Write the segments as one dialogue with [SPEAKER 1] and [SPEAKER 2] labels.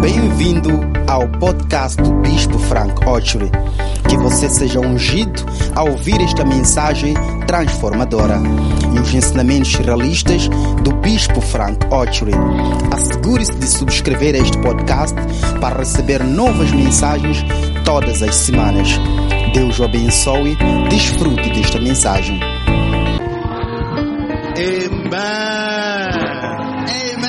[SPEAKER 1] bem-vindo ao podcast do Bispo Frank Ochre. Que você seja ungido a ouvir esta mensagem transformadora e os ensinamentos realistas do Bispo Frank Ochre. Assegure-se de subscrever este podcast para receber novas mensagens todas as semanas. Deus o abençoe. Desfrute desta mensagem.
[SPEAKER 2] Amen. Amen.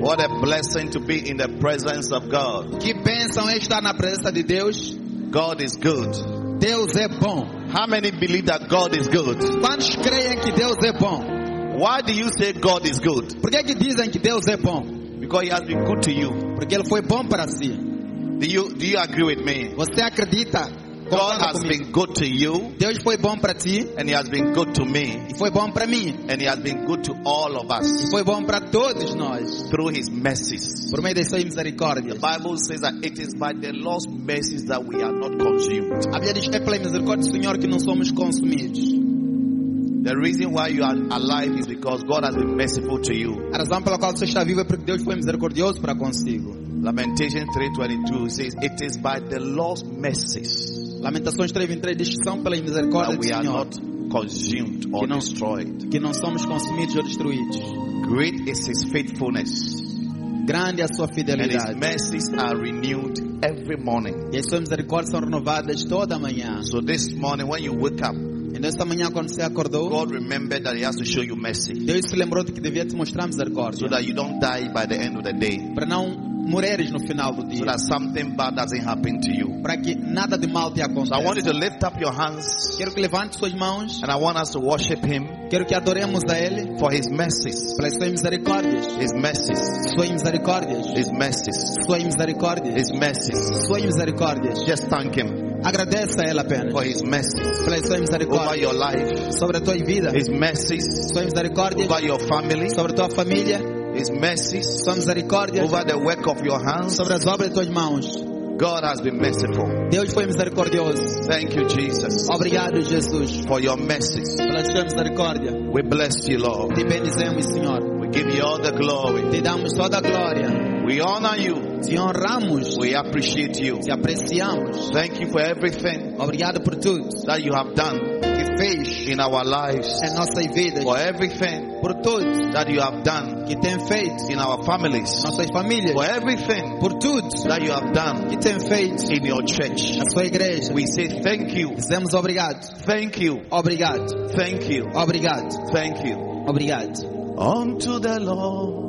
[SPEAKER 2] What a blessing to be in the presence of God.
[SPEAKER 3] Que bênção é estar na presença de Deus.
[SPEAKER 2] God is good.
[SPEAKER 3] Deus é bom.
[SPEAKER 2] How many believe that God is good?
[SPEAKER 3] Quantos creem que Deus é bom?
[SPEAKER 2] Why do you say God is good?
[SPEAKER 3] Por que, que dizem que Deus é bom?
[SPEAKER 2] Because He has been good to you.
[SPEAKER 3] Porque Ele foi bom para si.
[SPEAKER 2] Do you do you agree with me?
[SPEAKER 3] Você acredita?
[SPEAKER 2] God
[SPEAKER 3] Concorda
[SPEAKER 2] has
[SPEAKER 3] comigo?
[SPEAKER 2] been good to you,
[SPEAKER 3] Deus foi bom para ti
[SPEAKER 2] and He has been good to me,
[SPEAKER 3] e foi bom para mim.
[SPEAKER 2] and He has been good to all of us
[SPEAKER 3] Foi bom para todos nós.
[SPEAKER 2] through His mercies.
[SPEAKER 3] Por meio das suas
[SPEAKER 2] The
[SPEAKER 3] misericórdias.
[SPEAKER 2] Bible says that it is by the Lord's mercies that we are not consumed.
[SPEAKER 3] A Bíblia diz que é pela misericórdia do Senhor que não somos consumidos.
[SPEAKER 2] The reason why you are alive is because God has been merciful to you.
[SPEAKER 3] A razão pela qual você está vivo é porque Deus foi misericordioso para consigo.
[SPEAKER 2] Lamentation 3:22 says, "It is by the Lord's mercies
[SPEAKER 3] Lamentações 3.23 diz que são pelas misericórdias
[SPEAKER 2] that
[SPEAKER 3] do
[SPEAKER 2] we are
[SPEAKER 3] Senhor
[SPEAKER 2] not consumed or
[SPEAKER 3] You know.
[SPEAKER 2] destroyed.
[SPEAKER 3] que não somos consumidos ou destruídos.
[SPEAKER 2] Great is His faithfulness,
[SPEAKER 3] Grande é a sua
[SPEAKER 2] and His
[SPEAKER 3] fidelidade.
[SPEAKER 2] mercies are renewed every morning."
[SPEAKER 3] E as suas misericórdias são renovadas toda manhã.
[SPEAKER 2] So this morning, when you wake up,
[SPEAKER 3] E nessa manhã, quando você acordou,
[SPEAKER 2] God remembered that He has to show you mercy,
[SPEAKER 3] Deus se lembrou de que devia te mostrar
[SPEAKER 2] so
[SPEAKER 3] misericórdia.
[SPEAKER 2] that you don't die by the end of the day,
[SPEAKER 3] Para não morreres no final do
[SPEAKER 2] so
[SPEAKER 3] dia.
[SPEAKER 2] that something bad doesn't happen to you.
[SPEAKER 3] Para que nada de mal te
[SPEAKER 2] So I want
[SPEAKER 3] aconteça.
[SPEAKER 2] you to lift up your hands,
[SPEAKER 3] Quero que levante suas mãos.
[SPEAKER 2] and I want us to worship Him
[SPEAKER 3] Quero que adoremos a Ele
[SPEAKER 2] for His mercies,
[SPEAKER 3] pelas suas misericórdias.
[SPEAKER 2] His mercies,
[SPEAKER 3] Suas misericórdias.
[SPEAKER 2] His mercies,
[SPEAKER 3] Suas misericórdias.
[SPEAKER 2] His mercies.
[SPEAKER 3] Suas misericórdias.
[SPEAKER 2] Just thank Him.
[SPEAKER 3] Agradeça a Ele apenas.
[SPEAKER 2] for his mercies
[SPEAKER 3] Pelas suas
[SPEAKER 2] over
[SPEAKER 3] misericórdias.
[SPEAKER 2] your life,
[SPEAKER 3] Sobre a tua vida.
[SPEAKER 2] his mercies
[SPEAKER 3] Suas misericórdias.
[SPEAKER 2] over your family,
[SPEAKER 3] Sobre a tua família.
[SPEAKER 2] his mercies
[SPEAKER 3] Sua misericórdia.
[SPEAKER 2] over the work of your hands.
[SPEAKER 3] Sobre as obras de tuas mãos.
[SPEAKER 2] God has been merciful.
[SPEAKER 3] Deus foi misericordioso.
[SPEAKER 2] Thank you, Jesus,
[SPEAKER 3] Obrigado, Jesus.
[SPEAKER 2] for your mercies.
[SPEAKER 3] pela sua misericórdia.
[SPEAKER 2] We bless you, Lord.
[SPEAKER 3] Te bendizemos, Senhor.
[SPEAKER 2] We give you all the glory.
[SPEAKER 3] Te damos toda a glória.
[SPEAKER 2] We honor you.
[SPEAKER 3] Te honramos.
[SPEAKER 2] We appreciate you.
[SPEAKER 3] Te apreciamos.
[SPEAKER 2] Thank you for everything
[SPEAKER 3] Obrigado por tudo
[SPEAKER 2] that you have done
[SPEAKER 3] que fez
[SPEAKER 2] in our lives,
[SPEAKER 3] em nossas vidas.
[SPEAKER 2] for everything
[SPEAKER 3] Por tudo
[SPEAKER 2] that you have done
[SPEAKER 3] que tem feito
[SPEAKER 2] in our
[SPEAKER 3] em
[SPEAKER 2] families,
[SPEAKER 3] nossas famílias.
[SPEAKER 2] for everything
[SPEAKER 3] Por tudo
[SPEAKER 2] that you have done
[SPEAKER 3] que tem feito
[SPEAKER 2] in your church.
[SPEAKER 3] na sua igreja.
[SPEAKER 2] We say thank you.
[SPEAKER 3] Dizemos obrigado.
[SPEAKER 2] Thank you.
[SPEAKER 3] Obrigado.
[SPEAKER 2] Thank you.
[SPEAKER 3] Obrigado.
[SPEAKER 2] Thank you.
[SPEAKER 3] Obrigado.
[SPEAKER 2] Unto the Lord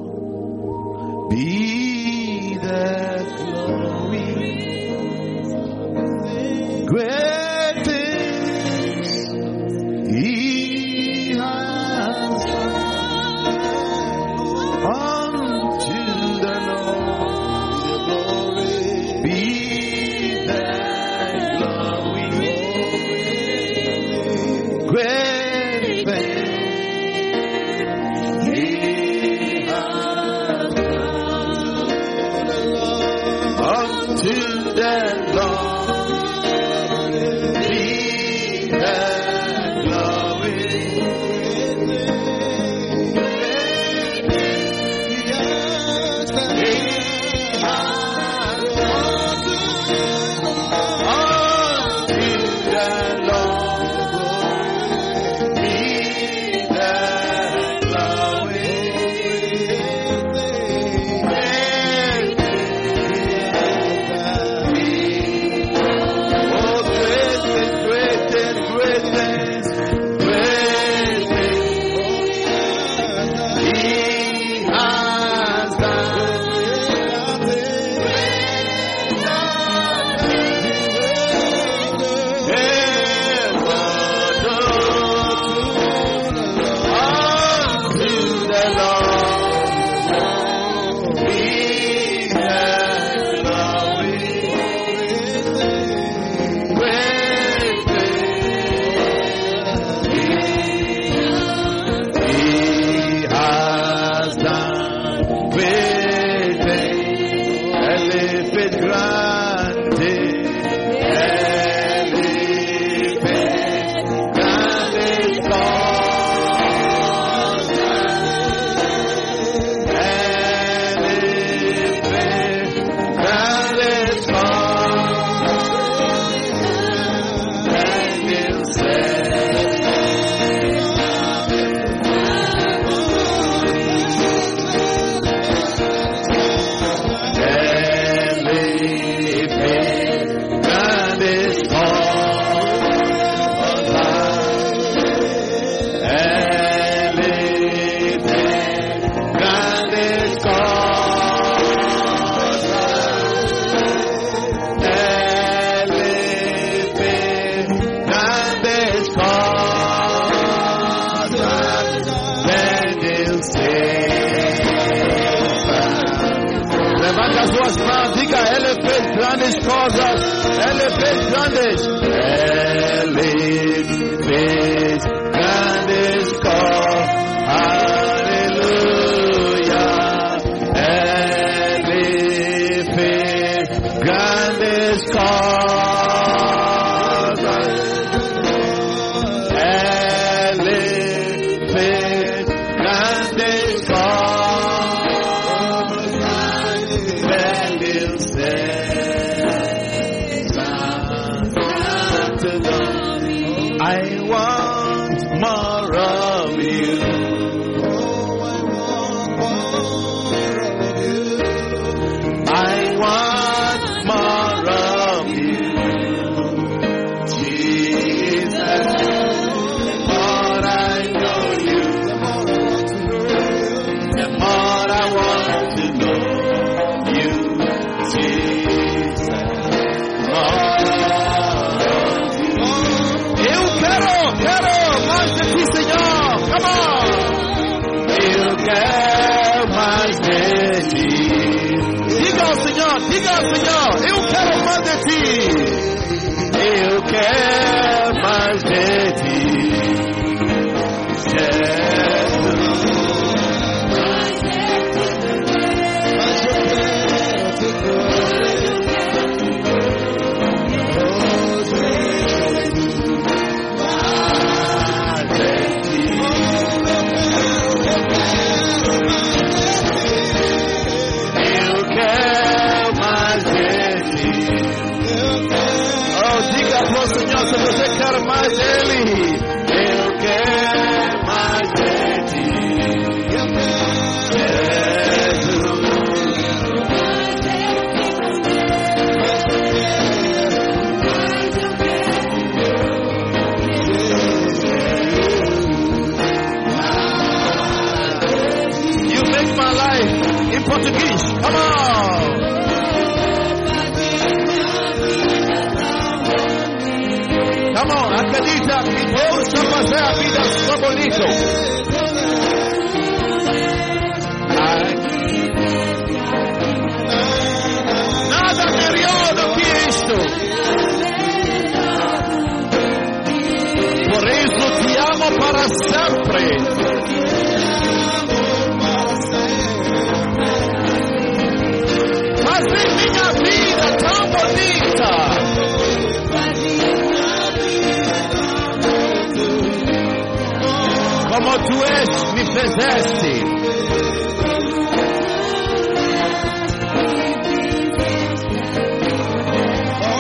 [SPEAKER 2] be the glory. Great things he has done. Unto the Lord be the glory. Great things unto the Lord be the glory. Thank suas mãos, diga, Ele fez grandes coisas, Ele fez grandes, Ele fez grandes coisas, aleluia, Ele fez grandes coisas, Ele fez grandes coisas. Velho Santo Nome. I want more of you. I want more of you. Jesus, more I know you, the more I want to know you Jesus. Eu quero, quero mais de ti, Senhor. Come on. Eu quero mais de ti. Diga ao Senhor, diga ao Senhor. Eu quero mais de ti. Eu quero mais de ti. Jesus. Eu quero mais dele. Oh, diga pro Senhor se você quer mais dele. Eu quero mais dele. Jesus. You make my life in Portuguese. Come on. Come on, acredita que Deus vai fazer a vida sua bonita. Nada melhor do que isto. Por isso te amo para sempre. Fazer minha vida tão bonita. Como tu és, me fizeste.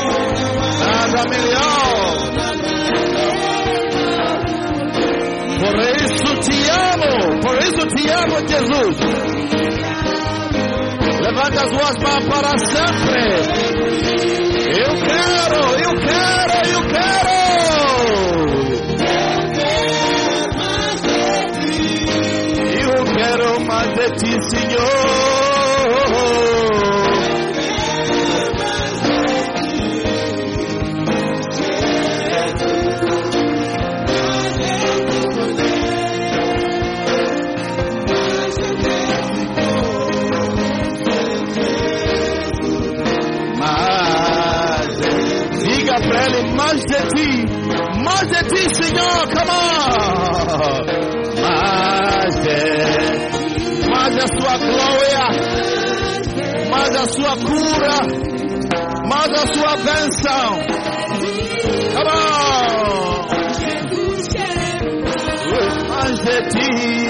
[SPEAKER 2] Nada melhor. Por isso te amo, por isso te amo, Jesus. Levanta as duas mãos para sempre. Eu quero, eu quero, eu quero. Eu quero mais de ti, Senhor. Mais. Diga pra ele, mais de ti. Mais de ti, Senhor. Come on. Mais de mais a sua glória. Mais a sua cura. Mais a sua bênção. Come on. Mais de ti.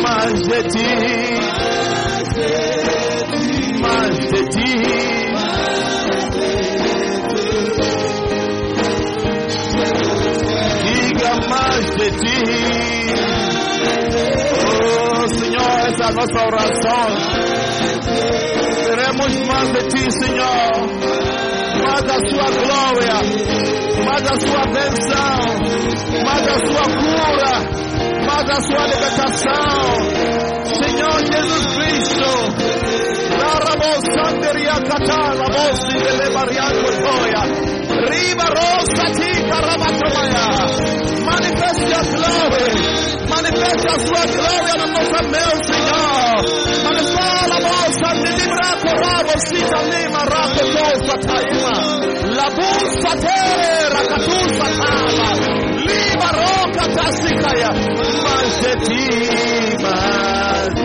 [SPEAKER 2] Mais de ti. Mais de ti. Diga mais de ti. Oh Senhor, essa é a nossa oração. Queremos mais de ti, Senhor. Mais a sua glória. Mais a sua bênção mais a sua cura, mais a sua libertação. Senhor Jesus Cristo, na rabosa teria catala, mosi delle variante toia. Riva rosa ti carabatomaya. Manifeste a glória, manifeste a sua glória na nossa mão, Senhor. Manifesta a Raposa Nilibrako Rabo Sita Lima Rako Tosa Taima Labusa Tera Katusa Tama Lima Roka Tasikaya Mazeti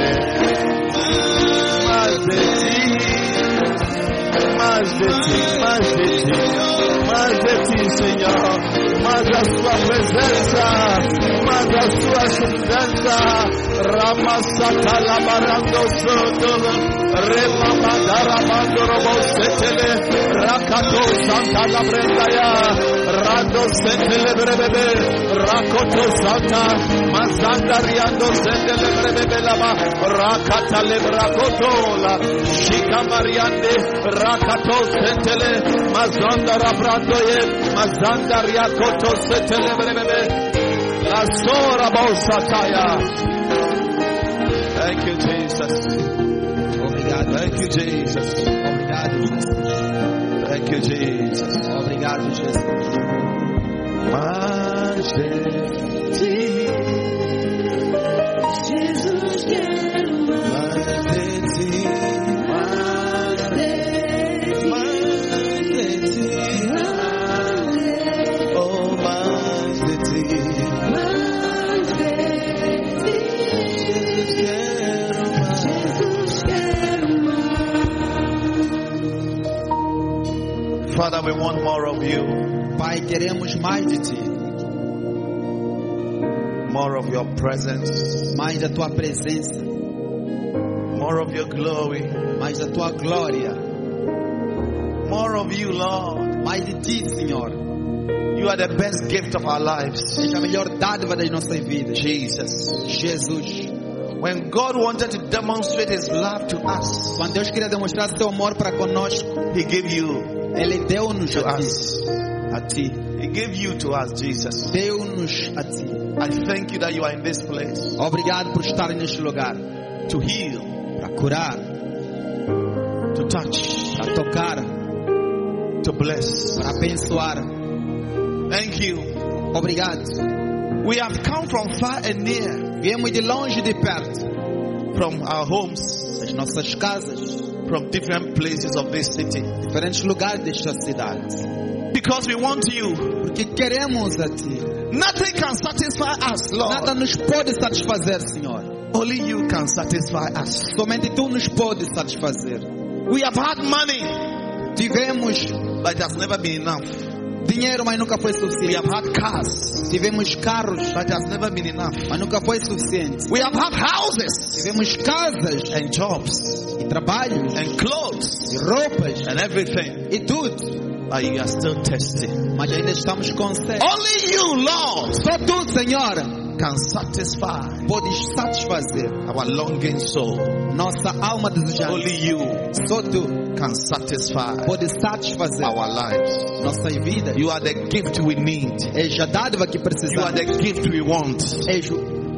[SPEAKER 2] Mazeti Mazeti Mazeti Senhor Mas a sua presença Mas a sua sustenta Ramasata Labarando Sotolo Remamada Ramando Robosetele Rakato Santa Labrendaya Rando Setele Brebebe Rakoto Santa Mazanda Riando Setele Brebebe Lama Rakata Lebrakotola Shika Mariande Rakato Setele Mazanda Rabrandoye Mazanda Riakoto Setele Brebebe La Sora Bosataya Thank you, Jesus.
[SPEAKER 4] Obrigado,
[SPEAKER 2] Thank you, Jesus.
[SPEAKER 4] obrigado, Jesus.
[SPEAKER 2] Thank you, Jesus.
[SPEAKER 4] Obrigado, Jesus.
[SPEAKER 2] Mas de ti,
[SPEAKER 5] Jesus quero
[SPEAKER 2] mas de ti, mas de ti, oh, mas de ti. Quero mais. Father, we want more of you,
[SPEAKER 3] Pai, queremos mais de ti,
[SPEAKER 2] more of your presence,
[SPEAKER 3] mais da tua presença,
[SPEAKER 2] more of your glory,
[SPEAKER 3] mais da tua glória,
[SPEAKER 2] more of you, Lord.
[SPEAKER 3] mais de ti, Senhor.
[SPEAKER 2] You are the best gift of our lives.
[SPEAKER 3] Seja é a melhor dádiva das nossas vidas.
[SPEAKER 2] Jesus.
[SPEAKER 3] Jesus.
[SPEAKER 2] When God wanted to demonstrate His love to us,
[SPEAKER 3] Quando Deus queria demonstrar seu amor para conosco,
[SPEAKER 2] He gave you
[SPEAKER 3] Ele deu-nos
[SPEAKER 2] to
[SPEAKER 3] a ti.
[SPEAKER 2] us.
[SPEAKER 3] A ti.
[SPEAKER 2] He gave you to us, Jesus.
[SPEAKER 3] Deu-nos a ti.
[SPEAKER 2] I thank you that you are in this place
[SPEAKER 3] Obrigado por estar neste lugar.
[SPEAKER 2] to heal,
[SPEAKER 3] Para curar,
[SPEAKER 2] to touch,
[SPEAKER 3] para tocar,
[SPEAKER 2] to bless.
[SPEAKER 3] para abençoar.
[SPEAKER 2] Thank you.
[SPEAKER 3] Obrigado.
[SPEAKER 2] We have come from far and near,
[SPEAKER 3] Viemos de longe e de perto.
[SPEAKER 2] from our homes,
[SPEAKER 3] Das nossas casas.
[SPEAKER 2] from different places of this city,
[SPEAKER 3] Diferentes lugares desta cidade.
[SPEAKER 2] because we want you.
[SPEAKER 3] Porque queremos a ti.
[SPEAKER 2] Nothing can satisfy us,
[SPEAKER 3] Nada
[SPEAKER 2] Lord.
[SPEAKER 3] nos pode satisfazer, Senhor.
[SPEAKER 2] Only you can satisfy us.
[SPEAKER 3] Somente tu nos pode satisfazer.
[SPEAKER 2] We have had money,
[SPEAKER 3] Tivemos
[SPEAKER 2] but it has never been enough.
[SPEAKER 3] dinheiro, mas nunca foi
[SPEAKER 2] We have
[SPEAKER 3] suficiente.
[SPEAKER 2] had cars,
[SPEAKER 3] Tivemos carros,
[SPEAKER 2] but it has never been enough.
[SPEAKER 3] mas nunca foi suficiente.
[SPEAKER 2] We have had houses
[SPEAKER 3] Tivemos casas
[SPEAKER 2] and jobs
[SPEAKER 3] e trabalhos
[SPEAKER 2] and clothes
[SPEAKER 3] e roupas
[SPEAKER 2] and everything,
[SPEAKER 3] e tudo,
[SPEAKER 2] but you are still Oh, thirsty.
[SPEAKER 3] mas ainda estamos com sede.
[SPEAKER 2] Only you, Lord,
[SPEAKER 3] Só tu, Senhor,
[SPEAKER 2] can satisfy
[SPEAKER 3] podes satisfazer
[SPEAKER 2] our longing soul.
[SPEAKER 3] nossa alma desejante.
[SPEAKER 2] Only you
[SPEAKER 3] Só tu
[SPEAKER 2] can satisfy
[SPEAKER 3] podes satisfazer
[SPEAKER 2] our lives.
[SPEAKER 3] nossas vidas.
[SPEAKER 2] You are the gift we need.
[SPEAKER 3] És a dádiva que
[SPEAKER 2] You are
[SPEAKER 3] precisamos.
[SPEAKER 2] the gift we want.
[SPEAKER 3] És o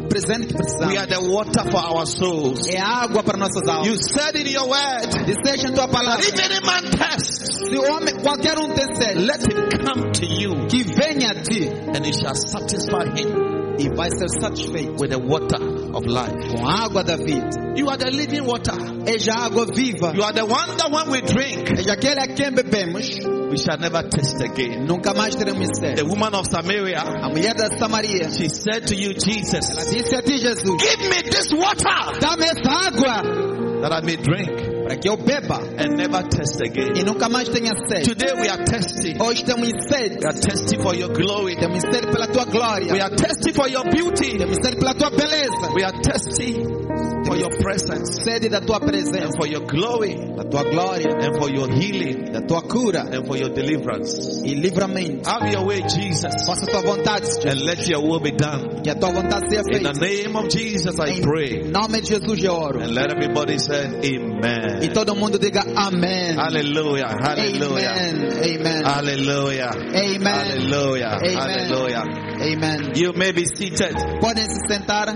[SPEAKER 3] presente que
[SPEAKER 2] We
[SPEAKER 3] precisamos.
[SPEAKER 2] are the water for our souls.
[SPEAKER 3] É E água para nossas almas.
[SPEAKER 2] You said in your word,
[SPEAKER 3] Deseja em tua palavra.
[SPEAKER 2] if any man thirst,
[SPEAKER 3] Se o homem, qualquer um tem sede,
[SPEAKER 2] let him come to you,
[SPEAKER 3] que venha a ti
[SPEAKER 2] and it shall satisfy him
[SPEAKER 3] e vai ser satisfeito
[SPEAKER 2] with the water of life.
[SPEAKER 3] com a água da vida.
[SPEAKER 2] You are the living water.
[SPEAKER 3] És a água viva.
[SPEAKER 2] You are the one that when we drink,
[SPEAKER 3] És aquele a quem bebemos,
[SPEAKER 2] we shall never taste again.
[SPEAKER 3] nunca mais teremos
[SPEAKER 2] The
[SPEAKER 3] sede.
[SPEAKER 2] woman of Samaria,
[SPEAKER 3] A mulher da Samaria
[SPEAKER 2] she said to you, Jesus,
[SPEAKER 3] disse a ti, Jesus,
[SPEAKER 2] Give me this water
[SPEAKER 3] dá-me essa água
[SPEAKER 2] that I may drink
[SPEAKER 3] para que eu beba
[SPEAKER 2] and never test again.
[SPEAKER 3] e nunca mais tenha sede.
[SPEAKER 2] Today we are thirsty.
[SPEAKER 3] Hoje temos sede.
[SPEAKER 2] We are thirsty for your glory.
[SPEAKER 3] Temos sede pela tua
[SPEAKER 2] We
[SPEAKER 3] glória.
[SPEAKER 2] are thirsty for your beauty.
[SPEAKER 3] Temos sede pela tua beleza.
[SPEAKER 2] We are thirsty for your presence
[SPEAKER 3] Sede da tua
[SPEAKER 2] and
[SPEAKER 3] presença,
[SPEAKER 2] for your glory
[SPEAKER 3] da tua glória,
[SPEAKER 2] and for your healing
[SPEAKER 3] da tua cura
[SPEAKER 2] and for your deliverance.
[SPEAKER 3] e livramento.
[SPEAKER 2] Have your way, Jesus,
[SPEAKER 3] Faça a tua vontade, Senhor.
[SPEAKER 2] and let your will be done.
[SPEAKER 3] Que a tua vontade seja
[SPEAKER 2] In the
[SPEAKER 3] feita.
[SPEAKER 2] name of Jesus, I
[SPEAKER 3] Em
[SPEAKER 2] pray.
[SPEAKER 3] nome de Jesus eu oro.
[SPEAKER 2] And let everybody say,
[SPEAKER 3] E
[SPEAKER 2] Amen.
[SPEAKER 3] todo mundo diga amém.
[SPEAKER 2] Hallelujah. Hallelujah.
[SPEAKER 3] Amen. Amen.
[SPEAKER 2] Hallelujah.
[SPEAKER 3] Amen.
[SPEAKER 2] Hallelujah.
[SPEAKER 3] Amen.
[SPEAKER 2] Hallelujah.
[SPEAKER 3] Amen.
[SPEAKER 2] You may be seated.
[SPEAKER 3] Podem se sentar.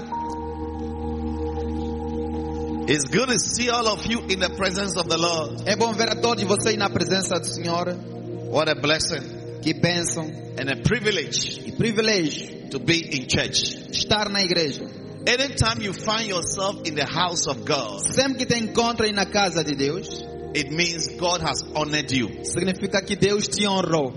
[SPEAKER 2] It's good to see all of you in the presence of the Lord.
[SPEAKER 3] É bom ver a todos vocês na presença do Senhor.
[SPEAKER 2] What a blessing
[SPEAKER 3] Que bênção
[SPEAKER 2] and a privilege
[SPEAKER 3] e privilégio
[SPEAKER 2] to be in church.
[SPEAKER 3] estar na igreja.
[SPEAKER 2] Anytime you find yourself in the house of God,
[SPEAKER 3] Sempre que te encontrem na casa de Deus,
[SPEAKER 2] it means God has honored you.
[SPEAKER 3] significa que Deus te honrou.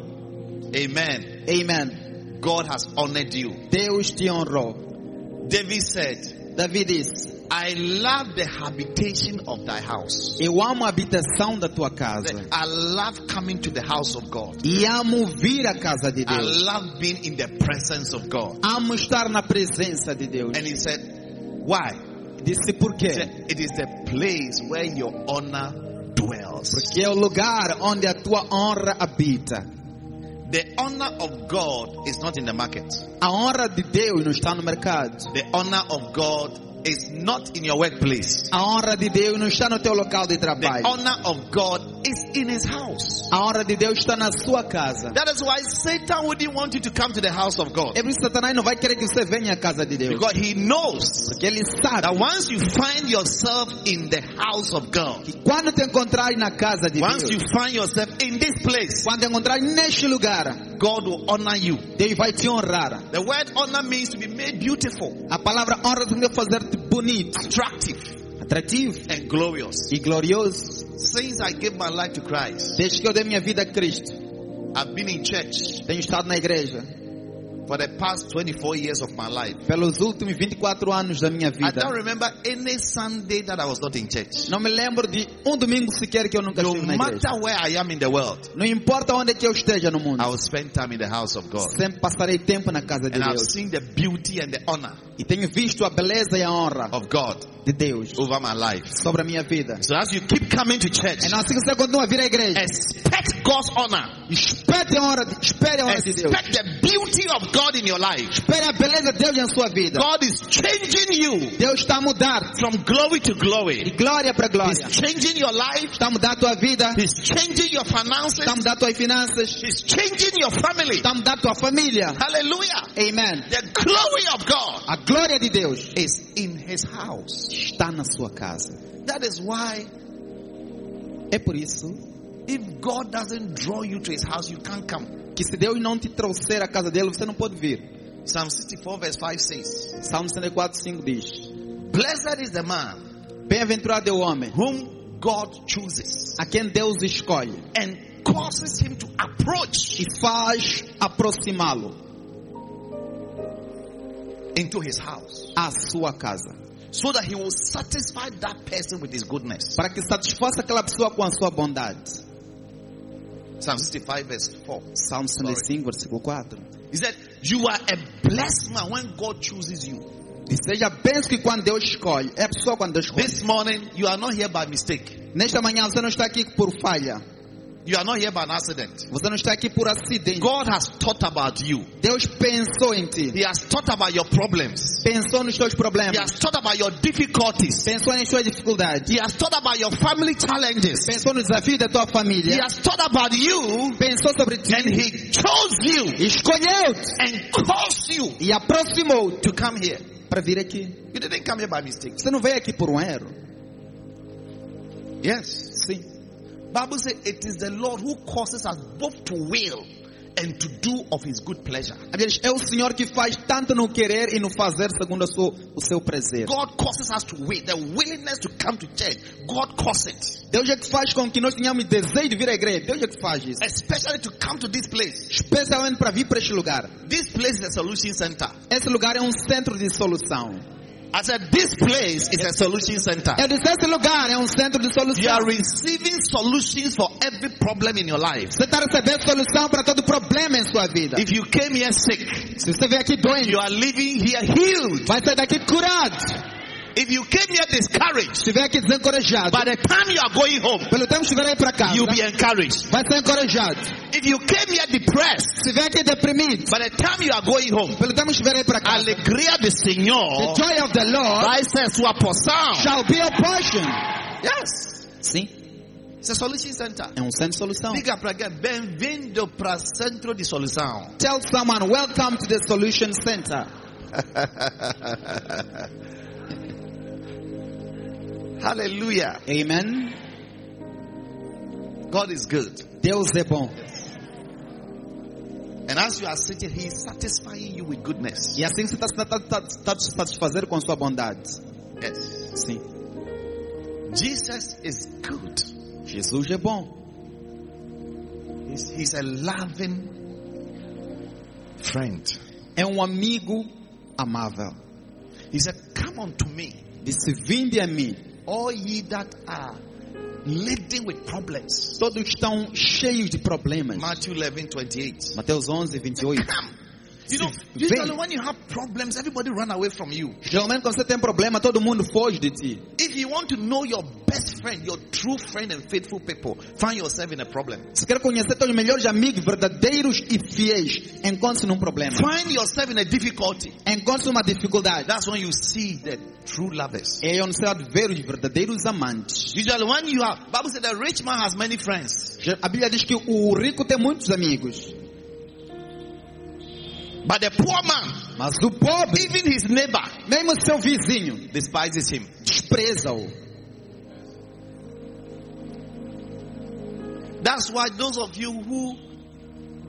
[SPEAKER 2] Amen.
[SPEAKER 3] Amen.
[SPEAKER 2] God has honored you.
[SPEAKER 3] Deus te honrou.
[SPEAKER 2] David said,
[SPEAKER 3] Davi disse:
[SPEAKER 2] I love the habitation of thy house.
[SPEAKER 3] Eu amo a habitação da tua
[SPEAKER 2] He
[SPEAKER 3] casa.
[SPEAKER 2] said, I love coming to the house of God.
[SPEAKER 3] E amo vir à casa de
[SPEAKER 2] I
[SPEAKER 3] Deus.
[SPEAKER 2] love being in the presence of God.
[SPEAKER 3] Amo estar na presença de Deus.
[SPEAKER 2] And he said, Why?
[SPEAKER 3] Disse por
[SPEAKER 2] He
[SPEAKER 3] quê?
[SPEAKER 2] said, It is the place where your honor dwells.
[SPEAKER 3] Porque é o lugar onde a tua honra habita.
[SPEAKER 2] The honor of God is not in the market.
[SPEAKER 3] A honra de Deus não está no mercado.
[SPEAKER 2] The honor of God is not in your workplace.
[SPEAKER 3] A honra de Deus não está no teu local de
[SPEAKER 2] The
[SPEAKER 3] trabalho.
[SPEAKER 2] honor of God is in his house.
[SPEAKER 3] A honra de Deus está na sua casa.
[SPEAKER 2] That is why Satan wouldn't want you to come to the house of God.
[SPEAKER 3] É por isso que Satanás não vai querer que você venha à casa de Deus.
[SPEAKER 2] Because he knows
[SPEAKER 3] Porque ele sabe
[SPEAKER 2] that once you find yourself in the house of God,
[SPEAKER 3] que quando te encontrar na casa de
[SPEAKER 2] once you
[SPEAKER 3] Deus,
[SPEAKER 2] find yourself in this place,
[SPEAKER 3] quando te encontrar neste lugar,
[SPEAKER 2] God will honor you.
[SPEAKER 3] Deus vai te honrar.
[SPEAKER 2] The word honor means to be made beautiful,
[SPEAKER 3] A palavra honra significa fazer-te bonito,
[SPEAKER 2] attractive,
[SPEAKER 3] atrativo
[SPEAKER 2] and glorious.
[SPEAKER 3] e glorioso.
[SPEAKER 2] Since I gave my life to Christ,
[SPEAKER 3] Desde que eu dei minha vida a Cristo,
[SPEAKER 2] I've been in church
[SPEAKER 3] tenho estado na igreja
[SPEAKER 2] for the past 24 years of my life.
[SPEAKER 3] pelos últimos 24 anos da minha
[SPEAKER 2] I don't
[SPEAKER 3] vida.
[SPEAKER 2] remember any Sunday that I was not in church.
[SPEAKER 3] Não me lembro de um domingo sequer que eu nunca
[SPEAKER 2] No
[SPEAKER 3] estive na igreja.
[SPEAKER 2] matter where I am in the world,
[SPEAKER 3] Não importa onde é que eu esteja no mundo,
[SPEAKER 2] I will Mm. spend time in the house of God.
[SPEAKER 3] sempre passarei tempo na casa de
[SPEAKER 2] And I've
[SPEAKER 3] Deus.
[SPEAKER 2] seen the beauty and the honor
[SPEAKER 3] E tenho visto a beleza e a honra
[SPEAKER 2] of God
[SPEAKER 3] de Deus
[SPEAKER 2] over my life.
[SPEAKER 3] sobre a minha vida.
[SPEAKER 2] So as you keep coming to church,
[SPEAKER 3] É não assim que você continua a vir à igreja.
[SPEAKER 2] expect God's honor.
[SPEAKER 3] Espere a honra, de- É. espere a honra de Deus.
[SPEAKER 2] Expect the beauty of God in your life.
[SPEAKER 3] Espere a beleza de Deus na sua vida.
[SPEAKER 2] God is changing you
[SPEAKER 3] Deus está a mudar
[SPEAKER 2] from glory to
[SPEAKER 3] de
[SPEAKER 2] glory.
[SPEAKER 3] glória para glória.
[SPEAKER 2] He's changing your life.
[SPEAKER 3] Está a mudar a tua vida.
[SPEAKER 2] He's changing your finances.
[SPEAKER 3] Está a mudar as tuas finanças.
[SPEAKER 2] He's changing your family.
[SPEAKER 3] Está a mudar a tua família.
[SPEAKER 2] Hallelujah.
[SPEAKER 3] Amen.
[SPEAKER 2] The glory of God
[SPEAKER 3] A glória de Deus
[SPEAKER 2] is in his house.
[SPEAKER 3] está na sua casa.
[SPEAKER 2] That is why
[SPEAKER 3] É por isso
[SPEAKER 2] if God doesn't draw you to his house, you can't come.
[SPEAKER 3] que se Deus não te trouxer à casa dele, você não pode vir.
[SPEAKER 2] Psalm 64 verse 5 says,
[SPEAKER 3] Salmo 64, 5 diz.
[SPEAKER 2] Blessed is the man
[SPEAKER 3] Bem-aventurado é o homem,
[SPEAKER 2] whom God chooses
[SPEAKER 3] a quem Deus escolhe
[SPEAKER 2] and causes him to approach
[SPEAKER 3] e faz aproximá-lo
[SPEAKER 2] into his house
[SPEAKER 3] à sua casa.
[SPEAKER 2] so that he will satisfy that person with his goodness.
[SPEAKER 3] para que satisfaça aquela pessoa com a sua bondade.
[SPEAKER 2] Psalm 65 verse 4.
[SPEAKER 3] Salmo 65, versículo 4.
[SPEAKER 2] He said, You are a blessed man when God chooses you.
[SPEAKER 3] E seja benção que quando Deus escolhe, é a pessoa quando Deus escolhe.
[SPEAKER 2] This morning, you are not here by mistake.
[SPEAKER 3] Nesta manhã você não está aqui por falha,
[SPEAKER 2] You are not here by an accident.
[SPEAKER 3] você não está aqui por acidente.
[SPEAKER 2] God has thought about you.
[SPEAKER 3] Deus pensou em ti,
[SPEAKER 2] He has thought about your problems.
[SPEAKER 3] pensou nos teus
[SPEAKER 2] He
[SPEAKER 3] problemas,
[SPEAKER 2] has thought about your difficulties.
[SPEAKER 3] pensou nas tuas dificuldades,
[SPEAKER 2] He has thought about your family challenges.
[SPEAKER 3] pensou no desafio da tua
[SPEAKER 2] He
[SPEAKER 3] família,
[SPEAKER 2] has thought about you
[SPEAKER 3] pensou sobre ti,
[SPEAKER 2] and he chose you
[SPEAKER 3] escolheu-te
[SPEAKER 2] and caused you
[SPEAKER 3] e aproximou-te
[SPEAKER 2] to come here.
[SPEAKER 3] para vir aqui.
[SPEAKER 2] You didn't come here by mistake.
[SPEAKER 3] Você não veio aqui por um erro.
[SPEAKER 2] Yes.
[SPEAKER 3] Sim.
[SPEAKER 2] Bible says it is the Lord who causes us both to will and to do of his good pleasure.
[SPEAKER 3] A Bíblia diz, É o Senhor que faz tanto no querer e no fazer segundo a sua- o seu prazer.
[SPEAKER 2] God causes us to will. The willingness to come to church, God causes it.
[SPEAKER 3] Deus é que faz com que nós tenhamos desejo de vir à igreja. Deus é que faz isso.
[SPEAKER 2] Especially to come to this place.
[SPEAKER 3] Especialmente para vir para este lugar.
[SPEAKER 2] This place is a solution center.
[SPEAKER 3] Esse lugar é um centro de solução.
[SPEAKER 2] I said, this place is a solution center.
[SPEAKER 3] Eu disse, esse lugar é um centro de
[SPEAKER 2] You
[SPEAKER 3] solução.
[SPEAKER 2] are receiving solutions for every problem in your life.
[SPEAKER 3] Você está recebendo solução para todo problema em sua vida.
[SPEAKER 2] If you came here sick,
[SPEAKER 3] Se você vier aqui doente,
[SPEAKER 2] you are leaving here healed.
[SPEAKER 3] vai sair daqui curado.
[SPEAKER 2] If you came here discouraged,
[SPEAKER 3] Se vier aqui desencorajado,
[SPEAKER 2] by the time you are going home,
[SPEAKER 3] pelo tempo que estiver aí para casa,
[SPEAKER 2] you'll be encouraged.
[SPEAKER 3] vai ser encorajado.
[SPEAKER 2] If you came here depressed,
[SPEAKER 3] Se vier aqui deprimido,
[SPEAKER 2] by the time you are going home,
[SPEAKER 3] pelo tempo que estiver aí para casa,
[SPEAKER 2] alegria do
[SPEAKER 3] the
[SPEAKER 2] Senhor
[SPEAKER 3] joy of the Lord
[SPEAKER 2] vai ser sua porção.
[SPEAKER 3] shall be your portion.
[SPEAKER 2] Yes.
[SPEAKER 3] Sim,
[SPEAKER 2] It's a solution center.
[SPEAKER 3] é um centro de solução.
[SPEAKER 2] Diga para alguém, bem-vindo para centro de solução.
[SPEAKER 3] Tell someone, welcome to the solution center.
[SPEAKER 2] Hallelujah.
[SPEAKER 3] Amen.
[SPEAKER 2] God is good.
[SPEAKER 3] Deus é bom.
[SPEAKER 2] And And as you are sitting, He is satisfying you with goodness.
[SPEAKER 3] E assim você está se tá- tá- tá- tá se satisfazer com a sua bondade.
[SPEAKER 2] Yes.
[SPEAKER 3] Sim.
[SPEAKER 2] Jesus is good.
[SPEAKER 3] Jesus é bom.
[SPEAKER 2] He's, he's a loving friend.
[SPEAKER 3] É um amigo amável.
[SPEAKER 2] He said, Come unto me,
[SPEAKER 3] Disse: Vinde a mim.
[SPEAKER 2] all ye that are laden with problems.
[SPEAKER 3] Todos estão cheios de problemas.
[SPEAKER 2] Matthew 11 28.
[SPEAKER 3] Mateus 11, 28.
[SPEAKER 2] You know, usually when you have problems, everybody run away from you.
[SPEAKER 3] Geralmente, quando você tem problema, todo mundo foge de ti.
[SPEAKER 2] If you want to know your best friend, your true friend and faithful people, find yourself in a problem.
[SPEAKER 3] Se quer conhecer teus melhores amigos, verdadeiros e fiéis, encontre-se num problema.
[SPEAKER 2] Find yourself in a difficulty.
[SPEAKER 3] Encontre uma dificuldade. Ah, um
[SPEAKER 2] That's when you see the true lovers.
[SPEAKER 3] É onde você há de ver os verdadeiros amantes.
[SPEAKER 2] Usually when you have, Bible said the rich man has many friends,
[SPEAKER 3] A Bíblia diz que o rico tem muitos amigos,
[SPEAKER 2] but the poor man,
[SPEAKER 3] mas o pobre,
[SPEAKER 2] even his neighbor,
[SPEAKER 3] mesmo seu vizinho,
[SPEAKER 2] despises him.
[SPEAKER 3] despreza-o.
[SPEAKER 2] That's why those of you who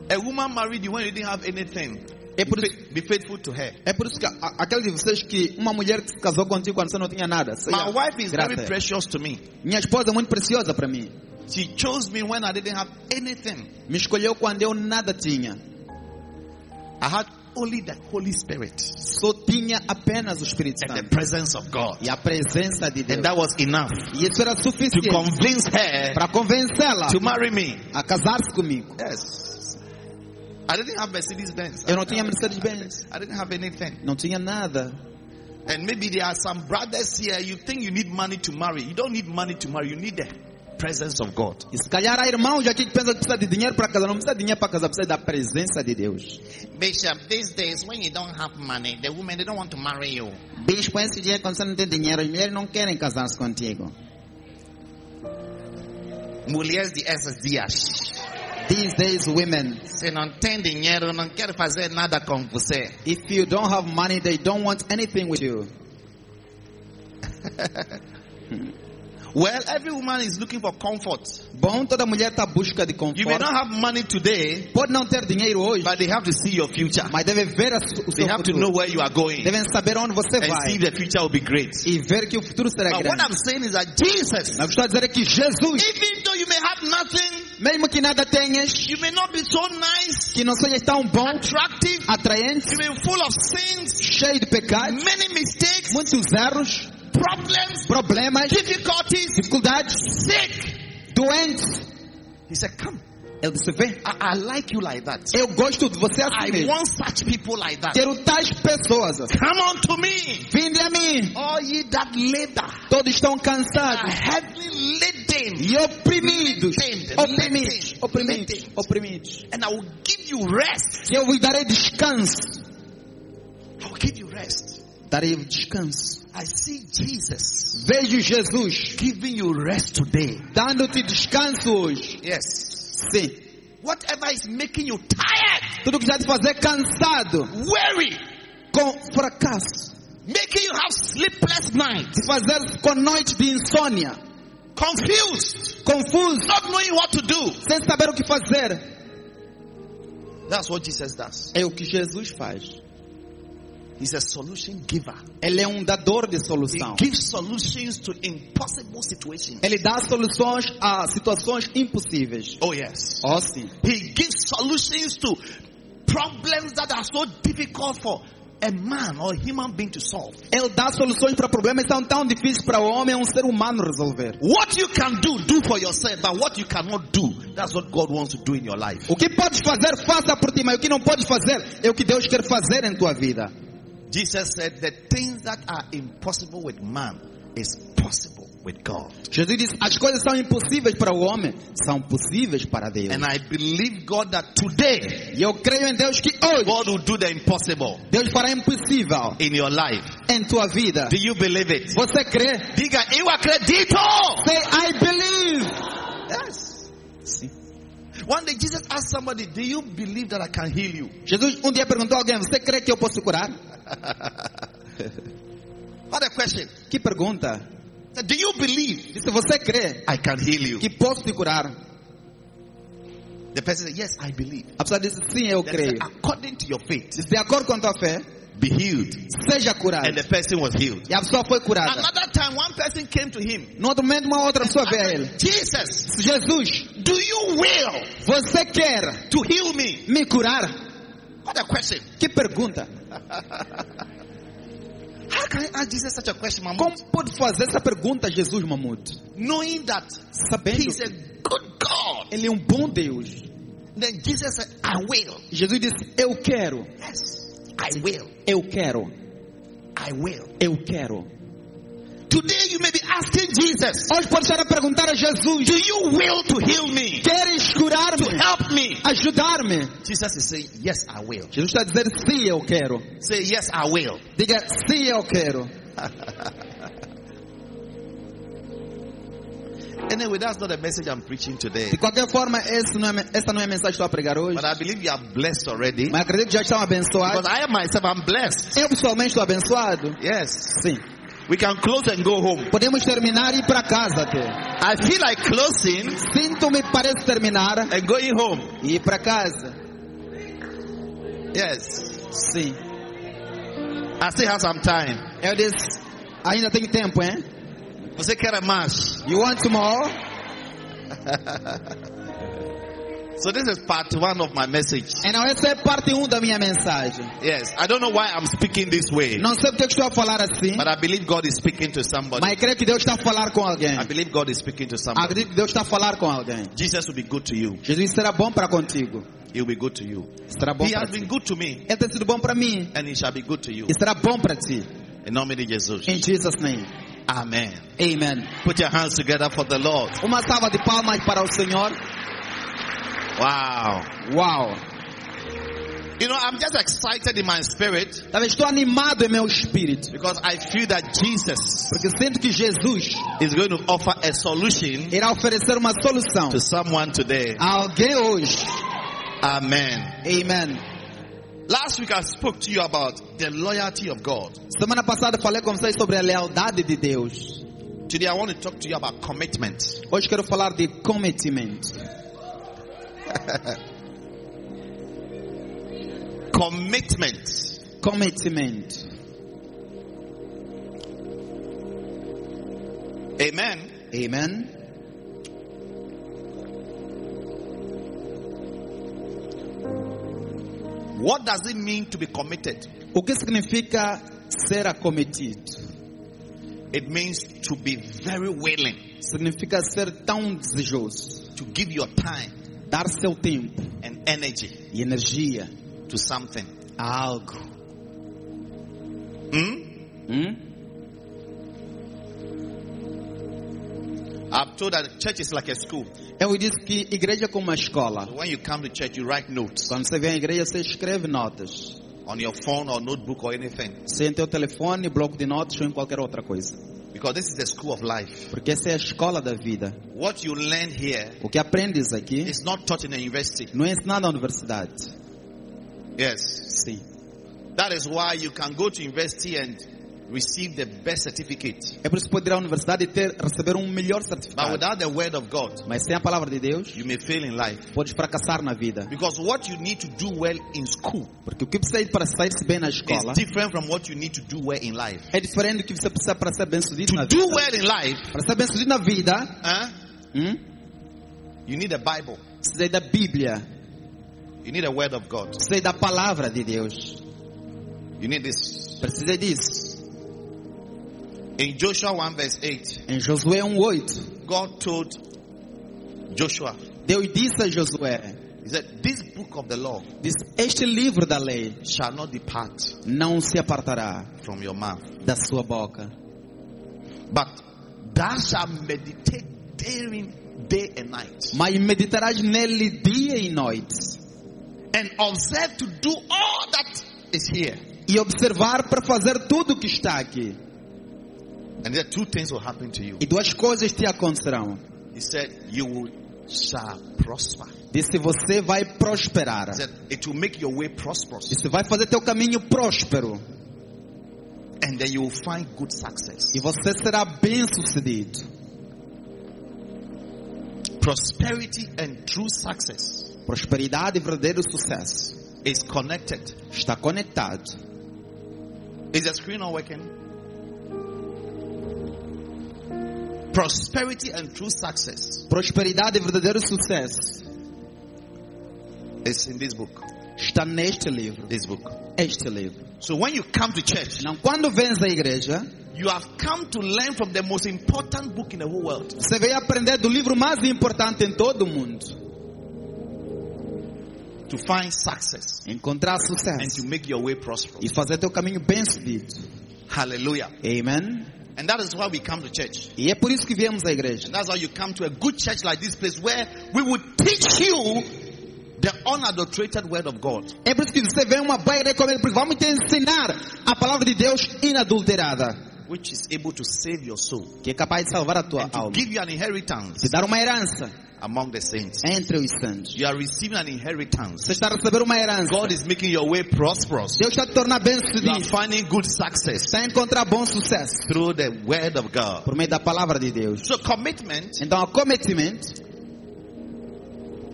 [SPEAKER 2] a woman married you when you didn't have anything,
[SPEAKER 3] É por, isso,
[SPEAKER 2] be faithful to her.
[SPEAKER 3] é por isso que a- a- aqueles de vocês que uma mulher que se casou contigo quando você não tinha nada. seja
[SPEAKER 2] My wife is
[SPEAKER 3] grata.
[SPEAKER 2] very precious to me.
[SPEAKER 3] Minha esposa é muito preciosa para mim.
[SPEAKER 2] She chose me when I didn't have anything.
[SPEAKER 3] Me escolheu quando eu nada tinha.
[SPEAKER 2] I had only the Holy Spirit
[SPEAKER 3] Só tinha apenas o Espírito
[SPEAKER 2] and the
[SPEAKER 3] Santo
[SPEAKER 2] presence of God.
[SPEAKER 3] e a presença de Deus.
[SPEAKER 2] And that was enough
[SPEAKER 3] E isso era
[SPEAKER 2] to
[SPEAKER 3] suficiente
[SPEAKER 2] convince her
[SPEAKER 3] para convencê-la
[SPEAKER 2] to marry me.
[SPEAKER 3] a casar-se comigo.
[SPEAKER 2] Yes. I didn't have Mercedes Benz.
[SPEAKER 3] Eu não tinha Mercedes-Benz.
[SPEAKER 2] I didn't have anything.
[SPEAKER 3] Não tinha nada.
[SPEAKER 2] And maybe there are some brothers here, you think you need money to marry. You don't need money to marry, you need the presence of God.
[SPEAKER 3] E se calhar há irmãos aqui que pensam que precisa de dinheiro para casar. Não precisa de dinheiro para casar, precisa da presença de Deus.
[SPEAKER 6] Bishop, these days when you don't have money, the women they don't want to marry you.
[SPEAKER 3] Bispo, esse dia quando você não tem dinheiro, as mulheres não querem casar-se contigo.
[SPEAKER 6] Mulheres de essas dias,
[SPEAKER 3] These days, women,
[SPEAKER 6] se não tem dinheiro, não quer fazer nada com você.
[SPEAKER 3] if you don't have money, they don't want anything with you.
[SPEAKER 2] Well, every woman is looking for comfort.
[SPEAKER 3] Bom, toda mulher está à busca de
[SPEAKER 2] You may
[SPEAKER 3] conforto.
[SPEAKER 2] not have money today,
[SPEAKER 3] Pode não ter dinheiro hoje,
[SPEAKER 2] but they have to see your future.
[SPEAKER 3] mas deve ver a su- o
[SPEAKER 2] They
[SPEAKER 3] seu
[SPEAKER 2] have to know
[SPEAKER 3] futuro.
[SPEAKER 2] where you are going
[SPEAKER 3] Devem saber onde você
[SPEAKER 2] and
[SPEAKER 3] vai
[SPEAKER 2] see the future will be great.
[SPEAKER 3] e ver que o futuro será
[SPEAKER 2] But what
[SPEAKER 3] grande.
[SPEAKER 2] I'm saying is that Jesus,
[SPEAKER 3] Mas gostaria de dizer é que Jesus,
[SPEAKER 2] even though you may have nothing,
[SPEAKER 3] mesmo que nada tenhas,
[SPEAKER 2] you may not be so nice,
[SPEAKER 3] que não seja tão bom,
[SPEAKER 2] attractive,
[SPEAKER 3] atraente,
[SPEAKER 2] you may be full of sins,
[SPEAKER 3] cheio de pecados,
[SPEAKER 2] many mistakes,
[SPEAKER 3] muitos erros,
[SPEAKER 2] problems,
[SPEAKER 3] problemas,
[SPEAKER 2] difficulties,
[SPEAKER 3] dificuldades,
[SPEAKER 2] sick.
[SPEAKER 3] doentes.
[SPEAKER 2] He said, Come,
[SPEAKER 3] Ele disse, vê,
[SPEAKER 2] I, I like you like that.
[SPEAKER 3] eu gosto de você assim
[SPEAKER 2] I
[SPEAKER 3] mesmo.
[SPEAKER 2] want such people like that.
[SPEAKER 3] Quero tais pessoas. assim.
[SPEAKER 2] Come unto me,
[SPEAKER 3] Vinde a mim.
[SPEAKER 2] all ye that labor,
[SPEAKER 3] Todos estão
[SPEAKER 2] are
[SPEAKER 3] cansados
[SPEAKER 2] heavily laden,
[SPEAKER 3] e oprimidos.
[SPEAKER 2] Laden,
[SPEAKER 3] Oprimidos,
[SPEAKER 2] laden,
[SPEAKER 3] oprimidos,
[SPEAKER 2] laden.
[SPEAKER 3] oprimidos.
[SPEAKER 2] and I will give you rest.
[SPEAKER 3] Que eu vos darei descanso.
[SPEAKER 2] I will give you rest.
[SPEAKER 3] Darei descanso.
[SPEAKER 2] I see Jesus
[SPEAKER 3] Vejo Jesus
[SPEAKER 2] giving you rest today.
[SPEAKER 3] dando-te descanso hoje.
[SPEAKER 2] Yes.
[SPEAKER 3] Sim.
[SPEAKER 2] Whatever is making you tired,
[SPEAKER 3] Tudo que já te fazer cansado,
[SPEAKER 2] weary,
[SPEAKER 3] com fracasso,
[SPEAKER 2] making you have sleepless nights,
[SPEAKER 3] te fazer com noites de insônia,
[SPEAKER 2] confused,
[SPEAKER 3] confuso,
[SPEAKER 2] not knowing what to do.
[SPEAKER 3] sem saber o que fazer.
[SPEAKER 2] That's what Jesus does.
[SPEAKER 3] É o que Jesus faz.
[SPEAKER 2] He's a solution giver.
[SPEAKER 3] Ele é um dador de
[SPEAKER 2] He
[SPEAKER 3] solução.
[SPEAKER 2] gives solutions to impossible situations.
[SPEAKER 3] Ele dá soluções a situações impossíveis.
[SPEAKER 2] Oh yes.
[SPEAKER 3] Oh, sim.
[SPEAKER 2] He gives solutions to problems that are so difficult for a man or a human being to solve.
[SPEAKER 3] Ele dá soluções para problemas que são tão difíceis para o homem, um ser humano resolver.
[SPEAKER 2] What you can do, do for yourself, but what you cannot do, that's what God wants to do in your life.
[SPEAKER 3] O que podes fazer, faça por ti, mas o que não podes fazer é o que Deus quer fazer em tua vida.
[SPEAKER 2] Jesus said, The things that are impossible with man is possible with God.
[SPEAKER 3] Jesus diz: as coisas são impossíveis para o homem, são possíveis para Deus.
[SPEAKER 2] And I believe God that today
[SPEAKER 3] E eu creio em Deus que hoje
[SPEAKER 2] God will do the impossible
[SPEAKER 3] Deus fará impossível
[SPEAKER 2] in your life.
[SPEAKER 3] em tua vida.
[SPEAKER 2] Do you believe it?
[SPEAKER 3] Você crê?
[SPEAKER 2] Diga, eu acredito!
[SPEAKER 3] Say I believe.
[SPEAKER 2] Yes. One day Jesus asked somebody, Do you believe that I can heal you?
[SPEAKER 3] Jesus um dia perguntou a alguém: você crê que eu posso curar?
[SPEAKER 2] What a question.
[SPEAKER 3] Que pergunta?
[SPEAKER 2] He said, Do you believe
[SPEAKER 3] Disse: você crê
[SPEAKER 2] I can heal you?
[SPEAKER 3] que posso te curar?
[SPEAKER 2] The person said, Yes, I believe.
[SPEAKER 3] A pessoa diz, sim, eu
[SPEAKER 2] Then he said,
[SPEAKER 3] creio.
[SPEAKER 2] According to your faith,
[SPEAKER 3] Diz, de acordo com a tua fé,
[SPEAKER 2] be healed.
[SPEAKER 3] seja curado.
[SPEAKER 2] And the person was healed.
[SPEAKER 3] E a pessoa foi curada.
[SPEAKER 2] Another time, one person came to him.
[SPEAKER 3] No outro momento, uma outra pessoa veio a ele.
[SPEAKER 2] Jesus,
[SPEAKER 3] Jesus,
[SPEAKER 2] do you will
[SPEAKER 3] você quer
[SPEAKER 2] to heal me?
[SPEAKER 3] me curar?
[SPEAKER 2] What a question.
[SPEAKER 3] Que pergunta.
[SPEAKER 2] How can I ask Jesus such a question, Mama?
[SPEAKER 3] Como pode fazer essa pergunta a Jesus, Mamute?
[SPEAKER 2] Knowing that
[SPEAKER 3] Sabendo
[SPEAKER 2] he's
[SPEAKER 3] que
[SPEAKER 2] a good God.
[SPEAKER 3] ele é um bom Deus.
[SPEAKER 2] Then Jesus said, I will.
[SPEAKER 3] Jesus disse, eu quero,
[SPEAKER 2] Yes, I will.
[SPEAKER 3] eu quero,
[SPEAKER 2] I will.
[SPEAKER 3] eu quero.
[SPEAKER 2] Today you may be asking Jesus,
[SPEAKER 3] Hoje pode estar a perguntar a Jesus,
[SPEAKER 2] do you will to heal me?
[SPEAKER 3] queres curar-me?
[SPEAKER 2] Help me.
[SPEAKER 3] Ajudar-me?
[SPEAKER 2] Jesus is saying, Yes, I will.
[SPEAKER 3] Jesus está a dizer, sim, eu quero.
[SPEAKER 2] Say, Yes, I will.
[SPEAKER 3] Diga, sim, eu quero.
[SPEAKER 2] Anyway, that's not the message I'm preaching today.
[SPEAKER 3] De qualquer forma, esse não é, essa não é a mensagem que estou a pregar hoje.
[SPEAKER 2] But I believe you are blessed already.
[SPEAKER 3] Mas acredito que já estão
[SPEAKER 2] Because
[SPEAKER 3] abençoados.
[SPEAKER 2] I myself am blessed.
[SPEAKER 3] Eu pessoalmente estou abençoado.
[SPEAKER 2] Yes.
[SPEAKER 3] Sim.
[SPEAKER 2] We can close and go home.
[SPEAKER 3] Podemos terminar e ir para casa até.
[SPEAKER 2] I feel like closing
[SPEAKER 3] Sinto-me, parece terminar
[SPEAKER 2] and going home.
[SPEAKER 3] e ir para casa.
[SPEAKER 2] Yes.
[SPEAKER 3] Sim.
[SPEAKER 2] I still have some time.
[SPEAKER 3] Eu disse, ainda tem tempo, hein?
[SPEAKER 2] Você quer mais?
[SPEAKER 3] You want some more?
[SPEAKER 2] So this is part one of my message.
[SPEAKER 3] Então essa é parte 1 da minha mensagem.
[SPEAKER 2] Yes. I don't know why I'm speaking this way.
[SPEAKER 3] Não sei porque eu estou a falar assim,
[SPEAKER 2] But I believe God is speaking to somebody.
[SPEAKER 3] mas creio que Deus está a falar com alguém.
[SPEAKER 2] I believe God is speaking to somebody.
[SPEAKER 3] Acredito que Deus está a falar com alguém.
[SPEAKER 2] Jesus will be good to you.
[SPEAKER 3] Jesus será bom para contigo.
[SPEAKER 2] He'll be good to you.
[SPEAKER 3] Será bom
[SPEAKER 2] He
[SPEAKER 3] para
[SPEAKER 2] has
[SPEAKER 3] ti.
[SPEAKER 2] been good to me.
[SPEAKER 3] Ele tem sido bom para mim.
[SPEAKER 2] And he shall be good to you.
[SPEAKER 3] E será bom para ti.
[SPEAKER 2] In nome de Jesus.
[SPEAKER 3] Em Jesus' name.
[SPEAKER 2] Amen.
[SPEAKER 3] Amen.
[SPEAKER 2] Put your hands together for the Lord.
[SPEAKER 3] Uma salva de palmas para o Senhor.
[SPEAKER 2] Wow.
[SPEAKER 3] Uau.
[SPEAKER 2] You know, I'm just excited in my spirit
[SPEAKER 3] Talvez estou animado em meu espírito.
[SPEAKER 2] because I feel that Jesus
[SPEAKER 3] Porque sinto que Jesus
[SPEAKER 2] is going to offer a solution
[SPEAKER 3] irá oferecer uma solução
[SPEAKER 2] to someone today.
[SPEAKER 3] a alguém hoje.
[SPEAKER 2] Amen.
[SPEAKER 3] Amen.
[SPEAKER 2] Last week I spoke to you about the loyalty of God.
[SPEAKER 3] Semana passada falei com vocês sobre a lealdade de Deus.
[SPEAKER 2] Today I want to talk to you about commitment.
[SPEAKER 3] Hoje quero falar de commitment.
[SPEAKER 2] Commitment.
[SPEAKER 3] Commitment.
[SPEAKER 2] Amen.
[SPEAKER 3] Amen.
[SPEAKER 2] What does it mean to be committed?
[SPEAKER 3] O que significa ser acometido?
[SPEAKER 2] It means to be very willing
[SPEAKER 3] Significa ser tão desejoso,
[SPEAKER 2] to give your time
[SPEAKER 3] dar seu tempo
[SPEAKER 2] and energy
[SPEAKER 3] e energia
[SPEAKER 2] to something.
[SPEAKER 3] a algo.
[SPEAKER 2] Hmm?
[SPEAKER 3] Hum?
[SPEAKER 2] I'm told that church is like a school.
[SPEAKER 3] Eu disse que igreja é como uma escola.
[SPEAKER 2] When you come to church, you write notes
[SPEAKER 3] Quando você vem à igreja, você escreve notas.
[SPEAKER 2] on your phone or notebook or anything
[SPEAKER 3] Sem teu telefone, bloco de notas ou em qualquer outra coisa.
[SPEAKER 2] because this is the school of life.
[SPEAKER 3] Porque essa é a escola da vida.
[SPEAKER 2] What you learn here
[SPEAKER 3] O que aprendes aqui
[SPEAKER 2] is not taught in a university.
[SPEAKER 3] não é ensinado na universidade.
[SPEAKER 2] Yes.
[SPEAKER 3] Sim.
[SPEAKER 2] That is why you can go to university and receive the best certificate.
[SPEAKER 3] É por isso que pode ir à universidade e ter, receber um melhor
[SPEAKER 2] But
[SPEAKER 3] certificado.
[SPEAKER 2] without the word of God,
[SPEAKER 3] Mas sem a palavra de Deus,
[SPEAKER 2] you may fail in life.
[SPEAKER 3] podes fracassar na vida.
[SPEAKER 2] Because what you need to do well in school
[SPEAKER 3] Porque o que precisa para sair-se bem na
[SPEAKER 2] is
[SPEAKER 3] escola
[SPEAKER 2] different from what you need to do well in life.
[SPEAKER 3] é diferente do que você precisa para ser bem-sucedido
[SPEAKER 2] To
[SPEAKER 3] na
[SPEAKER 2] do
[SPEAKER 3] vida.
[SPEAKER 2] well in life,
[SPEAKER 3] Para ser bem-sucedido na vida,
[SPEAKER 2] huh,
[SPEAKER 3] hum,
[SPEAKER 2] you need a Bible.
[SPEAKER 3] precisa da Bíblia,
[SPEAKER 2] You need a word of God.
[SPEAKER 3] precisa da palavra de Deus.
[SPEAKER 2] You need this.
[SPEAKER 3] Precisa disso.
[SPEAKER 2] In Joshua 1 verse 8,
[SPEAKER 3] Em Josué 1:8,
[SPEAKER 2] God told Joshua,
[SPEAKER 3] Deus disse a Josué:
[SPEAKER 2] He said, This book of the law
[SPEAKER 3] diz, "Este livro da lei
[SPEAKER 2] shall not depart
[SPEAKER 3] não se apartará
[SPEAKER 2] from your mouth,
[SPEAKER 3] da sua boca,
[SPEAKER 2] but thou shalt meditate therein day and night,
[SPEAKER 3] mas meditarás nele dia e noite."
[SPEAKER 2] and observe to do all that is here.
[SPEAKER 3] e observar para fazer tudo o que está aqui.
[SPEAKER 2] And there two things will happen to you.
[SPEAKER 3] E duas coisas te acontecerão.
[SPEAKER 2] He said, You will shall prosper.
[SPEAKER 3] Disse você vai prosperar.
[SPEAKER 2] He said, It will make your way prosperous,
[SPEAKER 3] Disse vai fazer teu caminho próspero
[SPEAKER 2] and then you will find good success.
[SPEAKER 3] e você será bem-sucedido.
[SPEAKER 2] Prosperity and true success
[SPEAKER 3] Prosperidade e verdadeiro sucesso
[SPEAKER 2] is connected.
[SPEAKER 3] está conectado.
[SPEAKER 2] Is the screen not working? Prosperity and true success
[SPEAKER 3] Prosperidade e verdadeiro sucesso
[SPEAKER 2] is in this book.
[SPEAKER 3] está neste livro,
[SPEAKER 2] This book.
[SPEAKER 3] este livro.
[SPEAKER 2] So when you come to church,
[SPEAKER 3] Não, quando vens à igreja,
[SPEAKER 2] you have come to learn from the most important book in the whole world.
[SPEAKER 3] você veio aprender do livro mais importante em todo o mundo,
[SPEAKER 2] To find success
[SPEAKER 3] encontrar
[SPEAKER 2] and to
[SPEAKER 3] sucesso
[SPEAKER 2] make your way prosperous.
[SPEAKER 3] e fazer teu caminho bem subido.
[SPEAKER 2] Hallelujah.
[SPEAKER 3] Amen.
[SPEAKER 2] And that is why we come to church.
[SPEAKER 3] E é por isso que viemos à igreja.
[SPEAKER 2] And that's how you come to a good church like this place where we will teach you the unadulterated word of God.
[SPEAKER 3] É por isso que você vem a uma boa igreja como ele, porque vamos te ensinar a palavra de Deus inadulterada,
[SPEAKER 2] which is able to save your soul
[SPEAKER 3] que é capaz de salvar a tua
[SPEAKER 2] and to
[SPEAKER 3] alma,
[SPEAKER 2] give you an inheritance
[SPEAKER 3] te dar uma herança
[SPEAKER 2] among the saints.
[SPEAKER 3] entre os santos.
[SPEAKER 2] You are receiving an inheritance.
[SPEAKER 3] Você está a receber uma herança.
[SPEAKER 2] God is making your way prosperous.
[SPEAKER 3] Deus está te tornar bem
[SPEAKER 2] You are
[SPEAKER 3] sucedido.
[SPEAKER 2] finding good success
[SPEAKER 3] Está a encontrar bom sucesso
[SPEAKER 2] through the word of God.
[SPEAKER 3] por meio da palavra de Deus.
[SPEAKER 2] So commitment
[SPEAKER 3] Então, o commitment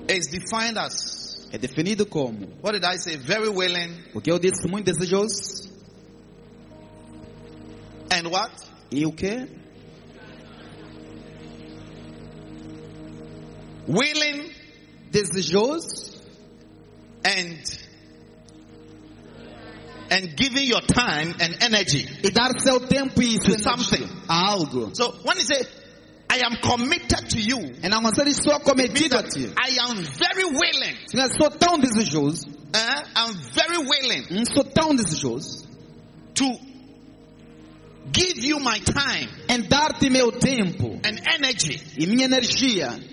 [SPEAKER 2] is defined as
[SPEAKER 3] é definido como
[SPEAKER 2] what did I say? Very willing
[SPEAKER 3] o que eu disse, muito desejoso
[SPEAKER 2] and what?
[SPEAKER 3] e o que?
[SPEAKER 2] Willing
[SPEAKER 3] Desejoso
[SPEAKER 2] and and giving your time and energy.
[SPEAKER 3] e dar seu tempo e
[SPEAKER 2] To
[SPEAKER 3] energia
[SPEAKER 2] something.
[SPEAKER 3] a algo.
[SPEAKER 2] So when you say, I am committed to you, it
[SPEAKER 3] Então, você diz, sou
[SPEAKER 2] means
[SPEAKER 3] cometido a ti.
[SPEAKER 2] that I am very willing.
[SPEAKER 3] Senhor, sou tão desejoso,
[SPEAKER 2] Eh? I'm very willing.
[SPEAKER 3] hum, sou tão desejoso
[SPEAKER 2] to give you my time
[SPEAKER 3] em dar-te meu tempo
[SPEAKER 2] and energy.
[SPEAKER 3] e minha energia.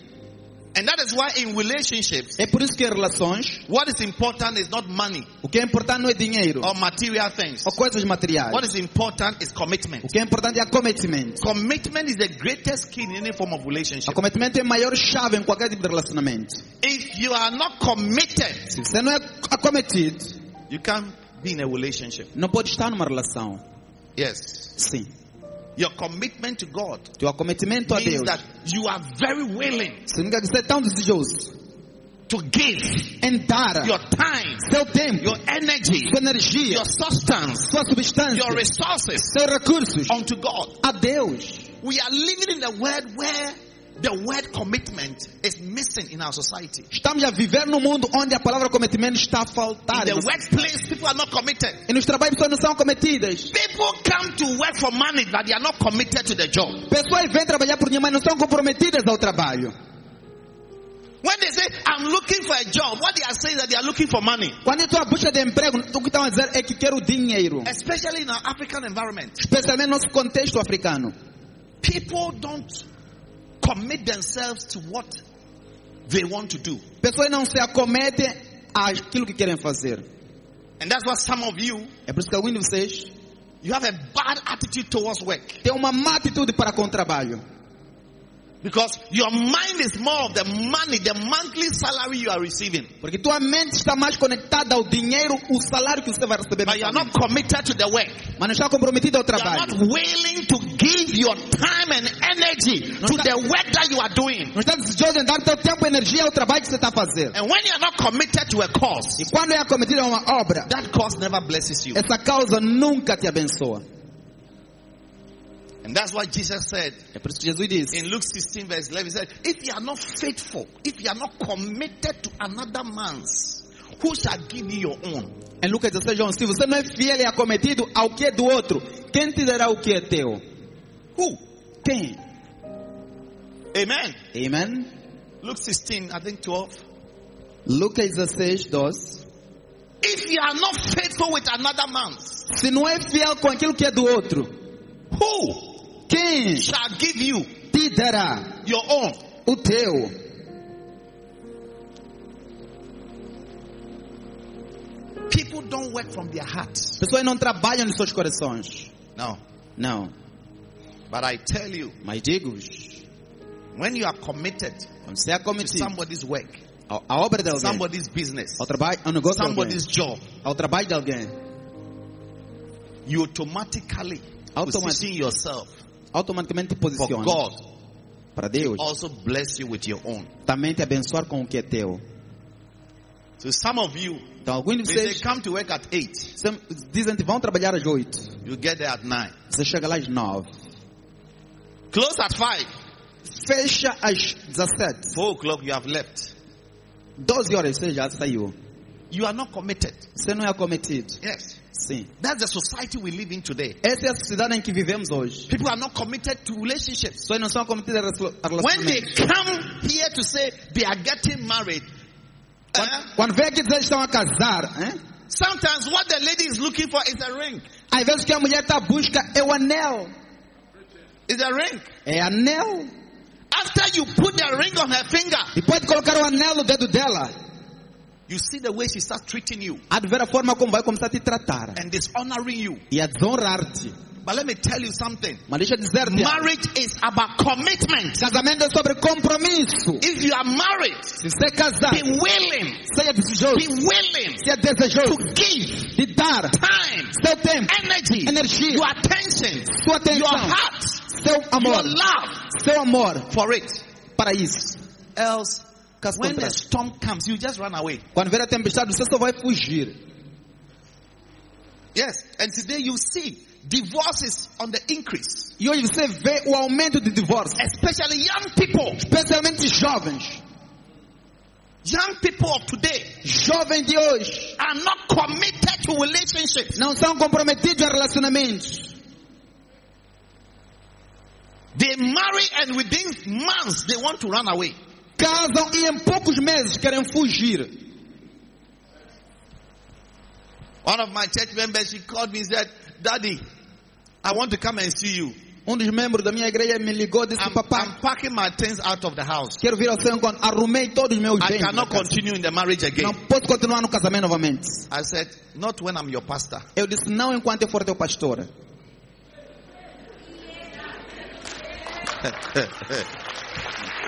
[SPEAKER 2] And that is why in relationships,
[SPEAKER 3] É por isso que em relações,
[SPEAKER 2] what is important is not money
[SPEAKER 3] o que é importante não é dinheiro
[SPEAKER 2] or material things.
[SPEAKER 3] ou coisas materiais.
[SPEAKER 2] What is important is commitment.
[SPEAKER 3] O que é importante é a commitment.
[SPEAKER 2] Commitment is the greatest key in any form of
[SPEAKER 3] A
[SPEAKER 2] relationship.
[SPEAKER 3] commitment é a maior chave em qualquer tipo de relacionamento.
[SPEAKER 2] If you are not committed,
[SPEAKER 3] Se você não é acometido,
[SPEAKER 2] you can't be in a relationship.
[SPEAKER 3] não pode estar numa relação.
[SPEAKER 2] Yes.
[SPEAKER 3] Sim.
[SPEAKER 2] Your commitment to God
[SPEAKER 3] Teu acometimento a
[SPEAKER 2] means
[SPEAKER 3] Deus
[SPEAKER 2] that you are very willing
[SPEAKER 3] significa que você é tão desejoso
[SPEAKER 2] to give
[SPEAKER 3] em dar
[SPEAKER 2] your time,
[SPEAKER 3] seu tempo,
[SPEAKER 2] your energy,
[SPEAKER 3] sua energia,
[SPEAKER 2] your substance,
[SPEAKER 3] sua substância,
[SPEAKER 2] your resources
[SPEAKER 3] seus recursos
[SPEAKER 2] unto God.
[SPEAKER 3] a Deus.
[SPEAKER 2] We are living in a world where the word commitment is missing in our society.
[SPEAKER 3] Estamos a viver num mundo onde a palavra cometimento está a
[SPEAKER 2] In
[SPEAKER 3] faltar.
[SPEAKER 2] the workplace, people are not committed.
[SPEAKER 3] E nos trabalhos pessoas não são cometidas.
[SPEAKER 2] People come to work for money, but they are not committed to the job.
[SPEAKER 3] Pessoas vêm trabalhar por dinheiro, mas não são comprometidas ao trabalho.
[SPEAKER 2] When they say, I'm looking for a job, what they are saying is that they are looking for money.
[SPEAKER 3] Quando é tua busca de emprego, o que estão a dizer é que quero dinheiro.
[SPEAKER 2] Especially in our African environment.
[SPEAKER 3] Especialmente no nosso contexto africano.
[SPEAKER 2] People don't commit themselves to what they want to do.
[SPEAKER 3] Pessoas não se acometem àquilo que querem fazer.
[SPEAKER 2] And that's why some of you,
[SPEAKER 3] É por isso que alguns de vocês
[SPEAKER 2] you have a bad attitude towards work.
[SPEAKER 3] têm uma má atitude para com o trabalho.
[SPEAKER 2] Because your mind is more of the money, the monthly salary you are receiving.
[SPEAKER 3] Porque tua mente está mais conectada ao dinheiro, o salário que você vai receber.
[SPEAKER 2] But you are not
[SPEAKER 3] mensalmente.
[SPEAKER 2] committed to the work.
[SPEAKER 3] Mas não está comprometido ao
[SPEAKER 2] You are not
[SPEAKER 3] trabalho.
[SPEAKER 2] willing to give your time and energy to the work that you are doing.
[SPEAKER 3] Não está desejoso em dar teu tempo e energia ao trabalho que você está a fazer.
[SPEAKER 2] And when you are not committed to a cause,
[SPEAKER 3] E quando é acometido a uma obra,
[SPEAKER 2] that cause never blesses you.
[SPEAKER 3] essa causa nunca te abençoa.
[SPEAKER 2] And that's why Jesus said
[SPEAKER 3] É por isso que Jesus disse.
[SPEAKER 2] in Luke 16, verse 11, he said, If you are not faithful, if you are not committed to another man's, who shall give you your own?
[SPEAKER 3] Em Lucas 16, 11, se você não é fiel e acometido ao que é do outro, quem te dará o que é teu?
[SPEAKER 2] Who?
[SPEAKER 3] Quem?
[SPEAKER 2] Amen.
[SPEAKER 3] Amen?
[SPEAKER 2] Luke 16, I think 12.
[SPEAKER 3] Lucas 16, 12.
[SPEAKER 2] If you are not faithful with another man's,
[SPEAKER 3] Se não é fiel com aquilo que é do outro,
[SPEAKER 2] who
[SPEAKER 3] quem
[SPEAKER 2] shall give you
[SPEAKER 3] te dará
[SPEAKER 2] your own?
[SPEAKER 3] o teu?
[SPEAKER 2] People don't work from their hearts.
[SPEAKER 3] Pessoas não trabalham nos seus corações.
[SPEAKER 2] No.
[SPEAKER 3] Não.
[SPEAKER 2] But I tell you,
[SPEAKER 3] Mas digo-vos,
[SPEAKER 2] when you are committed
[SPEAKER 3] quando você é
[SPEAKER 2] to
[SPEAKER 3] acometido
[SPEAKER 2] somebody's work,
[SPEAKER 3] a, a obra de alguém,
[SPEAKER 2] somebody's business,
[SPEAKER 3] ao trabalho, ao negócio de alguém,
[SPEAKER 2] somebody's job,
[SPEAKER 3] ao trabalho de alguém,
[SPEAKER 2] you automatically
[SPEAKER 3] Automatic-
[SPEAKER 2] position yourself
[SPEAKER 3] automaticamente te
[SPEAKER 2] for
[SPEAKER 3] posiciona
[SPEAKER 2] God
[SPEAKER 3] para Deus
[SPEAKER 2] also bless you with your own.
[SPEAKER 3] também te abençoar com o que é teu.
[SPEAKER 2] So some of you,
[SPEAKER 3] Então, alguns de
[SPEAKER 2] they say
[SPEAKER 3] vocês
[SPEAKER 2] come to work at 8.
[SPEAKER 3] sem- dizem que vão trabalhar às 8.
[SPEAKER 2] You get there at 9.
[SPEAKER 3] Você chega lá às 9.
[SPEAKER 2] Close at 5.
[SPEAKER 3] Fecha às 17.
[SPEAKER 2] 4 o'clock you have left.
[SPEAKER 3] 12 horas você já saiu.
[SPEAKER 2] You are not committed.
[SPEAKER 3] Você não é acometido.
[SPEAKER 2] Yes.
[SPEAKER 3] Sim.
[SPEAKER 2] That's the society we live in today.
[SPEAKER 3] Essa é a sociedade em que vivemos hoje.
[SPEAKER 2] People are not committed to relationships.
[SPEAKER 3] Pessoas não são acometidas a relacion- a
[SPEAKER 2] When they
[SPEAKER 3] relacionamento.
[SPEAKER 2] come here to say they are getting married, eh,
[SPEAKER 3] Quando, quando vê que eles estão a casar, hein?
[SPEAKER 2] sometimes what the lady is looking for is a ring.
[SPEAKER 3] às vezes o que a mulher está à busca é o anel.
[SPEAKER 2] Is a ring.
[SPEAKER 3] É anel.
[SPEAKER 2] After you put the ring on her finger,
[SPEAKER 3] E pode colocar o anel no dedo dela.
[SPEAKER 2] you see the way she starts treating you
[SPEAKER 3] Há de ver a forma como vai começar a te tratar.
[SPEAKER 2] and dishonoring you.
[SPEAKER 3] E a desonrar-te.
[SPEAKER 2] But let me tell you something.
[SPEAKER 3] Mas deixa eu dizer-te.
[SPEAKER 2] Marriage is about commitment.
[SPEAKER 3] Casamento é sobre compromisso.
[SPEAKER 2] If you are married,
[SPEAKER 3] Se você casar,
[SPEAKER 2] be willing,
[SPEAKER 3] seja desejoso.
[SPEAKER 2] be willing
[SPEAKER 3] Seja desejoso
[SPEAKER 2] to give
[SPEAKER 3] de dar
[SPEAKER 2] time,
[SPEAKER 3] seu tempo,
[SPEAKER 2] energy,
[SPEAKER 3] Energia.
[SPEAKER 2] your attention,
[SPEAKER 3] sua
[SPEAKER 2] your
[SPEAKER 3] atenção,
[SPEAKER 2] heart,
[SPEAKER 3] seu
[SPEAKER 2] your
[SPEAKER 3] amor,
[SPEAKER 2] love
[SPEAKER 3] seu amor
[SPEAKER 2] for it.
[SPEAKER 3] para isso.
[SPEAKER 2] Else,
[SPEAKER 3] Caso
[SPEAKER 2] when the
[SPEAKER 3] contrário.
[SPEAKER 2] storm comes, you just run away.
[SPEAKER 3] Quando vier a tempestade, você só vai fugir.
[SPEAKER 2] Yes. And today you see divorce is on the increase,
[SPEAKER 3] E hoje você vê o aumento de divórcio,
[SPEAKER 2] especially young people.
[SPEAKER 3] especialmente jovens.
[SPEAKER 2] Young people of today
[SPEAKER 3] Jovens de hoje
[SPEAKER 2] are not committed to relationships.
[SPEAKER 3] não são comprometidos a relacionamentos.
[SPEAKER 2] They marry and within months they want to run away.
[SPEAKER 3] Casam e em poucos meses querem fugir.
[SPEAKER 2] One of my church members, she called me and said, Daddy, I want to come and see you.
[SPEAKER 3] Um dos membros da minha igreja me ligou e disse:
[SPEAKER 2] I'm,
[SPEAKER 3] Papai,
[SPEAKER 2] I'm packing my things out of the house.
[SPEAKER 3] quero vir ao seu encontro. Arrumei todos os meus
[SPEAKER 2] I
[SPEAKER 3] bens.
[SPEAKER 2] cannot continue in the marriage again.
[SPEAKER 3] Não posso continuar no casamento novamente.
[SPEAKER 2] I said, Not when I'm your pastor.
[SPEAKER 3] Eu disse: Não enquanto eu for teu pastor.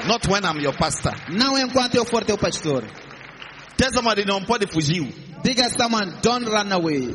[SPEAKER 2] Not when I'm your pastor.
[SPEAKER 3] Não enquanto eu for teu pastor.
[SPEAKER 2] Tell somebody, Não pode fugir.
[SPEAKER 3] Diga a someone, don't run away.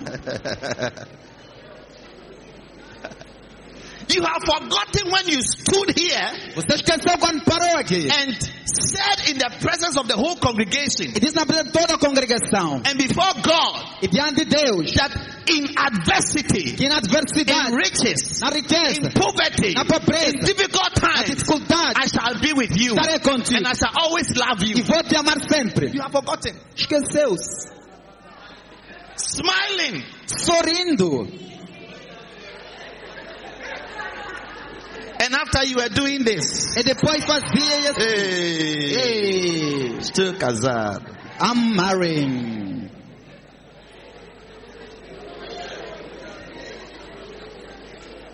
[SPEAKER 2] You have forgotten when you stood here
[SPEAKER 3] Você esqueceu quando parou aqui.
[SPEAKER 2] and said in the presence of the whole congregation
[SPEAKER 3] E diz na presença de toda a congregação
[SPEAKER 2] and before God
[SPEAKER 3] e diante de Deus
[SPEAKER 2] that in adversity,
[SPEAKER 3] que na
[SPEAKER 2] in
[SPEAKER 3] adversidade,
[SPEAKER 2] riches,
[SPEAKER 3] na riqueza,
[SPEAKER 2] in poverty,
[SPEAKER 3] na
[SPEAKER 2] in
[SPEAKER 3] pobreza,
[SPEAKER 2] difficult
[SPEAKER 3] na
[SPEAKER 2] times,
[SPEAKER 3] dificuldade,
[SPEAKER 2] I shall be with you
[SPEAKER 3] estarei
[SPEAKER 2] and
[SPEAKER 3] contigo
[SPEAKER 2] I shall always love
[SPEAKER 3] e
[SPEAKER 2] you.
[SPEAKER 3] vou te amar sempre.
[SPEAKER 2] You have forgotten.
[SPEAKER 3] Esqueceu-se,
[SPEAKER 2] Smiling.
[SPEAKER 3] sorrindo.
[SPEAKER 2] And after you were doing this,
[SPEAKER 3] E depois fazia isso.
[SPEAKER 2] hey,
[SPEAKER 3] Ei,
[SPEAKER 2] still casado.
[SPEAKER 3] I'm marrying.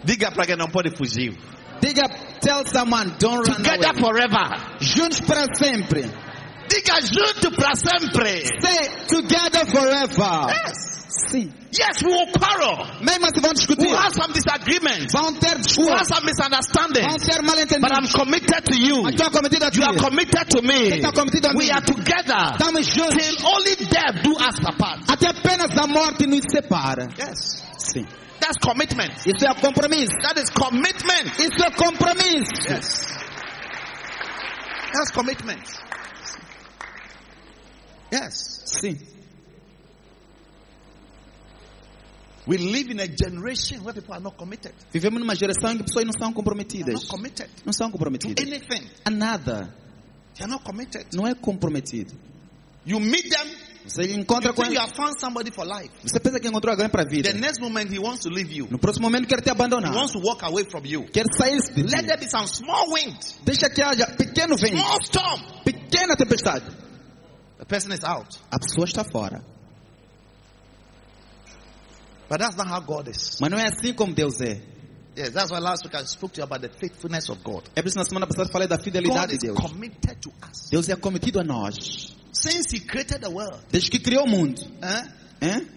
[SPEAKER 2] Diga para quem não pode fugir.
[SPEAKER 3] Diga, tell someone, don't run
[SPEAKER 2] Together
[SPEAKER 3] away.
[SPEAKER 2] forever.
[SPEAKER 3] Juntos para sempre.
[SPEAKER 2] Diga junto para sempre.
[SPEAKER 3] Stay together forever.
[SPEAKER 2] Yes.
[SPEAKER 3] Sim.
[SPEAKER 2] Yes, we will quarrel.
[SPEAKER 3] Mesmo se vão
[SPEAKER 2] We
[SPEAKER 3] discutir,
[SPEAKER 2] will have some disagreements.
[SPEAKER 3] vão ter
[SPEAKER 2] We will have
[SPEAKER 3] discurso,
[SPEAKER 2] some misunderstanding.
[SPEAKER 3] vão ter
[SPEAKER 2] But
[SPEAKER 3] malentendido.
[SPEAKER 2] I'm committed to you.
[SPEAKER 3] Mas estou cometido a ti.
[SPEAKER 2] You are committed to me.
[SPEAKER 3] Você está cometido a mim.
[SPEAKER 2] We are together.
[SPEAKER 3] Estamos juntos.
[SPEAKER 2] Till only death do us apart.
[SPEAKER 3] um Até apenas a morte nos separa.
[SPEAKER 2] Yes.
[SPEAKER 3] Sim.
[SPEAKER 2] That's commitment.
[SPEAKER 3] Isso é compromisso.
[SPEAKER 2] That is commitment.
[SPEAKER 3] Isso é compromisso.
[SPEAKER 2] Yes. That's commitment. Yes.
[SPEAKER 3] Sim.
[SPEAKER 2] We live in a generation where people are not committed.
[SPEAKER 3] Vivemos numa geração em que pessoas não são
[SPEAKER 2] They're
[SPEAKER 3] comprometidas.
[SPEAKER 2] not committed
[SPEAKER 3] Não são
[SPEAKER 2] to
[SPEAKER 3] comprometidas.
[SPEAKER 2] anything.
[SPEAKER 3] A nada.
[SPEAKER 2] They're not committed.
[SPEAKER 3] Não é comprometido.
[SPEAKER 2] You meet them,
[SPEAKER 3] Você
[SPEAKER 2] you
[SPEAKER 3] encontra com
[SPEAKER 2] think you
[SPEAKER 3] ele.
[SPEAKER 2] have found somebody for life.
[SPEAKER 3] Você pensa que encontrou alguém para a vida.
[SPEAKER 2] The next moment he wants to leave you.
[SPEAKER 3] No próximo momento quer te
[SPEAKER 2] He
[SPEAKER 3] abandonar.
[SPEAKER 2] wants to walk away from you.
[SPEAKER 3] Quer sair de
[SPEAKER 2] Let
[SPEAKER 3] ti.
[SPEAKER 2] there be some small wind,
[SPEAKER 3] Deixa que haja pequeno vento,
[SPEAKER 2] small storm.
[SPEAKER 3] pequena tempestade.
[SPEAKER 2] The person is out.
[SPEAKER 3] A pessoa está fora.
[SPEAKER 2] But that's not how God is.
[SPEAKER 3] Mas não é assim como Deus é.
[SPEAKER 2] Yes, that's why last week I spoke to you about the faithfulness of God.
[SPEAKER 3] É por isso que na semana passada eu falei da
[SPEAKER 2] God
[SPEAKER 3] fidelidade
[SPEAKER 2] is
[SPEAKER 3] de Deus.
[SPEAKER 2] committed to us.
[SPEAKER 3] Deus é cometido a nós.
[SPEAKER 2] Since He created the world,
[SPEAKER 3] Desde que criou o mundo.
[SPEAKER 2] eh,
[SPEAKER 3] Hein?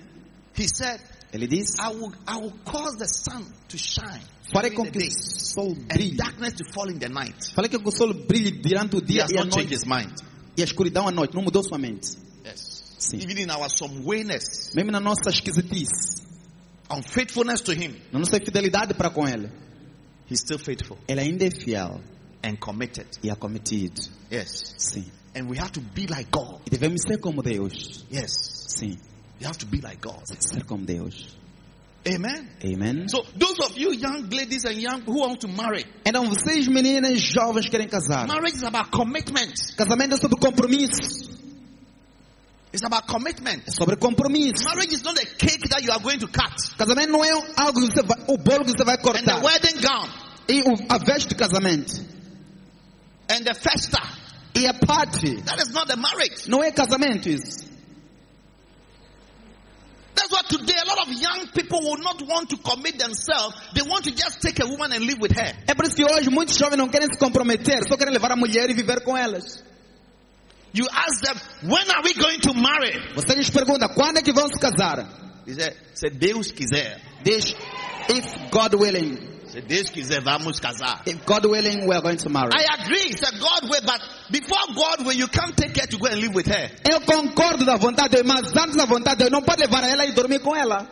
[SPEAKER 2] He said,
[SPEAKER 3] Ele diz:
[SPEAKER 2] I will, I will cause the sun to shine
[SPEAKER 3] Farei
[SPEAKER 2] during
[SPEAKER 3] com
[SPEAKER 2] the
[SPEAKER 3] que
[SPEAKER 2] day
[SPEAKER 3] o sol
[SPEAKER 2] and
[SPEAKER 3] brilhe.
[SPEAKER 2] darkness to fall in the night.
[SPEAKER 3] Falei que o sol brilhe durante o
[SPEAKER 2] He
[SPEAKER 3] dia
[SPEAKER 2] has
[SPEAKER 3] e a
[SPEAKER 2] not changed
[SPEAKER 3] noite.
[SPEAKER 2] His mind.
[SPEAKER 3] E a escuridão à noite. Não mudou sua mente.
[SPEAKER 2] Yes.
[SPEAKER 3] Sim.
[SPEAKER 2] Even in our some wayness,
[SPEAKER 3] Mesmo na nossa esquisitice,
[SPEAKER 2] unfaithfulness to Him,
[SPEAKER 3] na nossa fidelidade para com Ele,
[SPEAKER 2] He's still faithful
[SPEAKER 3] Ele ainda é fiel
[SPEAKER 2] and committed.
[SPEAKER 3] e acometido.
[SPEAKER 2] Yes.
[SPEAKER 3] Sim.
[SPEAKER 2] And we have to be like God.
[SPEAKER 3] E devemos ser como Deus.
[SPEAKER 2] Yes.
[SPEAKER 3] Sim,
[SPEAKER 2] You have to be like God.
[SPEAKER 3] ser como Deus.
[SPEAKER 2] Amen.
[SPEAKER 3] Amen.
[SPEAKER 2] So those of you young ladies and young who want to marry,
[SPEAKER 3] Então vocês meninas jovens querem casar.
[SPEAKER 2] marriage is about commitment.
[SPEAKER 3] Casamento é sobre compromisso.
[SPEAKER 2] It's about commitment.
[SPEAKER 3] É sobre compromisso.
[SPEAKER 2] Marriage is not a cake that you are going to cut
[SPEAKER 3] Casamento não é algo que você vai, o bolo que você vai
[SPEAKER 2] and the
[SPEAKER 3] cortar.
[SPEAKER 2] wedding gown
[SPEAKER 3] E o, a veste de casamento.
[SPEAKER 2] and the festa.
[SPEAKER 3] E a parte.
[SPEAKER 2] That is not the marriage.
[SPEAKER 3] Não é casamento isso.
[SPEAKER 2] That's what today a lot of young people will not want to commit themselves. They want to just take a woman and live with her.
[SPEAKER 3] É por isso que hoje muitos jovens não querem se comprometer, só querem levar a mulher e viver com elas.
[SPEAKER 2] You ask them, when are we going to marry?
[SPEAKER 3] Você lhes pergunta quando é que vão se casar?
[SPEAKER 2] He said, se Deus quiser.
[SPEAKER 3] Diz, if God willing,
[SPEAKER 2] Se Deus quiser, vamos casar.
[SPEAKER 3] if God willing, we are going to marry.
[SPEAKER 2] I agree, it's a God way, but before God way, you can't take her to go and live with her.
[SPEAKER 3] Eu concordo da vontade de Deus, mas antes da vontade de Deus, não pode levar ela e dormir com ela.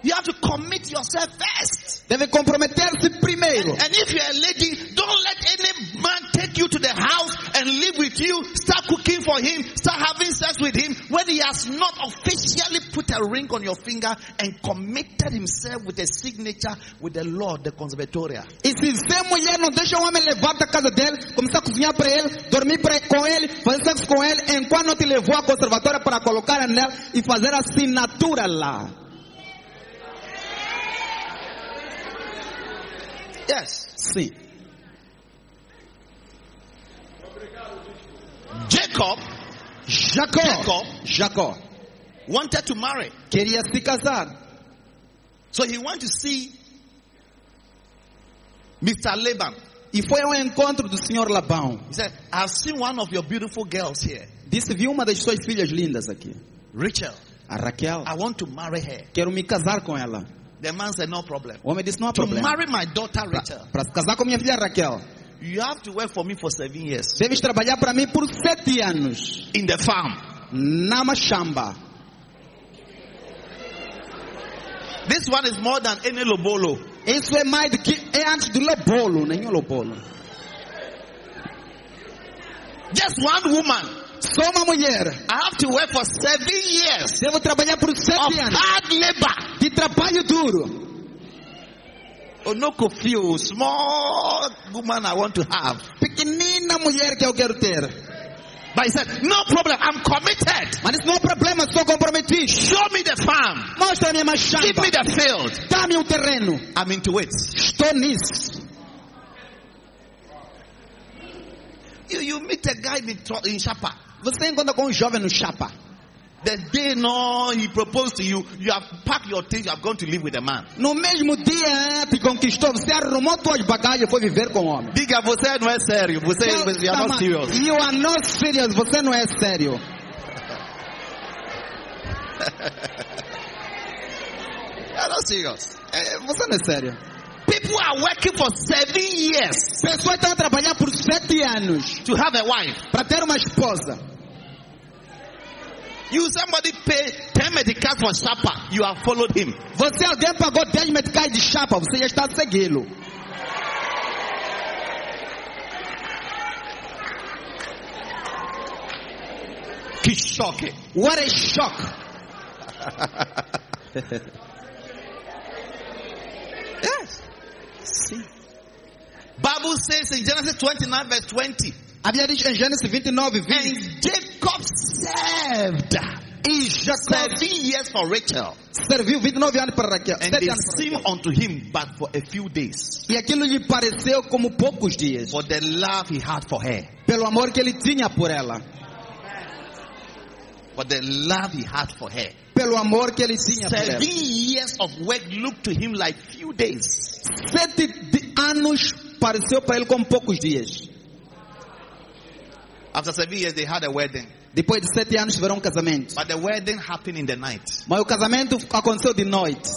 [SPEAKER 2] You have to commit yourself first.
[SPEAKER 3] Deve comprometer-se primeiro.
[SPEAKER 2] And if you're a lady, don't let any man take you to the house and live with you, start cooking for him, start having sex with him, when he has not officially put a ring on your finger and committed himself with a signature with the Lord, the conservatoria.
[SPEAKER 3] E se ser mulher, não deixa o homem levar da casa dele, começar a cozinhar para ele, dormir pra- com ele, fazer sexo com ele, enquanto não te levou à conservatória para colocar nela e fazer a assinatura lá.
[SPEAKER 2] Yes.
[SPEAKER 3] Sim.
[SPEAKER 2] Jacob
[SPEAKER 3] Jacó.
[SPEAKER 2] Jacob.
[SPEAKER 3] Jacó
[SPEAKER 2] wanted to marry.
[SPEAKER 3] queria se casar.
[SPEAKER 2] So he went to see Mr. Laban.
[SPEAKER 3] E foi ao encontro do senhor Labão.
[SPEAKER 2] He said, I've seen one of your beautiful girls here,
[SPEAKER 3] Disse, vi uma das suas filhas lindas aqui.
[SPEAKER 2] Rachel.
[SPEAKER 3] A Raquel.
[SPEAKER 2] I want to marry her.
[SPEAKER 3] Quero me casar com ela.
[SPEAKER 2] The man said, No problem.
[SPEAKER 3] O homem disse, não há
[SPEAKER 2] To
[SPEAKER 3] problema.
[SPEAKER 2] marry my daughter Rachel,
[SPEAKER 3] Para se casar com minha filha Raquel.
[SPEAKER 2] you have to work for me for seven years
[SPEAKER 3] Deves trabalhar para mim por sete anos.
[SPEAKER 2] in the farm.
[SPEAKER 3] Na machamba.
[SPEAKER 2] This one is more than any lobolo.
[SPEAKER 3] Isso é mais do que é antes do lobolo, nenhum lobolo.
[SPEAKER 2] Just one woman.
[SPEAKER 3] Sou uma mulher.
[SPEAKER 2] I have to work for seven years
[SPEAKER 3] Devo trabalhar por
[SPEAKER 2] of
[SPEAKER 3] sete anos
[SPEAKER 2] hard labor.
[SPEAKER 3] de trabalho duro.
[SPEAKER 2] Onoko few small woman I want to have.
[SPEAKER 3] Pequenina mulher que eu quero ter.
[SPEAKER 2] But he said, No problem. I'm committed.
[SPEAKER 3] Mas isso não é problema, sou comprometido.
[SPEAKER 2] Show me the farm.
[SPEAKER 3] Mostra-me a
[SPEAKER 2] Give
[SPEAKER 3] machamba.
[SPEAKER 2] me the field.
[SPEAKER 3] Dá-me um terreno.
[SPEAKER 2] I'm into it.
[SPEAKER 3] Estou nisso.
[SPEAKER 2] You, you meet a guy in, Tro- in Shapa.
[SPEAKER 3] Você encontra com um jovem no chapa.
[SPEAKER 2] The day no, he proposed to you, you have packed your things, you have gone to live with a man.
[SPEAKER 3] No mesmo dia te conquistou, você arrumou tuas bagagens e foi viver com o homem.
[SPEAKER 2] Diga, você não é sério. Você, you are not
[SPEAKER 3] Calma.
[SPEAKER 2] tá serious.
[SPEAKER 3] You are not serious. Você não é sério.
[SPEAKER 2] You are not serious.
[SPEAKER 3] É, Você não é sério.
[SPEAKER 2] People are working for seven years
[SPEAKER 3] Pessoas estão a trabalhar por sete anos
[SPEAKER 2] to have a wife.
[SPEAKER 3] para ter uma esposa.
[SPEAKER 2] You, somebody pay 10 medicals for Shapa. You have followed him.
[SPEAKER 3] Você, alguém pagou 10 meticais de chapa, você já está a segui-lo.
[SPEAKER 2] Kishoke.
[SPEAKER 3] What a shock!
[SPEAKER 2] Yes. See. Bible says in Genesis 29 verse 20,
[SPEAKER 3] A Bíblia diz em Gênesis 29, 20.
[SPEAKER 2] and Jacob served
[SPEAKER 3] E Jacó
[SPEAKER 2] seven years for Rachel.
[SPEAKER 3] serviu 29 anos para Raquel.
[SPEAKER 2] And
[SPEAKER 3] sete
[SPEAKER 2] they
[SPEAKER 3] anos para
[SPEAKER 2] seemed unto him but for a few days
[SPEAKER 3] Raquel. E aquilo lhe pareceu como poucos dias,
[SPEAKER 2] for the love he had for her.
[SPEAKER 3] pelo amor que ele tinha por ela.
[SPEAKER 2] For the love he had for her.
[SPEAKER 3] Pelo amor que ele tinha por ela.
[SPEAKER 2] Seven years of work looked to him like few days.
[SPEAKER 3] Sete di- anos pareceu para ele como poucos dias.
[SPEAKER 2] After seven years, they had a wedding.
[SPEAKER 3] Depois de sete anos tiveram um casamento.
[SPEAKER 2] But the wedding happened in the night.
[SPEAKER 3] Mas o casamento aconteceu de noite.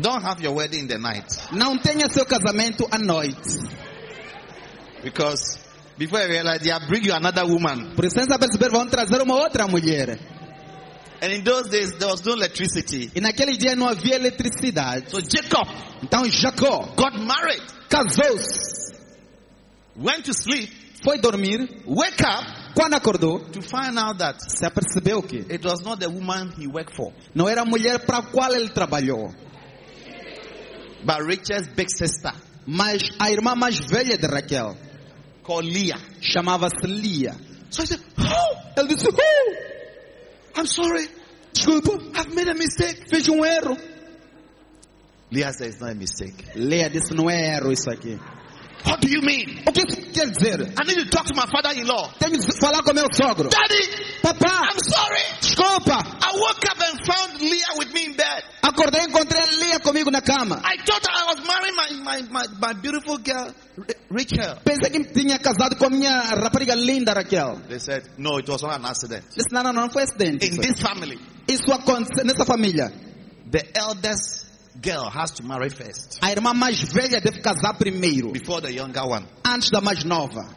[SPEAKER 2] Don't have your wedding in the night.
[SPEAKER 3] Não tenha seu casamento à noite.
[SPEAKER 2] Because before I realize, they are bring you another woman.
[SPEAKER 3] Por isso, sem saber perceber, vão trazer uma outra mulher.
[SPEAKER 2] And in those days, there was no electricity.
[SPEAKER 3] E naquele dia não havia eletricidade.
[SPEAKER 2] So Jacob
[SPEAKER 3] Então Jacó
[SPEAKER 2] got married,
[SPEAKER 3] casou-se,
[SPEAKER 2] went to sleep,
[SPEAKER 3] foi dormir.
[SPEAKER 2] wake up
[SPEAKER 3] Quando acordou,
[SPEAKER 2] to find out that
[SPEAKER 3] se apercebeu que
[SPEAKER 2] it was not the woman he worked for,
[SPEAKER 3] não era a mulher para a qual ele trabalhou,
[SPEAKER 2] but Rachel's big sister
[SPEAKER 3] mas a irmã mais velha de Raquel.
[SPEAKER 2] called Leah.
[SPEAKER 3] Chamava-se Lia.
[SPEAKER 2] So I said, Oh,
[SPEAKER 3] Ele disse: "Oh,
[SPEAKER 2] I'm sorry.
[SPEAKER 3] Desculpa,
[SPEAKER 2] I've made a mistake.
[SPEAKER 3] fiz um erro.
[SPEAKER 2] Leah said, It's not a mistake.
[SPEAKER 3] Lia disse: Não é erro isso aqui.
[SPEAKER 2] What do you mean?
[SPEAKER 3] O que isso quer dizer?
[SPEAKER 2] I need to talk to my father in law.
[SPEAKER 3] Tenho de falar com meu sogro.
[SPEAKER 2] Daddy,
[SPEAKER 3] Papá,
[SPEAKER 2] I'm sorry.
[SPEAKER 3] desculpa.
[SPEAKER 2] I woke up and found Leah with me in bed.
[SPEAKER 3] Acordei e encontrei a Lia comigo na cama.
[SPEAKER 2] I thought I was marrying my, my, my, my beautiful girl, Ra- Rachel.
[SPEAKER 3] Pensei que me tinha casado com a minha rapariga linda Raquel.
[SPEAKER 2] They said, No, it was not an accident.
[SPEAKER 3] Disse, não, não, não, não foi acidente.
[SPEAKER 2] In
[SPEAKER 3] Isso,
[SPEAKER 2] this family,
[SPEAKER 3] isso aconteceu nessa família.
[SPEAKER 2] the eldest girl has to marry first
[SPEAKER 3] A irmã mais velha deve casar primeiro,
[SPEAKER 2] before the younger one.
[SPEAKER 3] antes da mais nova.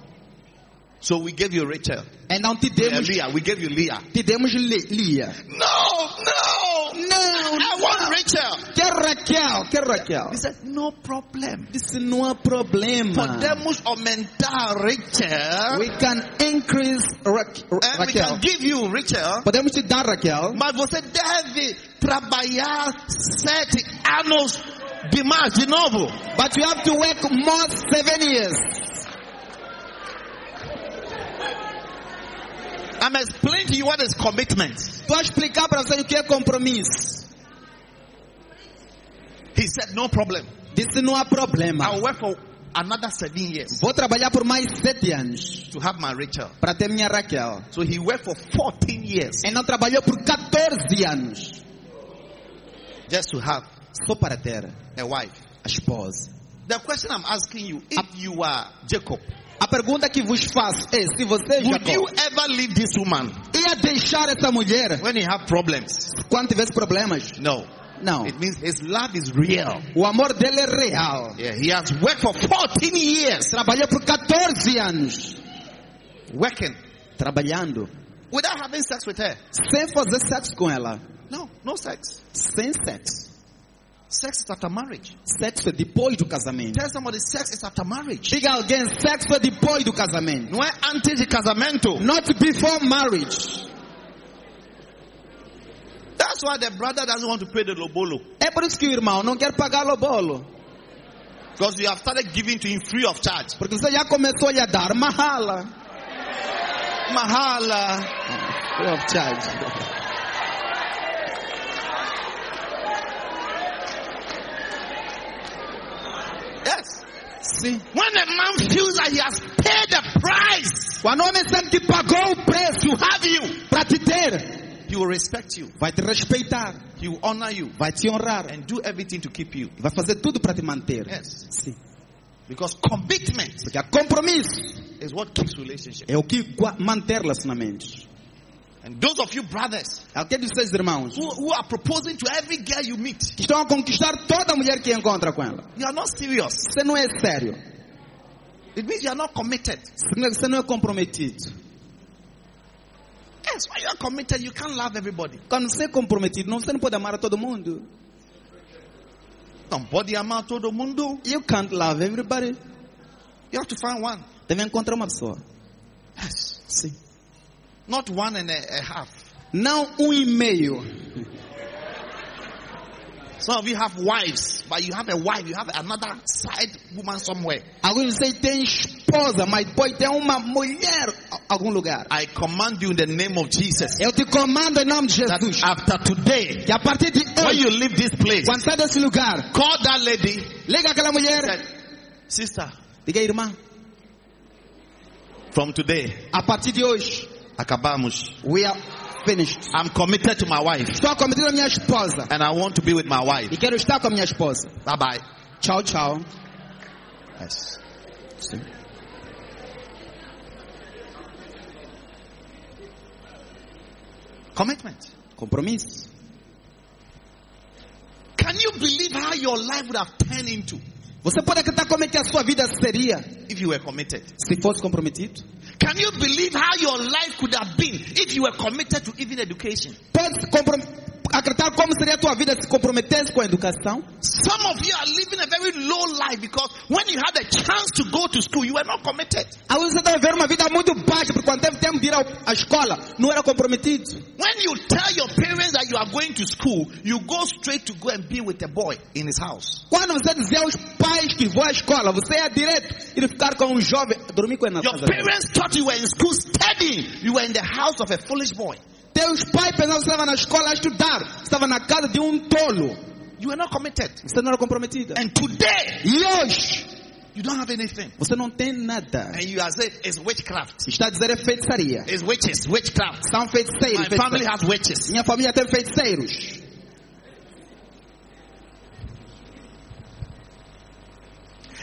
[SPEAKER 2] So we gave you Rachel.
[SPEAKER 3] Então te
[SPEAKER 2] Uh,
[SPEAKER 3] demos,
[SPEAKER 2] Leah, we gave you Leah.
[SPEAKER 3] te demos Li- Lia.
[SPEAKER 2] No, no.
[SPEAKER 3] Não,
[SPEAKER 2] I want Rachel.
[SPEAKER 3] quer Raquel, quer Raquel.
[SPEAKER 2] He said, No problem.
[SPEAKER 3] Disse, não há problema.
[SPEAKER 2] Podemos aumentar Rachel.
[SPEAKER 3] We can increase Ra- Ra-
[SPEAKER 2] And we
[SPEAKER 3] Raquel.
[SPEAKER 2] can give you Rachel.
[SPEAKER 3] Podemos te dar Raquel,
[SPEAKER 2] Mas você deve trabalhar sete anos demais de novo.
[SPEAKER 3] but you have to work more seven years.
[SPEAKER 2] I'm explaining to you what is commitment.
[SPEAKER 3] Vou explicar para vocês o que é compromisso.
[SPEAKER 2] He said, No problem.
[SPEAKER 3] Disse, não há problema.
[SPEAKER 2] I'll work for another seven years
[SPEAKER 3] Vou trabalhar por mais sete anos
[SPEAKER 2] to have my Rachel.
[SPEAKER 3] para ter minha Raquel.
[SPEAKER 2] So he worked for 14 years
[SPEAKER 3] Ele não trabalhou por 14 anos
[SPEAKER 2] just to have
[SPEAKER 3] só para ter a
[SPEAKER 2] a wife.
[SPEAKER 3] esposa.
[SPEAKER 2] The question I'm asking you if you are Jacob,
[SPEAKER 3] A pergunta que vos faço é: se você,
[SPEAKER 2] would you
[SPEAKER 3] Jacó,
[SPEAKER 2] ever leave this woman
[SPEAKER 3] ia deixar essa mulher
[SPEAKER 2] when you have problems?
[SPEAKER 3] quando tivesse problemas?
[SPEAKER 2] No.
[SPEAKER 3] Não.
[SPEAKER 2] It means his love is real.
[SPEAKER 3] O amor dele é real.
[SPEAKER 2] Yeah, he has worked for 14 years
[SPEAKER 3] Trabalhou por 14 anos
[SPEAKER 2] working
[SPEAKER 3] trabalhando
[SPEAKER 2] without having sex with her.
[SPEAKER 3] sem fazer sexo com ela.
[SPEAKER 2] No, no sex.
[SPEAKER 3] Sem sexo.
[SPEAKER 2] Sex is after marriage.
[SPEAKER 3] Sexo é depois do casamento.
[SPEAKER 2] Tell somebody sex is after marriage.
[SPEAKER 3] Diga a alguém: sexo é depois do casamento.
[SPEAKER 2] Não é antes de casamento.
[SPEAKER 3] Not before marriage.
[SPEAKER 2] That's why the brother doesn't want to pay the lobolo.
[SPEAKER 3] É por isso que o irmão não quer pagar o bolo.
[SPEAKER 2] Because you have started giving to him free of charge.
[SPEAKER 3] Porque você já começou a lhe dar mahala.
[SPEAKER 2] Mahala.
[SPEAKER 3] Free of charge.
[SPEAKER 2] Yes.
[SPEAKER 3] Sim.
[SPEAKER 2] When a man feels that he has paid the price
[SPEAKER 3] Quando o homem sente que pagou o preço
[SPEAKER 2] to have you,
[SPEAKER 3] para te ter,
[SPEAKER 2] he will respect you.
[SPEAKER 3] vai te respeitar,
[SPEAKER 2] He will honor you
[SPEAKER 3] vai te honrar,
[SPEAKER 2] and do everything to keep you.
[SPEAKER 3] vai fazer tudo para te manter.
[SPEAKER 2] Yes.
[SPEAKER 3] Sim.
[SPEAKER 2] Because commitment
[SPEAKER 3] Porque há compromisso
[SPEAKER 2] is what keeps relationship.
[SPEAKER 3] é o que gua- manter relacionamentos.
[SPEAKER 2] And those of you brothers
[SPEAKER 3] Aqueles seus irmãos
[SPEAKER 2] who, who are proposing to every girl you meet,
[SPEAKER 3] que estão a conquistar toda mulher que encontra com ela.
[SPEAKER 2] you are not serious.
[SPEAKER 3] Você não é sério.
[SPEAKER 2] It means you are not committed.
[SPEAKER 3] Significa que Você não é comprometido.
[SPEAKER 2] Yes, when you are committed, you can't love everybody.
[SPEAKER 3] Quando você é comprometido, não, você não pode amar a todo mundo.
[SPEAKER 2] Somebody ama todo mundo.
[SPEAKER 3] You can't love everybody.
[SPEAKER 2] You have to find one.
[SPEAKER 3] Deve encontrar uma pessoa.
[SPEAKER 2] Yes.
[SPEAKER 3] Sim.
[SPEAKER 2] Not one and a, a half.
[SPEAKER 3] Não um e meio.
[SPEAKER 2] Some of you have wives, but you have a wife, you have another side woman somewhere.
[SPEAKER 3] Alguns de vocês têm esposa, mas depois tem uma mulher em algum lugar.
[SPEAKER 2] I command you in the name of Jesus
[SPEAKER 3] Eu te comando em nome de
[SPEAKER 2] that
[SPEAKER 3] Jesus.
[SPEAKER 2] after today,
[SPEAKER 3] Que a partir de
[SPEAKER 2] when
[SPEAKER 3] hoje,
[SPEAKER 2] you leave this place,
[SPEAKER 3] quando sai desse lugar,
[SPEAKER 2] call that lady.
[SPEAKER 3] liga
[SPEAKER 2] Said,
[SPEAKER 3] aquela mulher.
[SPEAKER 2] Sister,
[SPEAKER 3] Diga, irmã,
[SPEAKER 2] from today,
[SPEAKER 3] a partir de hoje,
[SPEAKER 2] acabamos.
[SPEAKER 3] we are finished.
[SPEAKER 2] I'm committed to my wife,
[SPEAKER 3] Estou cometido a minha esposa.
[SPEAKER 2] and I want to be with my wife.
[SPEAKER 3] E quero estar com a minha esposa.
[SPEAKER 2] Bye bye.
[SPEAKER 3] Tchau, tchau.
[SPEAKER 2] Yes.
[SPEAKER 3] Sim.
[SPEAKER 2] Commitment.
[SPEAKER 3] Compromisso.
[SPEAKER 2] Can you believe how your life would have turned into
[SPEAKER 3] Você pode acreditar como é que a sua vida seria
[SPEAKER 2] if you were committed?
[SPEAKER 3] se fosse comprometido?
[SPEAKER 2] Can you believe how your life could have been if you were committed to even education?
[SPEAKER 3] Pode se comprom- acreditar como seria a tua vida se comprometesse com a educação?
[SPEAKER 2] Some of you are living a very low life because when you had a chance to go to school, you were not committed.
[SPEAKER 3] Alguns você está vivendo uma vida muito baixa, porque quando teve tempo de ir ao- à escola, não era comprometido.
[SPEAKER 2] When you tell your parents that you are going to school, you go straight to go and be with a boy in his house.
[SPEAKER 3] Quando você dizia aos pais que vou à escola, você ia direto ir ficar com um jovem, dormir com ele na
[SPEAKER 2] Your
[SPEAKER 3] casa dele.
[SPEAKER 2] parents thought you were in school studying. You were in the house of a foolish boy.
[SPEAKER 3] Teus pais pensavam que você estava na escola a estudar, estava na casa de um tolo.
[SPEAKER 2] You were not committed.
[SPEAKER 3] Você não era comprometida.
[SPEAKER 2] And today,
[SPEAKER 3] E hoje,
[SPEAKER 2] you don't have anything.
[SPEAKER 3] você não tem nada.
[SPEAKER 2] And you are saying it's witchcraft.
[SPEAKER 3] Está a dizer é feitiçaria.
[SPEAKER 2] It's witches, witchcraft.
[SPEAKER 3] São feiticeiros.
[SPEAKER 2] My
[SPEAKER 3] feiticeiros.
[SPEAKER 2] family has witches.
[SPEAKER 3] Minha família teve feiticeiros.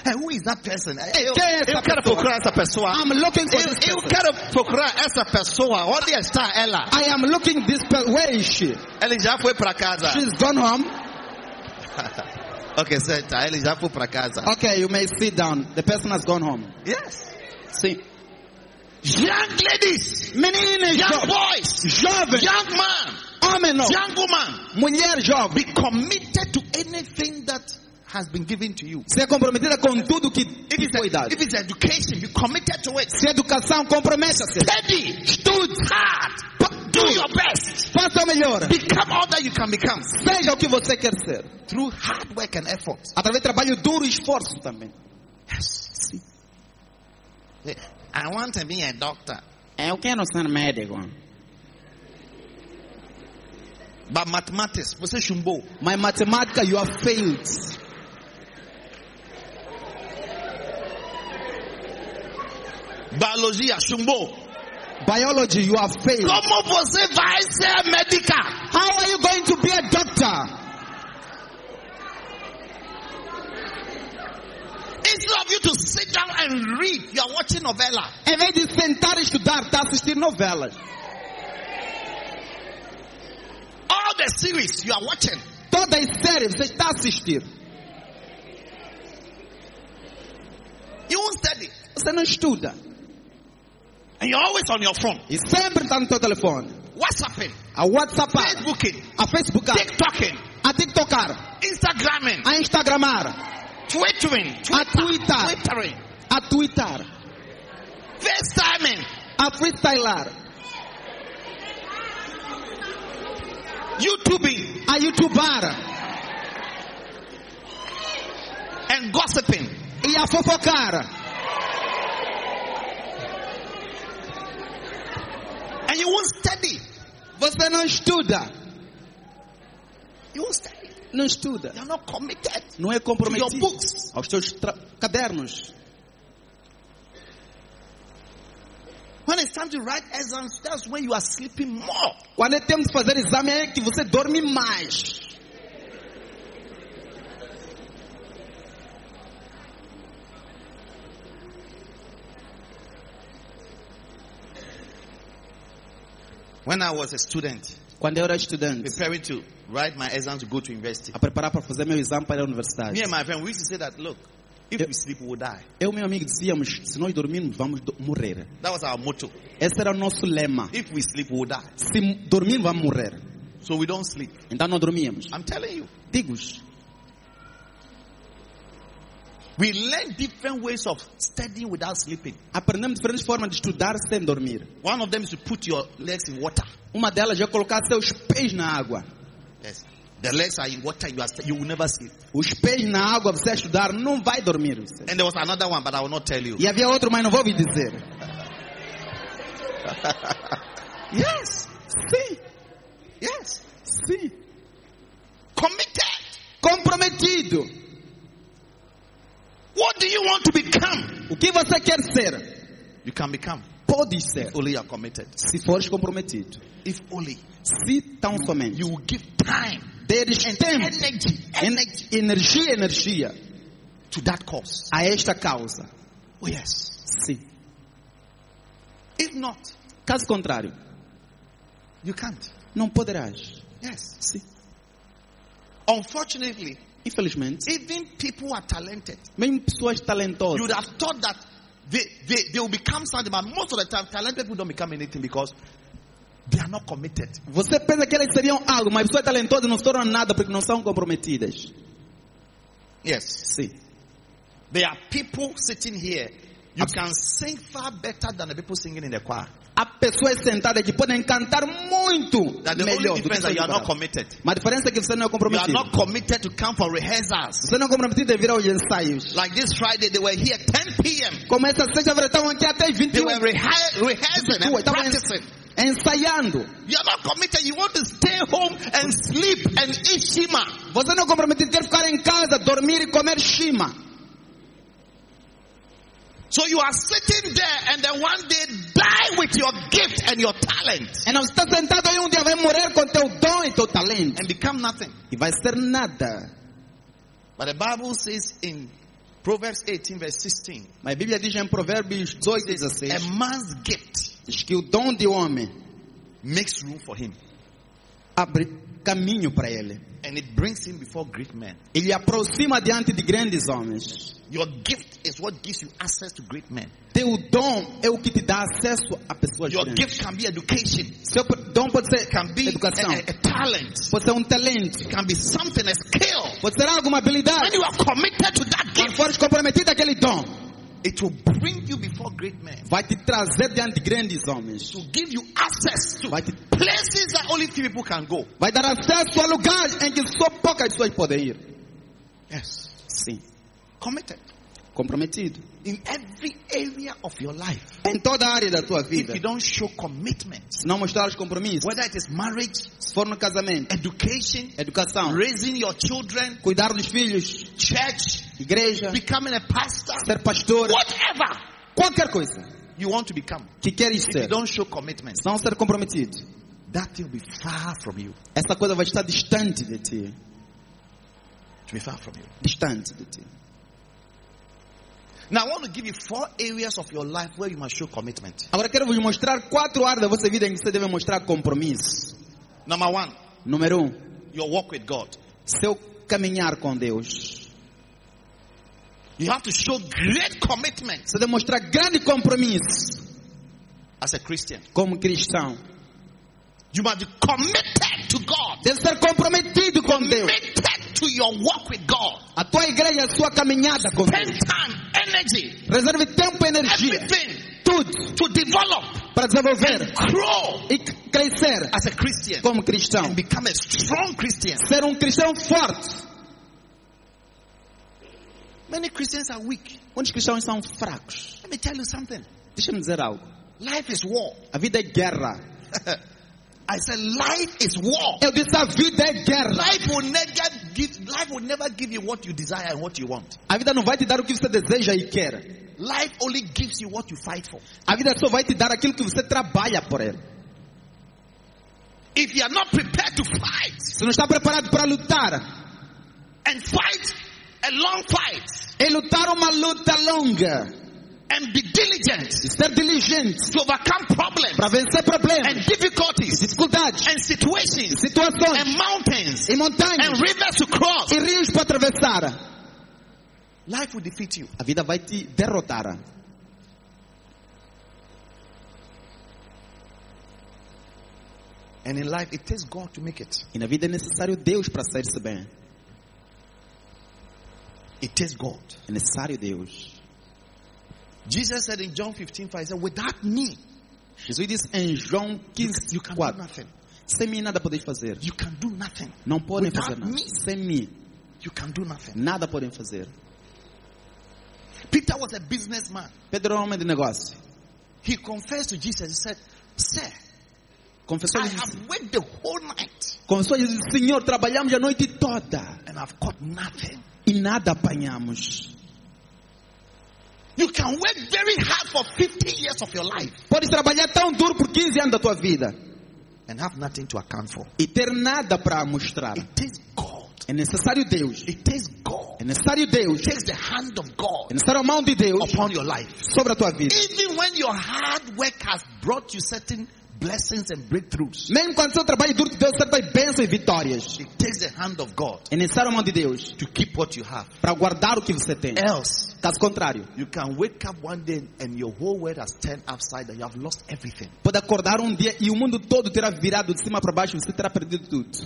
[SPEAKER 2] And who is that person? Eh, Eu,
[SPEAKER 3] Quem é essa
[SPEAKER 2] eu quero
[SPEAKER 3] pessoa?
[SPEAKER 2] procurar essa pessoa.
[SPEAKER 3] I'm looking for
[SPEAKER 2] Eu,
[SPEAKER 3] this
[SPEAKER 2] eu
[SPEAKER 3] person.
[SPEAKER 2] quero procurar essa pessoa. Onde está ela?
[SPEAKER 3] I am looking this person. Where is she?
[SPEAKER 2] Ele já foi para casa.
[SPEAKER 3] She's gone home.
[SPEAKER 2] ok, senta. Ele já foi para casa.
[SPEAKER 3] Okay, you may sit down. The person has gone home.
[SPEAKER 2] Yes.
[SPEAKER 3] Sim.
[SPEAKER 2] Young ladies,
[SPEAKER 3] Meninas,
[SPEAKER 2] young
[SPEAKER 3] jo
[SPEAKER 2] boys,
[SPEAKER 3] jovens,
[SPEAKER 2] young man,
[SPEAKER 3] homem não.
[SPEAKER 2] young woman,
[SPEAKER 3] Mulher jovem.
[SPEAKER 2] be committed to anything that has been given to you.
[SPEAKER 3] Ser é comprometida com tudo que
[SPEAKER 2] If
[SPEAKER 3] te
[SPEAKER 2] it's,
[SPEAKER 3] foi dado.
[SPEAKER 2] if it's education, be committed to it.
[SPEAKER 3] Se educação, comprometa-se.
[SPEAKER 2] Study, study hard, do your best,
[SPEAKER 3] Faça o melhor.
[SPEAKER 2] become all that you can become
[SPEAKER 3] Seja o que você quer ser.
[SPEAKER 2] through hard work and effort.
[SPEAKER 3] Através de trabalho duro e esforço também.
[SPEAKER 2] I want to be a doctor,
[SPEAKER 3] É, Eu quero ser médico.
[SPEAKER 2] but mathematics, você chumbou.
[SPEAKER 3] My matemática, you have failed.
[SPEAKER 2] Biologia, chumbou.
[SPEAKER 3] Biology, you have failed.
[SPEAKER 2] Como você vai ser médica?
[SPEAKER 3] How are you going to be a doctor?
[SPEAKER 2] Instead of you to sit down and read, you are watching novella.
[SPEAKER 3] Em É vez de sentar e estudar, está assistindo novelas.
[SPEAKER 2] All the series you are watching.
[SPEAKER 3] Todas as séries você está a assistir.
[SPEAKER 2] You won't study.
[SPEAKER 3] Você não estuda.
[SPEAKER 2] And you're always on your phone.
[SPEAKER 3] E sempre está no teu telefone.
[SPEAKER 2] WhatsApping,
[SPEAKER 3] A WhatsApp,
[SPEAKER 2] Facebooking,
[SPEAKER 3] a Facebookar,
[SPEAKER 2] TikToking,
[SPEAKER 3] a TikTokar,
[SPEAKER 2] Instagramming,
[SPEAKER 3] a Instagramar,
[SPEAKER 2] Twittering,
[SPEAKER 3] a Twitter,
[SPEAKER 2] Twittering,
[SPEAKER 3] a Twitter,
[SPEAKER 2] FaceTiming.
[SPEAKER 3] a Freestylar,
[SPEAKER 2] YouTubing
[SPEAKER 3] a YouTubar
[SPEAKER 2] and gossiping.
[SPEAKER 3] e a fofocar.
[SPEAKER 2] And you won't study.
[SPEAKER 3] Você não estuda.
[SPEAKER 2] You won't study.
[SPEAKER 3] Não estuda.
[SPEAKER 2] You're not committed.
[SPEAKER 3] Não é
[SPEAKER 2] To your
[SPEAKER 3] comprometido
[SPEAKER 2] books.
[SPEAKER 3] aos teus tra- cadernos.
[SPEAKER 2] When it's time to write exams, that's when you are sleeping more.
[SPEAKER 3] Quando é tempo de fazer exame é que você dorme mais.
[SPEAKER 2] When I was a student,
[SPEAKER 3] Quando eu era estudante,
[SPEAKER 2] preparing to write my exams to go to university,
[SPEAKER 3] a preparar para fazer meu exame para a
[SPEAKER 2] me
[SPEAKER 3] universidade,
[SPEAKER 2] and my friend, we used to say that, look, if we sleep, we will die.
[SPEAKER 3] eu e meu amigo dizíamos, se nós dormirmos, vamos do- morrer.
[SPEAKER 2] That was our motto.
[SPEAKER 3] Esse era o nosso lema.
[SPEAKER 2] If we sleep, we will die.
[SPEAKER 3] Se m- dormir, vamos morrer.
[SPEAKER 2] So we don't sleep.
[SPEAKER 3] Então não dormíamos.
[SPEAKER 2] I'm telling you.
[SPEAKER 3] Digos,
[SPEAKER 2] We learn different ways of studying without sleeping.
[SPEAKER 3] aprendemos diferentes formas de estudar sem dormir.
[SPEAKER 2] One of them is to put your legs in water.
[SPEAKER 3] Uma delas é colocar seus pés na água.
[SPEAKER 2] Yes. The legs are in water, you, are, st- you will never sleep.
[SPEAKER 3] Os pés na água, você a estudar, não vai dormir. você.
[SPEAKER 2] And there was another one, but I will not tell you.
[SPEAKER 3] E havia outro, mas não vou me dizer.
[SPEAKER 2] Yes,
[SPEAKER 3] Sim,
[SPEAKER 2] yes.
[SPEAKER 3] sim.
[SPEAKER 2] Committed.
[SPEAKER 3] Comprometido.
[SPEAKER 2] What do you want to become?
[SPEAKER 3] O que você quer ser,
[SPEAKER 2] You can become.
[SPEAKER 3] pode ser.
[SPEAKER 2] Only you are committed.
[SPEAKER 3] Se fores comprometido.
[SPEAKER 2] If only
[SPEAKER 3] Se tão somente.
[SPEAKER 2] you will give time,
[SPEAKER 3] Deres tempo,
[SPEAKER 2] energy, energy
[SPEAKER 3] en- energia, energia
[SPEAKER 2] to that cause.
[SPEAKER 3] a esta causa.
[SPEAKER 2] Oh, yes.
[SPEAKER 3] Sim.
[SPEAKER 2] If not,
[SPEAKER 3] Caso contrário,
[SPEAKER 2] you can't.
[SPEAKER 3] não poderás.
[SPEAKER 2] Yes.
[SPEAKER 3] Sim.
[SPEAKER 2] Unfortunately,
[SPEAKER 3] Infelizmente,
[SPEAKER 2] even people who are talented.
[SPEAKER 3] mesmo pessoas
[SPEAKER 2] You
[SPEAKER 3] talentosas,
[SPEAKER 2] would have thought that They, they, they will become something, but most of the time, talented people don't become anything because they are not committed.
[SPEAKER 3] Você pensa que elas seriam algo, mas pessoas talentosas não se tornam nada porque não são comprometidas.
[SPEAKER 2] Yes.
[SPEAKER 3] Sim.
[SPEAKER 2] There are people sitting here. You can sing far better than the people singing in the choir.
[SPEAKER 3] Há pessoas sentadas que podem cantar muito
[SPEAKER 2] That the
[SPEAKER 3] melhor
[SPEAKER 2] only
[SPEAKER 3] do que
[SPEAKER 2] difference is that
[SPEAKER 3] pessoas
[SPEAKER 2] you are not
[SPEAKER 3] separadas.
[SPEAKER 2] committed.
[SPEAKER 3] Mas a diferença é que você não é
[SPEAKER 2] You are
[SPEAKER 3] comprometido.
[SPEAKER 2] not committed to come for rehearsals.
[SPEAKER 3] Você não é comprometido a vir aos ensaios.
[SPEAKER 2] Like this Friday, they were here 10 p.m.
[SPEAKER 3] Como essa sexta-feira estavam aqui até um. as
[SPEAKER 2] They
[SPEAKER 3] 21
[SPEAKER 2] were rehe- rehearsing
[SPEAKER 3] Duas,
[SPEAKER 2] and
[SPEAKER 3] estavam
[SPEAKER 2] practicing.
[SPEAKER 3] ens- ensaiando.
[SPEAKER 2] You are not committed. You want to stay home and sleep and eat shima.
[SPEAKER 3] Você não é comprometido, quer ficar em casa, dormir e comer shima.
[SPEAKER 2] So you are sitting there and then one day die with your gift and your talent
[SPEAKER 3] E não está sentado aí um dia, vai morrer com teu dom e teu talento.
[SPEAKER 2] and become nothing.
[SPEAKER 3] E vai ser nada.
[SPEAKER 2] But the Bible says in Proverbs 18 verse 16,
[SPEAKER 3] Mas a Bíblia diz em Provérbios 18, 16,
[SPEAKER 2] a man's gift
[SPEAKER 3] diz que o dom de homem
[SPEAKER 2] makes room for him
[SPEAKER 3] abre caminho para ele.
[SPEAKER 2] and it brings him before great men.
[SPEAKER 3] Ele aproxima diante de grandes homens.
[SPEAKER 2] Your gift is what gives you access to great men.
[SPEAKER 3] Teu dom é o que te dá acesso a pessoas
[SPEAKER 2] Your
[SPEAKER 3] grandes.
[SPEAKER 2] gift can be education,
[SPEAKER 3] Seu dom pode ser
[SPEAKER 2] can be a,
[SPEAKER 3] educação,
[SPEAKER 2] a- a talent,
[SPEAKER 3] pode ser um talento,
[SPEAKER 2] can be something, a skill.
[SPEAKER 3] pode ser alguma
[SPEAKER 2] When
[SPEAKER 3] habilidade.
[SPEAKER 2] you are committed to that
[SPEAKER 3] Quando
[SPEAKER 2] gift,
[SPEAKER 3] fores comprometido àquele dom,
[SPEAKER 2] it will bring you before great men.
[SPEAKER 3] vai te trazer diante de grandes homens.
[SPEAKER 2] To give you access to
[SPEAKER 3] Vai, te,
[SPEAKER 2] places that only few people can go.
[SPEAKER 3] vai dar acesso a lugares em que só poucas pessoas podem ir.
[SPEAKER 2] Yes.
[SPEAKER 3] Sim,
[SPEAKER 2] Committed.
[SPEAKER 3] comprometido.
[SPEAKER 2] In every area of your life.
[SPEAKER 3] Em toda a área da tua vida.
[SPEAKER 2] If you don't show commitment,
[SPEAKER 3] Se não mostrares compromisso,
[SPEAKER 2] whether it is marriage,
[SPEAKER 3] se for no casamento,
[SPEAKER 2] education,
[SPEAKER 3] educação,
[SPEAKER 2] raising your children,
[SPEAKER 3] cuidar dos filhos,
[SPEAKER 2] church,
[SPEAKER 3] igreja,
[SPEAKER 2] becoming a pastor,
[SPEAKER 3] ser pastor,
[SPEAKER 2] whatever
[SPEAKER 3] qualquer coisa
[SPEAKER 2] you want to become.
[SPEAKER 3] que queres
[SPEAKER 2] If you
[SPEAKER 3] ser,
[SPEAKER 2] don't show commitment,
[SPEAKER 3] se não ser comprometido,
[SPEAKER 2] that will be far from you.
[SPEAKER 3] essa coisa vai estar distante de ti.
[SPEAKER 2] To be far from you.
[SPEAKER 3] Distante de ti.
[SPEAKER 2] Now I want to give you four areas of your life where you must show commitment.
[SPEAKER 3] Agora quero vos mostrar quatro áreas da vossa vida em que você deve mostrar compromisso.
[SPEAKER 2] Number one,
[SPEAKER 3] Número um,
[SPEAKER 2] your walk with God.
[SPEAKER 3] seu caminhar com Deus.
[SPEAKER 2] You have to show great commitment
[SPEAKER 3] Você deve mostrar grande compromisso
[SPEAKER 2] as a Christian.
[SPEAKER 3] como cristão.
[SPEAKER 2] You must be committed to God,
[SPEAKER 3] Deve ser comprometido com Deus.
[SPEAKER 2] committed to your walk with God.
[SPEAKER 3] A tua igreja, a sua caminhada com Deus.
[SPEAKER 2] Spend time, energy,
[SPEAKER 3] Reserve tempo e energia.
[SPEAKER 2] everything
[SPEAKER 3] Tudo
[SPEAKER 2] to develop,
[SPEAKER 3] para desenvolver
[SPEAKER 2] grow
[SPEAKER 3] e c- crescer
[SPEAKER 2] as a Christian,
[SPEAKER 3] como cristão.
[SPEAKER 2] and become a strong Christian.
[SPEAKER 3] Ser um cristão forte.
[SPEAKER 2] Many Christians are weak.
[SPEAKER 3] Muitos cristãos são fracos.
[SPEAKER 2] Let me tell you something.
[SPEAKER 3] Deixa-me dizer algo.
[SPEAKER 2] Life is war.
[SPEAKER 3] A vida é guerra.
[SPEAKER 2] I said life is war.
[SPEAKER 3] Eu disse a vida é guerra.
[SPEAKER 2] Life will never give life will never give you what you desire and what you want.
[SPEAKER 3] A vida não vai te dar o que você deseja e quer.
[SPEAKER 2] Life only gives you what you fight for.
[SPEAKER 3] A vida só vai te dar aquilo que você trabalha por ele.
[SPEAKER 2] If you are not prepared to fight
[SPEAKER 3] Você não está preparado para lutar.
[SPEAKER 2] and fight a long fight
[SPEAKER 3] É lutar uma luta longa.
[SPEAKER 2] and be diligent
[SPEAKER 3] E ser diligente
[SPEAKER 2] to overcome problems
[SPEAKER 3] para vencer problemas,
[SPEAKER 2] and difficulties
[SPEAKER 3] dificuldades,
[SPEAKER 2] and situations
[SPEAKER 3] situações
[SPEAKER 2] and mountains
[SPEAKER 3] e montanhas
[SPEAKER 2] and rivers to cross,
[SPEAKER 3] e rios para atravessar.
[SPEAKER 2] life will defeat you.
[SPEAKER 3] A vida vai te derrotar.
[SPEAKER 2] And in life, it takes God to make it.
[SPEAKER 3] E na vida é necessário Deus para sair-se bem.
[SPEAKER 2] It takes God.
[SPEAKER 3] É necessário Deus.
[SPEAKER 2] Jesus said in John 15, 5, he said, without me,
[SPEAKER 3] Jesus disse em João
[SPEAKER 2] you
[SPEAKER 3] 15,
[SPEAKER 2] can do
[SPEAKER 3] 4.
[SPEAKER 2] nothing.
[SPEAKER 3] Sem mim nada podeis fazer.
[SPEAKER 2] You can do nothing.
[SPEAKER 3] Não podem
[SPEAKER 2] Without
[SPEAKER 3] fazer nada.
[SPEAKER 2] me.
[SPEAKER 3] Sem mim,
[SPEAKER 2] You can do nothing.
[SPEAKER 3] nada podem fazer.
[SPEAKER 2] Peter was a businessman.
[SPEAKER 3] Pedro é um homem de negócio.
[SPEAKER 2] He confessed to Jesus, he said, Sir,
[SPEAKER 3] Confessou
[SPEAKER 2] I
[SPEAKER 3] a Jesus.
[SPEAKER 2] have worked the whole night
[SPEAKER 3] Confessou a Jesus. Senhor, trabalhamos a noite toda
[SPEAKER 2] and I've caught nothing.
[SPEAKER 3] e nada apanhamos.
[SPEAKER 2] You can work very hard for 50 years of your life
[SPEAKER 3] Podes trabalhar tão duro por 15 anos da tua vida
[SPEAKER 2] and have nothing to account for.
[SPEAKER 3] e ter nada para mostrar.
[SPEAKER 2] It takes God.
[SPEAKER 3] É necessário Deus.
[SPEAKER 2] It takes God.
[SPEAKER 3] É necessário Deus.
[SPEAKER 2] It takes the hand of God
[SPEAKER 3] É necessário a mão de Deus
[SPEAKER 2] upon your life.
[SPEAKER 3] sobre a tua vida.
[SPEAKER 2] Even when your hard work has brought you certain blessings and breakthroughs.
[SPEAKER 3] Mesmo quando seu trabalho é duro, Deus sempre traz bênçãos e vitórias.
[SPEAKER 2] It takes the hand of God
[SPEAKER 3] É necessário a mão de Deus
[SPEAKER 2] to keep what you have.
[SPEAKER 3] para guardar o que você tem.
[SPEAKER 2] Else,
[SPEAKER 3] Caso contrário,
[SPEAKER 2] you can wake up one day and your whole world has turned upside and you have lost everything.
[SPEAKER 3] pode acordar um dia e o mundo todo terá virado de cima para baixo e você terá perdido tudo.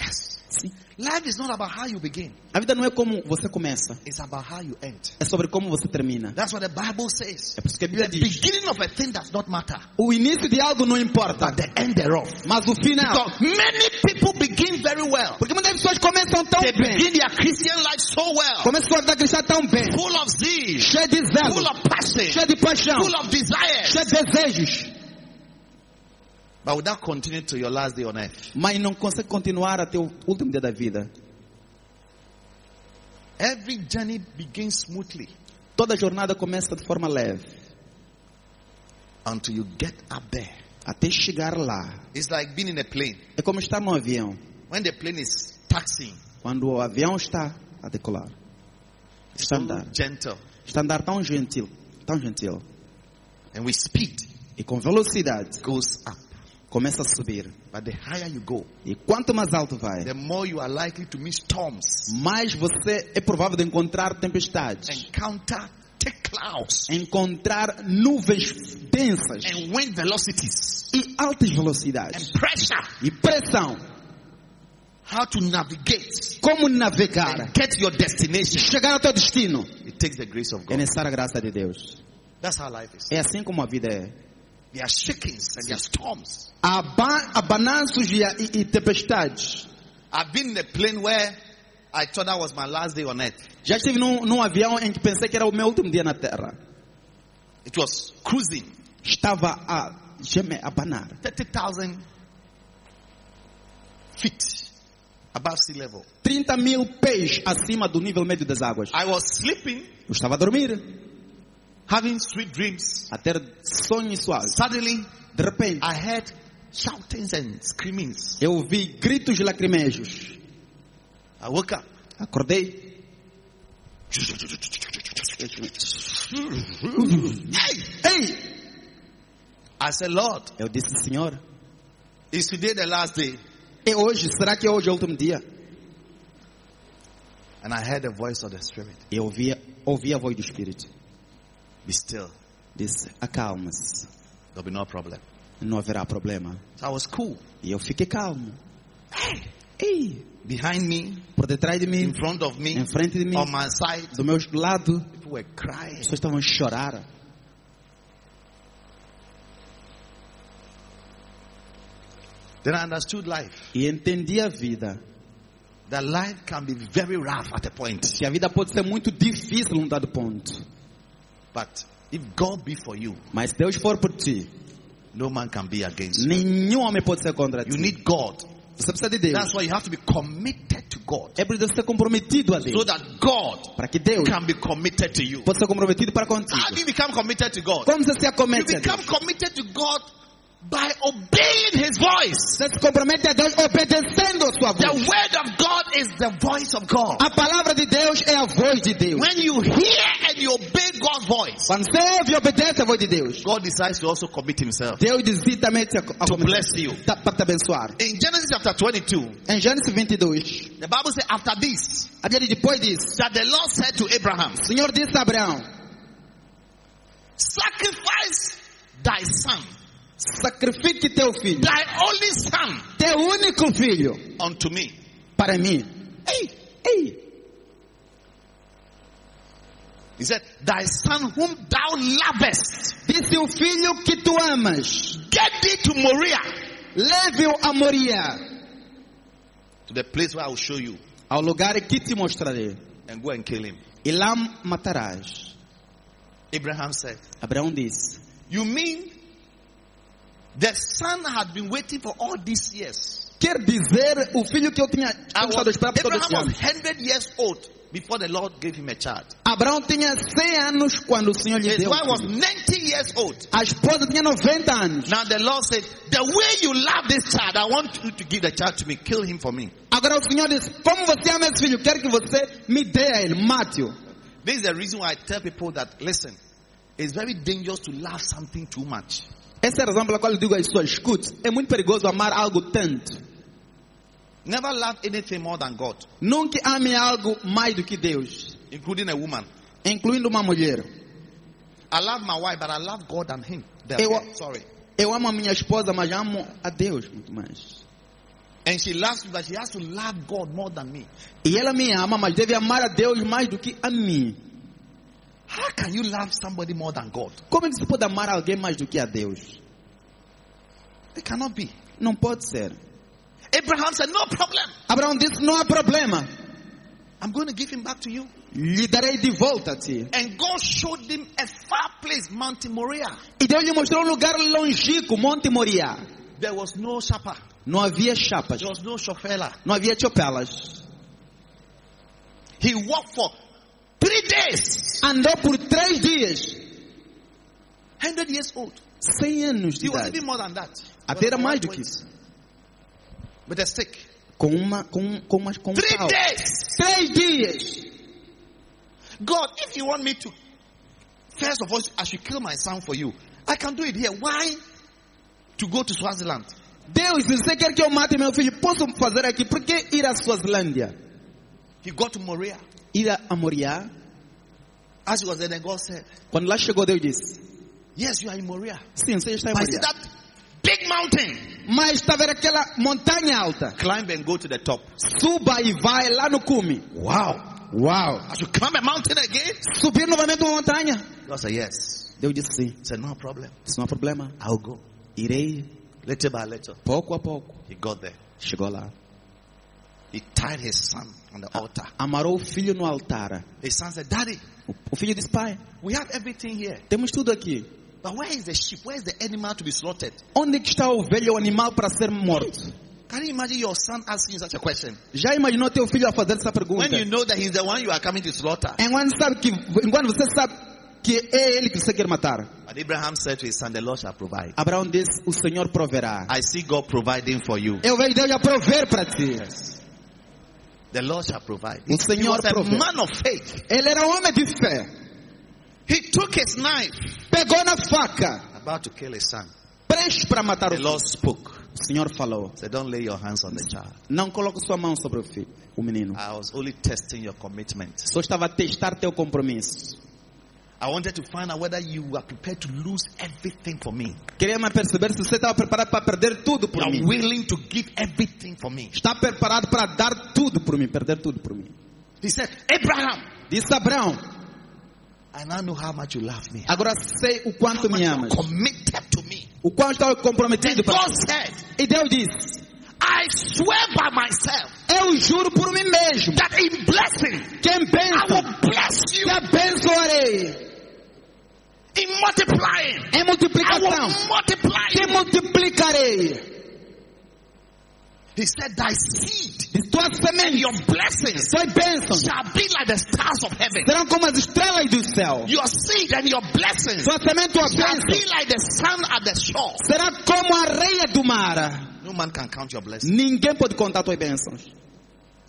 [SPEAKER 2] Yes. See, life is not about how you begin,
[SPEAKER 3] A vida não é como você começa,
[SPEAKER 2] it's about how you end.
[SPEAKER 3] é sobre como você termina.
[SPEAKER 2] That's what the Bible says.
[SPEAKER 3] É por isso que a
[SPEAKER 2] The
[SPEAKER 3] Bíblia diz:
[SPEAKER 2] beginning of a thing does not matter,
[SPEAKER 3] o início de algo não importa,
[SPEAKER 2] but the end thereof.
[SPEAKER 3] mas o final.
[SPEAKER 2] Because many people begin very well.
[SPEAKER 3] Porque muitas pessoas começam tão
[SPEAKER 2] They
[SPEAKER 3] bem,
[SPEAKER 2] begin their Christian life so well,
[SPEAKER 3] começam a vida cristã tão bem,
[SPEAKER 2] full of zeal,
[SPEAKER 3] cheia de
[SPEAKER 2] full
[SPEAKER 3] zelo,
[SPEAKER 2] of passion,
[SPEAKER 3] cheia de paixão,
[SPEAKER 2] full of desire.
[SPEAKER 3] cheia de desejos,
[SPEAKER 2] But will that continue to your last day on earth?
[SPEAKER 3] mas não consegue continuar até o último dia da vida.
[SPEAKER 2] Every journey begins smoothly
[SPEAKER 3] Toda jornada começa de forma leve,
[SPEAKER 2] until you get up there.
[SPEAKER 3] até chegar lá.
[SPEAKER 2] It's like being in a plane.
[SPEAKER 3] É como estar num avião.
[SPEAKER 2] When the plane is taxiing,
[SPEAKER 3] Quando o avião está a decolar,
[SPEAKER 2] it's
[SPEAKER 3] Está a
[SPEAKER 2] so
[SPEAKER 3] andar.
[SPEAKER 2] gentle
[SPEAKER 3] Está a andar tão gentil, tão gentil,
[SPEAKER 2] and with speed
[SPEAKER 3] e com velocidade
[SPEAKER 2] goes up.
[SPEAKER 3] começa a subir.
[SPEAKER 2] But the higher you go,
[SPEAKER 3] E quanto mais alto vai,
[SPEAKER 2] the more you are likely to meet storms,
[SPEAKER 3] mais você é provável de encontrar tempestades,
[SPEAKER 2] encounter thick clouds,
[SPEAKER 3] encontrar nuvens densas
[SPEAKER 2] and wind velocities,
[SPEAKER 3] e altas velocidades
[SPEAKER 2] and pressure.
[SPEAKER 3] e pressão.
[SPEAKER 2] How to navigate
[SPEAKER 3] Como
[SPEAKER 2] and
[SPEAKER 3] navegar,
[SPEAKER 2] get your destination.
[SPEAKER 3] chegar ao teu destino,
[SPEAKER 2] It takes the grace of
[SPEAKER 3] é
[SPEAKER 2] God.
[SPEAKER 3] necessária a graça de Deus.
[SPEAKER 2] That's how life is.
[SPEAKER 3] É assim como a vida é.
[SPEAKER 2] There are shakings and there are storms.
[SPEAKER 3] Há ba- há balanços e, há- e- e tempestades.
[SPEAKER 2] I've been in a plane where I thought that was my last day on earth.
[SPEAKER 3] Já estive num, num avião em que pensei que era o meu último dia na Terra.
[SPEAKER 2] It was cruising,
[SPEAKER 3] Estava a gemer, a banar.
[SPEAKER 2] 30,000 feet above sea level.
[SPEAKER 3] 30 mil pés acima do nível médio das águas.
[SPEAKER 2] I was sleeping,
[SPEAKER 3] Eu estava a dormir,
[SPEAKER 2] having sweet dreams.
[SPEAKER 3] a ter sonhos suaves.
[SPEAKER 2] Suddenly,
[SPEAKER 3] De repente,
[SPEAKER 2] I heard shoutings and screamings.
[SPEAKER 3] Eu ouvi gritos lacrimejos.
[SPEAKER 2] I woke up.
[SPEAKER 3] Acordei. Ei!
[SPEAKER 2] I said, Lord,
[SPEAKER 3] Eu disse, Senhor,
[SPEAKER 2] is today the last day?
[SPEAKER 3] é hoje? Será que hoje é o último dia?
[SPEAKER 2] And I heard the voice of the Spirit.
[SPEAKER 3] Eu ouvi, ouvi a voz do Espírito.
[SPEAKER 2] Be still.
[SPEAKER 3] Disse, acalma-se.
[SPEAKER 2] There'll be no problem.
[SPEAKER 3] Não haverá problema.
[SPEAKER 2] So I was cool.
[SPEAKER 3] E eu fiquei calmo. Ei!
[SPEAKER 2] Behind me,
[SPEAKER 3] Por detrás de
[SPEAKER 2] in
[SPEAKER 3] mim,
[SPEAKER 2] front of me,
[SPEAKER 3] em frente de mim,
[SPEAKER 2] on my side,
[SPEAKER 3] do meu lado,
[SPEAKER 2] people were crying.
[SPEAKER 3] as pessoas estavam a chorar.
[SPEAKER 2] Then I understood life.
[SPEAKER 3] E entendi a vida.
[SPEAKER 2] That life can be very rough at a point.
[SPEAKER 3] Que a vida pode ser muito difícil num dado ponto.
[SPEAKER 2] But if God be for you,
[SPEAKER 3] Mas se Deus for por ti,
[SPEAKER 2] no man can be against you.
[SPEAKER 3] nenhum homem pode ser contra ti.
[SPEAKER 2] You need God.
[SPEAKER 3] Você precisa de Deus.
[SPEAKER 2] That's why you have to be committed to God.
[SPEAKER 3] É preciso ser comprometido a
[SPEAKER 2] So
[SPEAKER 3] Deus.
[SPEAKER 2] that God
[SPEAKER 3] Para que Deus
[SPEAKER 2] can be committed to you.
[SPEAKER 3] possa ser comprometido para
[SPEAKER 2] How do
[SPEAKER 3] contigo.
[SPEAKER 2] you become committed to God?
[SPEAKER 3] Como você se
[SPEAKER 2] You
[SPEAKER 3] acomete a
[SPEAKER 2] become
[SPEAKER 3] Deus?
[SPEAKER 2] committed to God by obeying His voice.
[SPEAKER 3] Você se compromete a Deus obedecendo a sua
[SPEAKER 2] The
[SPEAKER 3] voz.
[SPEAKER 2] word of God is the voice of God.
[SPEAKER 3] A palavra de Deus é a voz de Deus.
[SPEAKER 2] When you hear and you obey God's voice,
[SPEAKER 3] Quando você ouve e obedece a voz de Deus,
[SPEAKER 2] God decides to also commit Himself
[SPEAKER 3] Deus decide também te ac-
[SPEAKER 2] to
[SPEAKER 3] acometer-
[SPEAKER 2] bless you.
[SPEAKER 3] ta- para tá, te abençoar.
[SPEAKER 2] In Genesis chapter 22,
[SPEAKER 3] Em Gênesis 22,
[SPEAKER 2] the Bible says, After this,
[SPEAKER 3] a Bíblia diz, depois disso,
[SPEAKER 2] that the Lord said to Abraham,
[SPEAKER 3] o Senhor disse a Abraão,
[SPEAKER 2] Sacrifice thy son,
[SPEAKER 3] sacrifique teu filho,
[SPEAKER 2] thy only son,
[SPEAKER 3] teu único filho,
[SPEAKER 2] unto me.
[SPEAKER 3] para mim. Ei, ei,
[SPEAKER 2] He said, Thy son whom thou lovest,
[SPEAKER 3] disse o filho que tu amas,
[SPEAKER 2] get thee to Moriah,
[SPEAKER 3] leve-o a Moriá.
[SPEAKER 2] to the place where I will show you,
[SPEAKER 3] ao lugar que te mostrarei,
[SPEAKER 2] and go and kill him.
[SPEAKER 3] e lá matarás.
[SPEAKER 2] Abraham said,
[SPEAKER 3] Abraão disse:
[SPEAKER 2] You mean the son had been waiting for all these years?
[SPEAKER 3] Quer dizer, o filho que eu tinha
[SPEAKER 2] I
[SPEAKER 3] estado a
[SPEAKER 2] was,
[SPEAKER 3] esperar por todo esse
[SPEAKER 2] Abraham
[SPEAKER 3] ano.
[SPEAKER 2] was 100 years old before the Lord gave him a child.
[SPEAKER 3] Abraão tinha 100 anos quando o Senhor lhe
[SPEAKER 2] His
[SPEAKER 3] deu.
[SPEAKER 2] wife
[SPEAKER 3] o
[SPEAKER 2] was
[SPEAKER 3] filho.
[SPEAKER 2] 90 years old.
[SPEAKER 3] A esposa tinha 90 anos.
[SPEAKER 2] Now the Lord said, The way you love this child, I want you to give the child to me. Kill him for me.
[SPEAKER 3] Agora o Senhor disse: Como você ama esse filho, quero que você me dê a ele, mate-o.
[SPEAKER 2] This is the reason why I tell people that, listen, it's very dangerous to love something too much.
[SPEAKER 3] Essa é a razão pela qual eu digo a isso. Escute, é muito perigoso amar algo tanto.
[SPEAKER 2] Never love anything more than God,
[SPEAKER 3] Nunca ame algo mais do que Deus,
[SPEAKER 2] including a woman.
[SPEAKER 3] incluindo uma mulher.
[SPEAKER 2] I love my wife, but I love God and Him. That's
[SPEAKER 3] Ewa-
[SPEAKER 2] it. Sorry.
[SPEAKER 3] Eu amo a minha esposa, mas amo a Deus muito mais.
[SPEAKER 2] And she loves me, but she has to love God more than me.
[SPEAKER 3] E ela me ama, mas deve amar a Deus mais do que a mim.
[SPEAKER 2] How can you love somebody more than God?
[SPEAKER 3] Como é que se pode amar alguém mais do que a Deus? É
[SPEAKER 2] It cannot be.
[SPEAKER 3] Não pode ser.
[SPEAKER 2] Abraham said, No problem.
[SPEAKER 3] Abraão disse: Não há problema,
[SPEAKER 2] I'm going to give him back to you.
[SPEAKER 3] lhe darei de volta a ti.
[SPEAKER 2] And God showed him a far place, Mount Moriah.
[SPEAKER 3] E Deus lhe mostrou um lugar longínquo, Monte Moriá.
[SPEAKER 2] There was no shepherd.
[SPEAKER 3] Não havia chapas,
[SPEAKER 2] There was no chauffeur.
[SPEAKER 3] não havia chopelas.
[SPEAKER 2] He walked for three days.
[SPEAKER 3] Andou por três dias,
[SPEAKER 2] 100 years old.
[SPEAKER 3] cem anos de
[SPEAKER 2] He was
[SPEAKER 3] idade.
[SPEAKER 2] even more than that.
[SPEAKER 3] Até era mais do que
[SPEAKER 2] With
[SPEAKER 3] isso.
[SPEAKER 2] a stick.
[SPEAKER 3] Com uma, com, com uma, com um
[SPEAKER 2] Three
[SPEAKER 3] pau.
[SPEAKER 2] days.
[SPEAKER 3] Três dias.
[SPEAKER 2] God, if you want me to, first of all, I should kill my son for you. I can do it here. Why? To go to Swaziland.
[SPEAKER 3] Deus, se você quer que eu mate meu filho, posso fazer aqui? Por que ir à Suazilândia?
[SPEAKER 2] He got to Moriah.
[SPEAKER 3] Ir a Moriá?
[SPEAKER 2] As he was there, then God said,
[SPEAKER 3] Quando lá chegou, Deus disse:
[SPEAKER 2] Yes, you are in Moriah.
[SPEAKER 3] Sim, você está em
[SPEAKER 2] I see
[SPEAKER 3] Moriá.
[SPEAKER 2] that big mountain.
[SPEAKER 3] Mas está a ver aquela montanha alta.
[SPEAKER 2] Climb and go to the top.
[SPEAKER 3] Suba e vai lá no cume.
[SPEAKER 2] Wow.
[SPEAKER 3] Uau!
[SPEAKER 2] I should climb a mountain again?
[SPEAKER 3] Subir novamente uma montanha.
[SPEAKER 2] God said, Yes.
[SPEAKER 3] Deus disse sim.
[SPEAKER 2] He said, No problem.
[SPEAKER 3] Isso não é problema.
[SPEAKER 2] I'll go.
[SPEAKER 3] Irei
[SPEAKER 2] Little by little.
[SPEAKER 3] pouco a pouco.
[SPEAKER 2] He got there.
[SPEAKER 3] Chegou lá.
[SPEAKER 2] He tied his son on the altar.
[SPEAKER 3] Amarou o filho no altar.
[SPEAKER 2] His son said, Daddy,
[SPEAKER 3] O, o filho disse: Pai,
[SPEAKER 2] we have everything here.
[SPEAKER 3] temos tudo aqui.
[SPEAKER 2] But where is the sheep? Where is the animal to be slaughtered?
[SPEAKER 3] Onde que está o velho animal para ser morto?
[SPEAKER 2] Can you imagine your son asking you such a question?
[SPEAKER 3] Já imaginou teu filho a fazer essa
[SPEAKER 2] When
[SPEAKER 3] pergunta?
[SPEAKER 2] you know that he's the one you are coming to slaughter.
[SPEAKER 3] Enquanto, sabe que, enquanto você sabe que é ele que você quer matar.
[SPEAKER 2] But Abraham said to his son, The Lord shall provide.
[SPEAKER 3] Abraão disse: O Senhor proverá.
[SPEAKER 2] I see God providing for you.
[SPEAKER 3] Eu vejo Deus já prover para ti.
[SPEAKER 2] The Lord shall provide.
[SPEAKER 3] O
[SPEAKER 2] He
[SPEAKER 3] Senhor
[SPEAKER 2] was a
[SPEAKER 3] prover.
[SPEAKER 2] man of faith.
[SPEAKER 3] Ele era um homem de fé.
[SPEAKER 2] He took his knife
[SPEAKER 3] Pegou na faca,
[SPEAKER 2] about to kill his son.
[SPEAKER 3] prestes para matar o
[SPEAKER 2] The
[SPEAKER 3] filho.
[SPEAKER 2] Lord spoke.
[SPEAKER 3] O Senhor falou:
[SPEAKER 2] Said, Don't lay your hands on the child.
[SPEAKER 3] Não coloque sua mão sobre o filho, o menino.
[SPEAKER 2] I was only testing your commitment.
[SPEAKER 3] Só estava a testar teu compromisso.
[SPEAKER 2] I wanted to find out whether you are prepared to lose everything for me.
[SPEAKER 3] Queria me perceber se você estava preparado para perder tudo
[SPEAKER 2] You
[SPEAKER 3] por
[SPEAKER 2] are
[SPEAKER 3] mim.
[SPEAKER 2] willing to give everything for me.
[SPEAKER 3] Está preparado para dar tudo por mim, perder tudo por mim.
[SPEAKER 2] He said, Abraham,
[SPEAKER 3] Disse Abraão:
[SPEAKER 2] I now know how much you love me.
[SPEAKER 3] Agora sei o quanto me amas,
[SPEAKER 2] Committed to me.
[SPEAKER 3] o quanto estou comprometido
[SPEAKER 2] Then
[SPEAKER 3] para
[SPEAKER 2] God
[SPEAKER 3] ti.
[SPEAKER 2] said,
[SPEAKER 3] E Deus disse:
[SPEAKER 2] I swear by myself
[SPEAKER 3] Eu juro por mim mesmo
[SPEAKER 2] that in blessing
[SPEAKER 3] que em
[SPEAKER 2] I
[SPEAKER 3] bênção
[SPEAKER 2] will bless you.
[SPEAKER 3] te abençoarei,
[SPEAKER 2] In multiplying,
[SPEAKER 3] em
[SPEAKER 2] I
[SPEAKER 3] multiplicação
[SPEAKER 2] will multiply
[SPEAKER 3] te
[SPEAKER 2] you.
[SPEAKER 3] multiplicarei.
[SPEAKER 2] He said, Thy seed
[SPEAKER 3] De tua
[SPEAKER 2] and
[SPEAKER 3] semente
[SPEAKER 2] your blessings
[SPEAKER 3] foi bênção,
[SPEAKER 2] shall be like the stars of heaven.
[SPEAKER 3] serão como as estrelas do céu.
[SPEAKER 2] Your seed and your blessings
[SPEAKER 3] Tua semente, tua
[SPEAKER 2] shall be
[SPEAKER 3] bênção
[SPEAKER 2] like the sun at the shore.
[SPEAKER 3] será como a areia do mar.
[SPEAKER 2] No man can count your blessings.
[SPEAKER 3] Ninguém pode contar tuas bênçãos.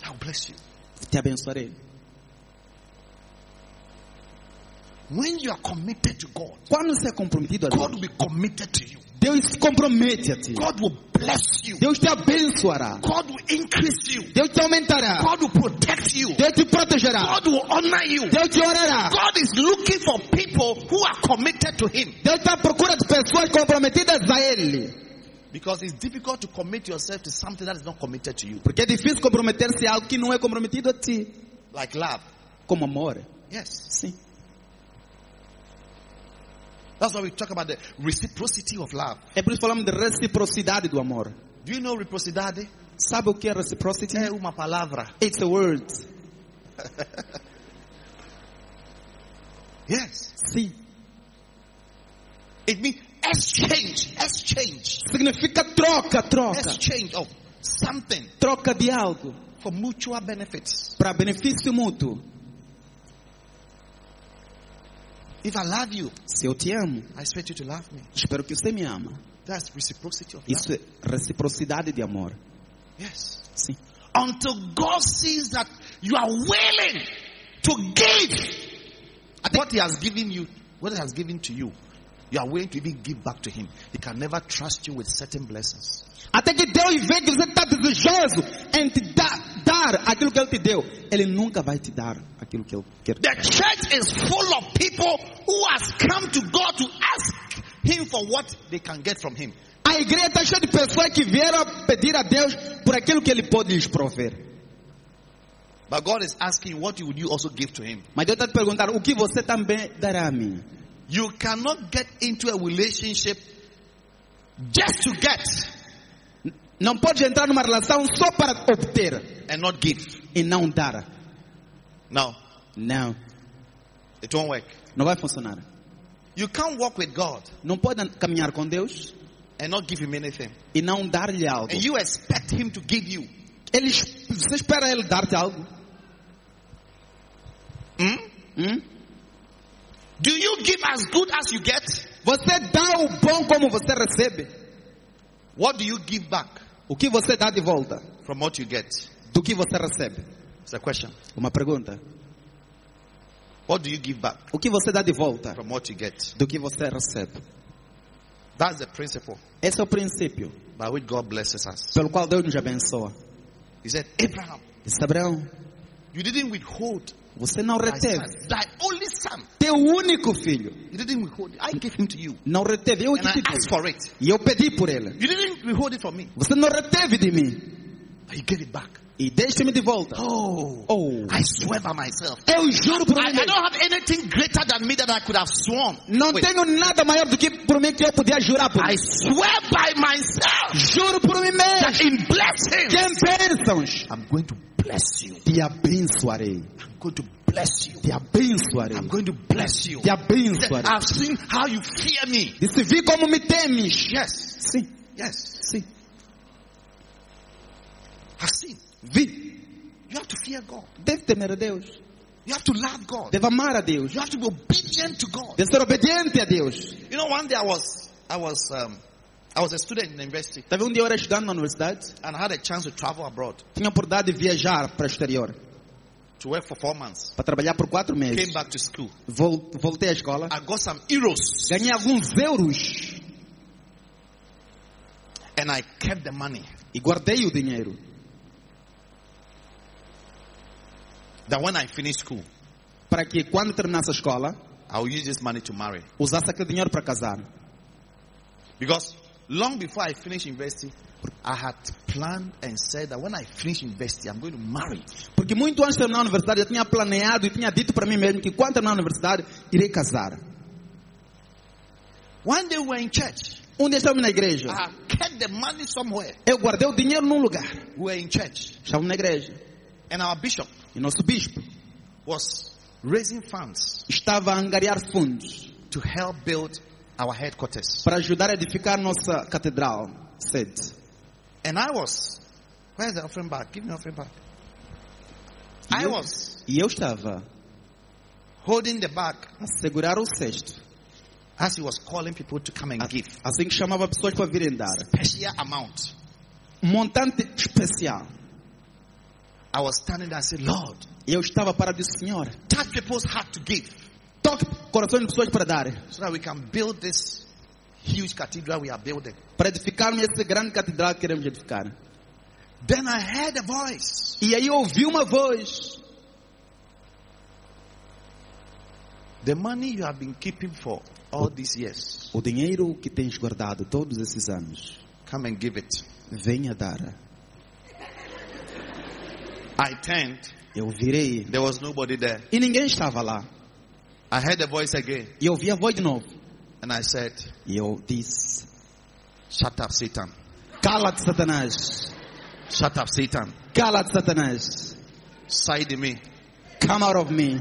[SPEAKER 2] I'll bless you.
[SPEAKER 3] Te abençoarei.
[SPEAKER 2] When you are committed to God,
[SPEAKER 3] Quando você é comprometido a
[SPEAKER 2] God
[SPEAKER 3] Deus,
[SPEAKER 2] will be committed to you.
[SPEAKER 3] Deus se compromete a ti.
[SPEAKER 2] God will bless you.
[SPEAKER 3] Deus te abençoará.
[SPEAKER 2] God will increase you.
[SPEAKER 3] Deus te aumentará.
[SPEAKER 2] God will protect you.
[SPEAKER 3] Deus te protegerá.
[SPEAKER 2] God will honor you.
[SPEAKER 3] Deus te orará.
[SPEAKER 2] God is looking for people who are committed to Him.
[SPEAKER 3] Deus está à procura de pessoas comprometidas a Ele.
[SPEAKER 2] Because it's difficult to commit yourself to something that is not committed to you.
[SPEAKER 3] Porque é difícil comprometer-se a algo que não é comprometido a ti.
[SPEAKER 2] Like love.
[SPEAKER 3] Como amor.
[SPEAKER 2] Yes.
[SPEAKER 3] Sim.
[SPEAKER 2] That's why we talk about the reciprocity of love.
[SPEAKER 3] É por isso que falamos de reciprocidade do amor.
[SPEAKER 2] Do you know reciprocity?
[SPEAKER 3] Sabe o que é reciprocity?
[SPEAKER 2] É uma palavra.
[SPEAKER 3] It's a word.
[SPEAKER 2] Yes.
[SPEAKER 3] Sim.
[SPEAKER 2] It means exchange. Exchange.
[SPEAKER 3] Significa troca, É troca.
[SPEAKER 2] Exchange of something
[SPEAKER 3] Troca de algo
[SPEAKER 2] for mutual benefits.
[SPEAKER 3] para benefício mútuo.
[SPEAKER 2] If I love you,
[SPEAKER 3] Se eu te amo,
[SPEAKER 2] I expect you to love me.
[SPEAKER 3] espero que você me ama.
[SPEAKER 2] That's reciprocity of love.
[SPEAKER 3] Isso é reciprocidade de amor.
[SPEAKER 2] Yes.
[SPEAKER 3] Sim.
[SPEAKER 2] until God sees that you are willing to give what He has given you, what He has given to you, you are willing to even give back to him. He can never trust you with certain blessings.
[SPEAKER 3] Até que Deus vê que você está desejoso em te dar, dar aquilo que Ele te deu. Ele nunca vai te dar aquilo que Ele quer.
[SPEAKER 2] The church is full of people who has come to God to ask him for what they can get from him.
[SPEAKER 3] A igreja está cheia de pessoas que vieram pedir a Deus por aquilo que Ele pode lhes prover.
[SPEAKER 2] But God is asking, what would you also give to him?
[SPEAKER 3] Mas Deus está te perguntando, o que você também dará a mim?
[SPEAKER 2] You cannot get into a relationship just to get
[SPEAKER 3] Não pode entrar numa relação só para obter
[SPEAKER 2] and not give.
[SPEAKER 3] e não dar.
[SPEAKER 2] No,
[SPEAKER 3] Não,
[SPEAKER 2] it won't work.
[SPEAKER 3] não vai funcionar.
[SPEAKER 2] You can't walk with God
[SPEAKER 3] Não pode caminhar com Deus
[SPEAKER 2] and not give him anything.
[SPEAKER 3] e não dar-lhe algo.
[SPEAKER 2] And you expect him to give you.
[SPEAKER 3] Ele, es- você espera Ele dar-te algo?
[SPEAKER 2] Hmm?
[SPEAKER 3] Hum?
[SPEAKER 2] Do you give as good as you get?
[SPEAKER 3] Você dá o bom como você recebe.
[SPEAKER 2] What do you give back
[SPEAKER 3] O que você dá de volta
[SPEAKER 2] from what you get?
[SPEAKER 3] do que você recebe?
[SPEAKER 2] It's a question.
[SPEAKER 3] Uma pergunta.
[SPEAKER 2] What do you give back
[SPEAKER 3] O que você dá de volta
[SPEAKER 2] from what you get?
[SPEAKER 3] do que você recebe?
[SPEAKER 2] That's the principle
[SPEAKER 3] Esse é o princípio
[SPEAKER 2] by which God blesses us.
[SPEAKER 3] pelo qual Deus nos abençoa.
[SPEAKER 2] He said, Abraham,
[SPEAKER 3] Disse Abraão,
[SPEAKER 2] you didn't withhold
[SPEAKER 3] você não
[SPEAKER 2] thy, son,
[SPEAKER 3] reteve.
[SPEAKER 2] thy only son.
[SPEAKER 3] Teu único filho
[SPEAKER 2] You didn't withhold it. I gave him to you.
[SPEAKER 3] não reteve. Eu
[SPEAKER 2] And
[SPEAKER 3] te
[SPEAKER 2] I
[SPEAKER 3] pedi.
[SPEAKER 2] asked for it.
[SPEAKER 3] E eu pedi por ele.
[SPEAKER 2] You didn't withhold it from me.
[SPEAKER 3] Você não reteve de mim.
[SPEAKER 2] He gave it back.
[SPEAKER 3] E deixe-me de volta.
[SPEAKER 2] Oh,
[SPEAKER 3] Oh.
[SPEAKER 2] I swear by myself.
[SPEAKER 3] Eu juro por
[SPEAKER 2] I,
[SPEAKER 3] mim.
[SPEAKER 2] I
[SPEAKER 3] mesmo.
[SPEAKER 2] don't have anything greater than me that I could have sworn.
[SPEAKER 3] Não
[SPEAKER 2] with.
[SPEAKER 3] tenho nada maior do que por mim que eu podia jurar por
[SPEAKER 2] I
[SPEAKER 3] mim.
[SPEAKER 2] swear by myself
[SPEAKER 3] Juro por mim mesmo.
[SPEAKER 2] that in blessing,
[SPEAKER 3] Que em bênçãos
[SPEAKER 2] I'm going to bless you.
[SPEAKER 3] Ah, te abençoarei.
[SPEAKER 2] I'm going to bless you.
[SPEAKER 3] Te abençoarei.
[SPEAKER 2] I'm going to bless you.
[SPEAKER 3] Te
[SPEAKER 2] That
[SPEAKER 3] abençoarei.
[SPEAKER 2] I've seen how you fear me.
[SPEAKER 3] E se vi como me temes.
[SPEAKER 2] Yes,
[SPEAKER 3] Sim,
[SPEAKER 2] yes.
[SPEAKER 3] sim.
[SPEAKER 2] I've seen.
[SPEAKER 3] Vi.
[SPEAKER 2] You have to fear God.
[SPEAKER 3] Deve temer a Deus.
[SPEAKER 2] You have to love God.
[SPEAKER 3] Deve amar a Deus.
[SPEAKER 2] You have to be obedient to God.
[SPEAKER 3] Deve ser obediente a Deus.
[SPEAKER 2] You know, one day I was, I was, um, I was a student in the university
[SPEAKER 3] Teve um dia eu era estudando na universidade.
[SPEAKER 2] and I had a chance to travel abroad
[SPEAKER 3] Tinha a oportunidade de viajar para o exterior.
[SPEAKER 2] to work for four months.
[SPEAKER 3] Para trabalhar por quatro
[SPEAKER 2] Came
[SPEAKER 3] meses.
[SPEAKER 2] back to school.
[SPEAKER 3] Vol- Voltei à escola.
[SPEAKER 2] I got some E euros
[SPEAKER 3] Ganhei alguns euros.
[SPEAKER 2] and I kept the money.
[SPEAKER 3] E guardei o dinheiro.
[SPEAKER 2] That when I finished school,
[SPEAKER 3] Para que quando terminasse a escola,
[SPEAKER 2] I'll use this money to marry.
[SPEAKER 3] usasse aquele dinheiro para casar.
[SPEAKER 2] Because long before I finished university, I had planned and said that when I finish university, I'm going to marry.
[SPEAKER 3] Porque muito antes de terminar a universidade, eu tinha planeado e tinha dito para mim mesmo que quando terminar a universidade, irei casar.
[SPEAKER 2] One day we were in church.
[SPEAKER 3] Um dia estávamos na igreja.
[SPEAKER 2] I had kept the money somewhere.
[SPEAKER 3] Eu guardei o dinheiro num lugar.
[SPEAKER 2] We were in church.
[SPEAKER 3] Estávamos na igreja.
[SPEAKER 2] And our bishop
[SPEAKER 3] E nosso bispo
[SPEAKER 2] was raising funds
[SPEAKER 3] estava a angariar fundos
[SPEAKER 2] to help build our headquarters.
[SPEAKER 3] para ajudar a edificar nossa catedral sede.
[SPEAKER 2] And I was, where's the offering bag? Give me the offering bag. I
[SPEAKER 3] You-
[SPEAKER 2] was
[SPEAKER 3] E eu estava
[SPEAKER 2] holding the bag
[SPEAKER 3] a segurar o cesto.
[SPEAKER 2] as he was calling people to come and give.
[SPEAKER 3] Assim que chamava pessoas para virem dar.
[SPEAKER 2] Special amount.
[SPEAKER 3] Um montante especial.
[SPEAKER 2] I was standing there. I said, Lord,
[SPEAKER 3] E eu estava para dizer, Senhor,
[SPEAKER 2] touch people's heart to give.
[SPEAKER 3] toque corações de pessoas para dar.
[SPEAKER 2] so that we can build this huge cathedral we are building.
[SPEAKER 3] Para edificarmos essa grande catedral que queremos edificar.
[SPEAKER 2] Then I heard a voice.
[SPEAKER 3] E aí eu ouvi uma voz.
[SPEAKER 2] The money you have been keeping for all these years,
[SPEAKER 3] O dinheiro que tens guardado todos esses anos,
[SPEAKER 2] come and give it.
[SPEAKER 3] venha dar.
[SPEAKER 2] I turned.
[SPEAKER 3] Eu virei.
[SPEAKER 2] There was nobody there.
[SPEAKER 3] E ninguém estava lá.
[SPEAKER 2] I heard the voice again,
[SPEAKER 3] E eu ouvi a voz de novo.
[SPEAKER 2] and I said,
[SPEAKER 3] E eu disse:
[SPEAKER 2] "Shut up, Satan!
[SPEAKER 3] Cala-te, Satanás.
[SPEAKER 2] Shut up, Satan!
[SPEAKER 3] Cala-te, Satanás.
[SPEAKER 2] Side me."
[SPEAKER 3] Come out of me.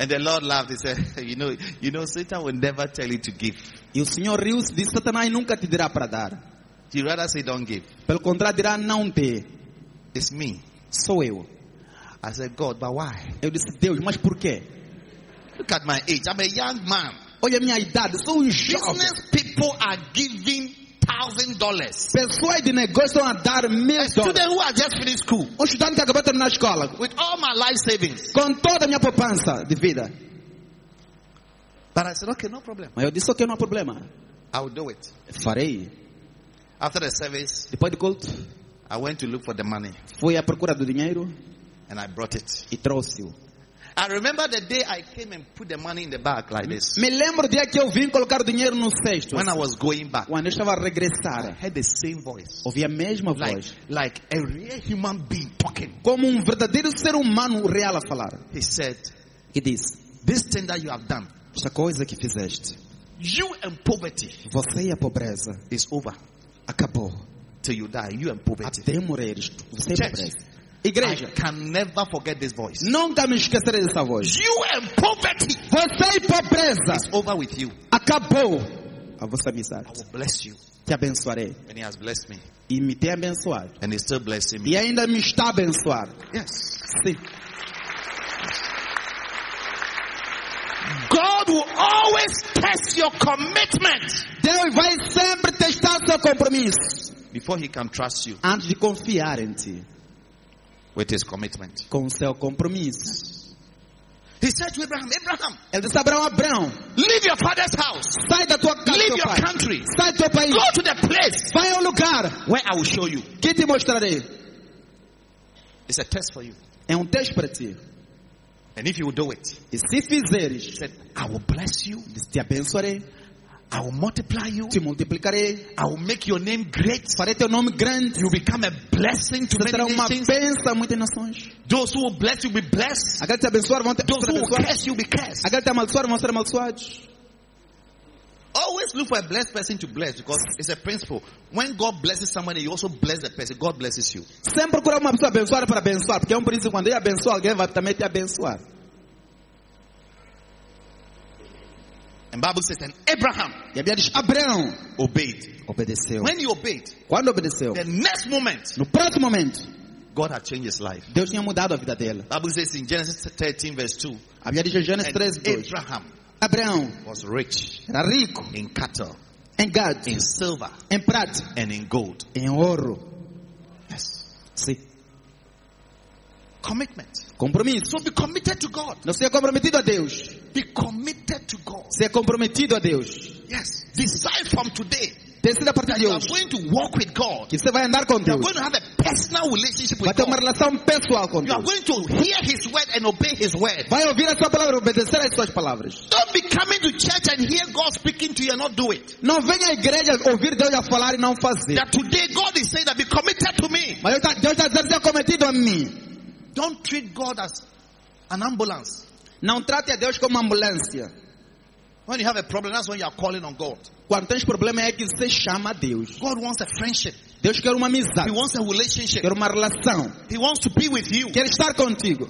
[SPEAKER 2] And the Lord laughed. He said, "You know, you know, Satan will never tell you to give.
[SPEAKER 3] E o Senhor riu-se e disse: Satanás nunca te dirá para dar.
[SPEAKER 2] He rather say, don't give.
[SPEAKER 3] Pelo contrário, dirá: Não dê.
[SPEAKER 2] It's me."
[SPEAKER 3] Sou eu.
[SPEAKER 2] I said, "God, but why?
[SPEAKER 3] Eu disse: Deus, mas por quê?
[SPEAKER 2] Look at my age. I'm a young man."
[SPEAKER 3] Olha a minha idade, sou um jovem.
[SPEAKER 2] Business people are giving thousand dollars.
[SPEAKER 3] Pessoas de negócio estão a dar mil
[SPEAKER 2] Students
[SPEAKER 3] dólares.
[SPEAKER 2] who have just finished school
[SPEAKER 3] Um estudante que acabou de terminar a escola,
[SPEAKER 2] with all my life savings.
[SPEAKER 3] com toda a minha poupança de vida,
[SPEAKER 2] But I said, okay, no problem.
[SPEAKER 3] Mas eu disse, ok, não há problema.
[SPEAKER 2] I will do it.
[SPEAKER 3] Farei.
[SPEAKER 2] After the service,
[SPEAKER 3] Depois do culto,
[SPEAKER 2] I went to look for the money
[SPEAKER 3] fui à procura do dinheiro
[SPEAKER 2] and I brought it.
[SPEAKER 3] e trouxe-o.
[SPEAKER 2] I remember the day I came and put the money in the bag like this.
[SPEAKER 3] Me lembro o dia que eu vim colocar o dinheiro no cesto.
[SPEAKER 2] When I was going back,
[SPEAKER 3] Quando eu estava a
[SPEAKER 2] I
[SPEAKER 3] regressar,
[SPEAKER 2] heard the same voice.
[SPEAKER 3] ouvi a mesma
[SPEAKER 2] Like,
[SPEAKER 3] voz.
[SPEAKER 2] like a real human being talking.
[SPEAKER 3] Como um verdadeiro ser humano real a falar.
[SPEAKER 2] He said,
[SPEAKER 3] Que disse,
[SPEAKER 2] This thing that you have done,
[SPEAKER 3] esta coisa que fizeste,
[SPEAKER 2] you and poverty
[SPEAKER 3] você e a pobreza,
[SPEAKER 2] is over.
[SPEAKER 3] acabou.
[SPEAKER 2] Till you die, you and poverty.
[SPEAKER 3] Até morreres, um você e a
[SPEAKER 2] Church.
[SPEAKER 3] pobreza.
[SPEAKER 2] I
[SPEAKER 3] Igreja,
[SPEAKER 2] can never forget this voice.
[SPEAKER 3] nunca me esquecerei dessa voz.
[SPEAKER 2] You and poverty
[SPEAKER 3] Você e pobreza,
[SPEAKER 2] is over with you.
[SPEAKER 3] acabou. A vossa
[SPEAKER 2] I
[SPEAKER 3] amizade.
[SPEAKER 2] will bless you.
[SPEAKER 3] Te abençoarei.
[SPEAKER 2] And he has blessed me.
[SPEAKER 3] E me tem abençoado.
[SPEAKER 2] And he's still blessing me.
[SPEAKER 3] E ainda me está a abençoar.
[SPEAKER 2] Yes.
[SPEAKER 3] Sim.
[SPEAKER 2] God will always test your commitment
[SPEAKER 3] Deus vai sempre testar seu compromisso.
[SPEAKER 2] before he can trust you
[SPEAKER 3] Antes de confiar em ti.
[SPEAKER 2] with his commitment.
[SPEAKER 3] com o seu compromisso.
[SPEAKER 2] He said to Abraham, Abraham,
[SPEAKER 3] Ele disse a Abraão, Abraão,
[SPEAKER 2] leave your father's house,
[SPEAKER 3] sai da tua casa,
[SPEAKER 2] leave
[SPEAKER 3] teu
[SPEAKER 2] your
[SPEAKER 3] pai.
[SPEAKER 2] country,
[SPEAKER 3] sai do teu país,
[SPEAKER 2] go to the place
[SPEAKER 3] vai ao lugar
[SPEAKER 2] where I will show you.
[SPEAKER 3] que te mostrarei.
[SPEAKER 2] It's a test for you.
[SPEAKER 3] É um teste para ti.
[SPEAKER 2] And if you will do it,
[SPEAKER 3] E se
[SPEAKER 2] he
[SPEAKER 3] fizeres,
[SPEAKER 2] said, I will bless you,
[SPEAKER 3] te abençoarei,
[SPEAKER 2] I will multiply you,
[SPEAKER 3] te multiplicarei,
[SPEAKER 2] I will make your name great.
[SPEAKER 3] farei teu nome grande.
[SPEAKER 2] You become a blessing to
[SPEAKER 3] Você será
[SPEAKER 2] many
[SPEAKER 3] uma
[SPEAKER 2] nations.
[SPEAKER 3] bênção a muitas nações.
[SPEAKER 2] Those who will bless you will be blessed.
[SPEAKER 3] Aqueles que te abençoar vão te
[SPEAKER 2] Those who will
[SPEAKER 3] abençoar.
[SPEAKER 2] curse you will be cursed.
[SPEAKER 3] Aqueles que te amaldiçoar vão ser amaldiçoados.
[SPEAKER 2] Always look for a blessed person to bless because it's a principle. When God blesses somebody, you also bless the person. God blesses you.
[SPEAKER 3] Sempre procurar uma pessoa abençoada para abençoar, porque é um princípio. Quando ele abençoa alguém, vai também te abençoar.
[SPEAKER 2] And Bible says, and Abraham
[SPEAKER 3] E a Bíblia diz, Abraão
[SPEAKER 2] obeyed.
[SPEAKER 3] obedeceu.
[SPEAKER 2] When he obeyed,
[SPEAKER 3] Quando obedeceu?
[SPEAKER 2] the next moment,
[SPEAKER 3] No próximo momento,
[SPEAKER 2] God had changed his life.
[SPEAKER 3] Deus tinha mudado a vida dele.
[SPEAKER 2] Bible says in Genesis 13 verse 2,
[SPEAKER 3] A Bíblia diz em Gênesis
[SPEAKER 2] and
[SPEAKER 3] 3, 2.
[SPEAKER 2] Abraham
[SPEAKER 3] Abraão
[SPEAKER 2] was rich
[SPEAKER 3] era rico
[SPEAKER 2] in cattle,
[SPEAKER 3] em gado,
[SPEAKER 2] in silver,
[SPEAKER 3] em prata,
[SPEAKER 2] and in gold.
[SPEAKER 3] em ouro.
[SPEAKER 2] Yes.
[SPEAKER 3] Sim.
[SPEAKER 2] Commitment.
[SPEAKER 3] Compromisso.
[SPEAKER 2] So be committed to God.
[SPEAKER 3] Não seja comprometido a Deus.
[SPEAKER 2] Be committed to God.
[SPEAKER 3] Seja comprometido a Deus.
[SPEAKER 2] Yes. Decide from today
[SPEAKER 3] Decida a partir
[SPEAKER 2] that
[SPEAKER 3] de
[SPEAKER 2] you are going
[SPEAKER 3] hoje
[SPEAKER 2] to walk with God.
[SPEAKER 3] que você vai andar com
[SPEAKER 2] You are
[SPEAKER 3] Deus.
[SPEAKER 2] going to have a personal relationship
[SPEAKER 3] Vai
[SPEAKER 2] with
[SPEAKER 3] ter uma
[SPEAKER 2] God.
[SPEAKER 3] relação pessoal com
[SPEAKER 2] You are going
[SPEAKER 3] Deus.
[SPEAKER 2] to hear His word and obey His word.
[SPEAKER 3] Vai ouvir a sua palavra e obedecer às suas palavras.
[SPEAKER 2] Don't be coming to church and hear God speaking to you and not do it.
[SPEAKER 3] Não venha à igreja ouvir Deus a falar e não fazer.
[SPEAKER 2] That today God is saying that be committed to me.
[SPEAKER 3] Mas Deus está Deus tá dizendo, seja cometido a mim.
[SPEAKER 2] Don't treat God as an ambulance.
[SPEAKER 3] Não trate a Deus como ambulância.
[SPEAKER 2] When you have a problem, that's when you are calling on God.
[SPEAKER 3] Quando tens problema é que você chama a Deus.
[SPEAKER 2] God wants a friendship.
[SPEAKER 3] Deus quer uma
[SPEAKER 2] He
[SPEAKER 3] amizade. um
[SPEAKER 2] wants a relationship.
[SPEAKER 3] Quer uma relação.
[SPEAKER 2] He wants to be with you.
[SPEAKER 3] Quer estar contigo.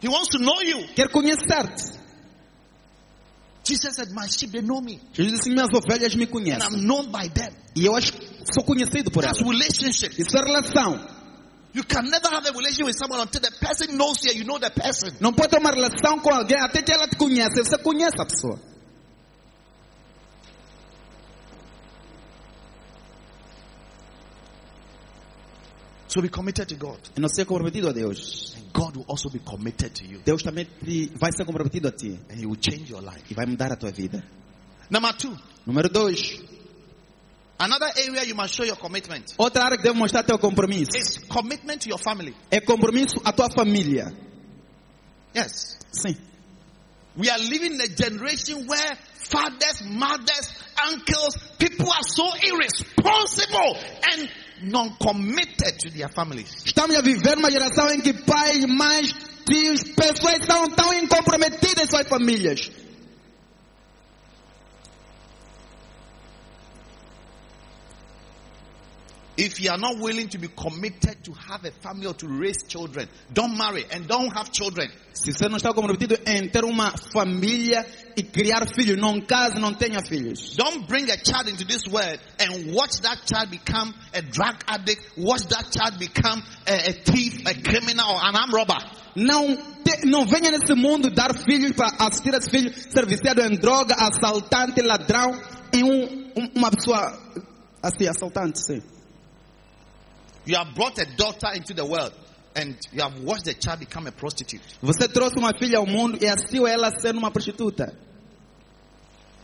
[SPEAKER 2] He wants to know you.
[SPEAKER 3] Quer conhecer-te.
[SPEAKER 2] Jesus said, My sheep, they know me.
[SPEAKER 3] Jesus disse, minhas ovelhas me
[SPEAKER 2] And
[SPEAKER 3] conhecem.
[SPEAKER 2] I'm known by them.
[SPEAKER 3] E eu acho que sou conhecido por
[SPEAKER 2] That's
[SPEAKER 3] elas.
[SPEAKER 2] relationship.
[SPEAKER 3] Isso é relação.
[SPEAKER 2] You can never have a relationship with someone until the person knows you and you know the person.
[SPEAKER 3] Não pode ter uma relação com alguém até que ela te conheça. Você conhece a pessoa.
[SPEAKER 2] So be committed to God.
[SPEAKER 3] E não ser comprometido a Deus.
[SPEAKER 2] And God will also be committed to you.
[SPEAKER 3] Deus também te- vai ser comprometido a ti.
[SPEAKER 2] And He will change your life.
[SPEAKER 3] E vai mudar a tua vida.
[SPEAKER 2] Number two,
[SPEAKER 3] Número dois.
[SPEAKER 2] another area you must show your commitment
[SPEAKER 3] Outra área que deve mostrar é teu compromisso.
[SPEAKER 2] is commitment to your family.
[SPEAKER 3] É compromisso à tua família.
[SPEAKER 2] Yes.
[SPEAKER 3] Sim.
[SPEAKER 2] We are living in a generation where fathers, mothers, uncles, people are so irresponsible and non-committed to their families.
[SPEAKER 3] Estamos a viver uma geração em que pais, mães, tios, pessoas são tão incomprometidas em suas famílias.
[SPEAKER 2] If you are not willing to be committed to have a family or to raise children, don't marry and don't have children.
[SPEAKER 3] Se você não está comprometido em ter uma família e criar filhos, não case, não tenha filhos.
[SPEAKER 2] Don't bring a child into this world and watch that child become a drug addict, watch that child become a, a thief, a criminal, or an armed robber.
[SPEAKER 3] Não, te- não venha nesse mundo dar filhos para assistir a esse filho ser viciado em droga, assaltante, ladrão e um, um- uma pessoa assim, assaltante, sim.
[SPEAKER 2] You have brought a daughter into the world and you have watched the child become a prostitute.
[SPEAKER 3] Você trouxe uma filha ao mundo e assistiu ela sendo uma prostituta.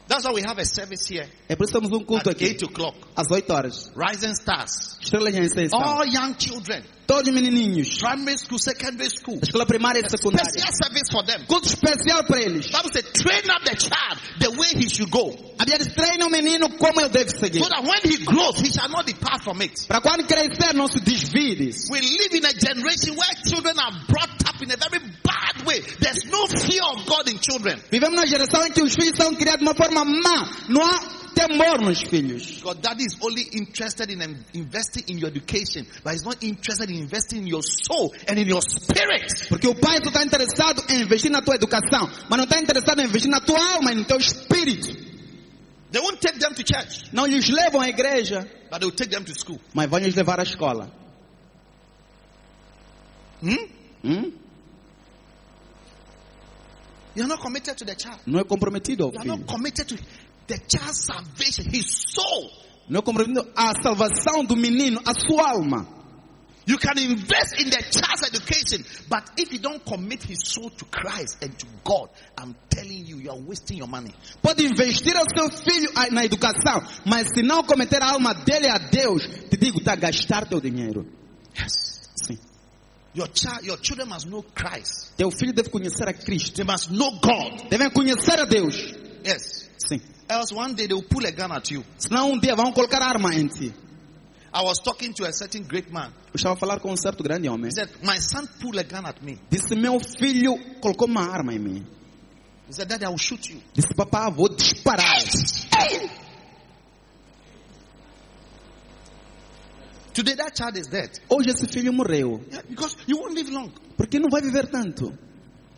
[SPEAKER 2] That's why we have a service here
[SPEAKER 3] É por isso que temos um culto
[SPEAKER 2] at
[SPEAKER 3] aqui,
[SPEAKER 2] 8 o'clock.
[SPEAKER 3] às 8 horas.
[SPEAKER 2] Rising Stars.
[SPEAKER 3] Estrelas em ascensão.
[SPEAKER 2] All young children,
[SPEAKER 3] Todos menininhos.
[SPEAKER 2] primary school, secondary school.
[SPEAKER 3] da Escola primária e secundária.
[SPEAKER 2] Special service for them.
[SPEAKER 3] Culto especial para eles.
[SPEAKER 2] Bible says, train up the child the way he should go.
[SPEAKER 3] A Bíblia diz, treina o menino como ele deve seguir.
[SPEAKER 2] So that when he grows, he shall not depart from it.
[SPEAKER 3] Para quando crescer, não se desvie disso.
[SPEAKER 2] We live in a generation where children are brought up in a very bad way. There's no fear of God in children.
[SPEAKER 3] Vivemos numa geração em que os filhos são criados de uma forma má. Não há temor nos filhos.
[SPEAKER 2] Because daddy is only interested in um, investing in your education, but he's not interested in investing in your soul and in your spirit.
[SPEAKER 3] Porque o pai só está interessado em investir na tua educação, mas não está interessado em investir na tua alma e no teu espírito.
[SPEAKER 2] They won't take them to church,
[SPEAKER 3] Não lhes levam à igreja,
[SPEAKER 2] but they'll take them to school.
[SPEAKER 3] mas vão lhes levar à escola.
[SPEAKER 2] Hmm?
[SPEAKER 3] Hum?
[SPEAKER 2] You're not committed to the child.
[SPEAKER 3] Não é comprometido ao
[SPEAKER 2] You're
[SPEAKER 3] filho.
[SPEAKER 2] not committed to the child's salvation, his soul.
[SPEAKER 3] Não é comprometido à salvação do menino, à sua alma.
[SPEAKER 2] You can invest in the child's education, but if you don't commit his soul to Christ and to God, I'm telling you, you're wasting your money.
[SPEAKER 3] Pode investir ao seu filho a- na educação, mas se não cometer a alma dele a Deus, te digo, está a gastar teu dinheiro.
[SPEAKER 2] Yes.
[SPEAKER 3] Sim.
[SPEAKER 2] Your child, your children must know Christ.
[SPEAKER 3] Teu filho deve conhecer a Cristo.
[SPEAKER 2] They must know God.
[SPEAKER 3] Devem conhecer a Deus.
[SPEAKER 2] Yes.
[SPEAKER 3] Sim.
[SPEAKER 2] Else one day they will pull a gun at you.
[SPEAKER 3] Senão um dia vão colocar arma em ti.
[SPEAKER 2] I was talking to a certain great man.
[SPEAKER 3] Eu estava a falar com um certo grande homem.
[SPEAKER 2] He said, My son pulled a gun at me.
[SPEAKER 3] Disse, meu filho colocou uma arma em mim.
[SPEAKER 2] He said, Daddy, I will shoot you.
[SPEAKER 3] Disse, papá, vou disparar.
[SPEAKER 2] Today that child is dead.
[SPEAKER 3] Hoje esse filho morreu.
[SPEAKER 2] Yeah, because you won't live long.
[SPEAKER 3] Porque não vai viver tanto.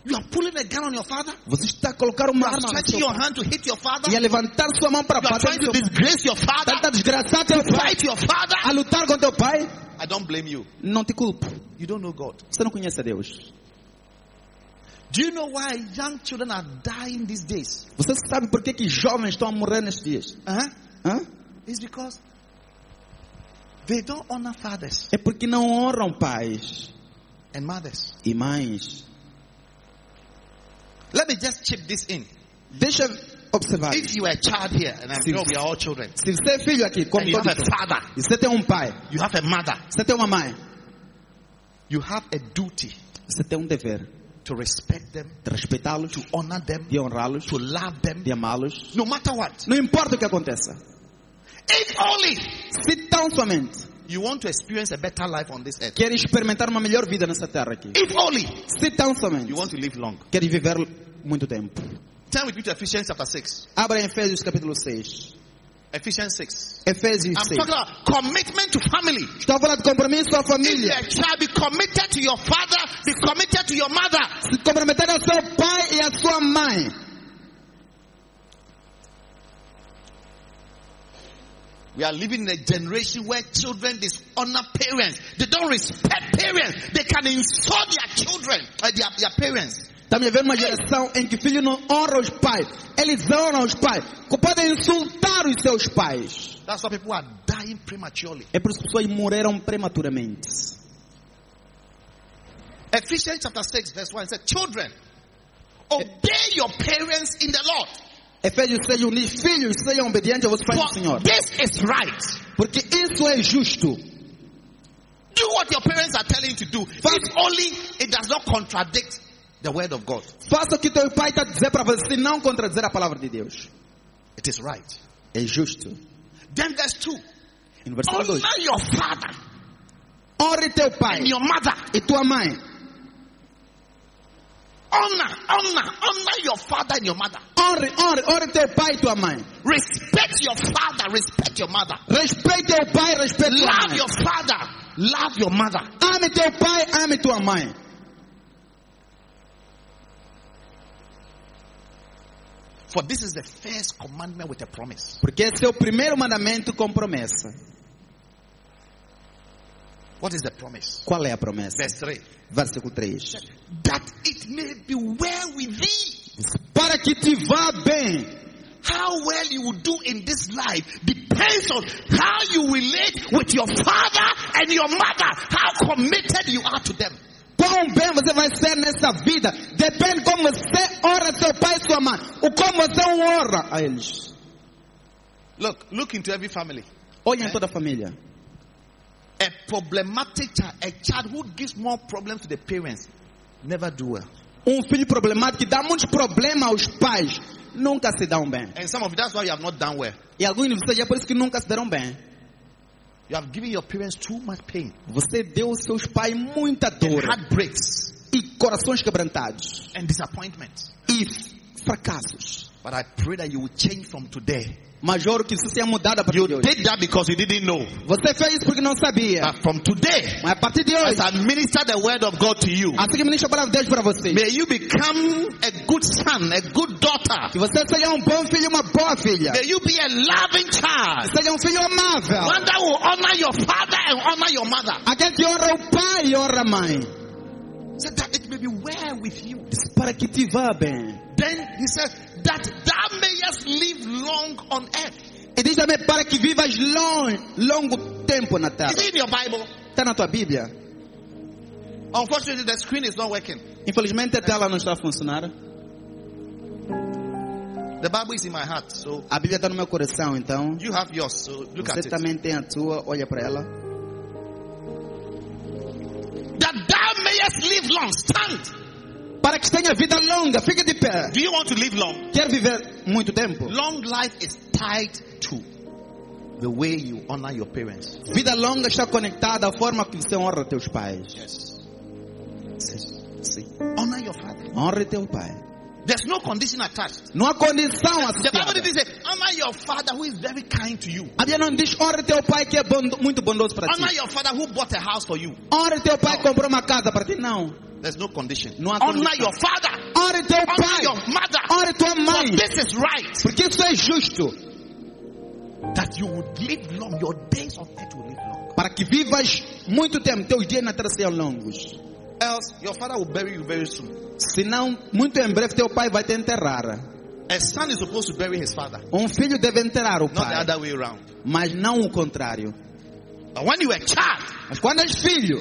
[SPEAKER 2] You are pulling a gun on your father.
[SPEAKER 3] Você está a colocar uma
[SPEAKER 2] You are
[SPEAKER 3] arma no
[SPEAKER 2] stretching
[SPEAKER 3] seu...
[SPEAKER 2] your hand to hit your father.
[SPEAKER 3] e a
[SPEAKER 2] You
[SPEAKER 3] levantar sua mão para
[SPEAKER 2] are
[SPEAKER 3] bater
[SPEAKER 2] trying
[SPEAKER 3] no
[SPEAKER 2] to
[SPEAKER 3] seu...
[SPEAKER 2] disgrace your father.
[SPEAKER 3] Tenta desgraçar teu pai.
[SPEAKER 2] Fight your father.
[SPEAKER 3] A lutar com teu pai.
[SPEAKER 2] I don't blame you.
[SPEAKER 3] Não te culpo.
[SPEAKER 2] You don't know God.
[SPEAKER 3] Você não conhece a Deus.
[SPEAKER 2] Do you know why young children are dying these days?
[SPEAKER 3] Você sabe por que que jovens estão a morrer nestes dias?
[SPEAKER 2] Uh-huh.
[SPEAKER 3] Hã?
[SPEAKER 2] It's because they don't honor fathers
[SPEAKER 3] É porque não honram pais
[SPEAKER 2] and mothers.
[SPEAKER 3] e mães.
[SPEAKER 2] Let me just chip this in.
[SPEAKER 3] Deixa observar.
[SPEAKER 2] If you are a child here, and I'm
[SPEAKER 3] Sim.
[SPEAKER 2] sure we are all children,
[SPEAKER 3] Se você é filho aqui, como
[SPEAKER 2] and you have
[SPEAKER 3] todos
[SPEAKER 2] a
[SPEAKER 3] nós,
[SPEAKER 2] father,
[SPEAKER 3] e você tem um pai,
[SPEAKER 2] you have a mother,
[SPEAKER 3] você tem uma mãe,
[SPEAKER 2] you have a duty
[SPEAKER 3] você tem um dever
[SPEAKER 2] to respect them,
[SPEAKER 3] de respeitá-los,
[SPEAKER 2] to honor them,
[SPEAKER 3] de honrá-los,
[SPEAKER 2] to love them,
[SPEAKER 3] de amá-los.
[SPEAKER 2] no matter what.
[SPEAKER 3] Não importa o que aconteça.
[SPEAKER 2] If only
[SPEAKER 3] Se tão somente
[SPEAKER 2] you want to experience a better life on this earth,
[SPEAKER 3] queres experimentar uma melhor vida nessa terra aqui,
[SPEAKER 2] if only
[SPEAKER 3] se tão somente
[SPEAKER 2] you want to live long.
[SPEAKER 3] queres viver muito tempo.
[SPEAKER 2] Turn with me to Ephesians chapter 6.
[SPEAKER 3] Abra em Efésios capítulo 6.
[SPEAKER 2] Ephesians 6.
[SPEAKER 3] Efésios
[SPEAKER 2] I'm
[SPEAKER 3] 6.
[SPEAKER 2] talking about commitment to family.
[SPEAKER 3] Estou a falar de compromisso à
[SPEAKER 2] If you're
[SPEAKER 3] família.
[SPEAKER 2] a child, be committed to your father, be committed to your mother.
[SPEAKER 3] Se comprometer ao seu pai e à sua mãe.
[SPEAKER 2] We are living in a generation where children dishonor parents. They don't respect parents. They can insult their children, uh, their, their parents.
[SPEAKER 3] Estamos vivendo Tá uma geração em que filhos não honram os pais. Eles honram os pais. que Podem insultar os seus pais.
[SPEAKER 2] That's why people are dying prematurely.
[SPEAKER 3] É por isso que pessoas morreram prematuramente.
[SPEAKER 2] Ephesians chapter 6 verse 1 said, Children, obey your parents in the Lord.
[SPEAKER 3] Efésios 6 diz, filhos, sejam obedientes a vossos pais, do Senhor.
[SPEAKER 2] For this is right.
[SPEAKER 3] Porque isso é justo.
[SPEAKER 2] Do what your parents are telling you to do. If only it does not contradict the word of God.
[SPEAKER 3] Faça o que teu pai está a dizer para você, se não contradizer a palavra de Deus.
[SPEAKER 2] It is right.
[SPEAKER 3] É justo.
[SPEAKER 2] Then verse 2.
[SPEAKER 3] E no versículo 2.
[SPEAKER 2] Honor your father
[SPEAKER 3] Honre teu pai
[SPEAKER 2] and your mother.
[SPEAKER 3] e tua mãe.
[SPEAKER 2] Honor, honor, honor your father and your mother.
[SPEAKER 3] Honre, honre, honre teu pai e tua mãe.
[SPEAKER 2] Respect your father, respect your mother.
[SPEAKER 3] Respeite teu pai, respeite tua
[SPEAKER 2] Love
[SPEAKER 3] mãe.
[SPEAKER 2] your father, love your mother.
[SPEAKER 3] Ame teu pai, ame tua mãe.
[SPEAKER 2] For this is the first commandment with a promise.
[SPEAKER 3] Porque esse é o primeiro mandamento com promessa.
[SPEAKER 2] What is the promise?
[SPEAKER 3] Qual é a promessa?
[SPEAKER 2] Verse 3.
[SPEAKER 3] Versículo 3.
[SPEAKER 2] That it may be well with thee.
[SPEAKER 3] Para que te vá bem,
[SPEAKER 2] How well you will do in this life depends on how you relate with your father and your mother, how committed you are to them.
[SPEAKER 3] quão bem você vai ser nessa vida, depende como você ora seu pai e sua mãe. O como dão honra a eles.
[SPEAKER 2] Look, look into every family.
[SPEAKER 3] Olhem toda a família.
[SPEAKER 2] A problematic child, a child who gives more problems to the parents, never do well.
[SPEAKER 3] Um filho problemático que dá muitos problemas aos pais nunca se dão bem.
[SPEAKER 2] And some of you, that's why you have not done well.
[SPEAKER 3] E alguns de vocês é por isso que nunca se deram bem.
[SPEAKER 2] You have given your parents too much pain,
[SPEAKER 3] Você deu aos seus pais muita
[SPEAKER 2] and
[SPEAKER 3] dor
[SPEAKER 2] heartbreaks,
[SPEAKER 3] e corações quebrantados
[SPEAKER 2] and disappointments.
[SPEAKER 3] e fracassos.
[SPEAKER 2] But I pray that you will change from today.
[SPEAKER 3] Mas oro que isso seja mudado a partir
[SPEAKER 2] You
[SPEAKER 3] de hoje.
[SPEAKER 2] did that because you didn't know.
[SPEAKER 3] Você fez isso porque não sabia.
[SPEAKER 2] But from today,
[SPEAKER 3] Mas a partir de
[SPEAKER 2] as
[SPEAKER 3] hoje,
[SPEAKER 2] I minister the word of God to you,
[SPEAKER 3] assim que ministro a palavra de Deus para vocês,
[SPEAKER 2] may you become a good son, a good
[SPEAKER 3] que
[SPEAKER 2] daughter.
[SPEAKER 3] você seja um bom filho e uma boa filha.
[SPEAKER 2] May you be a loving child.
[SPEAKER 3] Seja um filho amável.
[SPEAKER 2] One that will honor your father and honor your mother.
[SPEAKER 3] Aquele que honra o pai e honra a mãe.
[SPEAKER 2] So that it may be well with you.
[SPEAKER 3] Para que te vá bem.
[SPEAKER 2] Then he says, that thou mayest live long on earth.
[SPEAKER 3] E diz também para que vivas long, longo tempo na
[SPEAKER 2] Is
[SPEAKER 3] terra.
[SPEAKER 2] it in your Bible?
[SPEAKER 3] Está na tua Bíblia?
[SPEAKER 2] Unfortunately, the screen is not working.
[SPEAKER 3] Infelizmente a tela não está a funcionar.
[SPEAKER 2] The Bible is in my heart, so
[SPEAKER 3] A Bíblia está no meu coração, então.
[SPEAKER 2] you have yours. So look at
[SPEAKER 3] Você
[SPEAKER 2] it.
[SPEAKER 3] também tem a tua, olha para ela.
[SPEAKER 2] That thou mayest live long. Stand.
[SPEAKER 3] Para que tenha vida longa, fica de pé.
[SPEAKER 2] Do you want to live long?
[SPEAKER 3] Quer viver muito tempo?
[SPEAKER 2] Long life is tied to the way you honor your parents.
[SPEAKER 3] Vida longa está conectada à forma que você honra teus pais.
[SPEAKER 2] Yes. See, honor your father.
[SPEAKER 3] Honre teu pai.
[SPEAKER 2] There's no condition attached.
[SPEAKER 3] Não há condição assim,
[SPEAKER 2] The Bible
[SPEAKER 3] associada.
[SPEAKER 2] didn't say, honor your father who is very kind to you.
[SPEAKER 3] A Bíblia não diz honre teu pai que é bondo- muito bondoso para
[SPEAKER 2] Honor
[SPEAKER 3] ti.
[SPEAKER 2] your father who bought a house for you.
[SPEAKER 3] Honre teu pai que comprou uma casa para ti. Não.
[SPEAKER 2] There's no condition.
[SPEAKER 3] No
[SPEAKER 2] honor
[SPEAKER 3] condition.
[SPEAKER 2] your father.
[SPEAKER 3] Honre teu
[SPEAKER 2] Honor your
[SPEAKER 3] pai.
[SPEAKER 2] mother.
[SPEAKER 3] Honre tua
[SPEAKER 2] For
[SPEAKER 3] mãe.
[SPEAKER 2] this is right.
[SPEAKER 3] Porque isso é justo.
[SPEAKER 2] That you would live long. Your days on earth will live long.
[SPEAKER 3] Para que vivas muito tempo. Teus dias na terra sejam longos.
[SPEAKER 2] Else, your father will bury you very soon.
[SPEAKER 3] Senão, muito em breve teu pai vai te enterrar.
[SPEAKER 2] A son is supposed to bury his father,
[SPEAKER 3] Um filho deve enterrar o
[SPEAKER 2] not the
[SPEAKER 3] pai,
[SPEAKER 2] other way around.
[SPEAKER 3] mas não o contrário.
[SPEAKER 2] But when you are a child
[SPEAKER 3] Mas quando és filho,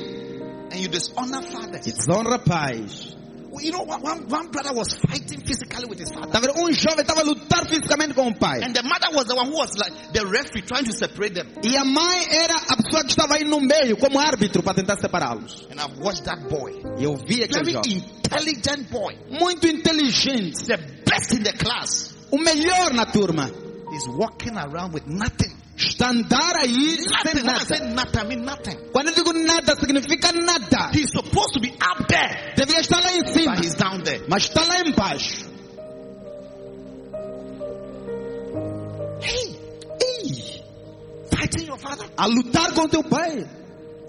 [SPEAKER 2] and you dishonor fathers,
[SPEAKER 3] que desonra pais.
[SPEAKER 2] Well, you know, one- one, one brother was fighting physically with his father.
[SPEAKER 3] Tá vendo? Um jovem estava a lutar fisicamente com o pai.
[SPEAKER 2] And the mother was the one who was like the referee trying to separate them.
[SPEAKER 3] E a mãe era a pessoa que estava aí no meio, como árbitro, para tentar separá-los.
[SPEAKER 2] And I've watched that boy.
[SPEAKER 3] E eu vi
[SPEAKER 2] Very
[SPEAKER 3] aquele jovem.
[SPEAKER 2] intelligent boy.
[SPEAKER 3] Muito inteligente.
[SPEAKER 2] The best in the class.
[SPEAKER 3] O melhor na turma.
[SPEAKER 2] He's walking around with nothing.
[SPEAKER 3] Está a andar aí sem
[SPEAKER 2] Nothing. When I
[SPEAKER 3] nada.
[SPEAKER 2] say nothing, I mean nothing.
[SPEAKER 3] Quando eu digo nada, significa nada.
[SPEAKER 2] He's supposed to be up there,
[SPEAKER 3] Devia estar lá em cima,
[SPEAKER 2] but he's down there.
[SPEAKER 3] mas está lá embaixo.
[SPEAKER 2] Hey,
[SPEAKER 3] Ei,
[SPEAKER 2] fighting your father.
[SPEAKER 3] a lutar com teu pai.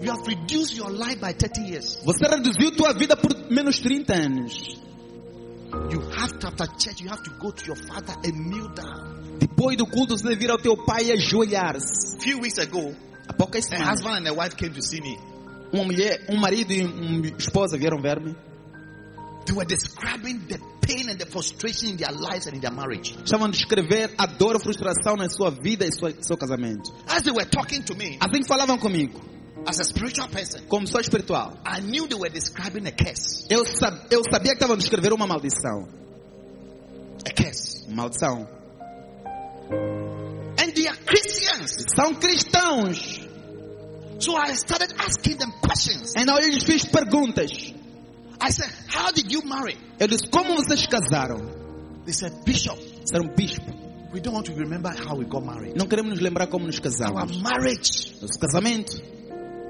[SPEAKER 2] You have reduced your life by 30 years.
[SPEAKER 3] Você reduziu tua vida por menos 30 anos.
[SPEAKER 2] You have to, after church, you have to go to your father and kneel down.
[SPEAKER 3] Depois do culto, você deve vir ao teu pai e ajoelhar-se.
[SPEAKER 2] A few weeks ago,
[SPEAKER 3] Há poucas
[SPEAKER 2] a
[SPEAKER 3] semanas,
[SPEAKER 2] husband and a wife came to see me.
[SPEAKER 3] uma mulher, um marido e uma esposa vieram ver-me.
[SPEAKER 2] They were describing the pain and the frustration in their lives and in their marriage.
[SPEAKER 3] Estavam a descrever a dor e frustração na sua vida e sua, seu casamento.
[SPEAKER 2] As they were talking to me,
[SPEAKER 3] Assim que falavam comigo,
[SPEAKER 2] as a spiritual person,
[SPEAKER 3] como sou espiritual,
[SPEAKER 2] I knew they were describing a curse.
[SPEAKER 3] eu, sab, eu sabia que estavam a descrever uma maldição.
[SPEAKER 2] A curse.
[SPEAKER 3] Maldição.
[SPEAKER 2] And they are Christians.
[SPEAKER 3] São cristãos.
[SPEAKER 2] So I started asking them questions.
[SPEAKER 3] Então eu lhes fiz perguntas.
[SPEAKER 2] I said, How did you marry?
[SPEAKER 3] Eu disse, como vocês casaram?
[SPEAKER 2] They said, Bishop,
[SPEAKER 3] Ser um bispo.
[SPEAKER 2] we don't want to remember how we got married.
[SPEAKER 3] Não queremos nos lembrar como nos
[SPEAKER 2] Our
[SPEAKER 3] casamos.
[SPEAKER 2] marriage.
[SPEAKER 3] Nosso casamento?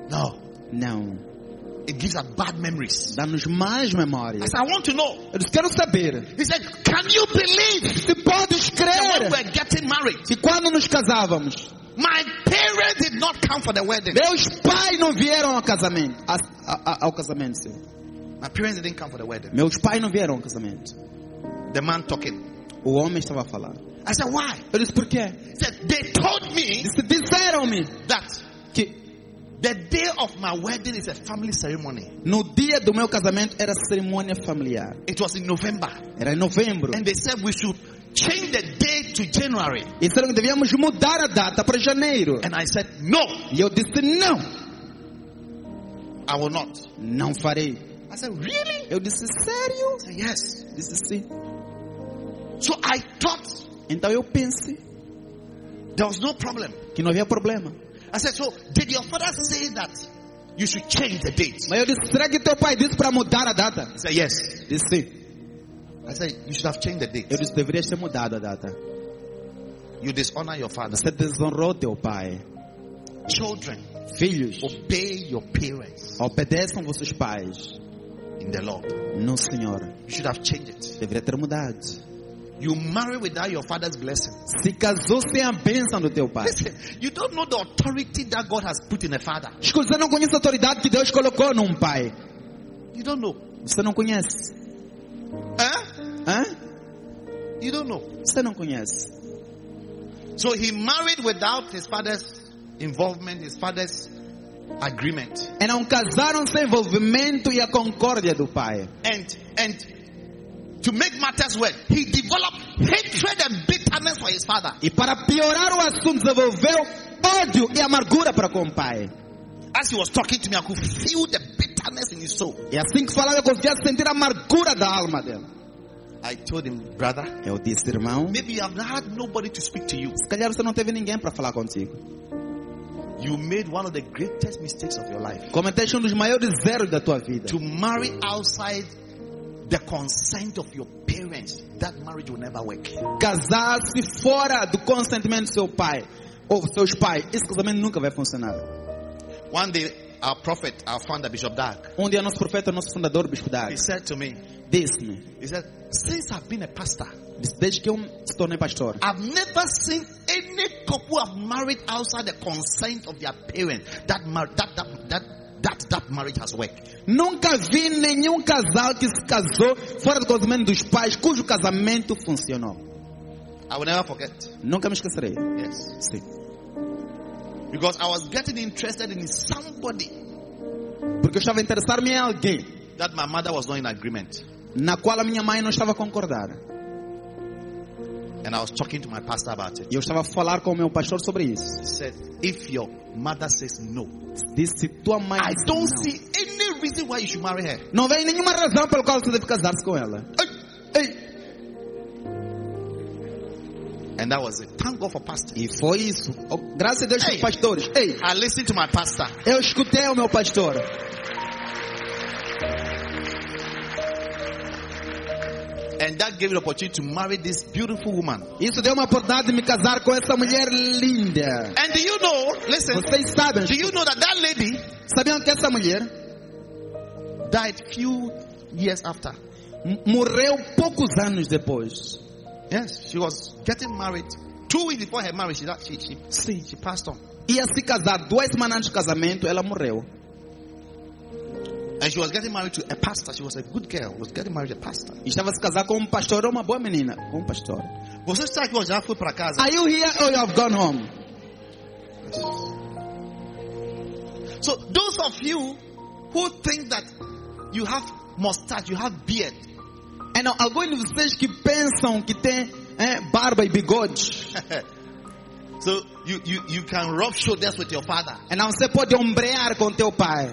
[SPEAKER 2] No.
[SPEAKER 3] Não.
[SPEAKER 2] It gives us bad memories.
[SPEAKER 3] Dá-nos mais
[SPEAKER 2] I
[SPEAKER 3] memórias.
[SPEAKER 2] said, I want to know.
[SPEAKER 3] Eu disse, quero saber.
[SPEAKER 2] He said, Can you believe
[SPEAKER 3] Se podes
[SPEAKER 2] that when
[SPEAKER 3] crer
[SPEAKER 2] we're getting married,
[SPEAKER 3] que quando nos casávamos,
[SPEAKER 2] my parents did not come for the wedding?
[SPEAKER 3] meus pais não vieram ao casamento. A, a, a, ao casamento, sim.
[SPEAKER 2] My parents didn't come for the wedding.
[SPEAKER 3] Meus pais não vieram ao casamento.
[SPEAKER 2] The man talking.
[SPEAKER 3] O homem estava a falar.
[SPEAKER 2] I said, Why?
[SPEAKER 3] Eu disse, por quê?
[SPEAKER 2] He said, They told me
[SPEAKER 3] Disse, Disseram-me
[SPEAKER 2] that
[SPEAKER 3] que
[SPEAKER 2] the day of my wedding is a family ceremony.
[SPEAKER 3] no dia do meu casamento era cerimônia familiar.
[SPEAKER 2] It was in November.
[SPEAKER 3] Era em novembro.
[SPEAKER 2] And they said we should change the day to January.
[SPEAKER 3] E disseram que devíamos mudar a data para janeiro.
[SPEAKER 2] And I said, No,
[SPEAKER 3] E eu disse, não,
[SPEAKER 2] I will not.
[SPEAKER 3] não farei.
[SPEAKER 2] I said, Really?
[SPEAKER 3] Eu disse, sério?
[SPEAKER 2] He said, Yes.
[SPEAKER 3] Disse sim.
[SPEAKER 2] So I thought
[SPEAKER 3] Então eu pensei
[SPEAKER 2] there was no problem.
[SPEAKER 3] que não havia problema.
[SPEAKER 2] I said, So did your father say that you should change the date?
[SPEAKER 3] Mas eu disse, será que teu pai disse para mudar a data?
[SPEAKER 2] He said, Yes.
[SPEAKER 3] Disse, sim.
[SPEAKER 2] I said, You should have changed the date.
[SPEAKER 3] Eu disse, deveria ser mudada a data.
[SPEAKER 2] You dishonor your father.
[SPEAKER 3] Você desonrou teu pai.
[SPEAKER 2] Children,
[SPEAKER 3] Filhos,
[SPEAKER 2] obey your parents
[SPEAKER 3] obedeçam vossos pais
[SPEAKER 2] in the Lord.
[SPEAKER 3] no Senhor.
[SPEAKER 2] You should have changed it.
[SPEAKER 3] Deveria ter mudado.
[SPEAKER 2] You marry without your father's blessing.
[SPEAKER 3] Se casou sem a bênção do teu pai.
[SPEAKER 2] Listen, you don't know the authority that God has put in a father.
[SPEAKER 3] Escuta, Você não conhece a autoridade que Deus colocou num pai.
[SPEAKER 2] You don't know.
[SPEAKER 3] Você não conhece.
[SPEAKER 2] Huh?
[SPEAKER 3] Hã?
[SPEAKER 2] You don't know.
[SPEAKER 3] Você não conhece.
[SPEAKER 2] So he married without his father's involvement, his father's agreement.
[SPEAKER 3] E não casaram sem envolvimento e a concórdia do pai.
[SPEAKER 2] And and to make matters worse, he developed hatred and bitterness for his father.
[SPEAKER 3] E para piorar o assunto, desenvolveu ódio e amargura para com o pai.
[SPEAKER 2] As he was talking to me, I could feel the bitterness in his soul.
[SPEAKER 3] E assim que falava, eu conseguia sentir a amargura da alma dele.
[SPEAKER 2] I told him, brother,
[SPEAKER 3] Eu disse, irmão,
[SPEAKER 2] maybe you have had nobody to speak to you.
[SPEAKER 3] se calhar você não teve ninguém para falar contigo.
[SPEAKER 2] You made one of the greatest mistakes of your life.
[SPEAKER 3] Cometeste um dos maiores erros da tua vida.
[SPEAKER 2] To marry outside the consent of your parents, that marriage will never work.
[SPEAKER 3] Casar-se fora do consentimento do seu pai ou dos seus pais, esse casamento nunca vai funcionar.
[SPEAKER 2] One day, our prophet, our founder, Bishop Dark,
[SPEAKER 3] Um dia, nosso profeta, nosso fundador, Bispo
[SPEAKER 2] he
[SPEAKER 3] Darius,
[SPEAKER 2] said to me,
[SPEAKER 3] disse-me:
[SPEAKER 2] he said, since I've been a pastor,
[SPEAKER 3] disse, Desde que eu me tornei pastor,
[SPEAKER 2] I've never seen any couple have married outside the consent of their parents. That mar- that that that that that marriage has worked.
[SPEAKER 3] nunca vi nenhum casal que se casou fora do consentimento dos pais, cujo casamento funcionou.
[SPEAKER 2] I will never forget.
[SPEAKER 3] Nunca me esquecerei.
[SPEAKER 2] Yes,
[SPEAKER 3] Sim.
[SPEAKER 2] because I was getting interested in somebody
[SPEAKER 3] Porque eu estava a interessar-me em alguém
[SPEAKER 2] that my mother was not in agreement,
[SPEAKER 3] na qual a minha mãe não estava a concordar.
[SPEAKER 2] and I was talking to my pastor about it.
[SPEAKER 3] E eu estava a falar com o meu pastor sobre isso.
[SPEAKER 2] He said, "If your mother says no,
[SPEAKER 3] Disse: Se tua mãe.
[SPEAKER 2] I
[SPEAKER 3] disse
[SPEAKER 2] don't
[SPEAKER 3] não,
[SPEAKER 2] see any reason why you should marry her."
[SPEAKER 3] Não vem nenhuma razão pelo qual você deve casar-se com ela.
[SPEAKER 2] And that was it. Thank God for pastor.
[SPEAKER 3] E foi isso. Oh, Graças a Deus
[SPEAKER 2] Ei.
[SPEAKER 3] pelos pastores. Ei,
[SPEAKER 2] I listened to my pastor.
[SPEAKER 3] eu escutei o meu pastor.
[SPEAKER 2] And that gave me the opportunity to marry this beautiful woman.
[SPEAKER 3] Isso deu uma oportunidade de me casar com essa mulher linda.
[SPEAKER 2] And do you know, listen,
[SPEAKER 3] Vocês sabem,
[SPEAKER 2] do you know that that lady
[SPEAKER 3] sabiam que essa mulher
[SPEAKER 2] died few years after?
[SPEAKER 3] m- morreu poucos anos depois.
[SPEAKER 2] Yes, she was getting married. Two weeks before her marriage, she, she, she, she passed on.
[SPEAKER 3] Ia se casar duas semanas antes do casamento, ela morreu.
[SPEAKER 2] And she was getting married to a pastor. She was a good girl. Was getting married to a pastor.
[SPEAKER 3] E estava a se casar com um pastor, era uma boa menina. Com um pastor.
[SPEAKER 2] Você está que eu já fui para casa.
[SPEAKER 3] Are you here or you have gone home?
[SPEAKER 2] So those of you who think that you have mustache, you have beard,
[SPEAKER 3] É, não, alguns de vocês que pensam que tem é, barba e bigode.
[SPEAKER 2] so you, you, you can rub shoulders with your father.
[SPEAKER 3] É, não, você pode ombrear com teu pai.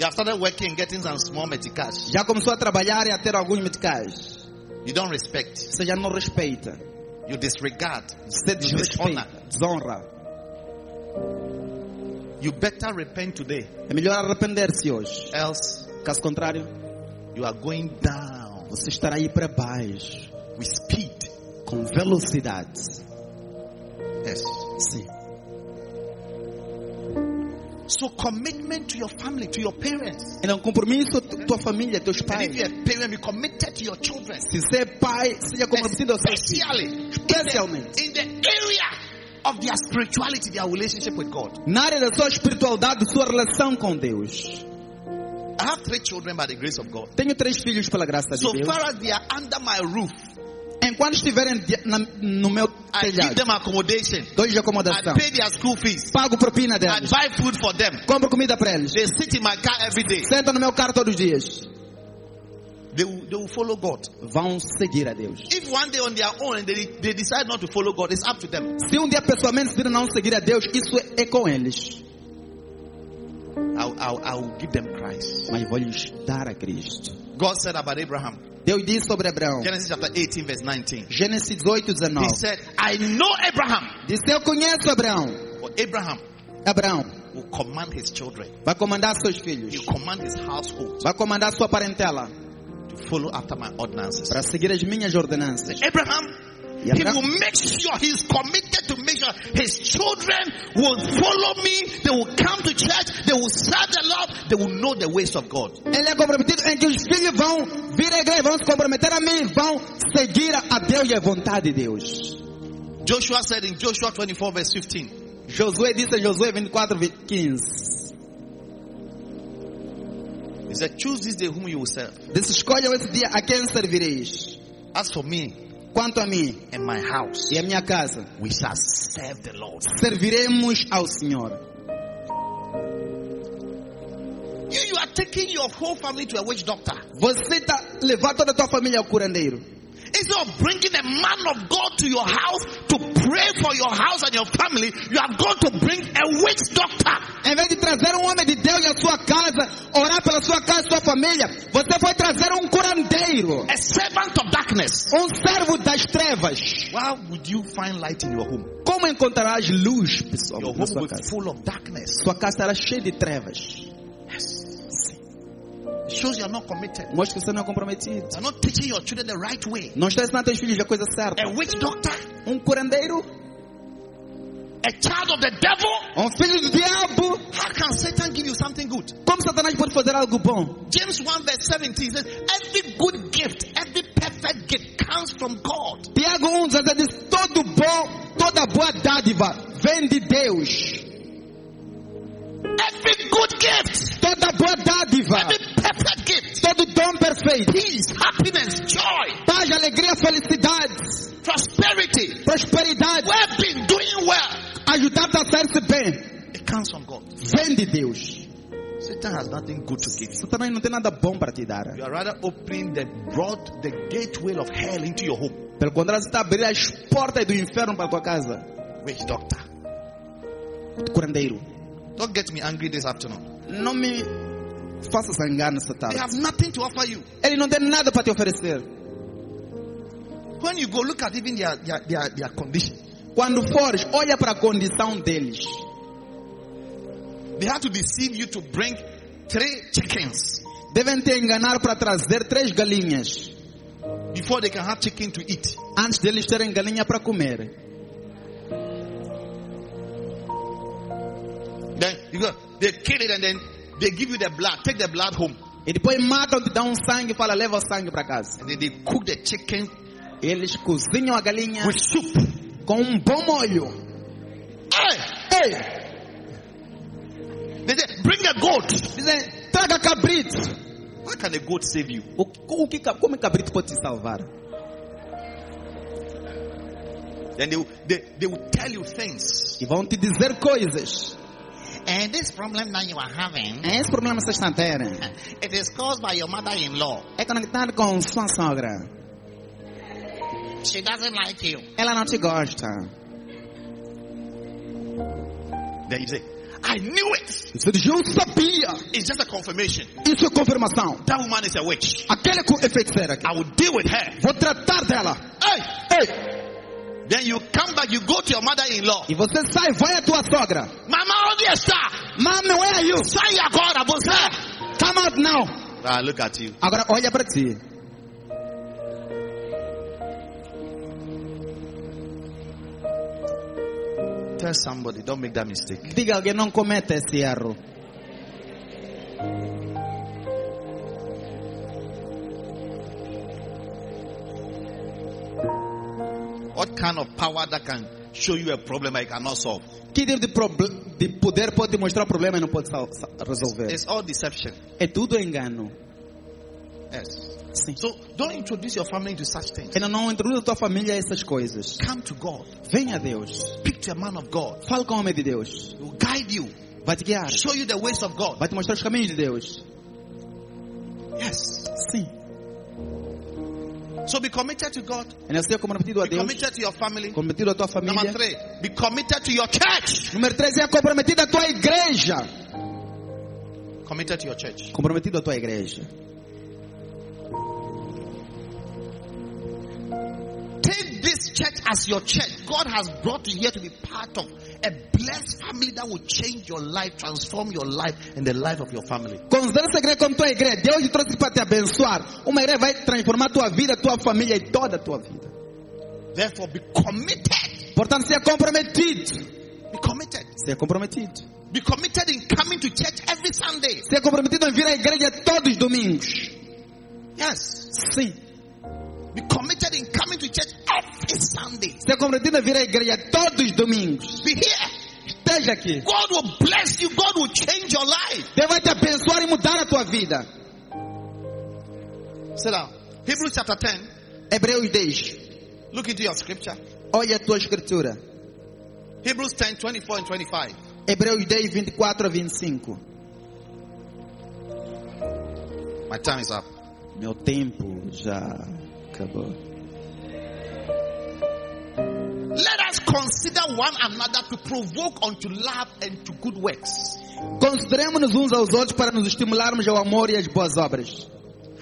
[SPEAKER 2] You have started working and getting some small meticas.
[SPEAKER 3] Já começou a trabalhar e a ter alguns meticais.
[SPEAKER 2] You don't respect.
[SPEAKER 3] Você já não respeita.
[SPEAKER 2] You disregard.
[SPEAKER 3] Você
[SPEAKER 2] You dishonor.
[SPEAKER 3] desrespeita. Desonra.
[SPEAKER 2] You better repent today,
[SPEAKER 3] É melhor arrepender-se hoje.
[SPEAKER 2] else
[SPEAKER 3] Caso contrário,
[SPEAKER 2] you are going down
[SPEAKER 3] você estará aí para baixo,
[SPEAKER 2] with speed.
[SPEAKER 3] com velocidade.
[SPEAKER 2] Yes.
[SPEAKER 3] Sim.
[SPEAKER 2] So commitment to your family, to your parents.
[SPEAKER 3] Então, compromisso à tua família, teus
[SPEAKER 2] And if
[SPEAKER 3] pais.
[SPEAKER 2] you're a parent, be committed to your children.
[SPEAKER 3] Se você é pai, seja comprometido aos seus filhos.
[SPEAKER 2] Especially in
[SPEAKER 3] Especialmente
[SPEAKER 2] the area of their spirituality, their relationship with God.
[SPEAKER 3] na área da sua espiritualidade, da sua relação com Deus.
[SPEAKER 2] I have three children by the grace of God.
[SPEAKER 3] Tenho três filhos pela graça de
[SPEAKER 2] So
[SPEAKER 3] Deus.
[SPEAKER 2] far as they are under my roof,
[SPEAKER 3] Enquanto estiverem di- na- no meu
[SPEAKER 2] I give
[SPEAKER 3] telhado,
[SPEAKER 2] them accommodation.
[SPEAKER 3] dois de
[SPEAKER 2] I
[SPEAKER 3] acomodação.
[SPEAKER 2] pay their school fees.
[SPEAKER 3] Pago propina
[SPEAKER 2] I
[SPEAKER 3] deles.
[SPEAKER 2] buy food for them.
[SPEAKER 3] Compro comida para eles.
[SPEAKER 2] They sit in my car every day.
[SPEAKER 3] Sentam no meu carro todos os dias.
[SPEAKER 2] They will, they will follow God.
[SPEAKER 3] Vão seguir a Deus.
[SPEAKER 2] If one day on their own and they, they decide not to follow God, it's up to them.
[SPEAKER 3] Se um dia pessoalmente decidirem não seguir a Deus, isso é- é com eles.
[SPEAKER 2] I'll, I'll, I'll give them Christ.
[SPEAKER 3] Mas vou lhes dar a Cristo.
[SPEAKER 2] God said about Abraham,
[SPEAKER 3] Deus disse sobre Abraão.
[SPEAKER 2] Genesis chapter 18, verse 19.
[SPEAKER 3] Gênesis 18,
[SPEAKER 2] He
[SPEAKER 3] 19.
[SPEAKER 2] said, I know Abraham.
[SPEAKER 3] Disse, eu conheço Abraão.
[SPEAKER 2] But Abraham
[SPEAKER 3] Abraão
[SPEAKER 2] will command his children,
[SPEAKER 3] vai comandar seus
[SPEAKER 2] he
[SPEAKER 3] filhos.
[SPEAKER 2] will command his household
[SPEAKER 3] Vai comandar sua parentela.
[SPEAKER 2] to follow after my ordinances.
[SPEAKER 3] Para seguir as minhas ordenances.
[SPEAKER 2] Abraham,
[SPEAKER 3] E Abraão-
[SPEAKER 2] he will make sure he's committed to make sure his children will follow me, they will come to church, they will serve the Lord, they will know the ways of God.
[SPEAKER 3] Ele é comprometido em que os filhos vão vir à igreja, vão se comprometer a mim, vão seguir a Deus e a vontade de Deus.
[SPEAKER 2] Joshua said in Joshua 24, verse 15,
[SPEAKER 3] Josué disse em Josué 24, 15.
[SPEAKER 2] he said, Choose this day whom you will serve.
[SPEAKER 3] Disse, escolham esse dia a quem servireis.
[SPEAKER 2] As for me
[SPEAKER 3] Quanto a mim
[SPEAKER 2] and my house,
[SPEAKER 3] e a minha casa,
[SPEAKER 2] we shall serve the Lord.
[SPEAKER 3] serviremos ao Senhor.
[SPEAKER 2] You, you are taking your whole family to a witch doctor.
[SPEAKER 3] Você está levando toda a tua família ao curandeiro.
[SPEAKER 2] Instead of bringing a man of God to your house to pray for your house and your family, you have gone to bring a witch doctor.
[SPEAKER 3] Em vez de trazer um homem de Deus à sua casa, orar pela sua casa e sua família, você foi trazer um curandeiro,
[SPEAKER 2] A servant of darkness.
[SPEAKER 3] um servo das trevas.
[SPEAKER 2] Why would you find light in your home?
[SPEAKER 3] Como encontrarás luz, pessoal,
[SPEAKER 2] Your
[SPEAKER 3] na
[SPEAKER 2] home will
[SPEAKER 3] sua
[SPEAKER 2] be
[SPEAKER 3] casa?
[SPEAKER 2] full of darkness.
[SPEAKER 3] Sua casa estará cheia de trevas.
[SPEAKER 2] It shows you are not committed.
[SPEAKER 3] Mostra que você não é comprometido.
[SPEAKER 2] You are not teaching your children the right way.
[SPEAKER 3] Não está ensinando teus filhos a coisa certa.
[SPEAKER 2] A witch doctor,
[SPEAKER 3] Um curandeiro,
[SPEAKER 2] a child of the devil.
[SPEAKER 3] um filho do diabo.
[SPEAKER 2] How can Satan give you something good?
[SPEAKER 3] Como Satanás pode fazer algo bom?
[SPEAKER 2] James 1 verse 17 says, Every good gift, every perfect gift comes from God.
[SPEAKER 3] Tiago 1, 17 diz: Todo bom, toda boa dádiva vem de Deus.
[SPEAKER 2] Every good gift,
[SPEAKER 3] Toda boa dádiva,
[SPEAKER 2] every perfect gift,
[SPEAKER 3] todo dom perfeito,
[SPEAKER 2] peace, happiness, joy,
[SPEAKER 3] paz, alegria, felicidade,
[SPEAKER 2] prosperity,
[SPEAKER 3] prosperidade,
[SPEAKER 2] well being, doing well,
[SPEAKER 3] ajudar-te a sair-se bem,
[SPEAKER 2] it comes from God.
[SPEAKER 3] vem de Deus.
[SPEAKER 2] Satan has nothing good to give you.
[SPEAKER 3] Satanás não tem nada bom para te dar.
[SPEAKER 2] You are rather opening the broad, the gateway of hell into your home.
[SPEAKER 3] Pelo contrário, você está abrindo as portas do inferno para a tua casa.
[SPEAKER 2] Witch doctor.
[SPEAKER 3] Curandeiro.
[SPEAKER 2] Don't get me angry this afternoon.
[SPEAKER 3] Não me faça zangar nessa
[SPEAKER 2] They
[SPEAKER 3] tarde.
[SPEAKER 2] have nothing to offer you.
[SPEAKER 3] Ele não tem nada para te oferecer.
[SPEAKER 2] When you go, look at even their, their, their, their condition.
[SPEAKER 3] Quando fores, olha para a condição deles.
[SPEAKER 2] They had to deceive you to bring three chickens
[SPEAKER 3] Devem te enganar para trazer três galinhas
[SPEAKER 2] before they can have chicken to eat.
[SPEAKER 3] antes deles terem galinha para comer.
[SPEAKER 2] Then you go, they kill it and then they give you the blood. Take the blood home.
[SPEAKER 3] E depois matam, te dão um sangue e fala leva o sangue para casa.
[SPEAKER 2] And then they cook the chicken
[SPEAKER 3] Eles cozinham a galinha
[SPEAKER 2] with soup.
[SPEAKER 3] com um bom molho.
[SPEAKER 2] Hey!
[SPEAKER 3] Ei,
[SPEAKER 2] They say, bring a goat.
[SPEAKER 3] dizem, traga cabrito.
[SPEAKER 2] How can a goat save you?
[SPEAKER 3] O, o que, como cabrito pode te salvar?
[SPEAKER 2] Then they, will- they, they will tell you things.
[SPEAKER 3] E vão te dizer coisas.
[SPEAKER 2] And this problem that you are having,
[SPEAKER 3] É esse problema que vocês estão a ter.
[SPEAKER 2] it is caused by your mother-in-law.
[SPEAKER 3] É conectado com sua sogra.
[SPEAKER 2] She doesn't like you.
[SPEAKER 3] Ela não te gosta.
[SPEAKER 2] Then you say, I knew it.
[SPEAKER 3] Você diz, eu sabia.
[SPEAKER 2] It's just a confirmation.
[SPEAKER 3] Isso é confirmação.
[SPEAKER 2] That woman is a witch.
[SPEAKER 3] Aquele cu- é feiticeira aqui.
[SPEAKER 2] I will deal with her.
[SPEAKER 3] Vou tratar dela.
[SPEAKER 2] Hey!
[SPEAKER 3] Ei!
[SPEAKER 2] Then you come back, you go to your mother-in-law.
[SPEAKER 3] E você sai, vai à tua sogra.
[SPEAKER 2] Mama, onde está?
[SPEAKER 3] Mama, where are you?
[SPEAKER 2] Sai agora, você!
[SPEAKER 3] Come out now.
[SPEAKER 2] Ah, look at you.
[SPEAKER 3] Agora olha para ti.
[SPEAKER 2] Tell somebody, don't make that mistake.
[SPEAKER 3] Diga alguém, não cometa esse erro.
[SPEAKER 2] What kind of power that can show you a problem I cannot solve?
[SPEAKER 3] Que tipo de, proble- de poder pode te mostrar o problema e não pode sal- sal- resolver?
[SPEAKER 2] It's all deception.
[SPEAKER 3] É tudo engano.
[SPEAKER 2] Yes.
[SPEAKER 3] Sim.
[SPEAKER 2] So don't introduce your family into such things.
[SPEAKER 3] Ainda É não introduza a tua família a essas coisas.
[SPEAKER 2] Come to God.
[SPEAKER 3] Venha a Deus.
[SPEAKER 2] Speak to a man of God.
[SPEAKER 3] Fala com o homem de Deus.
[SPEAKER 2] He will guide you.
[SPEAKER 3] Vai te guiar.
[SPEAKER 2] Show you the ways of God.
[SPEAKER 3] Vai te mostrar os caminhos de Deus.
[SPEAKER 2] Yes.
[SPEAKER 3] Sim.
[SPEAKER 2] So be committed to God.
[SPEAKER 3] Ainda seja comprometido a
[SPEAKER 2] Be
[SPEAKER 3] Deus.
[SPEAKER 2] committed to your family.
[SPEAKER 3] Comprometido à tua
[SPEAKER 2] Number
[SPEAKER 3] família.
[SPEAKER 2] three, be committed to your church.
[SPEAKER 3] Número 3 é comprometido à tua igreja.
[SPEAKER 2] Committed to your church.
[SPEAKER 3] Comprometido à tua igreja.
[SPEAKER 2] church as your church. God has brought you here to be part of a blessed family that will change your life, transform your life, and the life of your family.
[SPEAKER 3] Considera essa igreja como tua igreja. Deus te trouxe para te abençoar. Uma igreja vai transformar tua vida, tua família e toda a tua vida.
[SPEAKER 2] Therefore, be committed.
[SPEAKER 3] Portanto, seja comprometido.
[SPEAKER 2] Be committed.
[SPEAKER 3] Seja comprometido.
[SPEAKER 2] Be committed in coming to church every Sunday.
[SPEAKER 3] Seja é comprometido em vir à igreja todos os domingos.
[SPEAKER 2] Yes.
[SPEAKER 3] Sim.
[SPEAKER 2] Be committed in coming to church every Sunday.
[SPEAKER 3] Seja é comprometido em vir à igreja todos os domingos.
[SPEAKER 2] Be here.
[SPEAKER 3] Esteja aqui.
[SPEAKER 2] God will bless you. God will change your life.
[SPEAKER 3] Deus vai te abençoar e mudar a tua vida.
[SPEAKER 2] Sit down. Hebrews chapter 10.
[SPEAKER 3] Hebreus 10.
[SPEAKER 2] Look into your scripture.
[SPEAKER 3] Olha a tua escritura.
[SPEAKER 2] Hebrews 10, 24 and 25.
[SPEAKER 3] Hebreus 10, 24 a 25.
[SPEAKER 2] My time is up.
[SPEAKER 1] Meu tempo já acabou.
[SPEAKER 2] Let us consider one another to provoke unto love and to good works.
[SPEAKER 3] Consideremos-nos uns aos outros para nos estimularmos ao amor e às boas obras.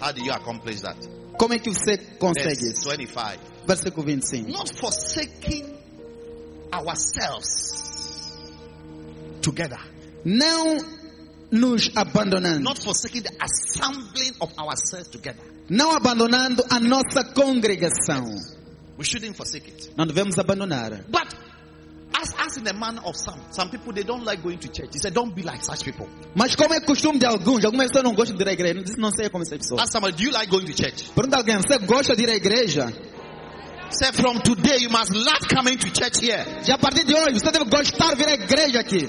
[SPEAKER 2] How do you accomplish that?
[SPEAKER 3] Como é que você consegue
[SPEAKER 2] Verse
[SPEAKER 3] isso?
[SPEAKER 2] 25.
[SPEAKER 3] Versículo 25.
[SPEAKER 2] Not forsaking ourselves together.
[SPEAKER 3] Não nos abandonando,
[SPEAKER 2] Not forsaking the assembling of ourselves together.
[SPEAKER 3] não abandonando a nossa congregação.
[SPEAKER 2] We shouldn't forsake it.
[SPEAKER 3] Não devemos abandonar.
[SPEAKER 2] But as, as in the manner of some, some people they don't like going to church. He said, Don't be like such people.
[SPEAKER 3] Mas como é costume de alguns, algumas pessoas não gostam de ir à igreja. Não disse, não sei como essa pessoa.
[SPEAKER 2] Ask somebody, Do you like going to church?
[SPEAKER 3] Pergunta a alguém, você gosta de ir à igreja?
[SPEAKER 2] Say, From today, you must love coming to church here.
[SPEAKER 3] Já a partir de hoje, você deve gostar de vir à igreja aqui.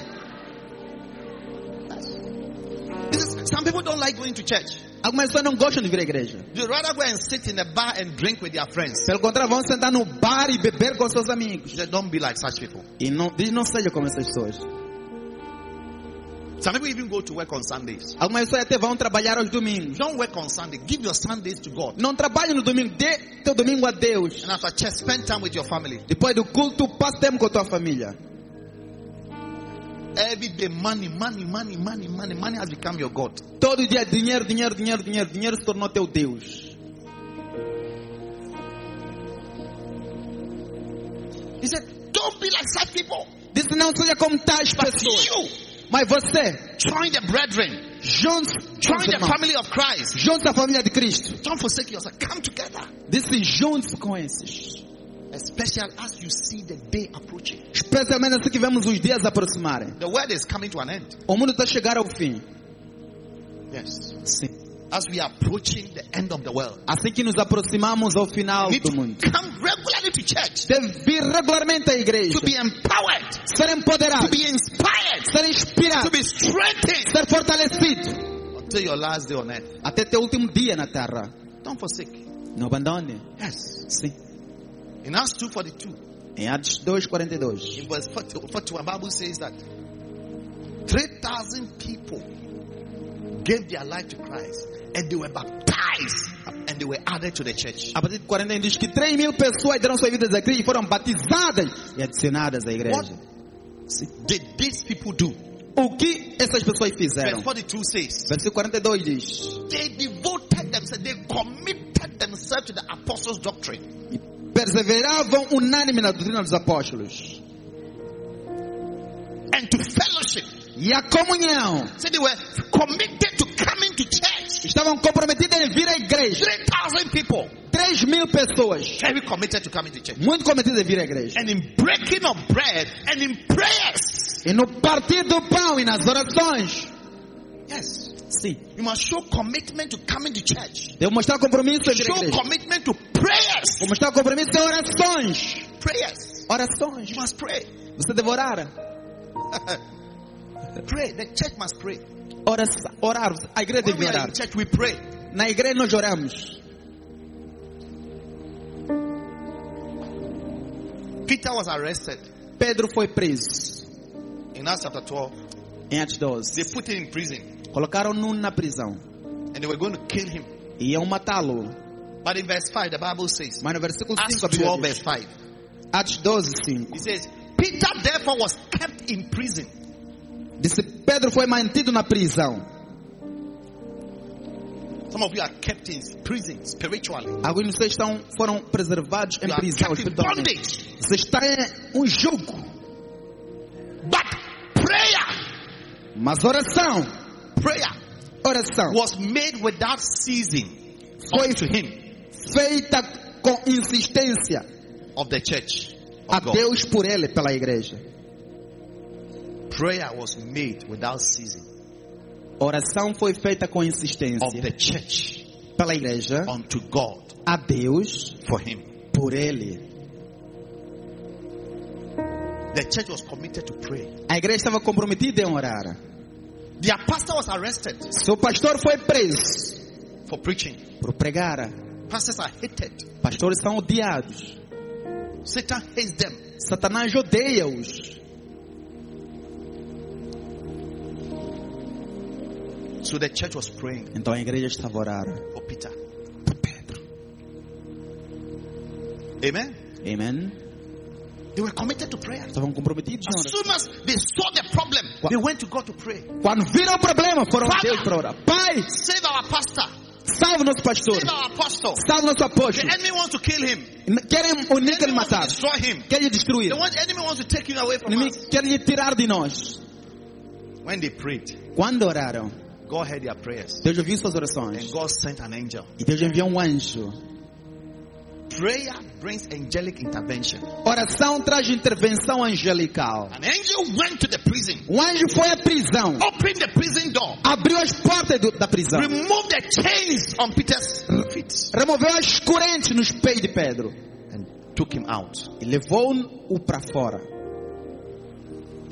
[SPEAKER 2] This is- some people don't like going to church.
[SPEAKER 3] Algumas pessoas não gostam de vir à igreja.
[SPEAKER 2] They rather go and sit in a bar and drink with their friends.
[SPEAKER 3] Pelo contrário, vão sentar no bar e beber com seus amigos.
[SPEAKER 2] He said, Don't be like such people.
[SPEAKER 3] E não, diz, não seja como essas pessoas.
[SPEAKER 2] Some people even go to work on Sundays.
[SPEAKER 3] Algumas pessoas até vão trabalhar aos domingos.
[SPEAKER 2] Don't work on Sunday. Give your Sundays to God.
[SPEAKER 3] Não trabalhe no domingo, dê teu domingo a Deus.
[SPEAKER 2] And after church, spend time with your family.
[SPEAKER 3] Depois do culto, passe tempo com a tua família.
[SPEAKER 2] Every day, money, money, money, money, money, money has become your God.
[SPEAKER 3] Todo dia, é dinheiro, dinheiro, dinheiro, dinheiro, dinheiro se tornou teu Deus.
[SPEAKER 2] He said, Don't be like such people.
[SPEAKER 3] Disse, é- não seja como tais
[SPEAKER 2] But
[SPEAKER 3] pessoas.
[SPEAKER 2] you
[SPEAKER 3] Mas você,
[SPEAKER 2] join the brethren,
[SPEAKER 3] junte
[SPEAKER 2] join
[SPEAKER 3] junte
[SPEAKER 2] the
[SPEAKER 3] irmãos,
[SPEAKER 2] family of Christ.
[SPEAKER 3] junte a família de Cristo.
[SPEAKER 2] Don't forsake yourself. Come together.
[SPEAKER 3] Disse, junte-se com esses.
[SPEAKER 2] Especially as you see the day approaching.
[SPEAKER 3] Especialmente assim que vemos os dias aproximarem.
[SPEAKER 2] The word is coming to an end.
[SPEAKER 3] O mundo está a chegar ao fim.
[SPEAKER 2] Yes.
[SPEAKER 3] Sim.
[SPEAKER 2] As we are approaching the end of the world.
[SPEAKER 3] Assim que nos aproximamos ao final
[SPEAKER 2] We need
[SPEAKER 3] do mundo.
[SPEAKER 2] to come regularly to church.
[SPEAKER 3] Deve vir regularmente à igreja.
[SPEAKER 2] To be empowered.
[SPEAKER 3] Ser
[SPEAKER 2] To
[SPEAKER 3] empoderado.
[SPEAKER 2] be inspired.
[SPEAKER 3] Ser
[SPEAKER 2] To
[SPEAKER 3] inspirado.
[SPEAKER 2] be strengthened.
[SPEAKER 3] Ser fortalecido.
[SPEAKER 2] Until your last day on earth.
[SPEAKER 3] Até teu último dia na terra.
[SPEAKER 2] Don't forsake.
[SPEAKER 3] Não abandone.
[SPEAKER 2] Yes.
[SPEAKER 3] Sim.
[SPEAKER 2] In Acts 2.42.
[SPEAKER 3] Em Atos 2,42.
[SPEAKER 2] In verse 40 41, Bible says that 3,000 people gave their life to Christ and they were baptized and they were added to the church.
[SPEAKER 3] A partir de 41 diz que 3 mil pessoas deram suas vidas a Cristo e foram batizadas e adicionadas à
[SPEAKER 2] What
[SPEAKER 3] igreja.
[SPEAKER 2] did these people do?
[SPEAKER 3] O que essas pessoas fizeram?
[SPEAKER 2] Verse 42 says,
[SPEAKER 3] Versículo 42 diz.
[SPEAKER 2] They devoted themselves, they committed themselves to the apostles' doctrine.
[SPEAKER 3] E perseveravam unânime na doutrina dos apóstolos.
[SPEAKER 2] And to fellowship.
[SPEAKER 3] E a comunhão.
[SPEAKER 2] So they were committed to coming to church.
[SPEAKER 3] Estavam comprometidas em vir à igreja.
[SPEAKER 2] 3,000 people
[SPEAKER 3] 3 mil pessoas.
[SPEAKER 2] very committed to coming to church.
[SPEAKER 3] Muito comprometidas em vir à igreja.
[SPEAKER 2] And in breaking of bread and in prayers.
[SPEAKER 3] E no partir do pão e nas orações.
[SPEAKER 2] Yes.
[SPEAKER 3] Sim.
[SPEAKER 2] You must show commitment to coming to church.
[SPEAKER 3] Devo mostrar compromisso em vir à
[SPEAKER 2] Show
[SPEAKER 3] igreja.
[SPEAKER 2] commitment to prayers.
[SPEAKER 3] Vou mostrar compromisso em orações.
[SPEAKER 2] Prayers.
[SPEAKER 3] Orações.
[SPEAKER 2] You must pray.
[SPEAKER 3] Você deve orar.
[SPEAKER 2] Pray. The church must pray.
[SPEAKER 3] Ora, orar. A igreja
[SPEAKER 2] When
[SPEAKER 3] deve
[SPEAKER 2] we are
[SPEAKER 3] orar.
[SPEAKER 2] in church, we pray.
[SPEAKER 3] Na igreja nós oramos.
[SPEAKER 2] Peter was arrested
[SPEAKER 3] Pedro foi preso
[SPEAKER 2] in Acts chapter 12.
[SPEAKER 3] em Atos 12.
[SPEAKER 2] They put him in prison
[SPEAKER 3] Colocaram-no na prisão.
[SPEAKER 2] and they were going to kill him.
[SPEAKER 3] E Iam matá-lo.
[SPEAKER 2] But in verse 5, the Bible says,
[SPEAKER 3] Mas no versículo 5,
[SPEAKER 2] Acts
[SPEAKER 3] a Bíblia
[SPEAKER 2] 12, verse
[SPEAKER 3] diz,
[SPEAKER 2] 5,
[SPEAKER 3] Atos 12, 5.
[SPEAKER 2] it says, Peter therefore was kept in prison.
[SPEAKER 3] Disse Pedro foi mantido na prisão.
[SPEAKER 2] Some of you are kept captains, prisons, spiritually.
[SPEAKER 3] Alguns de vocês estão, foram preservados em
[SPEAKER 2] You are
[SPEAKER 3] prisão
[SPEAKER 2] captive
[SPEAKER 3] espiritualmente.
[SPEAKER 2] bondage.
[SPEAKER 3] Você está em um jugo.
[SPEAKER 2] But prayer,
[SPEAKER 3] Mas oração,
[SPEAKER 2] prayer
[SPEAKER 3] oração
[SPEAKER 2] was made without ceasing
[SPEAKER 3] foi
[SPEAKER 2] to him
[SPEAKER 3] feita com insistência
[SPEAKER 2] of the church.
[SPEAKER 3] a
[SPEAKER 2] Of Oh, God.
[SPEAKER 3] Deus por ele, pela igreja.
[SPEAKER 2] Prayer was made without ceasing
[SPEAKER 3] Oração foi feita com
[SPEAKER 2] of
[SPEAKER 3] insistência
[SPEAKER 2] the church
[SPEAKER 3] pela igreja
[SPEAKER 2] unto God
[SPEAKER 3] a Deus
[SPEAKER 2] for him.
[SPEAKER 3] por ele.
[SPEAKER 2] The church was committed to pray.
[SPEAKER 3] A igreja estava comprometida em orar.
[SPEAKER 2] Their pastor was arrested
[SPEAKER 3] Seu pastor foi preso
[SPEAKER 2] for preaching.
[SPEAKER 3] por pregar.
[SPEAKER 2] Pastors are hated.
[SPEAKER 3] Pastores são odiados.
[SPEAKER 2] Satan hates them.
[SPEAKER 3] Satanás odeia-os.
[SPEAKER 2] So the church was praying
[SPEAKER 3] Então a igreja estava a orar.
[SPEAKER 2] for Peter. Amen.
[SPEAKER 3] Amen.
[SPEAKER 2] They were committed to prayer.
[SPEAKER 3] Estavam comprometidos em
[SPEAKER 2] As
[SPEAKER 3] oração.
[SPEAKER 2] soon as they saw the problem, they went to God to pray.
[SPEAKER 3] Quando viram o problema, foram a
[SPEAKER 2] Father.
[SPEAKER 3] Deus para orar. Pai,
[SPEAKER 2] Save our pastor.
[SPEAKER 3] salve nosso pastor.
[SPEAKER 2] Save our apostle.
[SPEAKER 3] Salve nosso
[SPEAKER 2] The
[SPEAKER 3] apóstolo.
[SPEAKER 2] enemy wants to kill him.
[SPEAKER 3] Querem o
[SPEAKER 2] The
[SPEAKER 3] Níquel
[SPEAKER 2] enemy wants to
[SPEAKER 3] matar.
[SPEAKER 2] destroy him.
[SPEAKER 3] Querem destruir.
[SPEAKER 2] The one- enemy wants to take him away
[SPEAKER 3] O
[SPEAKER 2] from us.
[SPEAKER 3] inimigo quer lhe tirar de nós.
[SPEAKER 2] When they prayed,
[SPEAKER 3] Quando oraram,
[SPEAKER 2] God heard their prayers.
[SPEAKER 3] Deus ouviu suas
[SPEAKER 2] And
[SPEAKER 3] orações.
[SPEAKER 2] God sent an angel.
[SPEAKER 3] E Deus enviou um anjo.
[SPEAKER 2] Prayer brings angelic intervention.
[SPEAKER 3] Oração traz intervenção angelical.
[SPEAKER 2] An angel went to the prison,
[SPEAKER 3] O anjo foi à prisão.
[SPEAKER 2] opened the prison door,
[SPEAKER 3] Abriu as portas do- da prisão.
[SPEAKER 2] removed the chains on Peter's feet,
[SPEAKER 3] Removeu as correntes nos pés de Pedro.
[SPEAKER 2] and took him out.
[SPEAKER 3] E levou-o para fora.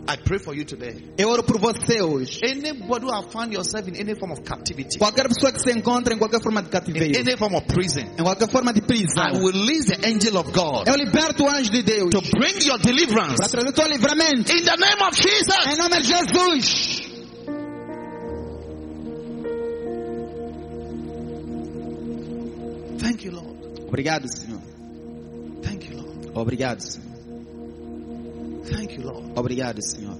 [SPEAKER 2] I pray for you today.
[SPEAKER 3] Eu oro por você hoje.
[SPEAKER 2] Anybody who have found yourself in any form of captivity,
[SPEAKER 3] Qualquer pessoa que se encontra em qualquer forma de
[SPEAKER 2] in
[SPEAKER 3] cativeiro.
[SPEAKER 2] any form of prison,
[SPEAKER 3] Em qualquer forma de
[SPEAKER 2] I
[SPEAKER 3] prisão.
[SPEAKER 2] will release the angel of God
[SPEAKER 3] Eu liberto o anjo de Deus.
[SPEAKER 2] to bring your
[SPEAKER 3] Para
[SPEAKER 2] deliverance
[SPEAKER 3] trazer teu livramento.
[SPEAKER 2] in the name of Jesus.
[SPEAKER 3] Em nome de Jesus.
[SPEAKER 2] Thank you, Lord.
[SPEAKER 3] Obrigado, Senhor.
[SPEAKER 2] Thank you, Lord.
[SPEAKER 3] Obrigado, Senhor.
[SPEAKER 2] Thank you, Lord.
[SPEAKER 3] Obrigado, Senhor.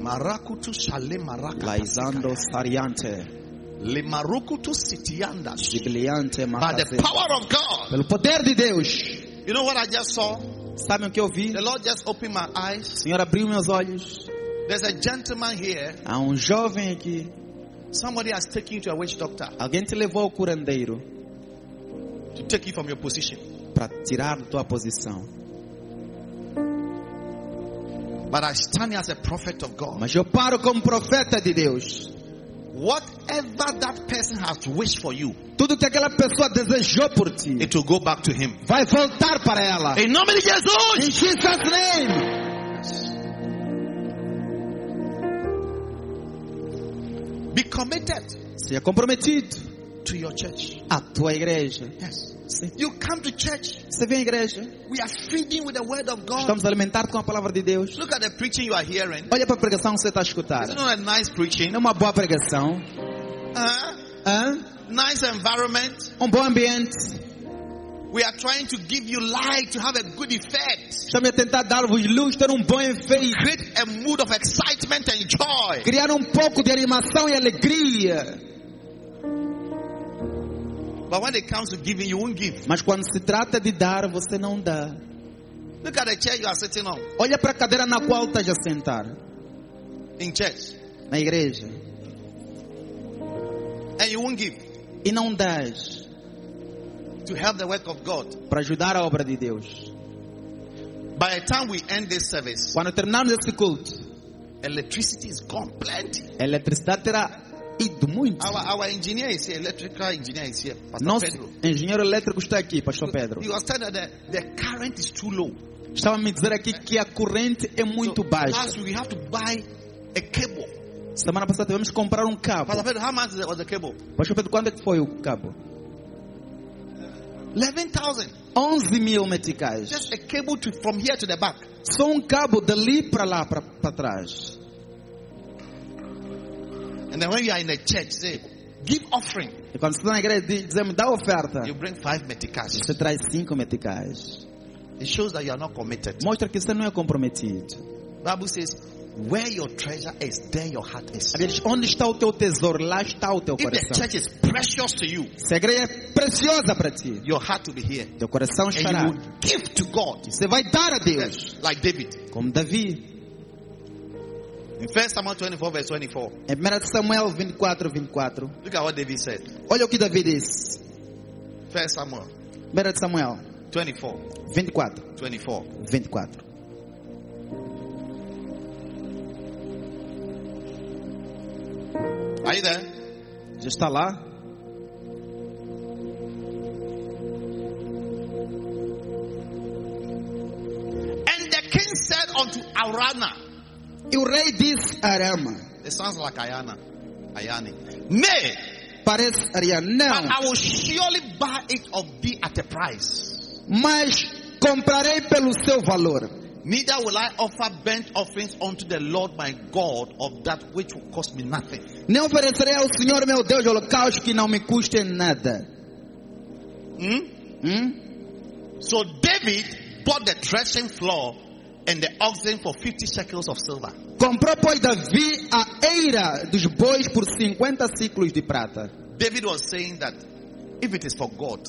[SPEAKER 2] Marakutu shale maraka.
[SPEAKER 3] Laizando Sariante,
[SPEAKER 2] Le marukutu sitianda.
[SPEAKER 3] Gibliante
[SPEAKER 2] By the
[SPEAKER 3] Mahase.
[SPEAKER 2] power of God.
[SPEAKER 3] Pelo poder de Deus.
[SPEAKER 2] You know what I just saw?
[SPEAKER 3] Sabem o que eu vi?
[SPEAKER 2] The Lord just opened my
[SPEAKER 3] O
[SPEAKER 2] eyes.
[SPEAKER 3] Senhor abriu meus olhos.
[SPEAKER 2] There's a gentleman here.
[SPEAKER 3] Há um jovem aqui.
[SPEAKER 2] Somebody has taken you to a witch doctor
[SPEAKER 3] Alguém te levou ao curandeiro
[SPEAKER 2] to take you from your position.
[SPEAKER 3] para tirar da tua posição.
[SPEAKER 2] But I stand here as a prophet of God.
[SPEAKER 3] Mas eu paro como profeta de Deus.
[SPEAKER 2] Whatever that person has wished for you,
[SPEAKER 3] Tudo que aquela pessoa desejou por ti
[SPEAKER 2] it will go back to him.
[SPEAKER 3] vai voltar para ela.
[SPEAKER 2] Em nome de Jesus!
[SPEAKER 3] Em Jesus name.
[SPEAKER 2] Be committed
[SPEAKER 3] Seja comprometido
[SPEAKER 2] to your church.
[SPEAKER 3] à tua igreja.
[SPEAKER 2] Yes.
[SPEAKER 3] Sim.
[SPEAKER 2] You come to church,
[SPEAKER 3] Você vem à igreja.
[SPEAKER 2] we are feeding with the word of God.
[SPEAKER 3] Estamos alimentados com a palavra de Deus.
[SPEAKER 2] Look at the preaching you are hearing.
[SPEAKER 3] Olha para a pregação que você está a escutar.
[SPEAKER 2] Isn't it a nice preaching?
[SPEAKER 3] É uma boa pregação.
[SPEAKER 2] Huh?
[SPEAKER 3] Hã?
[SPEAKER 2] Nice environment.
[SPEAKER 3] um bom ambiente.
[SPEAKER 2] We are trying to give you light to have a good effect.
[SPEAKER 3] Estamos a tentar dar-vos luz, ter um bom efeito,
[SPEAKER 2] Create a mood of excitement and joy.
[SPEAKER 3] criar um pouco de animação e alegria.
[SPEAKER 2] But when it comes to giving, you won't give.
[SPEAKER 3] Mas quando se trata de dar, você não dá.
[SPEAKER 2] Look at the chair you are sitting on
[SPEAKER 3] Olha para a cadeira na qual tá estás a sentar,
[SPEAKER 2] in church,
[SPEAKER 3] na igreja,
[SPEAKER 2] and you won't give
[SPEAKER 3] e não dás
[SPEAKER 2] to help the work of God.
[SPEAKER 3] para ajudar a obra de Deus.
[SPEAKER 2] By the time we end this service,
[SPEAKER 3] Quando terminarmos esse culto,
[SPEAKER 2] electricity is gone plenty.
[SPEAKER 3] a eletricidade terá ido muito.
[SPEAKER 2] Our, our engineer is here, electrical engineer is here, Pastor
[SPEAKER 3] Nosso
[SPEAKER 2] Pedro.
[SPEAKER 3] engenheiro elétrico está aqui, Pastor Pedro.
[SPEAKER 2] He was telling that the, the current is too low.
[SPEAKER 3] Estava a me dizer aqui que a corrente é muito
[SPEAKER 2] So,
[SPEAKER 3] baixa.
[SPEAKER 2] Last week we have to buy a cable.
[SPEAKER 3] Semana passada tivemos que comprar um cabo.
[SPEAKER 2] Pastor Pedro, how much is it- was the cable?
[SPEAKER 3] Pastor Pedro, quanto é que foi o cabo?
[SPEAKER 2] 11,000.
[SPEAKER 3] 11 mil meticais.
[SPEAKER 2] Just a cable to, from here to the back.
[SPEAKER 3] Só um cabo dali para lá, para para trás.
[SPEAKER 2] And then when you are in a church, say, give offering.
[SPEAKER 3] E quando você está na igreja, diz- dizemos, dá oferta.
[SPEAKER 2] You bring five meticas.
[SPEAKER 3] Você traz cinco meticais.
[SPEAKER 2] It shows that you are not committed.
[SPEAKER 3] Mostra que você não é comprometido.
[SPEAKER 2] Bible says, Where your treasure is, there your heart is.
[SPEAKER 3] A Bíblia diz, onde está o teu tesouro, lá está o teu
[SPEAKER 2] If the
[SPEAKER 3] coração.
[SPEAKER 2] church is precious to you,
[SPEAKER 3] Se a igreja é preciosa para ti,
[SPEAKER 2] your heart will be here.
[SPEAKER 3] teu coração
[SPEAKER 2] And
[SPEAKER 3] estará.
[SPEAKER 2] you will give to God.
[SPEAKER 3] Você vai dar a Deus,
[SPEAKER 2] Yes, Like David.
[SPEAKER 3] como Davi.
[SPEAKER 2] In 1 Samuel 24, verse 24.
[SPEAKER 3] Em 1 é Samuel 24, 24.
[SPEAKER 2] Look at what David said.
[SPEAKER 3] Olha o que Davi disse.
[SPEAKER 2] 1 Samuel
[SPEAKER 3] 1 Samuel
[SPEAKER 2] 24,
[SPEAKER 3] 24,
[SPEAKER 2] 24.
[SPEAKER 3] 24.
[SPEAKER 2] Are you there?
[SPEAKER 3] Já está lá.
[SPEAKER 2] And the king said unto Arana,
[SPEAKER 3] E o rei disse a Arama.
[SPEAKER 2] it sounds like Ayana, Ayani, Nay,
[SPEAKER 3] Parece Ariano.
[SPEAKER 2] but
[SPEAKER 3] Não,
[SPEAKER 2] I will surely buy it of thee at a price.
[SPEAKER 3] ah." mas comprarei pelo seu valor.
[SPEAKER 2] Neither will I offer burnt offerings unto the Lord my God of that which will cost me nothing.
[SPEAKER 3] Nem oferecerei ao Senhor meu Deus holocausto que não me custe nada.
[SPEAKER 2] Hmm?
[SPEAKER 3] Hum?
[SPEAKER 2] So David bought the threshing floor and the oxen for 50 shekels of silver.
[SPEAKER 3] Comprou, pois, Davi a eira dos bois por 50 ciclos de prata.
[SPEAKER 2] David was saying that if it is for God,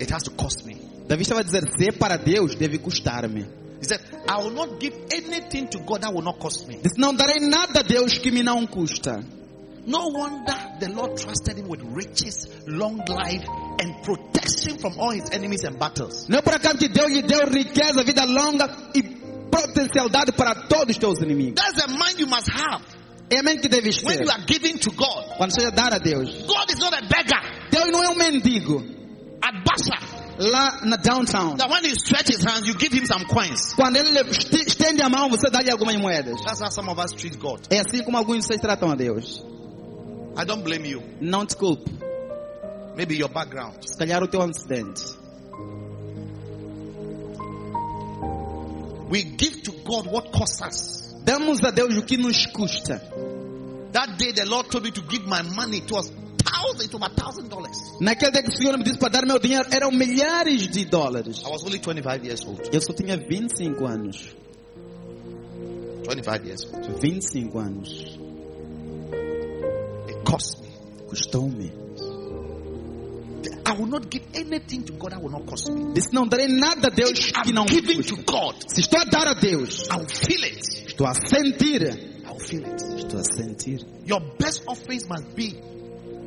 [SPEAKER 2] it has to cost me.
[SPEAKER 3] Davi estava a dizer: se é para Deus, deve custar-me.
[SPEAKER 2] He said, I will not give anything to God that will not cost me.
[SPEAKER 3] Disse: não darei nada a Deus que me não custa.
[SPEAKER 2] No wonder the Lord trusted him with riches, long life, and protection from all his enemies and battles.
[SPEAKER 3] Não é por acaso que Deus lhe deu riqueza, vida longa e potencialidade para todos os teus inimigos.
[SPEAKER 2] That's the mind you must have
[SPEAKER 3] É a mente que deves
[SPEAKER 2] when
[SPEAKER 3] ter
[SPEAKER 2] you are giving to God.
[SPEAKER 3] quando você dar a Deus.
[SPEAKER 2] God is not a beggar
[SPEAKER 3] Deus não é um mendigo
[SPEAKER 2] at Basha
[SPEAKER 3] lá na downtown.
[SPEAKER 2] that when he stretches his hands, you give him some coins.
[SPEAKER 3] Quando ele lhe este- estende a mão, você dá-lhe algumas moedas.
[SPEAKER 2] That's how some of us treat God.
[SPEAKER 3] É assim como alguns de vocês tratam a Deus.
[SPEAKER 2] I don't blame you.
[SPEAKER 3] Não te culpe.
[SPEAKER 2] Maybe your background.
[SPEAKER 3] Se calhar o teu antecedente.
[SPEAKER 2] We give to God what costs us.
[SPEAKER 3] Damos a Deus o que nos custa.
[SPEAKER 2] That day, the Lord told me to give my money. It was thousand, it was a thousand dollars.
[SPEAKER 3] Naquele dia que o Senhor me disse para dar meu dinheiro, eram milhares de dólares.
[SPEAKER 2] I was only 25 years old.
[SPEAKER 3] Eu só tinha 25 anos.
[SPEAKER 2] 25 years old.
[SPEAKER 3] 25 anos.
[SPEAKER 2] It cost me.
[SPEAKER 3] Custou-me.
[SPEAKER 2] I will not give anything to God that will not cost me.
[SPEAKER 3] Disse, não darei nada a Deus
[SPEAKER 2] If
[SPEAKER 3] que
[SPEAKER 2] I'm
[SPEAKER 3] não me
[SPEAKER 2] giving to
[SPEAKER 3] custa.
[SPEAKER 2] God.
[SPEAKER 3] Se estou a dar a Deus,
[SPEAKER 2] I will feel it.
[SPEAKER 3] estou a sentir.
[SPEAKER 2] I will feel it.
[SPEAKER 3] Estou a sentir.
[SPEAKER 2] Your best offerings must be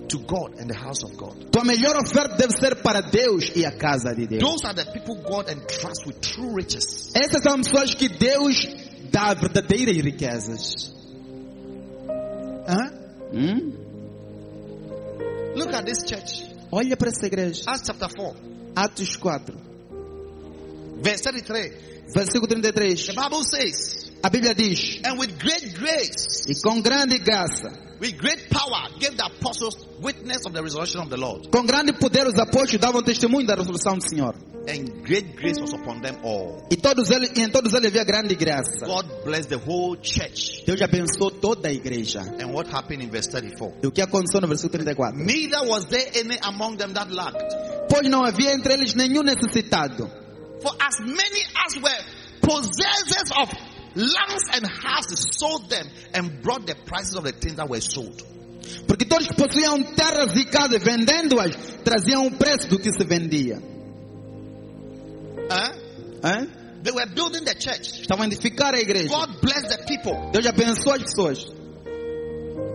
[SPEAKER 2] to God and the house of God.
[SPEAKER 3] Tua melhor oferta deve ser para Deus e a casa de Deus.
[SPEAKER 2] Those are the people God entrusts with true riches.
[SPEAKER 3] Essas são pessoas que Deus dá verdadeiras riquezas.
[SPEAKER 2] Huh?
[SPEAKER 3] Hum?
[SPEAKER 2] Look at this church.
[SPEAKER 3] Olha para essa igreja.
[SPEAKER 2] Acts chapter 4,
[SPEAKER 3] Atos 4,
[SPEAKER 2] verse 33.
[SPEAKER 3] versículo 33.
[SPEAKER 2] The Bible says,
[SPEAKER 3] A Bíblia diz:
[SPEAKER 2] And with great grace,
[SPEAKER 3] E com grande graça,
[SPEAKER 2] with great power, gave the apostles witness of the resurrection of the Lord.
[SPEAKER 3] com grande poder, os apóstolos davam testemunho da resolução do Senhor.
[SPEAKER 2] And great grace was upon them all.
[SPEAKER 3] E, todos eles, e em todos eles havia grande graça.
[SPEAKER 2] God blessed the whole church.
[SPEAKER 3] Deus abençoou toda a igreja.
[SPEAKER 2] And what happened in verse 34?
[SPEAKER 3] E o que aconteceu no versículo 34?
[SPEAKER 2] Neither was there any among them that lacked.
[SPEAKER 3] Pois não havia entre eles nenhum necessitado,
[SPEAKER 2] For as many as were possessors of lands and houses sold them and brought the prices of the things that were sold.
[SPEAKER 3] porque todos que possuíam terras e casas, vendendo-as, traziam o preço do que se vendia.
[SPEAKER 2] Huh?
[SPEAKER 3] Hã?
[SPEAKER 2] They were building the church.
[SPEAKER 3] Estavam a edificar a igreja.
[SPEAKER 2] God blessed the people.
[SPEAKER 3] Deus abençoou as pessoas.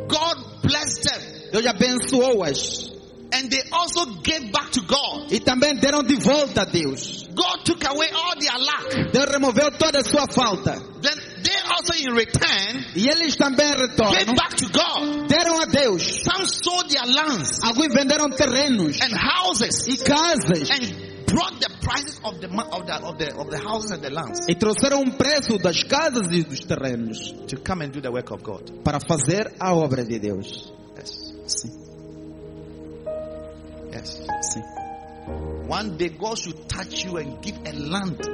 [SPEAKER 2] God blessed them.
[SPEAKER 3] Deus abençoou-as.
[SPEAKER 2] And they also gave back to God.
[SPEAKER 3] E também deram de volta a Deus.
[SPEAKER 2] God took away all their lack.
[SPEAKER 3] Deus removeu toda a sua falta.
[SPEAKER 2] Then they also in return
[SPEAKER 3] E eles também retornam.
[SPEAKER 2] gave back to God.
[SPEAKER 3] Deram a Deus.
[SPEAKER 2] Some sold their lands
[SPEAKER 3] Alguns venderam terrenos
[SPEAKER 2] and houses
[SPEAKER 3] e casas.
[SPEAKER 2] and brought the prices of the ma- of the of the, of the houses and the lands
[SPEAKER 3] E trouxeram um preço das casas e dos terrenos
[SPEAKER 2] to come and do the work of God.
[SPEAKER 3] para fazer a obra de Deus.
[SPEAKER 2] Yes.
[SPEAKER 3] Sim,
[SPEAKER 2] Yes.
[SPEAKER 3] sim.
[SPEAKER 2] One day God should touch you and give a land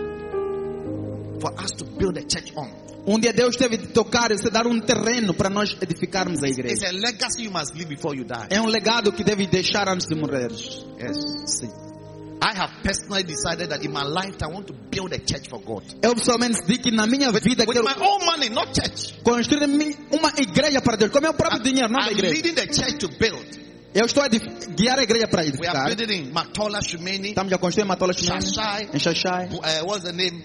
[SPEAKER 2] for us to build a church on.
[SPEAKER 3] Um dia Deus teve de tocar e se dar um terreno para nós edificarmos a
[SPEAKER 2] It's
[SPEAKER 3] igreja.
[SPEAKER 2] a legacy you must leave before you die.
[SPEAKER 3] É um legado que deve deixar antes de morrer.
[SPEAKER 2] Yes.
[SPEAKER 3] Sim.
[SPEAKER 2] I have personally decided that in my life I want to build a church for God.
[SPEAKER 3] Eu pessoalmente digo que na minha vida
[SPEAKER 2] With
[SPEAKER 3] quero
[SPEAKER 2] my own money, not church.
[SPEAKER 3] construir mi- uma igreja para Deus, com meu
[SPEAKER 2] Ah,
[SPEAKER 3] próprio dinheiro, não da
[SPEAKER 2] I'm
[SPEAKER 3] igreja.
[SPEAKER 2] leading the church to build.
[SPEAKER 3] Eu estou a dif- guiar a igreja para
[SPEAKER 2] We are
[SPEAKER 3] edificar.
[SPEAKER 2] building in Matola, Shumeni,
[SPEAKER 3] Estamos a construir Matola Chimene,
[SPEAKER 2] Xaxai.
[SPEAKER 3] em Xaxai,
[SPEAKER 2] uh, what's the name?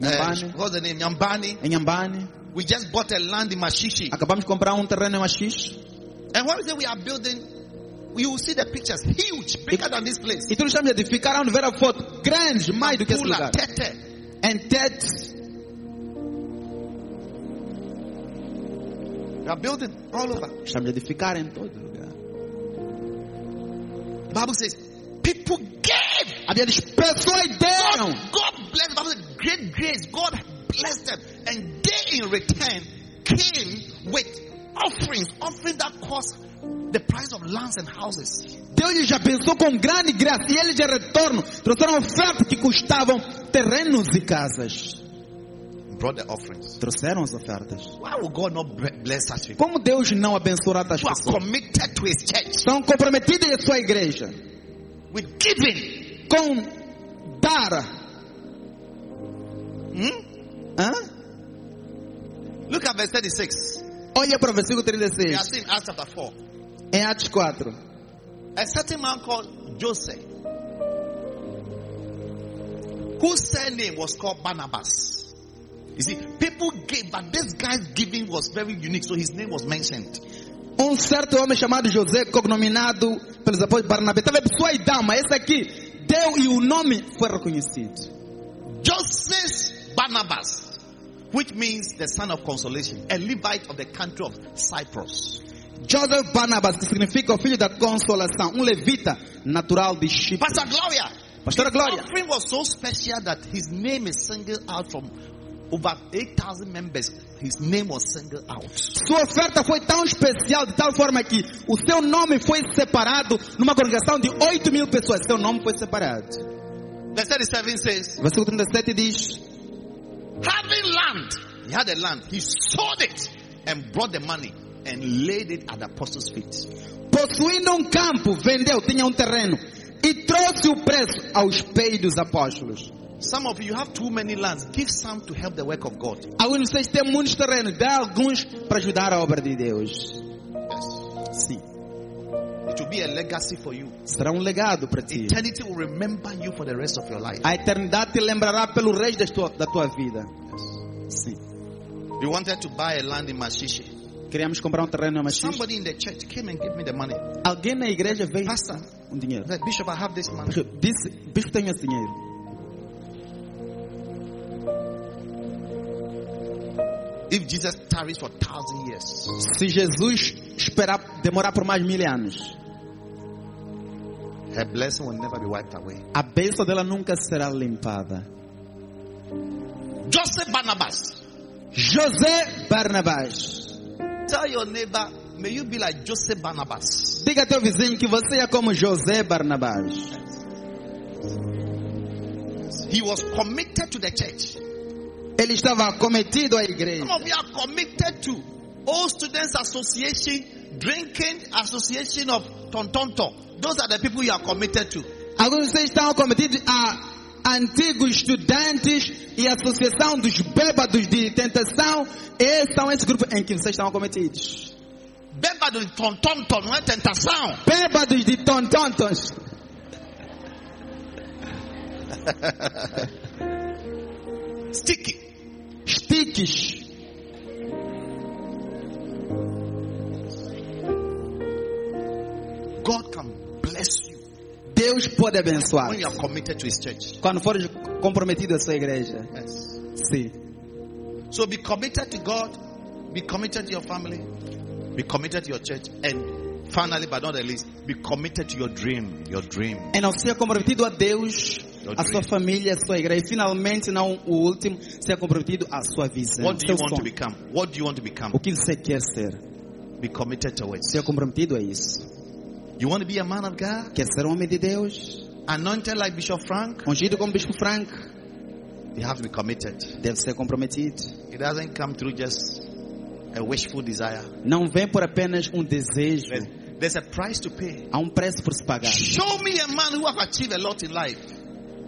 [SPEAKER 2] Uh,
[SPEAKER 3] Nyambani.
[SPEAKER 2] what's the name? Nyambani.
[SPEAKER 3] em Ambane.
[SPEAKER 2] We just bought a land in Mashishi.
[SPEAKER 3] Acabamos de comprar um terreno em Machixe.
[SPEAKER 2] And when we say we are building, you will see the pictures. Huge, bigger than this place.
[SPEAKER 3] E tudo estamos a edificar onde ver a foto. Grande, mais do que esse
[SPEAKER 2] Pula,
[SPEAKER 3] lugar.
[SPEAKER 2] Tete.
[SPEAKER 3] Em Tete,
[SPEAKER 2] We are building all over.
[SPEAKER 3] estamos a edificar em todo lugar.
[SPEAKER 2] The Bible says, people gave.
[SPEAKER 3] A Bíblia diz, pessoas deram.
[SPEAKER 2] God blessed. The Bible says, great grace. God blessed them. And they in return came with offerings. Offering that cost the price of lands and houses.
[SPEAKER 3] Deus lhes abençoou com grande graça e eles de retorno trouxeram ofertas que custavam terrenos e casas.
[SPEAKER 2] Brought the offerings.
[SPEAKER 3] Trouxeram as ofertas.
[SPEAKER 2] Why would God not bre- bless such people?
[SPEAKER 3] Como Deus não abençoará as
[SPEAKER 2] Who are
[SPEAKER 3] pessoas?
[SPEAKER 2] committed to his church
[SPEAKER 3] São comprometidas em sua igreja
[SPEAKER 2] with giving.
[SPEAKER 3] com dar. Hum?
[SPEAKER 2] Hmm?
[SPEAKER 3] Hã?
[SPEAKER 2] Look at verse 36.
[SPEAKER 3] Olha para o versículo
[SPEAKER 2] We are
[SPEAKER 3] 36,
[SPEAKER 2] seeing Acts chapter 4.
[SPEAKER 3] em Atos 4.
[SPEAKER 2] A certain man called Joseph, whose surname was called Barnabas. You see, people gave, but this guy's giving was very unique, so his name was mentioned.
[SPEAKER 3] Um certo homem chamado José, cognominado pelos apóstolos Barnabé, estava pessoa e dama. Esse aqui deu e o nome foi reconhecido.
[SPEAKER 2] Joseph Barnabas, which means the son of consolation, a Levite of the country of Cyprus.
[SPEAKER 3] Joseph Barnabas, que significa o filho da consolação, um levita natural de Chipre.
[SPEAKER 2] Pastor Gloria,
[SPEAKER 3] Pastora Glória,
[SPEAKER 2] offering was so special that his name is singled out from over 8,000 members. His name was singled out.
[SPEAKER 3] sua oferta foi tão especial, de tal forma que o seu nome foi separado numa congregação de 8 mil pessoas. Seu nome foi separado.
[SPEAKER 2] Verse 37 says,
[SPEAKER 3] O versículo 37 diz:
[SPEAKER 2] having land, he had a land, he sold it and brought the money and laid it at the apostles' feet.
[SPEAKER 3] Possuindo um campo, vendeu, tinha um terreno, e trouxe o preço aos peitos dos apóstolos.
[SPEAKER 2] Some of you have too many lands. Give some to help the work of God.
[SPEAKER 3] Alguns de vocês têm muitos terrenos, dá alguns para ajudar a obra de Deus.
[SPEAKER 2] Yes.
[SPEAKER 3] Sim,
[SPEAKER 2] It will be a legacy for you.
[SPEAKER 3] será um legado para ti.
[SPEAKER 2] Eternity will remember you for the rest of your life.
[SPEAKER 3] A eternidade te lembrará pelo rei da tua, da tua vida. Sim.
[SPEAKER 2] We wanted to buy a land in Mashishi.
[SPEAKER 3] Queríamos comprar um terreno em Machixe.
[SPEAKER 2] Somebody in the church came and gave me the money.
[SPEAKER 3] Alguém na igreja veio
[SPEAKER 2] Pastor.
[SPEAKER 3] um dinheiro.
[SPEAKER 2] I said, Bishop, I have this money.
[SPEAKER 3] Disse, bispo tem esse dinheiro.
[SPEAKER 2] If Jesus tarries for thousand years,
[SPEAKER 3] Se Jesus esperar demorar por mais mil anos,
[SPEAKER 2] her blessing will never be wiped away.
[SPEAKER 3] a bênção dela nunca será limpada.
[SPEAKER 2] Joseph Barnabas,
[SPEAKER 3] José Barnabás.
[SPEAKER 2] tell your neighbor, may you be like Joseph Barnabas.
[SPEAKER 3] Diga a teu vizinho que você é como José Barnabás.
[SPEAKER 2] He was committed to the church.
[SPEAKER 3] Ele estava cometido à
[SPEAKER 2] Some
[SPEAKER 3] igreja.
[SPEAKER 2] of you are committed to Old Students Association, Drinking Association of Tontonto. Those are the people you are committed to.
[SPEAKER 3] Alguns de vocês estão cometidos a antigos estudantes e associação dos bêbados de tentação. Esses são esse grupo em que vocês estão cometidos.
[SPEAKER 2] Beba do Tontonto, não é tentação.
[SPEAKER 3] Bêbados de tontontons.
[SPEAKER 2] Sticky.
[SPEAKER 3] Estiques.
[SPEAKER 2] God can bless you
[SPEAKER 3] Deus pode abençoar.
[SPEAKER 2] when you are committed to His church.
[SPEAKER 3] Quando fores comprometido à sua igreja.
[SPEAKER 2] Yes.
[SPEAKER 3] Sim.
[SPEAKER 2] So be committed to God, be committed to your family, be committed to your church, and finally, but not the least, be committed to your dream. Your dream.
[SPEAKER 3] E não ser comprometido a Deus, à sua família, à sua igreja. E finalmente, não o último, ser comprometido à sua visão.
[SPEAKER 2] What do you
[SPEAKER 3] Seu
[SPEAKER 2] want to
[SPEAKER 3] sonho.
[SPEAKER 2] become? What do you want to become?
[SPEAKER 3] O que você quer ser?
[SPEAKER 2] Be committed to it.
[SPEAKER 3] Ser comprometido a isso.
[SPEAKER 2] You want to be a man of God?
[SPEAKER 3] Quer ser um homem de Deus?
[SPEAKER 2] Anointed like Bishop Frank?
[SPEAKER 3] Ungido como Bispo Franco?
[SPEAKER 2] You have to be committed.
[SPEAKER 3] Deve ser comprometido.
[SPEAKER 2] It doesn't come through just a wishful desire.
[SPEAKER 3] Não vem por apenas um desejo.
[SPEAKER 2] There's, there's a price to pay.
[SPEAKER 3] Há um preço por se pagar.
[SPEAKER 2] Show me a man who have achieved a lot in life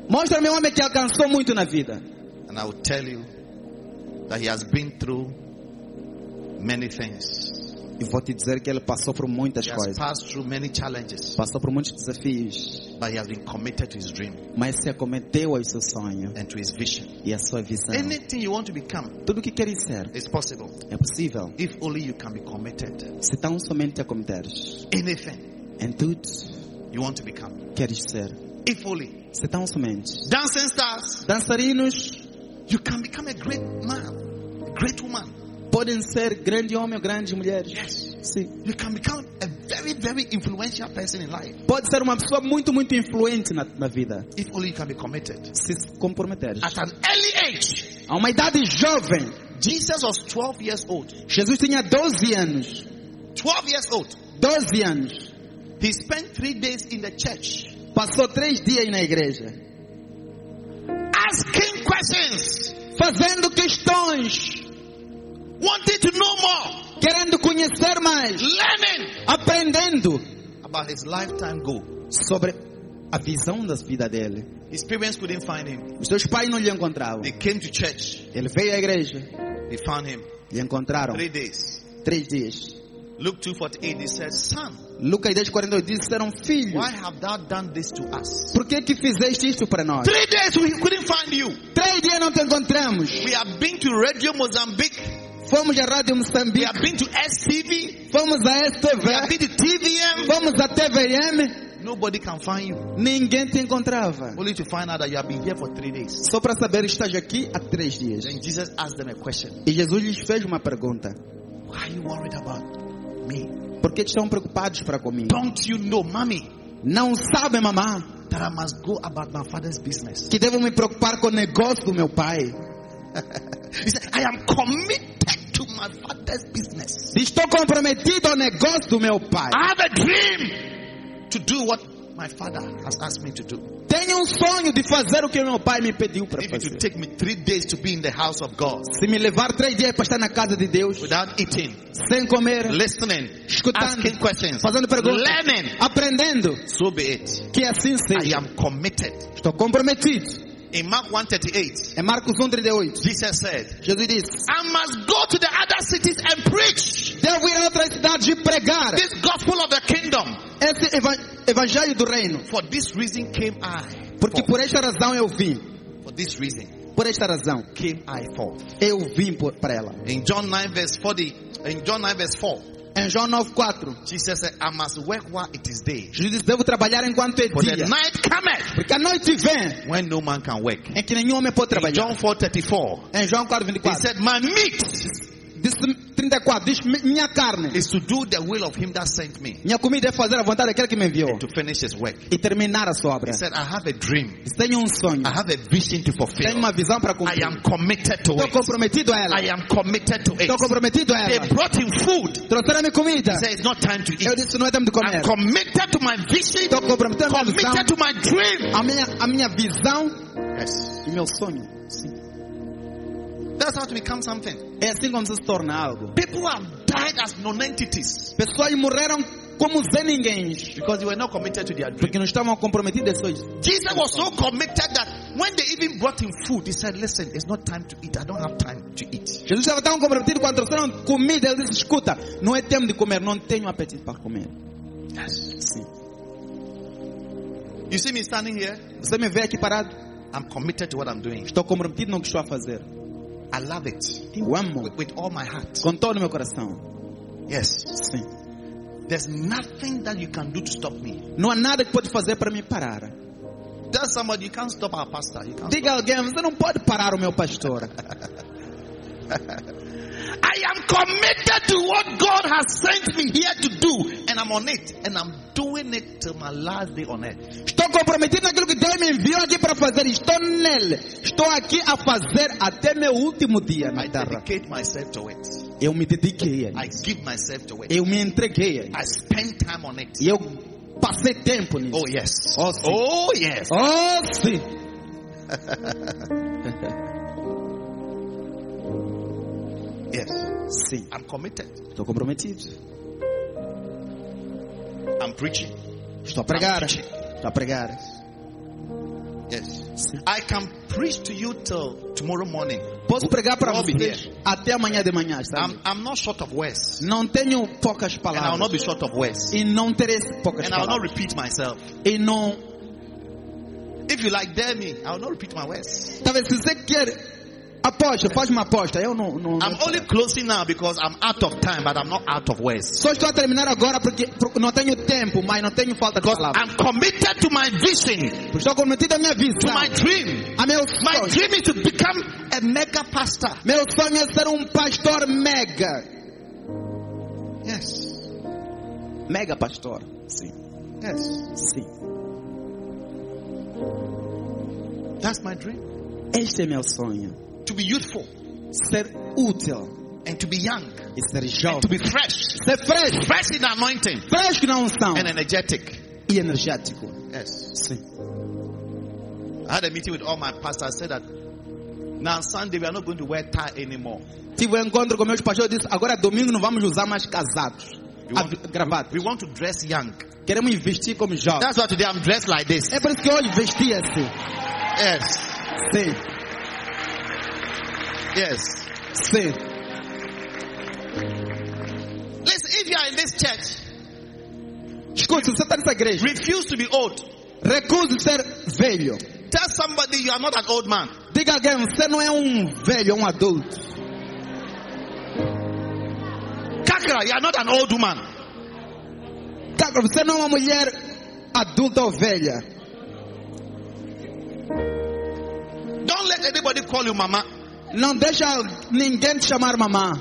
[SPEAKER 3] Mostra-me um homem que alcançou muito na vida.
[SPEAKER 2] And I will tell you that he has been through many things.
[SPEAKER 3] E vou te dizer que ele passou por muitas
[SPEAKER 2] He has
[SPEAKER 3] coisas.
[SPEAKER 2] passed through many challenges,
[SPEAKER 3] Passou por muitos desafios.
[SPEAKER 2] but he has been committed to his dream
[SPEAKER 3] Mas se acometeu ao seu sonho
[SPEAKER 2] and to his vision.
[SPEAKER 3] e à sua visão.
[SPEAKER 2] Anything you want to become
[SPEAKER 3] Tudo o que queres ser
[SPEAKER 2] is possible
[SPEAKER 3] é possível.
[SPEAKER 2] if only you can be committed.
[SPEAKER 3] Se tão somente te acometeres
[SPEAKER 2] Anything
[SPEAKER 3] em tudo
[SPEAKER 2] you want to become,
[SPEAKER 3] que queres ser.
[SPEAKER 2] if only.
[SPEAKER 3] Se tão somente
[SPEAKER 2] Dancing stars,
[SPEAKER 3] dançarinos
[SPEAKER 2] you can become a great man, great woman.
[SPEAKER 3] podem ser grande homem ou grandes mulheres. Sim.
[SPEAKER 2] You can become a very, very influential person in life
[SPEAKER 3] Pode ser uma pessoa muito, muito influente na, na vida.
[SPEAKER 2] if only you can be committed.
[SPEAKER 3] Se se comprometeres.
[SPEAKER 2] At an early age,
[SPEAKER 3] A uma idade jovem,
[SPEAKER 2] Jesus was 12 years old.
[SPEAKER 3] Jesus tinha 12 anos.
[SPEAKER 2] 12 years old.
[SPEAKER 3] 12 anos.
[SPEAKER 2] He spent three days in the church
[SPEAKER 3] Passou três dias na igreja.
[SPEAKER 2] asking questions,
[SPEAKER 3] Fazendo questões.
[SPEAKER 2] wanting to know more,
[SPEAKER 3] Querendo conhecer mais.
[SPEAKER 2] learning
[SPEAKER 3] Aprendendo
[SPEAKER 2] about his lifetime goal.
[SPEAKER 3] sobre a visão da vida dele.
[SPEAKER 2] His parents couldn't find him.
[SPEAKER 3] Os seus pais não lhe encontravam.
[SPEAKER 2] They came to church,
[SPEAKER 3] Ele veio à igreja.
[SPEAKER 2] they found him.
[SPEAKER 3] Lhe encontraram
[SPEAKER 2] Three days.
[SPEAKER 3] três dias.
[SPEAKER 2] Luke 2:48, they said, Son,
[SPEAKER 3] Lucas 10, 48 diz: Serão filhos.
[SPEAKER 2] why have thou done this to us?
[SPEAKER 3] Por que que fizeste isto para nós?
[SPEAKER 2] Three days we couldn't find you.
[SPEAKER 3] Três dias não te encontramos.
[SPEAKER 2] We have been to Radio Mozambique,
[SPEAKER 3] Fomos à Rádio
[SPEAKER 2] we
[SPEAKER 3] Moçambique,
[SPEAKER 2] have been to STV,
[SPEAKER 3] fomos à
[SPEAKER 2] we have
[SPEAKER 3] STV,
[SPEAKER 2] been to TVM.
[SPEAKER 3] fomos à TVM,
[SPEAKER 2] Nobody can find you.
[SPEAKER 3] ninguém te encontrava.
[SPEAKER 2] Only to find out that you have been here for three days.
[SPEAKER 3] Só para saber, estás aqui há três dias.
[SPEAKER 2] Then Jesus asked them a question.
[SPEAKER 3] E Jesus lhes fez uma pergunta:
[SPEAKER 2] Why are you worried about me?
[SPEAKER 3] Por que estão preocupados para comigo?
[SPEAKER 2] Don't you know, mommy,
[SPEAKER 3] Não sabem, mamá,
[SPEAKER 2] that I must go about my father's business?
[SPEAKER 3] que devo me preocupar com o negócio do meu pai.
[SPEAKER 2] He said, I am committed to my father's business.
[SPEAKER 3] Estou comprometido ao negócio do meu pai.
[SPEAKER 2] I have a dream to do what my father has asked me to do.
[SPEAKER 3] Tenho um sonho de fazer o que meu pai me pediu para
[SPEAKER 2] If it
[SPEAKER 3] fazer.
[SPEAKER 2] would take me three days to be in the house of God
[SPEAKER 3] Se me levar três dias para estar na casa de Deus,
[SPEAKER 2] without eating,
[SPEAKER 3] sem comer,
[SPEAKER 2] listening,
[SPEAKER 3] escutando,
[SPEAKER 2] asking questions,
[SPEAKER 3] fazendo perguntas,
[SPEAKER 2] learning,
[SPEAKER 3] aprendendo,
[SPEAKER 2] so be it.
[SPEAKER 3] que assim
[SPEAKER 2] I
[SPEAKER 3] seja.
[SPEAKER 2] am committed.
[SPEAKER 3] Estou comprometido.
[SPEAKER 2] In Mark 138,
[SPEAKER 3] É Marcos 1,38.
[SPEAKER 2] Jesus said,
[SPEAKER 3] Jesus disse:
[SPEAKER 2] I must go to the other cities and preach
[SPEAKER 3] Devo ir a outras cidades e pregar
[SPEAKER 2] this gospel of the kingdom.
[SPEAKER 3] esse eva- evangelho do reino.
[SPEAKER 2] For this reason came I.
[SPEAKER 3] Porque por esta razão eu vim.
[SPEAKER 2] For this reason
[SPEAKER 3] Por esta razão
[SPEAKER 2] came I forth.
[SPEAKER 3] eu vim por- para ela.
[SPEAKER 2] In John 9 verse 40, in John 9 verse 4,
[SPEAKER 3] Em João 9,4.
[SPEAKER 2] Jesus said, I must work while it is day.
[SPEAKER 3] Jesus disse: Devo trabalhar enquanto é
[SPEAKER 2] For the
[SPEAKER 3] dia.
[SPEAKER 2] night cometh
[SPEAKER 3] Porque a noite vem
[SPEAKER 2] when no man can work.
[SPEAKER 3] em que nenhum homem pode
[SPEAKER 2] In
[SPEAKER 3] trabalhar.
[SPEAKER 2] John 4 34,
[SPEAKER 3] Em João 4,
[SPEAKER 2] he
[SPEAKER 3] 24.
[SPEAKER 2] said, My meat
[SPEAKER 3] Disse 34. Diz: "Mi- Minha carne,
[SPEAKER 2] is to do the will of him that sent me
[SPEAKER 3] minha comida é fazer a vontade daquele que me enviou.
[SPEAKER 2] to finish his work.
[SPEAKER 3] E terminar a sua obra.
[SPEAKER 2] He said, I have a dream.
[SPEAKER 3] Disse, Tenho um sonho.
[SPEAKER 2] I have a vision to
[SPEAKER 3] Tenho
[SPEAKER 2] fulfill.
[SPEAKER 3] uma visão para
[SPEAKER 2] I
[SPEAKER 3] cumprir.
[SPEAKER 2] am committed to
[SPEAKER 3] Estou
[SPEAKER 2] it.
[SPEAKER 3] comprometido a ela.
[SPEAKER 2] I am committed to
[SPEAKER 3] Estou
[SPEAKER 2] it.
[SPEAKER 3] comprometido a
[SPEAKER 2] They
[SPEAKER 3] ela.
[SPEAKER 2] brought him food. He
[SPEAKER 3] Trouxeram-me comida.
[SPEAKER 2] said, It's not time to
[SPEAKER 3] Eu
[SPEAKER 2] eat.
[SPEAKER 3] disse, não é tempo de
[SPEAKER 2] I'm
[SPEAKER 3] comer.
[SPEAKER 2] committed to my vision,
[SPEAKER 3] Estou comprometido a minha visão,
[SPEAKER 2] committed to my dream.
[SPEAKER 3] a minha, a minha visão
[SPEAKER 2] Yes.
[SPEAKER 3] e meu sonho.
[SPEAKER 2] That's how to become something.
[SPEAKER 3] É assim como você se torna algo.
[SPEAKER 2] People have died as non-entities
[SPEAKER 3] Pessoas morreram como sem ninguém.
[SPEAKER 2] because they were not committed to their dream.
[SPEAKER 3] Porque não estavam comprometidas às suas.
[SPEAKER 2] Jesus was so committed that when they even brought him food, he said, "Listen, it's not time to eat. I don't have time to eat."
[SPEAKER 3] Jesus estava tão comprometido quando trouxeram comida. Ele disse, escuta, não é tempo de comer. Não tenho apetite para comer.
[SPEAKER 2] Yes. You see me standing here.
[SPEAKER 3] Você me vê aqui parado.
[SPEAKER 2] I'm committed to what I'm doing.
[SPEAKER 3] Estou comprometido no que estou a fazer.
[SPEAKER 2] I love it
[SPEAKER 3] Eu amo.
[SPEAKER 2] with, with all my heart.
[SPEAKER 3] Com todo o meu coração.
[SPEAKER 2] Yes.
[SPEAKER 3] Sim.
[SPEAKER 2] There's nothing that you can do to stop me.
[SPEAKER 3] Não há nada que pode fazer para me parar.
[SPEAKER 2] Tell somebody you can't stop our pastor. You can't.
[SPEAKER 3] Diga a alguém, você não pode parar o meu pastor.
[SPEAKER 2] I am committed to what God has sent me here to do, and I'm on it, and I'm doing it till my last day on earth.
[SPEAKER 3] Estou comprometido naquilo que Deus me enviou aqui para fazer. Estou nele. Estou aqui a fazer até meu último dia
[SPEAKER 2] I
[SPEAKER 3] na terra.
[SPEAKER 2] dedicate myself to it.
[SPEAKER 3] Eu me dediquei. a ele.
[SPEAKER 2] I give myself to it.
[SPEAKER 3] Eu me entreguei. a ele.
[SPEAKER 2] I spend time on it.
[SPEAKER 3] E eu passei tempo nisso.
[SPEAKER 2] Oh yes.
[SPEAKER 3] Oh, sim.
[SPEAKER 2] Oh yes.
[SPEAKER 3] Oh, sim.
[SPEAKER 2] Yes.
[SPEAKER 3] Sim.
[SPEAKER 2] I'm committed.
[SPEAKER 3] Estou comprometido.
[SPEAKER 2] I'm preaching.
[SPEAKER 3] Tá Estou a pregar. Estou a pregar.
[SPEAKER 2] Yes. I can preach to you till tomorrow morning.
[SPEAKER 3] Posso pregar para
[SPEAKER 2] I'll be
[SPEAKER 3] vocês até amanhã de manhã, sabe?
[SPEAKER 2] I'm, I'm not short of words.
[SPEAKER 3] Não tenho poucas
[SPEAKER 2] And I'll not
[SPEAKER 3] palavras.
[SPEAKER 2] be short of words.
[SPEAKER 3] E não terei poucas
[SPEAKER 2] And I'll not
[SPEAKER 3] palavras.
[SPEAKER 2] repeat myself.
[SPEAKER 3] E não...
[SPEAKER 2] If you like dare me, I'll not repeat my words.
[SPEAKER 3] Talvez se você quer... Aposta, faz uma aposta. Eu não... não
[SPEAKER 2] I'm only closing now because I'm out of time, but I'm not out of words.
[SPEAKER 3] Só estou a terminar agora porque porque não tenho tempo, mas não tenho falta de
[SPEAKER 2] Because
[SPEAKER 3] palavras.
[SPEAKER 2] I'm committed to my vision,
[SPEAKER 3] Estou comprometido à minha
[SPEAKER 2] to
[SPEAKER 3] visão.
[SPEAKER 2] my dream.
[SPEAKER 3] A meu
[SPEAKER 2] My
[SPEAKER 3] sonho.
[SPEAKER 2] dream is to become a mega pastor.
[SPEAKER 3] Meu sonho é ser um pastor mega.
[SPEAKER 2] Yes.
[SPEAKER 3] Mega pastor. Sim.
[SPEAKER 2] Yes.
[SPEAKER 3] Sim.
[SPEAKER 2] That's my dream.
[SPEAKER 3] Este é meu sonho.
[SPEAKER 2] To be youthful
[SPEAKER 3] Ser útil
[SPEAKER 2] and to be young.
[SPEAKER 3] e ser
[SPEAKER 2] To
[SPEAKER 3] jovem.
[SPEAKER 2] be fresh.
[SPEAKER 3] Ser fresco.
[SPEAKER 2] Fresh in anointing
[SPEAKER 3] Fresco na unção.
[SPEAKER 2] and energetic.
[SPEAKER 3] E energético.
[SPEAKER 2] Yes.
[SPEAKER 3] Sim.
[SPEAKER 2] I had a meeting with all my pastors. I said that now on Sunday we are not going to wear tie anymore.
[SPEAKER 3] Tive um encontro com meus pastores e disse, agora é domingo não vamos usar mais casados. A, gravado.
[SPEAKER 2] We want to dress young.
[SPEAKER 3] Queremos investir como jovens.
[SPEAKER 2] That's why today I'm dressed like this.
[SPEAKER 3] É por isso que hoje vesti assim.
[SPEAKER 2] Yes.
[SPEAKER 3] Sim.
[SPEAKER 2] Yes.
[SPEAKER 3] Sim.
[SPEAKER 2] Listen, if you are in this church,
[SPEAKER 3] Escute, se você está nessa igreja,
[SPEAKER 2] refuse to be old.
[SPEAKER 3] recuse ser velho.
[SPEAKER 2] Tell somebody you are not an old man.
[SPEAKER 3] Diga a alguém, você não é um velho, é um adulto.
[SPEAKER 2] Kakra, you are not an old woman.
[SPEAKER 3] Cara, você não é uma mulher adulta ou velha.
[SPEAKER 2] Don't let anybody call you mama.
[SPEAKER 3] Não deixa ninguém te chamar mamã.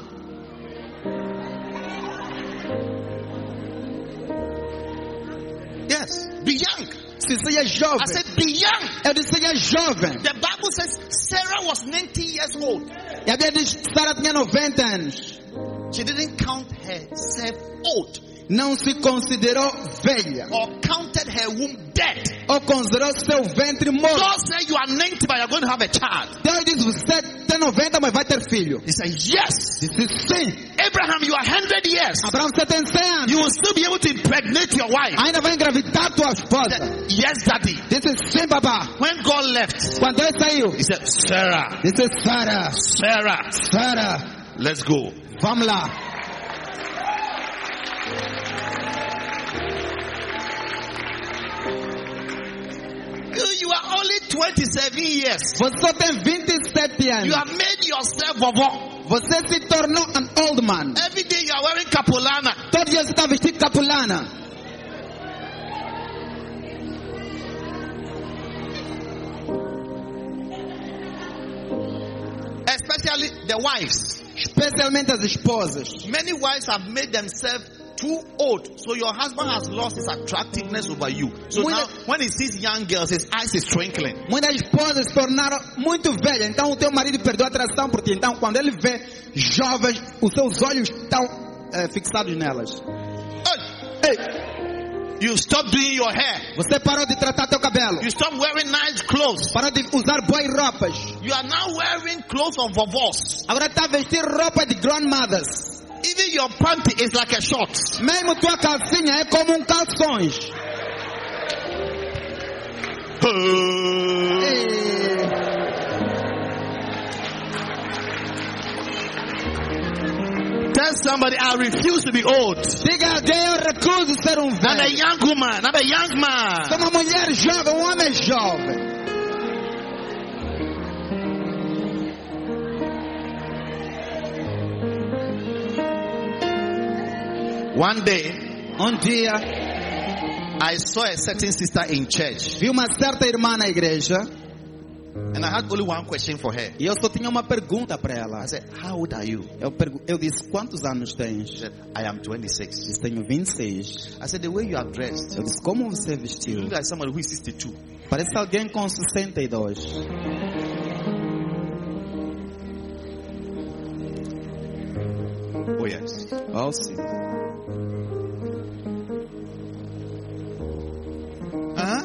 [SPEAKER 2] Yes. Be young.
[SPEAKER 3] Se você é
[SPEAKER 2] I
[SPEAKER 3] jovem,
[SPEAKER 2] said be young.
[SPEAKER 3] eu disse, você é jovem.
[SPEAKER 2] The Bible says Sarah was 90 years old.
[SPEAKER 3] E a Bíblia diz que Sara tinha 90 anos.
[SPEAKER 2] She didn't count herself old
[SPEAKER 3] Não se considerou velha.
[SPEAKER 2] or counted her womb dead.
[SPEAKER 3] Ou considerou seu ventre morto.
[SPEAKER 2] God said you are 90, but you're going to have a child.
[SPEAKER 3] Deus diz, você tem 90, mas vai ter filho.
[SPEAKER 2] He said, Yes.
[SPEAKER 3] Disse, sim.
[SPEAKER 2] Abraham, you are 100 years.
[SPEAKER 3] Abraão, você tem 100 anos.
[SPEAKER 2] You will still be able to impregnate your wife.
[SPEAKER 3] Ainda vai engravidar tua
[SPEAKER 2] He
[SPEAKER 3] esposa.
[SPEAKER 2] said, yes, daddy.
[SPEAKER 3] Disse sim, babá.
[SPEAKER 2] When God left,
[SPEAKER 3] Quando ele saiu,
[SPEAKER 2] he said, Sarah,
[SPEAKER 3] disse Sara,
[SPEAKER 2] Sarah,
[SPEAKER 3] Sara,
[SPEAKER 2] let's go.
[SPEAKER 3] vamos lá.
[SPEAKER 2] You, you are only 27 years.
[SPEAKER 3] Você só tem 27
[SPEAKER 2] You
[SPEAKER 3] anos.
[SPEAKER 2] have made yourself vovo.
[SPEAKER 3] Você se tornou an old man.
[SPEAKER 2] Every day you are wearing capulana.
[SPEAKER 3] Todo dia você está vestido de capulana.
[SPEAKER 2] Especially the wives.
[SPEAKER 3] Especialmente as esposas.
[SPEAKER 2] Many wives have made themselves too old. So your husband has lost his attractiveness over you. So
[SPEAKER 3] When
[SPEAKER 2] now,
[SPEAKER 3] the-
[SPEAKER 2] when he sees young girls, his eyes is twinkling.
[SPEAKER 3] Muitas esposas se tornaram muito velhas. Então o teu marido perdeu a atração por ti. Então quando ele vê jovens, os seus olhos estão eh, fixados nelas.
[SPEAKER 2] Hey,
[SPEAKER 3] Ei,
[SPEAKER 2] you stop doing your hair.
[SPEAKER 3] você parou de tratar teu cabelo.
[SPEAKER 2] You stop wearing nice clothes.
[SPEAKER 3] Parou de usar boas roupas.
[SPEAKER 2] You are now wearing clothes of vovos.
[SPEAKER 3] Agora está a vestir roupa de grandmothers.
[SPEAKER 2] Even your panty is like a short.
[SPEAKER 3] Mesmo tua calcinha é como um calções.
[SPEAKER 2] Hey.
[SPEAKER 3] E-
[SPEAKER 2] Tell somebody I refuse to be old.
[SPEAKER 3] Diga a alguém, eu recuso ser um
[SPEAKER 2] I'm a
[SPEAKER 3] velho.
[SPEAKER 2] young woman. I'm a young
[SPEAKER 3] Sou
[SPEAKER 2] man.
[SPEAKER 3] uma mulher jovem, um homem jovem.
[SPEAKER 2] One day,
[SPEAKER 3] Um dia,
[SPEAKER 2] I saw a certain sister in church,
[SPEAKER 3] vi uma certa irmã na igreja
[SPEAKER 2] and I had only one question for her.
[SPEAKER 3] e eu só tinha uma pergunta para ela.
[SPEAKER 2] I said, How old are you?
[SPEAKER 3] Eu, pergu- eu disse, quantos anos
[SPEAKER 2] She
[SPEAKER 3] tens?
[SPEAKER 2] said, I am 26.
[SPEAKER 3] Disse, tenho 26.
[SPEAKER 2] I said, The way you are dressed,
[SPEAKER 3] Eu disse, como você
[SPEAKER 2] you
[SPEAKER 3] vestiu?
[SPEAKER 2] look like somebody who is 62.
[SPEAKER 3] Parece alguém com 62.
[SPEAKER 2] Oh, yes.
[SPEAKER 3] Oh, sim.
[SPEAKER 2] Huh?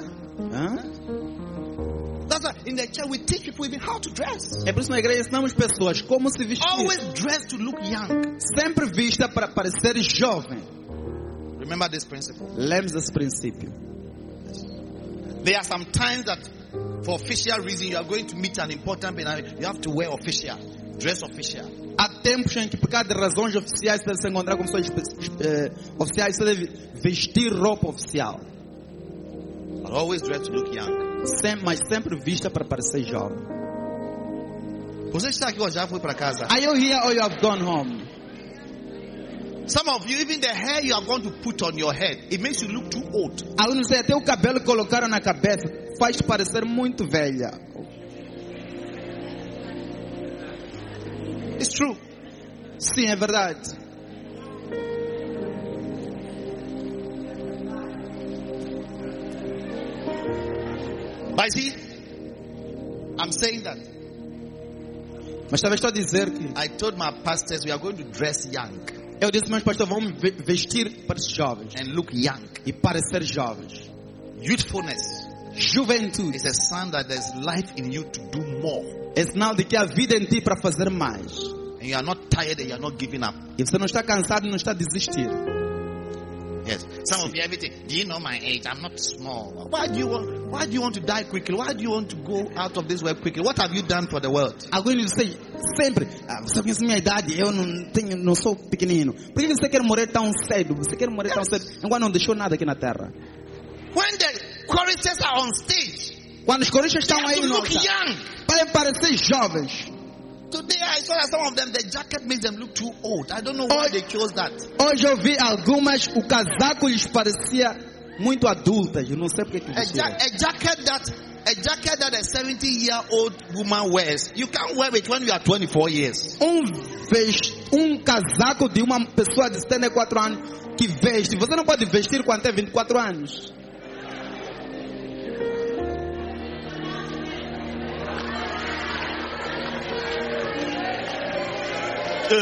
[SPEAKER 3] Hã?
[SPEAKER 2] That's why in the church we teach people even how to dress.
[SPEAKER 3] É por isso que na igreja ensinamos pessoas como se vestir.
[SPEAKER 2] Always dress to look young.
[SPEAKER 3] Sempre vista para parecer jovem.
[SPEAKER 2] Remember this principle.
[SPEAKER 3] Lembre-se desse princípio.
[SPEAKER 2] There are some times that For official reason, you are going to meet an important man. You have to wear official, dress official.
[SPEAKER 3] Há tempos em que, por causa de razões oficiais, se deve se encontrar com pessoas espe- eh, oficiais, se deve vestir roupa oficial.
[SPEAKER 2] But always dress to look young.
[SPEAKER 3] Sempre, mas sempre vista para parecer jovem.
[SPEAKER 2] Você está aqui hoje já foi para casa.
[SPEAKER 3] Are you here or "Oh, you have gone home?
[SPEAKER 2] Some of you, even the hair you are going to put on your head, it makes you look too old.
[SPEAKER 3] Alguns dizem até o cabelo que colocaram na cabeça faz parecer muito velha.
[SPEAKER 2] It's true.
[SPEAKER 3] Sim, é verdade.
[SPEAKER 2] But you see, I'm saying that.
[SPEAKER 3] Mas talvez estou a dizer que
[SPEAKER 2] I told my pastors we are going to dress young
[SPEAKER 3] eu disse, meus pastores, vamos ve- vestir para os jovens
[SPEAKER 2] and look young.
[SPEAKER 3] e parecer jovens.
[SPEAKER 2] Youthfulness
[SPEAKER 3] Juventude
[SPEAKER 2] is a sign that there's life in you to do more.
[SPEAKER 3] é sinal de que há vida em ti para fazer mais.
[SPEAKER 2] And you are not tired and you are not giving up.
[SPEAKER 3] E você não está cansado, não está a desistir.
[SPEAKER 2] Yes. Some of you everything. Do you know my age? I'm not small. Why do you want why do you want to die quickly? Why do you want to go out of this world quickly? What have you done for the world?
[SPEAKER 3] Alguns dizem sempre, ah, você conhece minha idade, eu não tenho, não sou pequenino. Por que você quer morrer tão cedo? Você quer morrer tão cedo enquanto não deixou nada aqui na terra.
[SPEAKER 2] When the choristers are on stage,
[SPEAKER 3] Quando os coristas
[SPEAKER 2] they
[SPEAKER 3] estão
[SPEAKER 2] have
[SPEAKER 3] aí
[SPEAKER 2] to
[SPEAKER 3] no
[SPEAKER 2] look
[SPEAKER 3] altar,
[SPEAKER 2] young.
[SPEAKER 3] podem parecer jovens.
[SPEAKER 2] Today I saw that some of them the jacket makes them look too old. I don't know why they chose that.
[SPEAKER 3] Hoje eu vi algumas, o casaco lhes parecia muito adultas. Eu não sei porque que
[SPEAKER 2] A, ja-
[SPEAKER 3] vestiram.
[SPEAKER 2] a jacket that a jacket that a 70 year old woman wears, you can't wear it when you are 24 years.
[SPEAKER 3] Um, vest... um casaco de uma pessoa de 74 anos que veste. Você não pode vestir quando tem 24 anos.
[SPEAKER 2] Eh.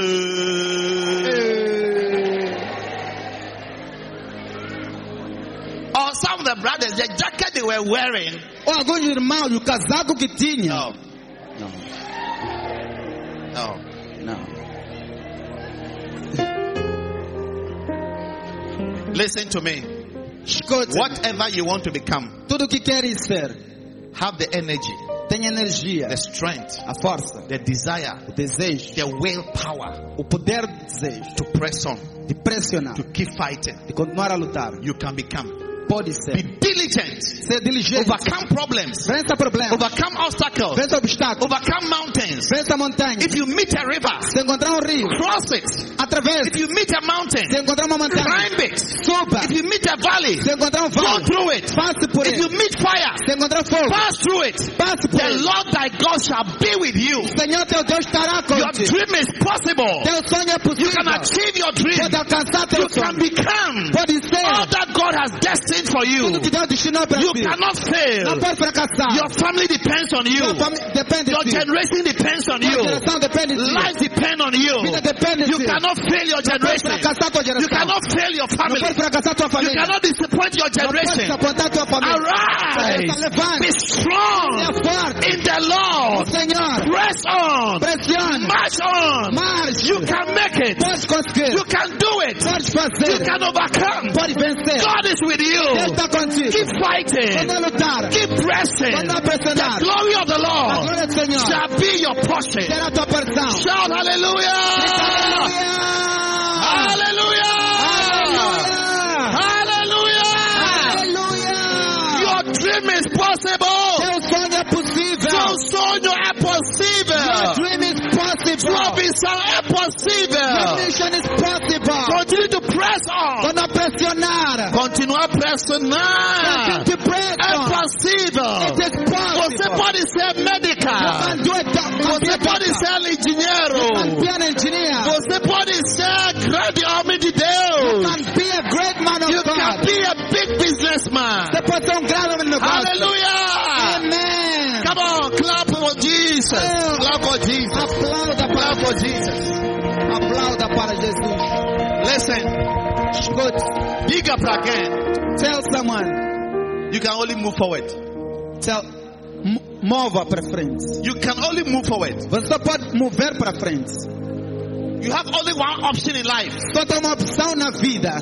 [SPEAKER 2] Or some of the brothers, the jacket they were wearing.
[SPEAKER 3] Ou alguns irmãos, o casaco que tinha.
[SPEAKER 2] No, no.
[SPEAKER 3] Não, não.
[SPEAKER 2] Listen to me.
[SPEAKER 3] Escute,
[SPEAKER 2] Whatever you want to become,
[SPEAKER 3] tudo o que queres ser,
[SPEAKER 2] have the energy,
[SPEAKER 3] tem energia,
[SPEAKER 2] the strength,
[SPEAKER 3] a força,
[SPEAKER 2] the desire,
[SPEAKER 3] o desejo,
[SPEAKER 2] the willpower
[SPEAKER 3] o poder do desejo,
[SPEAKER 2] to press on,
[SPEAKER 3] de pressionar,
[SPEAKER 2] to keep fighting.
[SPEAKER 3] de continuar a lutar.
[SPEAKER 2] You can become.
[SPEAKER 3] Pode
[SPEAKER 2] Be
[SPEAKER 3] ser.
[SPEAKER 2] diligent.
[SPEAKER 3] Ser diligente.
[SPEAKER 2] Overcome problems.
[SPEAKER 3] Vença problemas.
[SPEAKER 2] Overcome obstacles.
[SPEAKER 3] Vença obstáculos.
[SPEAKER 2] Overcome mountains.
[SPEAKER 3] Vença montanhas.
[SPEAKER 2] If you meet a river,
[SPEAKER 3] Se encontrar um rio,
[SPEAKER 2] cross it. If
[SPEAKER 3] atravesse.
[SPEAKER 2] you meet a mountain,
[SPEAKER 3] Se encontrar uma montanha,
[SPEAKER 2] climb it.
[SPEAKER 3] suba.
[SPEAKER 2] If you meet a valley,
[SPEAKER 3] Se encontrar um
[SPEAKER 2] go
[SPEAKER 3] vale,
[SPEAKER 2] through it.
[SPEAKER 3] passe por
[SPEAKER 2] If you
[SPEAKER 3] ele.
[SPEAKER 2] meet fire,
[SPEAKER 3] Se encontrar fogo,
[SPEAKER 2] pass through it.
[SPEAKER 3] passe por
[SPEAKER 2] The
[SPEAKER 3] ele.
[SPEAKER 2] Lord thy God shall be with you.
[SPEAKER 3] Senhor teu Deus estará
[SPEAKER 2] Your
[SPEAKER 3] contigo.
[SPEAKER 2] dream is possible.
[SPEAKER 3] Teu sonho é
[SPEAKER 2] You can
[SPEAKER 3] possível.
[SPEAKER 2] achieve your dream.
[SPEAKER 3] Pode alcançar
[SPEAKER 2] You
[SPEAKER 3] teu
[SPEAKER 2] can
[SPEAKER 3] sonho.
[SPEAKER 2] become
[SPEAKER 3] Pode
[SPEAKER 2] all
[SPEAKER 3] ser
[SPEAKER 2] that God has destined for
[SPEAKER 3] tudo que
[SPEAKER 2] you.
[SPEAKER 3] Deus destinou para
[SPEAKER 2] You
[SPEAKER 3] ti.
[SPEAKER 2] cannot fail.
[SPEAKER 3] Não pode fracassar.
[SPEAKER 2] Your family depends on you.
[SPEAKER 3] Tua família depende
[SPEAKER 2] Your
[SPEAKER 3] de ti.
[SPEAKER 2] generation depends on
[SPEAKER 3] Tua
[SPEAKER 2] you.
[SPEAKER 3] geração depende de ti.
[SPEAKER 2] Life depends on
[SPEAKER 3] Vida
[SPEAKER 2] you.
[SPEAKER 3] depende de
[SPEAKER 2] You
[SPEAKER 3] ti. Não
[SPEAKER 2] cannot fail your
[SPEAKER 3] pode
[SPEAKER 2] generation.
[SPEAKER 3] fracassar tua
[SPEAKER 2] You
[SPEAKER 3] geração.
[SPEAKER 2] cannot fail your
[SPEAKER 3] Não
[SPEAKER 2] family.
[SPEAKER 3] pode fracassar tua
[SPEAKER 2] You
[SPEAKER 3] família.
[SPEAKER 2] cannot disappoint your
[SPEAKER 3] Não pode
[SPEAKER 2] generation.
[SPEAKER 3] desapontar tua família.
[SPEAKER 2] Arise.
[SPEAKER 3] Levante.
[SPEAKER 2] Be strong
[SPEAKER 3] Seja forte.
[SPEAKER 2] in the Lord.
[SPEAKER 3] Senhor,
[SPEAKER 2] Press on.
[SPEAKER 3] pressione.
[SPEAKER 2] March on.
[SPEAKER 3] Marche.
[SPEAKER 2] You can make it.
[SPEAKER 3] Pode conseguir.
[SPEAKER 2] You can do it.
[SPEAKER 3] Pode
[SPEAKER 2] You
[SPEAKER 3] fazer.
[SPEAKER 2] can overcome.
[SPEAKER 3] Pode vencer.
[SPEAKER 2] God is with
[SPEAKER 3] Deus
[SPEAKER 2] you.
[SPEAKER 3] está contigo.
[SPEAKER 2] Keep fighting.
[SPEAKER 3] Manda lutar.
[SPEAKER 2] Keep pressing.
[SPEAKER 3] Manda
[SPEAKER 2] The
[SPEAKER 3] pressionar.
[SPEAKER 2] glory of the
[SPEAKER 3] A
[SPEAKER 2] Lord
[SPEAKER 3] glória do Senhor
[SPEAKER 2] shall be your portion.
[SPEAKER 3] será tua porção.
[SPEAKER 2] Shout hallelujah!
[SPEAKER 3] Aleluia!
[SPEAKER 2] Hallelujah! Hallelujah!
[SPEAKER 3] Aleluia!
[SPEAKER 2] Your dream is possible.
[SPEAKER 3] Teu sonho é
[SPEAKER 2] Seu
[SPEAKER 3] possível.
[SPEAKER 2] sonho é
[SPEAKER 3] Your
[SPEAKER 2] possível.
[SPEAKER 3] dream is possible.
[SPEAKER 2] Sua visão é
[SPEAKER 3] Your
[SPEAKER 2] possível.
[SPEAKER 3] mission is possible.
[SPEAKER 2] Continue to press on.
[SPEAKER 3] Quando a pressionar,
[SPEAKER 2] Continuar pressionando.
[SPEAKER 3] sente
[SPEAKER 2] É
[SPEAKER 3] pressão. It
[SPEAKER 2] possível.
[SPEAKER 3] is
[SPEAKER 2] Você
[SPEAKER 3] possible.
[SPEAKER 2] pode ser
[SPEAKER 3] You
[SPEAKER 2] médica.
[SPEAKER 3] can do it.
[SPEAKER 2] Você pode ser engenheiro.
[SPEAKER 3] Campeão engenheiro.
[SPEAKER 2] Você pode ser grande homem de Deus.
[SPEAKER 3] Can be a great man
[SPEAKER 2] You
[SPEAKER 3] of
[SPEAKER 2] can
[SPEAKER 3] God.
[SPEAKER 2] be a big businessman.
[SPEAKER 3] Você pode ser um grande homem de negócio.
[SPEAKER 2] Hallelujah!
[SPEAKER 3] Amen.
[SPEAKER 2] Come on, clap for Jesus. Clap for Jesus.
[SPEAKER 3] Aplauda
[SPEAKER 2] Clap
[SPEAKER 3] para
[SPEAKER 2] for Jesus.
[SPEAKER 3] Aplauda para Jesus.
[SPEAKER 2] Listen,
[SPEAKER 3] Escute.
[SPEAKER 2] bigger pra quem?
[SPEAKER 3] Tell someone.
[SPEAKER 2] You can only move forward.
[SPEAKER 3] Tell. Mo- Mova para frente.
[SPEAKER 2] You can only move forward.
[SPEAKER 3] Você só pode mover para frente.
[SPEAKER 2] You have only one option in life
[SPEAKER 3] Só tem uma opção na vida.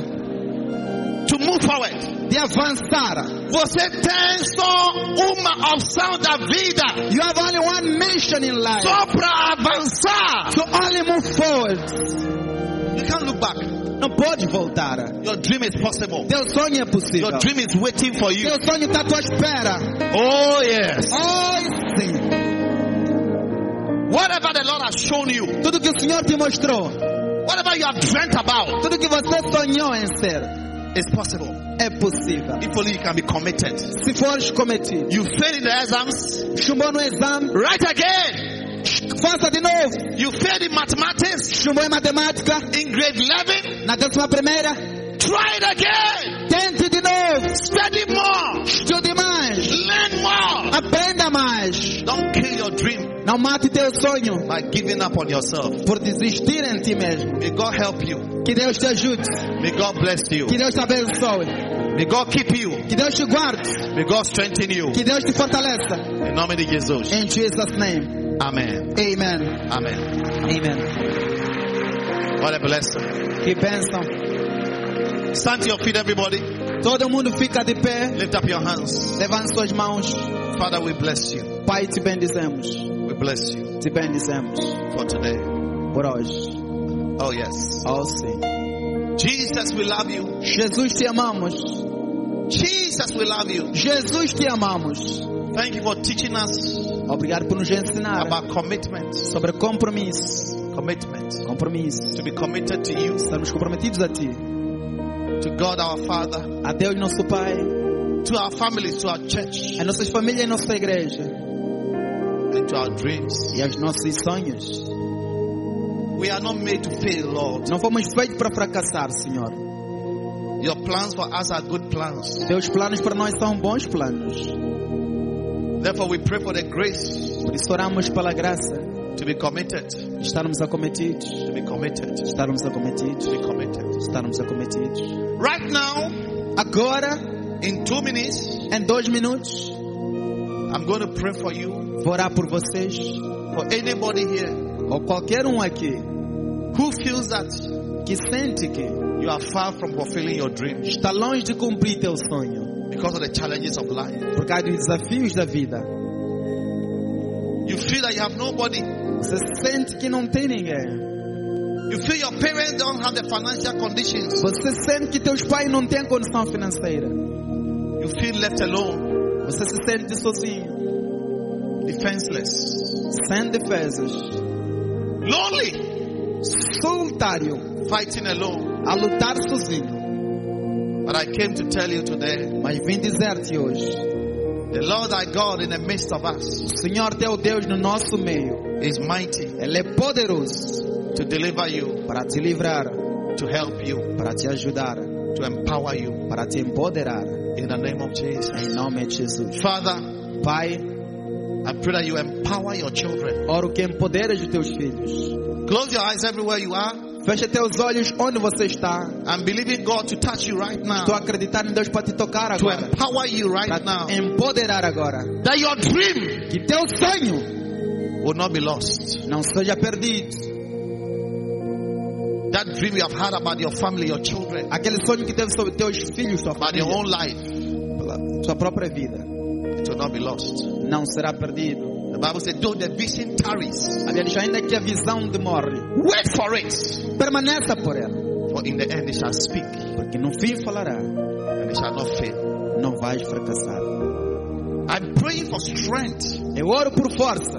[SPEAKER 2] to move forward.
[SPEAKER 3] de avançar.
[SPEAKER 2] Você tem só uma opção da vida.
[SPEAKER 3] You have only one mission in life.
[SPEAKER 2] Só para avançar.
[SPEAKER 3] So only move forward.
[SPEAKER 2] You can't look back.
[SPEAKER 3] Não pode voltar.
[SPEAKER 2] Your dream is possible.
[SPEAKER 3] Teu sonho é possível.
[SPEAKER 2] Your dream is waiting for you.
[SPEAKER 3] Teu sonho está à tua espera.
[SPEAKER 2] Oh yes.
[SPEAKER 3] Oh, sim.
[SPEAKER 2] Whatever the Lord has shown you,
[SPEAKER 3] Tudo que o Senhor te mostrou,
[SPEAKER 2] whatever you have dreamt about,
[SPEAKER 3] tudo que você sonhou em ser,
[SPEAKER 2] is possible.
[SPEAKER 3] é possível.
[SPEAKER 2] If only you can be committed.
[SPEAKER 3] Se fores cometido,
[SPEAKER 2] You failed in the exams,
[SPEAKER 3] chumbou no exame,
[SPEAKER 2] right again.
[SPEAKER 3] faça de novo.
[SPEAKER 2] You failed in mathematics,
[SPEAKER 3] Chumbou em matemática,
[SPEAKER 2] in grade 11,
[SPEAKER 3] na décima primeira,
[SPEAKER 2] try it again.
[SPEAKER 3] tente de novo.
[SPEAKER 2] Study more,
[SPEAKER 3] Estude mais,
[SPEAKER 2] learn more.
[SPEAKER 3] aprenda mais.
[SPEAKER 2] Don't kill your dream
[SPEAKER 3] Não mate teu sonho
[SPEAKER 2] by giving up on yourself.
[SPEAKER 3] por desistir em ti mesmo.
[SPEAKER 2] May God help you.
[SPEAKER 3] Que Deus te ajude,
[SPEAKER 2] May God bless you.
[SPEAKER 3] que Deus te abençoe,
[SPEAKER 2] May God keep you.
[SPEAKER 3] que Deus te guarde,
[SPEAKER 2] May God strengthen you.
[SPEAKER 3] que Deus te fortaleça.
[SPEAKER 2] In the name of Jesus.
[SPEAKER 3] In Jesus' name.
[SPEAKER 2] Amen.
[SPEAKER 3] Amen.
[SPEAKER 2] Amen.
[SPEAKER 3] Amen.
[SPEAKER 2] What a blessing.
[SPEAKER 3] Que bênção.
[SPEAKER 2] Stand to your feet, everybody.
[SPEAKER 3] Todo mundo fica de pé,
[SPEAKER 2] Lift up your hands.
[SPEAKER 3] levante suas mãos.
[SPEAKER 2] Father, we bless you.
[SPEAKER 3] Pai, te bendizemos,
[SPEAKER 2] We bless you
[SPEAKER 3] te bendizemos
[SPEAKER 2] for today.
[SPEAKER 3] por hoje.
[SPEAKER 2] Oh, yes.
[SPEAKER 3] Oh, sim.
[SPEAKER 2] Jesus, we love you.
[SPEAKER 3] Jesus, te amamos.
[SPEAKER 2] Jesus, we love you.
[SPEAKER 3] Jesus, te amamos.
[SPEAKER 2] Thank you for teaching us
[SPEAKER 3] Obrigado por nos ensinar
[SPEAKER 2] about commitment.
[SPEAKER 3] sobre compromisso.
[SPEAKER 2] Commitment.
[SPEAKER 3] Compromisso.
[SPEAKER 2] To be committed to you,
[SPEAKER 3] Estamos comprometidos a ti,
[SPEAKER 2] to God our Father,
[SPEAKER 3] a Deus nosso Pai,
[SPEAKER 2] to our families, to our church,
[SPEAKER 3] a nossas famílias e nossa igreja
[SPEAKER 2] and to our dreams.
[SPEAKER 3] e aos nossos sonhos.
[SPEAKER 2] We are not made to fail, Lord.
[SPEAKER 3] Não fomos feitos para fracassar, Senhor.
[SPEAKER 2] Your plans for us are good plans.
[SPEAKER 3] Teus planos para nós são bons planos.
[SPEAKER 2] Therefore, we pray for the grace
[SPEAKER 3] Por isso oramos pela graça
[SPEAKER 2] to be committed, to
[SPEAKER 3] de estarmos acometidos,
[SPEAKER 2] be committed, to
[SPEAKER 3] estarmos acometidos,
[SPEAKER 2] be committed.
[SPEAKER 3] estarmos acometidos.
[SPEAKER 2] Right now,
[SPEAKER 3] Agora,
[SPEAKER 2] in two minutes,
[SPEAKER 3] em dois minutos,
[SPEAKER 2] I'm going to pray for you,
[SPEAKER 3] vou orar por vocês
[SPEAKER 2] for anybody here
[SPEAKER 3] ou qualquer um aqui
[SPEAKER 2] who feels that
[SPEAKER 3] que sente que
[SPEAKER 2] you are far from fulfilling your dream
[SPEAKER 3] está longe de cumprir teu sonho
[SPEAKER 2] because of the challenges of life.
[SPEAKER 3] por causa dos desafios da vida.
[SPEAKER 2] You feel that you have nobody.
[SPEAKER 3] Você sente que não tem ninguém.
[SPEAKER 2] You feel your parents don't have the financial conditions.
[SPEAKER 3] Você sente que teus pais não têm condição financeira.
[SPEAKER 2] You feel left alone,
[SPEAKER 3] Você se sente sozinho,
[SPEAKER 2] defenseless,
[SPEAKER 3] sem defesas,
[SPEAKER 2] lonely,
[SPEAKER 3] solitário,
[SPEAKER 2] fighting alone.
[SPEAKER 3] a lutar sozinho.
[SPEAKER 2] But I came to tell you today,
[SPEAKER 3] Mas vim dizer-te hoje,
[SPEAKER 2] the Lord thy God in the midst of us
[SPEAKER 3] o Senhor teu Deus no nosso meio,
[SPEAKER 2] is mighty
[SPEAKER 3] Ele é poderoso
[SPEAKER 2] to deliver you,
[SPEAKER 3] para te livrar,
[SPEAKER 2] to help you,
[SPEAKER 3] para te ajudar,
[SPEAKER 2] to empower you
[SPEAKER 3] para te empoderar.
[SPEAKER 2] in the name of Jesus.
[SPEAKER 3] Em nome de Jesus.
[SPEAKER 2] Father,
[SPEAKER 3] Pai,
[SPEAKER 2] I pray that you empower your children.
[SPEAKER 3] oro que empoderes os teus filhos.
[SPEAKER 2] Close your eyes everywhere you are.
[SPEAKER 3] Fecha teus olhos onde você está.
[SPEAKER 2] I'm believing God to touch you right now,
[SPEAKER 3] Estou acreditando em Deus para te tocar
[SPEAKER 2] to
[SPEAKER 3] agora.
[SPEAKER 2] empower you right
[SPEAKER 3] Para
[SPEAKER 2] now,
[SPEAKER 3] te empoderar agora.
[SPEAKER 2] that your dream
[SPEAKER 3] Que teu sonho
[SPEAKER 2] will not be lost.
[SPEAKER 3] não seja perdido.
[SPEAKER 2] That dream you have had about your family, your children,
[SPEAKER 3] Aquele sonho que teve sobre teus filhos, sua
[SPEAKER 2] about your
[SPEAKER 3] família,
[SPEAKER 2] own life,
[SPEAKER 3] pela sua própria vida,
[SPEAKER 2] it will not be lost.
[SPEAKER 3] não será perdido.
[SPEAKER 2] The Bible said, though the vision tarries,
[SPEAKER 3] A Bíblia diz ainda que a visão demore.
[SPEAKER 2] wait for it.
[SPEAKER 3] Permaneça por ela.
[SPEAKER 2] For in the end it shall speak
[SPEAKER 3] Porque no fim falará.
[SPEAKER 2] and it shall not fail.
[SPEAKER 3] Não vais fracassar.
[SPEAKER 2] I'm praying for strength
[SPEAKER 3] Eu oro por força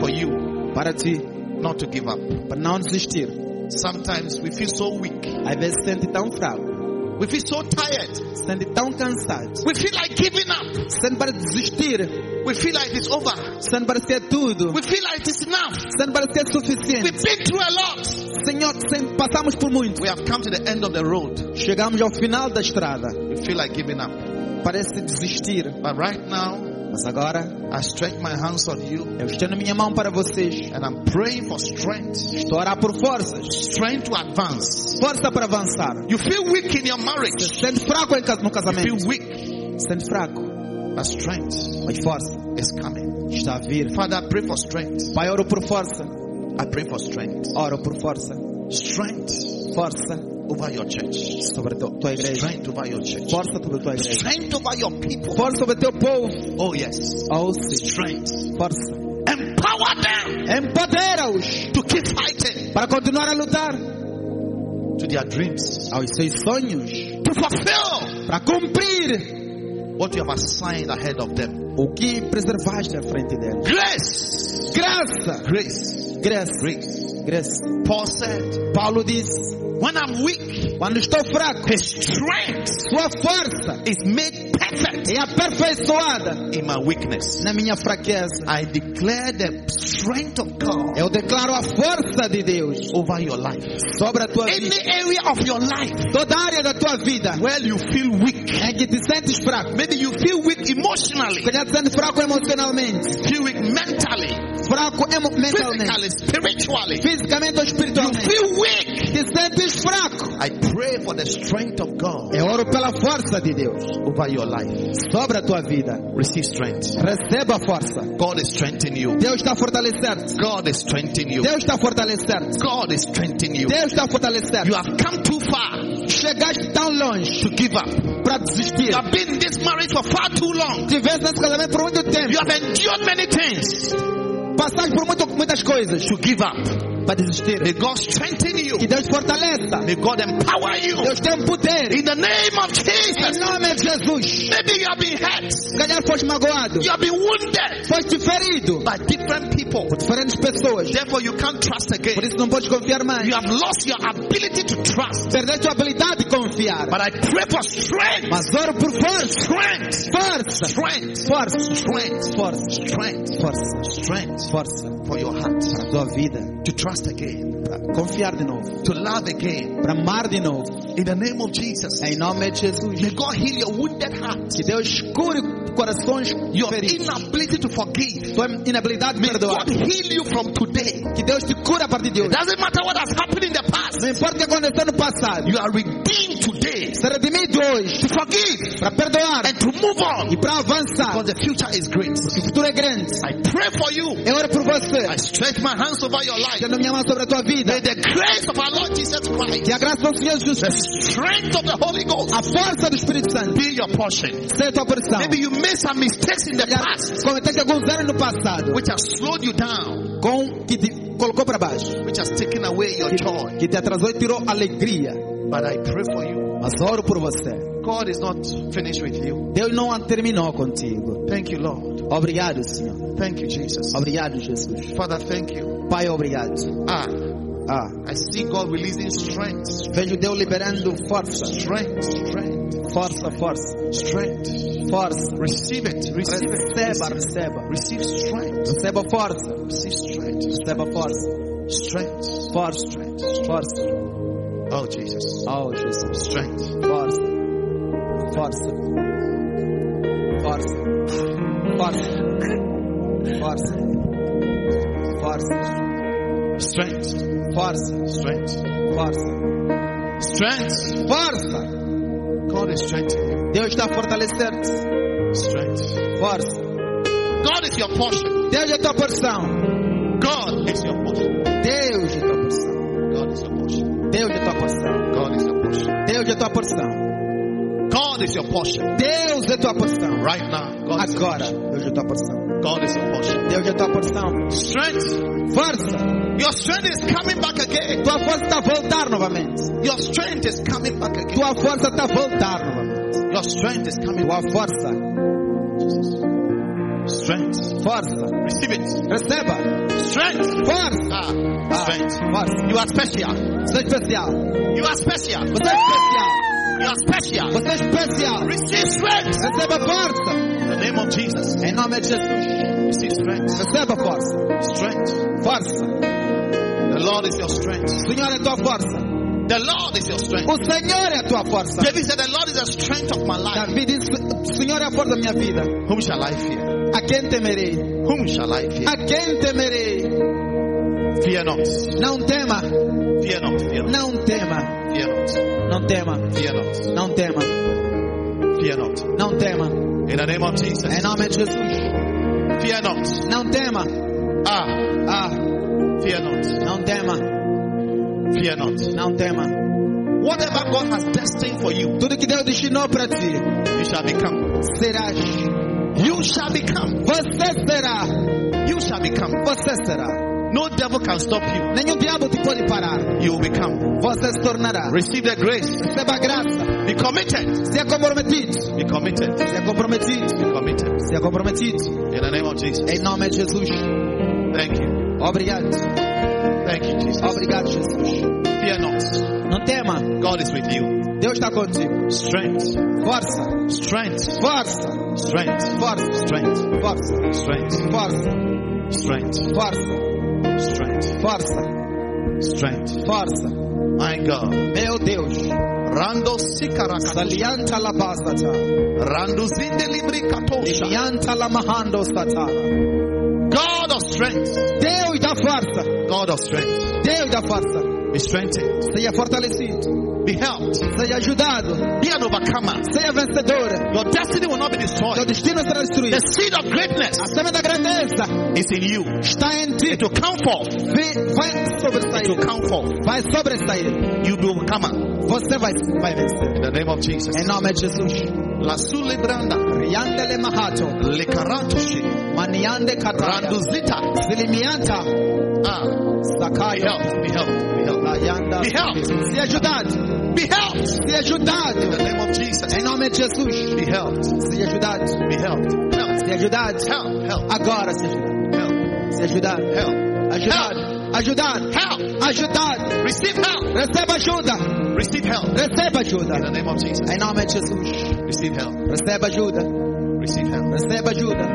[SPEAKER 2] for you
[SPEAKER 3] para ti.
[SPEAKER 2] not to give up.
[SPEAKER 3] Para não desistir.
[SPEAKER 2] Sometimes we feel so weak.
[SPEAKER 3] Às vezes sente tão fraco.
[SPEAKER 2] We feel so tired.
[SPEAKER 3] Sente tão cansado.
[SPEAKER 2] We feel like giving up.
[SPEAKER 3] Sendo para desistir,
[SPEAKER 2] We feel like it's over.
[SPEAKER 3] sendo para ser tudo,
[SPEAKER 2] We feel like it's enough.
[SPEAKER 3] sendo para ser
[SPEAKER 2] We've
[SPEAKER 3] suficiente.
[SPEAKER 2] been through a lot.
[SPEAKER 3] Senhor, sem, passamos por muito.
[SPEAKER 2] We have come to the end of the road.
[SPEAKER 3] Chegamos ao final da estrada,
[SPEAKER 2] We feel like giving up.
[SPEAKER 3] parece desistir.
[SPEAKER 2] But right now,
[SPEAKER 3] Mas agora,
[SPEAKER 2] I stretch my hands on you
[SPEAKER 3] eu estendo minha mão para vocês.
[SPEAKER 2] and I'm praying for strength.
[SPEAKER 3] Estou a orar por forças,
[SPEAKER 2] Strength to advance.
[SPEAKER 3] força para avançar.
[SPEAKER 2] You feel weak in your marriage.
[SPEAKER 3] Sendo fraco em ca- no
[SPEAKER 2] You feel
[SPEAKER 3] casamento,
[SPEAKER 2] weak.
[SPEAKER 3] sendo fraco,
[SPEAKER 2] But strength
[SPEAKER 3] mas força
[SPEAKER 2] is coming.
[SPEAKER 3] está a vir.
[SPEAKER 2] Father, I pray for strength.
[SPEAKER 3] Pai, oro por força,
[SPEAKER 2] I pray for strength.
[SPEAKER 3] oro por força,
[SPEAKER 2] Strength
[SPEAKER 3] Força
[SPEAKER 2] over your church.
[SPEAKER 3] sobre tu- tua igreja.
[SPEAKER 2] Strength over your church.
[SPEAKER 3] Força sobre tua igreja.
[SPEAKER 2] Strength over your people.
[SPEAKER 3] Força sobre teu povo.
[SPEAKER 2] Oh yes.
[SPEAKER 3] Oh sim,
[SPEAKER 2] Strength.
[SPEAKER 3] força.
[SPEAKER 2] Empower them
[SPEAKER 3] Empodera-os
[SPEAKER 2] to keep fighting
[SPEAKER 3] para continuar a lutar
[SPEAKER 2] to their dreams.
[SPEAKER 3] aos seus sonhos.
[SPEAKER 2] To fulfill
[SPEAKER 3] Para cumprir
[SPEAKER 2] what you have assigned ahead of them.
[SPEAKER 3] o que preservaste à frente dele.
[SPEAKER 2] Grace.
[SPEAKER 3] Graça.
[SPEAKER 2] Grace.
[SPEAKER 3] Graça.
[SPEAKER 2] Grace.
[SPEAKER 3] Graça.
[SPEAKER 2] Paul said,
[SPEAKER 3] Paulo disse,
[SPEAKER 2] when I'm weak,
[SPEAKER 3] quando estou fraco,
[SPEAKER 2] his strength
[SPEAKER 3] sua força
[SPEAKER 2] is made perfect
[SPEAKER 3] é aperfeiçoada
[SPEAKER 2] in my weakness.
[SPEAKER 3] na minha fraqueza.
[SPEAKER 2] I declare the strength of God
[SPEAKER 3] Eu declaro a força de Deus
[SPEAKER 2] over your life.
[SPEAKER 3] sobre a tua vida.
[SPEAKER 2] Any area of your life
[SPEAKER 3] Toda área da tua vida
[SPEAKER 2] where you feel weak,
[SPEAKER 3] em que te sentes fraco.
[SPEAKER 2] maybe you feel weak emotionally,
[SPEAKER 3] Quando te sentes fraco emocionalmente,
[SPEAKER 2] feel weak mentally,
[SPEAKER 3] fraco emo mentalmente,
[SPEAKER 2] physically, spiritually,
[SPEAKER 3] fisicamente ou espiritualmente.
[SPEAKER 2] feel weak.
[SPEAKER 3] Te sentes fraco.
[SPEAKER 2] I pray for the strength of God
[SPEAKER 3] Eu oro pela força de Deus
[SPEAKER 2] over your life.
[SPEAKER 3] sobre a tua vida.
[SPEAKER 2] Receive strength.
[SPEAKER 3] Receba a força.
[SPEAKER 2] God is strengthening you.
[SPEAKER 3] Deus está fortalecendo.
[SPEAKER 2] God is strengthening you.
[SPEAKER 3] Deus está fortalecendo.
[SPEAKER 2] God is strengthening you.
[SPEAKER 3] Deus está
[SPEAKER 2] You
[SPEAKER 3] fortalecendo.
[SPEAKER 2] have come too far
[SPEAKER 3] Chegaste tão longe
[SPEAKER 2] to give up.
[SPEAKER 3] para desistir.
[SPEAKER 2] You have been in this marriage for far too long.
[SPEAKER 3] Tiveste nesse casamento por muito tempo.
[SPEAKER 2] You have endured many things
[SPEAKER 3] Passaste por muito, muitas coisas
[SPEAKER 2] to give up.
[SPEAKER 3] para desistir.
[SPEAKER 2] May God strengthen you.
[SPEAKER 3] Que Deus te fortaleça.
[SPEAKER 2] May God empower you.
[SPEAKER 3] Deus tem poder.
[SPEAKER 2] In the name of
[SPEAKER 3] Em
[SPEAKER 2] Jesus.
[SPEAKER 3] nome de Jesus.
[SPEAKER 2] Maybe you have been hurt.
[SPEAKER 3] Se calhar foste magoado.
[SPEAKER 2] You have been wounded
[SPEAKER 3] Foste ferido.
[SPEAKER 2] by different people.
[SPEAKER 3] por diferentes pessoas.
[SPEAKER 2] Therefore, you can't trust
[SPEAKER 3] Por
[SPEAKER 2] again.
[SPEAKER 3] isso não podes confiar mais.
[SPEAKER 2] You have lost your ability to trust.
[SPEAKER 3] Perdeste a tua habilidade de confiar.
[SPEAKER 2] But I pray for strength.
[SPEAKER 3] Mas oro por força,
[SPEAKER 2] Strength.
[SPEAKER 3] força,
[SPEAKER 2] Strength.
[SPEAKER 3] força,
[SPEAKER 2] Strength.
[SPEAKER 3] força,
[SPEAKER 2] Strength.
[SPEAKER 3] força,
[SPEAKER 2] Strength
[SPEAKER 3] força
[SPEAKER 2] for your heart.
[SPEAKER 3] para a tua vida.
[SPEAKER 2] To trust again.
[SPEAKER 3] Para confiar de novo.
[SPEAKER 2] To love again.
[SPEAKER 3] Para amar de novo.
[SPEAKER 2] In the name of Jesus.
[SPEAKER 3] Em nome de Jesus.
[SPEAKER 2] May God heal your wounded heart.
[SPEAKER 3] Que Deus cure corações
[SPEAKER 2] Your
[SPEAKER 3] feridos.
[SPEAKER 2] inability to forgive.
[SPEAKER 3] Tua inabilidade de
[SPEAKER 2] May
[SPEAKER 3] perdoar.
[SPEAKER 2] God heal you from today.
[SPEAKER 3] Que Deus te cura a partir de hoje.
[SPEAKER 2] Doesn't matter what has happened in the past.
[SPEAKER 3] Não importa o que aconteceu no passado.
[SPEAKER 2] You are redeemed today.
[SPEAKER 3] Ser redimido hoje.
[SPEAKER 2] To forgive
[SPEAKER 3] Para perdoar.
[SPEAKER 2] and to move on.
[SPEAKER 3] E para avançar.
[SPEAKER 2] Because the future is great.
[SPEAKER 3] O futuro é grande.
[SPEAKER 2] I pray for you.
[SPEAKER 3] Eu oro por
[SPEAKER 2] I
[SPEAKER 3] você.
[SPEAKER 2] stretch my hands over your life.
[SPEAKER 3] Tendo minha mão sobre a tua vida.
[SPEAKER 2] May the grace of our Lord Jesus Christ,
[SPEAKER 3] Que a graça do Senhor Jesus,
[SPEAKER 2] the strength of the Holy Ghost,
[SPEAKER 3] a força do Espírito Santo,
[SPEAKER 2] be your portion.
[SPEAKER 3] seja tua porção.
[SPEAKER 2] Maybe you made some mistakes in the
[SPEAKER 3] Já
[SPEAKER 2] past
[SPEAKER 3] Cometeste alguns erros no passado
[SPEAKER 2] which has slowed you down,
[SPEAKER 3] com que te colocou para baixo,
[SPEAKER 2] which has taken away your joy.
[SPEAKER 3] que, que te atrasou e tirou alegria.
[SPEAKER 2] But I pray for you.
[SPEAKER 3] Mas oro por você.
[SPEAKER 2] God is not finished with you.
[SPEAKER 3] Deus não terminou contigo.
[SPEAKER 2] Thank you, Lord.
[SPEAKER 3] Obrigado, Senhor.
[SPEAKER 2] Thank you, Jesus.
[SPEAKER 3] Obrigado, Jesus.
[SPEAKER 2] Father, thank you.
[SPEAKER 3] Pai, obrigado.
[SPEAKER 2] Ah,
[SPEAKER 3] Ah,
[SPEAKER 2] I see God releasing strength,
[SPEAKER 3] vejo Deus liberando força,
[SPEAKER 2] strength, strength,
[SPEAKER 3] força, força,
[SPEAKER 2] strength.
[SPEAKER 3] força.
[SPEAKER 2] Receive it. Receive
[SPEAKER 3] Receba,
[SPEAKER 2] it.
[SPEAKER 3] receba.
[SPEAKER 2] Receive strength.
[SPEAKER 3] Receba força,
[SPEAKER 2] Receive strength.
[SPEAKER 3] receba força,
[SPEAKER 2] Strength.
[SPEAKER 3] força, força.
[SPEAKER 2] Oh, Jesus.
[SPEAKER 3] Oh, Jesus.
[SPEAKER 2] Strength.
[SPEAKER 3] Força. Força. Força. Força. Força. Força.
[SPEAKER 2] Strength.
[SPEAKER 3] Força.
[SPEAKER 2] Strength.
[SPEAKER 3] Força.
[SPEAKER 2] Strength.
[SPEAKER 3] Força.
[SPEAKER 2] God is strengthening
[SPEAKER 3] Deus está fortalecendo.
[SPEAKER 2] you. Strength.
[SPEAKER 3] Força.
[SPEAKER 2] God is your portion.
[SPEAKER 3] Deus é tua porção.
[SPEAKER 2] God is your portion.
[SPEAKER 3] Deus é tua porção.
[SPEAKER 2] God is your portion.
[SPEAKER 3] Deus é tua porção.
[SPEAKER 2] God is your portion.
[SPEAKER 3] Deus é tua porção.
[SPEAKER 2] God is your portion.
[SPEAKER 3] Deus é tua porção.
[SPEAKER 2] Right now. God is your
[SPEAKER 3] Agora,
[SPEAKER 2] portion.
[SPEAKER 3] Deus é tua porção.
[SPEAKER 2] God is your portion.
[SPEAKER 3] Deus é tua porção.
[SPEAKER 2] Strength.
[SPEAKER 3] Força.
[SPEAKER 2] Your strength is coming back again.
[SPEAKER 3] Tua força está a voltar novamente.
[SPEAKER 2] Your strength is coming back again.
[SPEAKER 3] Tua força está a voltar novamente.
[SPEAKER 2] Your strength is coming
[SPEAKER 3] Tua força.
[SPEAKER 2] back. Strength.
[SPEAKER 3] Força.
[SPEAKER 2] Receive it.
[SPEAKER 3] Receba.
[SPEAKER 2] Strength.
[SPEAKER 3] Força.
[SPEAKER 2] Ah.
[SPEAKER 3] Ah,
[SPEAKER 2] Strength.
[SPEAKER 3] força.
[SPEAKER 2] You are special.
[SPEAKER 3] Você é especial.
[SPEAKER 2] You are special.
[SPEAKER 3] Você é especial.
[SPEAKER 2] You are special.
[SPEAKER 3] Você é especial.
[SPEAKER 2] Receive strength.
[SPEAKER 3] Receba força.
[SPEAKER 2] In the name of Jesus.
[SPEAKER 3] Em nome de Jesus.
[SPEAKER 2] Receive strength.
[SPEAKER 3] Receba força.
[SPEAKER 2] Strength.
[SPEAKER 3] Força.
[SPEAKER 2] The Lord is your strength.
[SPEAKER 3] O Senhor é tua força.
[SPEAKER 2] The Lord is your strength.
[SPEAKER 3] O Senhor é a tua força.
[SPEAKER 2] David said, The Lord is the strength of my life.
[SPEAKER 3] Davi disse, o Senhor é a força da minha vida.
[SPEAKER 2] Whom shall I fear?
[SPEAKER 3] A quem temerei?
[SPEAKER 2] Whom shall I fear?
[SPEAKER 3] A quem temerei?
[SPEAKER 2] Fear not.
[SPEAKER 3] Não tema.
[SPEAKER 2] Fear not. Fear not.
[SPEAKER 3] Não tema.
[SPEAKER 2] Fear not.
[SPEAKER 3] Não tema.
[SPEAKER 2] Fear not.
[SPEAKER 3] Não tema.
[SPEAKER 2] Fear not.
[SPEAKER 3] Não tema.
[SPEAKER 2] In the name of Jesus.
[SPEAKER 3] Em nome de Jesus.
[SPEAKER 2] Fear not.
[SPEAKER 3] Não tema.
[SPEAKER 2] Ah,
[SPEAKER 3] Ah,
[SPEAKER 2] fear not.
[SPEAKER 3] não tema.
[SPEAKER 2] Fear not.
[SPEAKER 3] Não tema.
[SPEAKER 2] Whatever God has destined for you,
[SPEAKER 3] Tudo que Deus destinou para ti
[SPEAKER 2] you shall become.
[SPEAKER 3] serás.
[SPEAKER 2] You shall become.
[SPEAKER 3] Você será.
[SPEAKER 2] You shall become.
[SPEAKER 3] Você será.
[SPEAKER 2] No devil can stop you.
[SPEAKER 3] Nenhum diabo te pode parar.
[SPEAKER 2] You will become.
[SPEAKER 3] Você se tornará.
[SPEAKER 2] Receive the grace.
[SPEAKER 3] Receba a graça.
[SPEAKER 2] Be committed.
[SPEAKER 3] Se é comprometido.
[SPEAKER 2] Be committed.
[SPEAKER 3] Se é comprometido.
[SPEAKER 2] Be committed.
[SPEAKER 3] Se é comprometido.
[SPEAKER 2] In the name of Jesus.
[SPEAKER 3] Em nome de Jesus.
[SPEAKER 2] Thank you.
[SPEAKER 3] Obrigado.
[SPEAKER 2] Thank you, Jesus.
[SPEAKER 3] Obrigado, Jesus.
[SPEAKER 2] Fear not.
[SPEAKER 3] Não tema.
[SPEAKER 2] God is with you.
[SPEAKER 3] Deus está contigo.
[SPEAKER 2] Strength.
[SPEAKER 3] Força.
[SPEAKER 2] Strength.
[SPEAKER 3] Força.
[SPEAKER 2] Strength.
[SPEAKER 3] Força.
[SPEAKER 2] Strength.
[SPEAKER 3] Força.
[SPEAKER 2] Strength.
[SPEAKER 3] Força.
[SPEAKER 2] Strength.
[SPEAKER 3] Força.
[SPEAKER 2] Strength.
[SPEAKER 3] Força.
[SPEAKER 2] Strength.
[SPEAKER 3] Força.
[SPEAKER 2] My God.
[SPEAKER 3] Meu Deus.
[SPEAKER 2] Rando sikaraka.
[SPEAKER 3] Salianta la basata.
[SPEAKER 2] Rando zindelibri katosha.
[SPEAKER 3] Salianta la mahando satara.
[SPEAKER 2] God of strength.
[SPEAKER 3] Deus da força.
[SPEAKER 2] God of strength.
[SPEAKER 3] Deus da força.
[SPEAKER 2] Be strengthened.
[SPEAKER 3] Seja fortalecido.
[SPEAKER 2] Be helped.
[SPEAKER 3] Seja ajudado.
[SPEAKER 2] Be an overcomer.
[SPEAKER 3] Seja vencedora.
[SPEAKER 2] Your destiny will not be
[SPEAKER 3] Seu
[SPEAKER 2] destroyed.
[SPEAKER 3] destino será destruído.
[SPEAKER 2] The seed of greatness
[SPEAKER 3] A semente da grandeza
[SPEAKER 2] is in you.
[SPEAKER 3] está em ti.
[SPEAKER 2] It will come forth.
[SPEAKER 3] Vi- Vai
[SPEAKER 2] It will
[SPEAKER 3] sobressair.
[SPEAKER 2] come forth.
[SPEAKER 3] Vai sobressair.
[SPEAKER 2] You will become a-
[SPEAKER 3] Você vai, vai vencer.
[SPEAKER 2] in the name of Jesus.
[SPEAKER 3] Em nome de Jesus.
[SPEAKER 2] La sulebranda,
[SPEAKER 3] Yandele mahato.
[SPEAKER 2] le caratoshi,
[SPEAKER 3] Maniande karaya.
[SPEAKER 2] randuzita.
[SPEAKER 3] Zilimianta.
[SPEAKER 2] Ah, be
[SPEAKER 3] Sakayo.
[SPEAKER 2] helped, be helped, be helped,
[SPEAKER 3] Ayanda.
[SPEAKER 2] Be helped.
[SPEAKER 3] Se ajudado.
[SPEAKER 2] be helped.
[SPEAKER 3] Se
[SPEAKER 2] In the
[SPEAKER 3] ajudado.
[SPEAKER 2] name of Jesus,
[SPEAKER 3] Em nome de Jesus.
[SPEAKER 2] be helped,
[SPEAKER 3] Se ajudado.
[SPEAKER 2] be helped, help,
[SPEAKER 3] Se ajudado.
[SPEAKER 2] help, help,
[SPEAKER 3] Agora se ajudado.
[SPEAKER 2] help,
[SPEAKER 3] Se ajudado.
[SPEAKER 2] help,
[SPEAKER 3] Ajudado. Ajudado.
[SPEAKER 2] help.
[SPEAKER 3] Ajudado.
[SPEAKER 2] Receive help,
[SPEAKER 3] Receba ajuda.
[SPEAKER 2] receive help.
[SPEAKER 3] Receba
[SPEAKER 2] In the
[SPEAKER 3] ajuda.
[SPEAKER 2] name of Jesus,
[SPEAKER 3] Em nome de Jesus.
[SPEAKER 2] receive help,
[SPEAKER 3] Receba ajuda.
[SPEAKER 2] receive help.
[SPEAKER 3] Receba ajuda.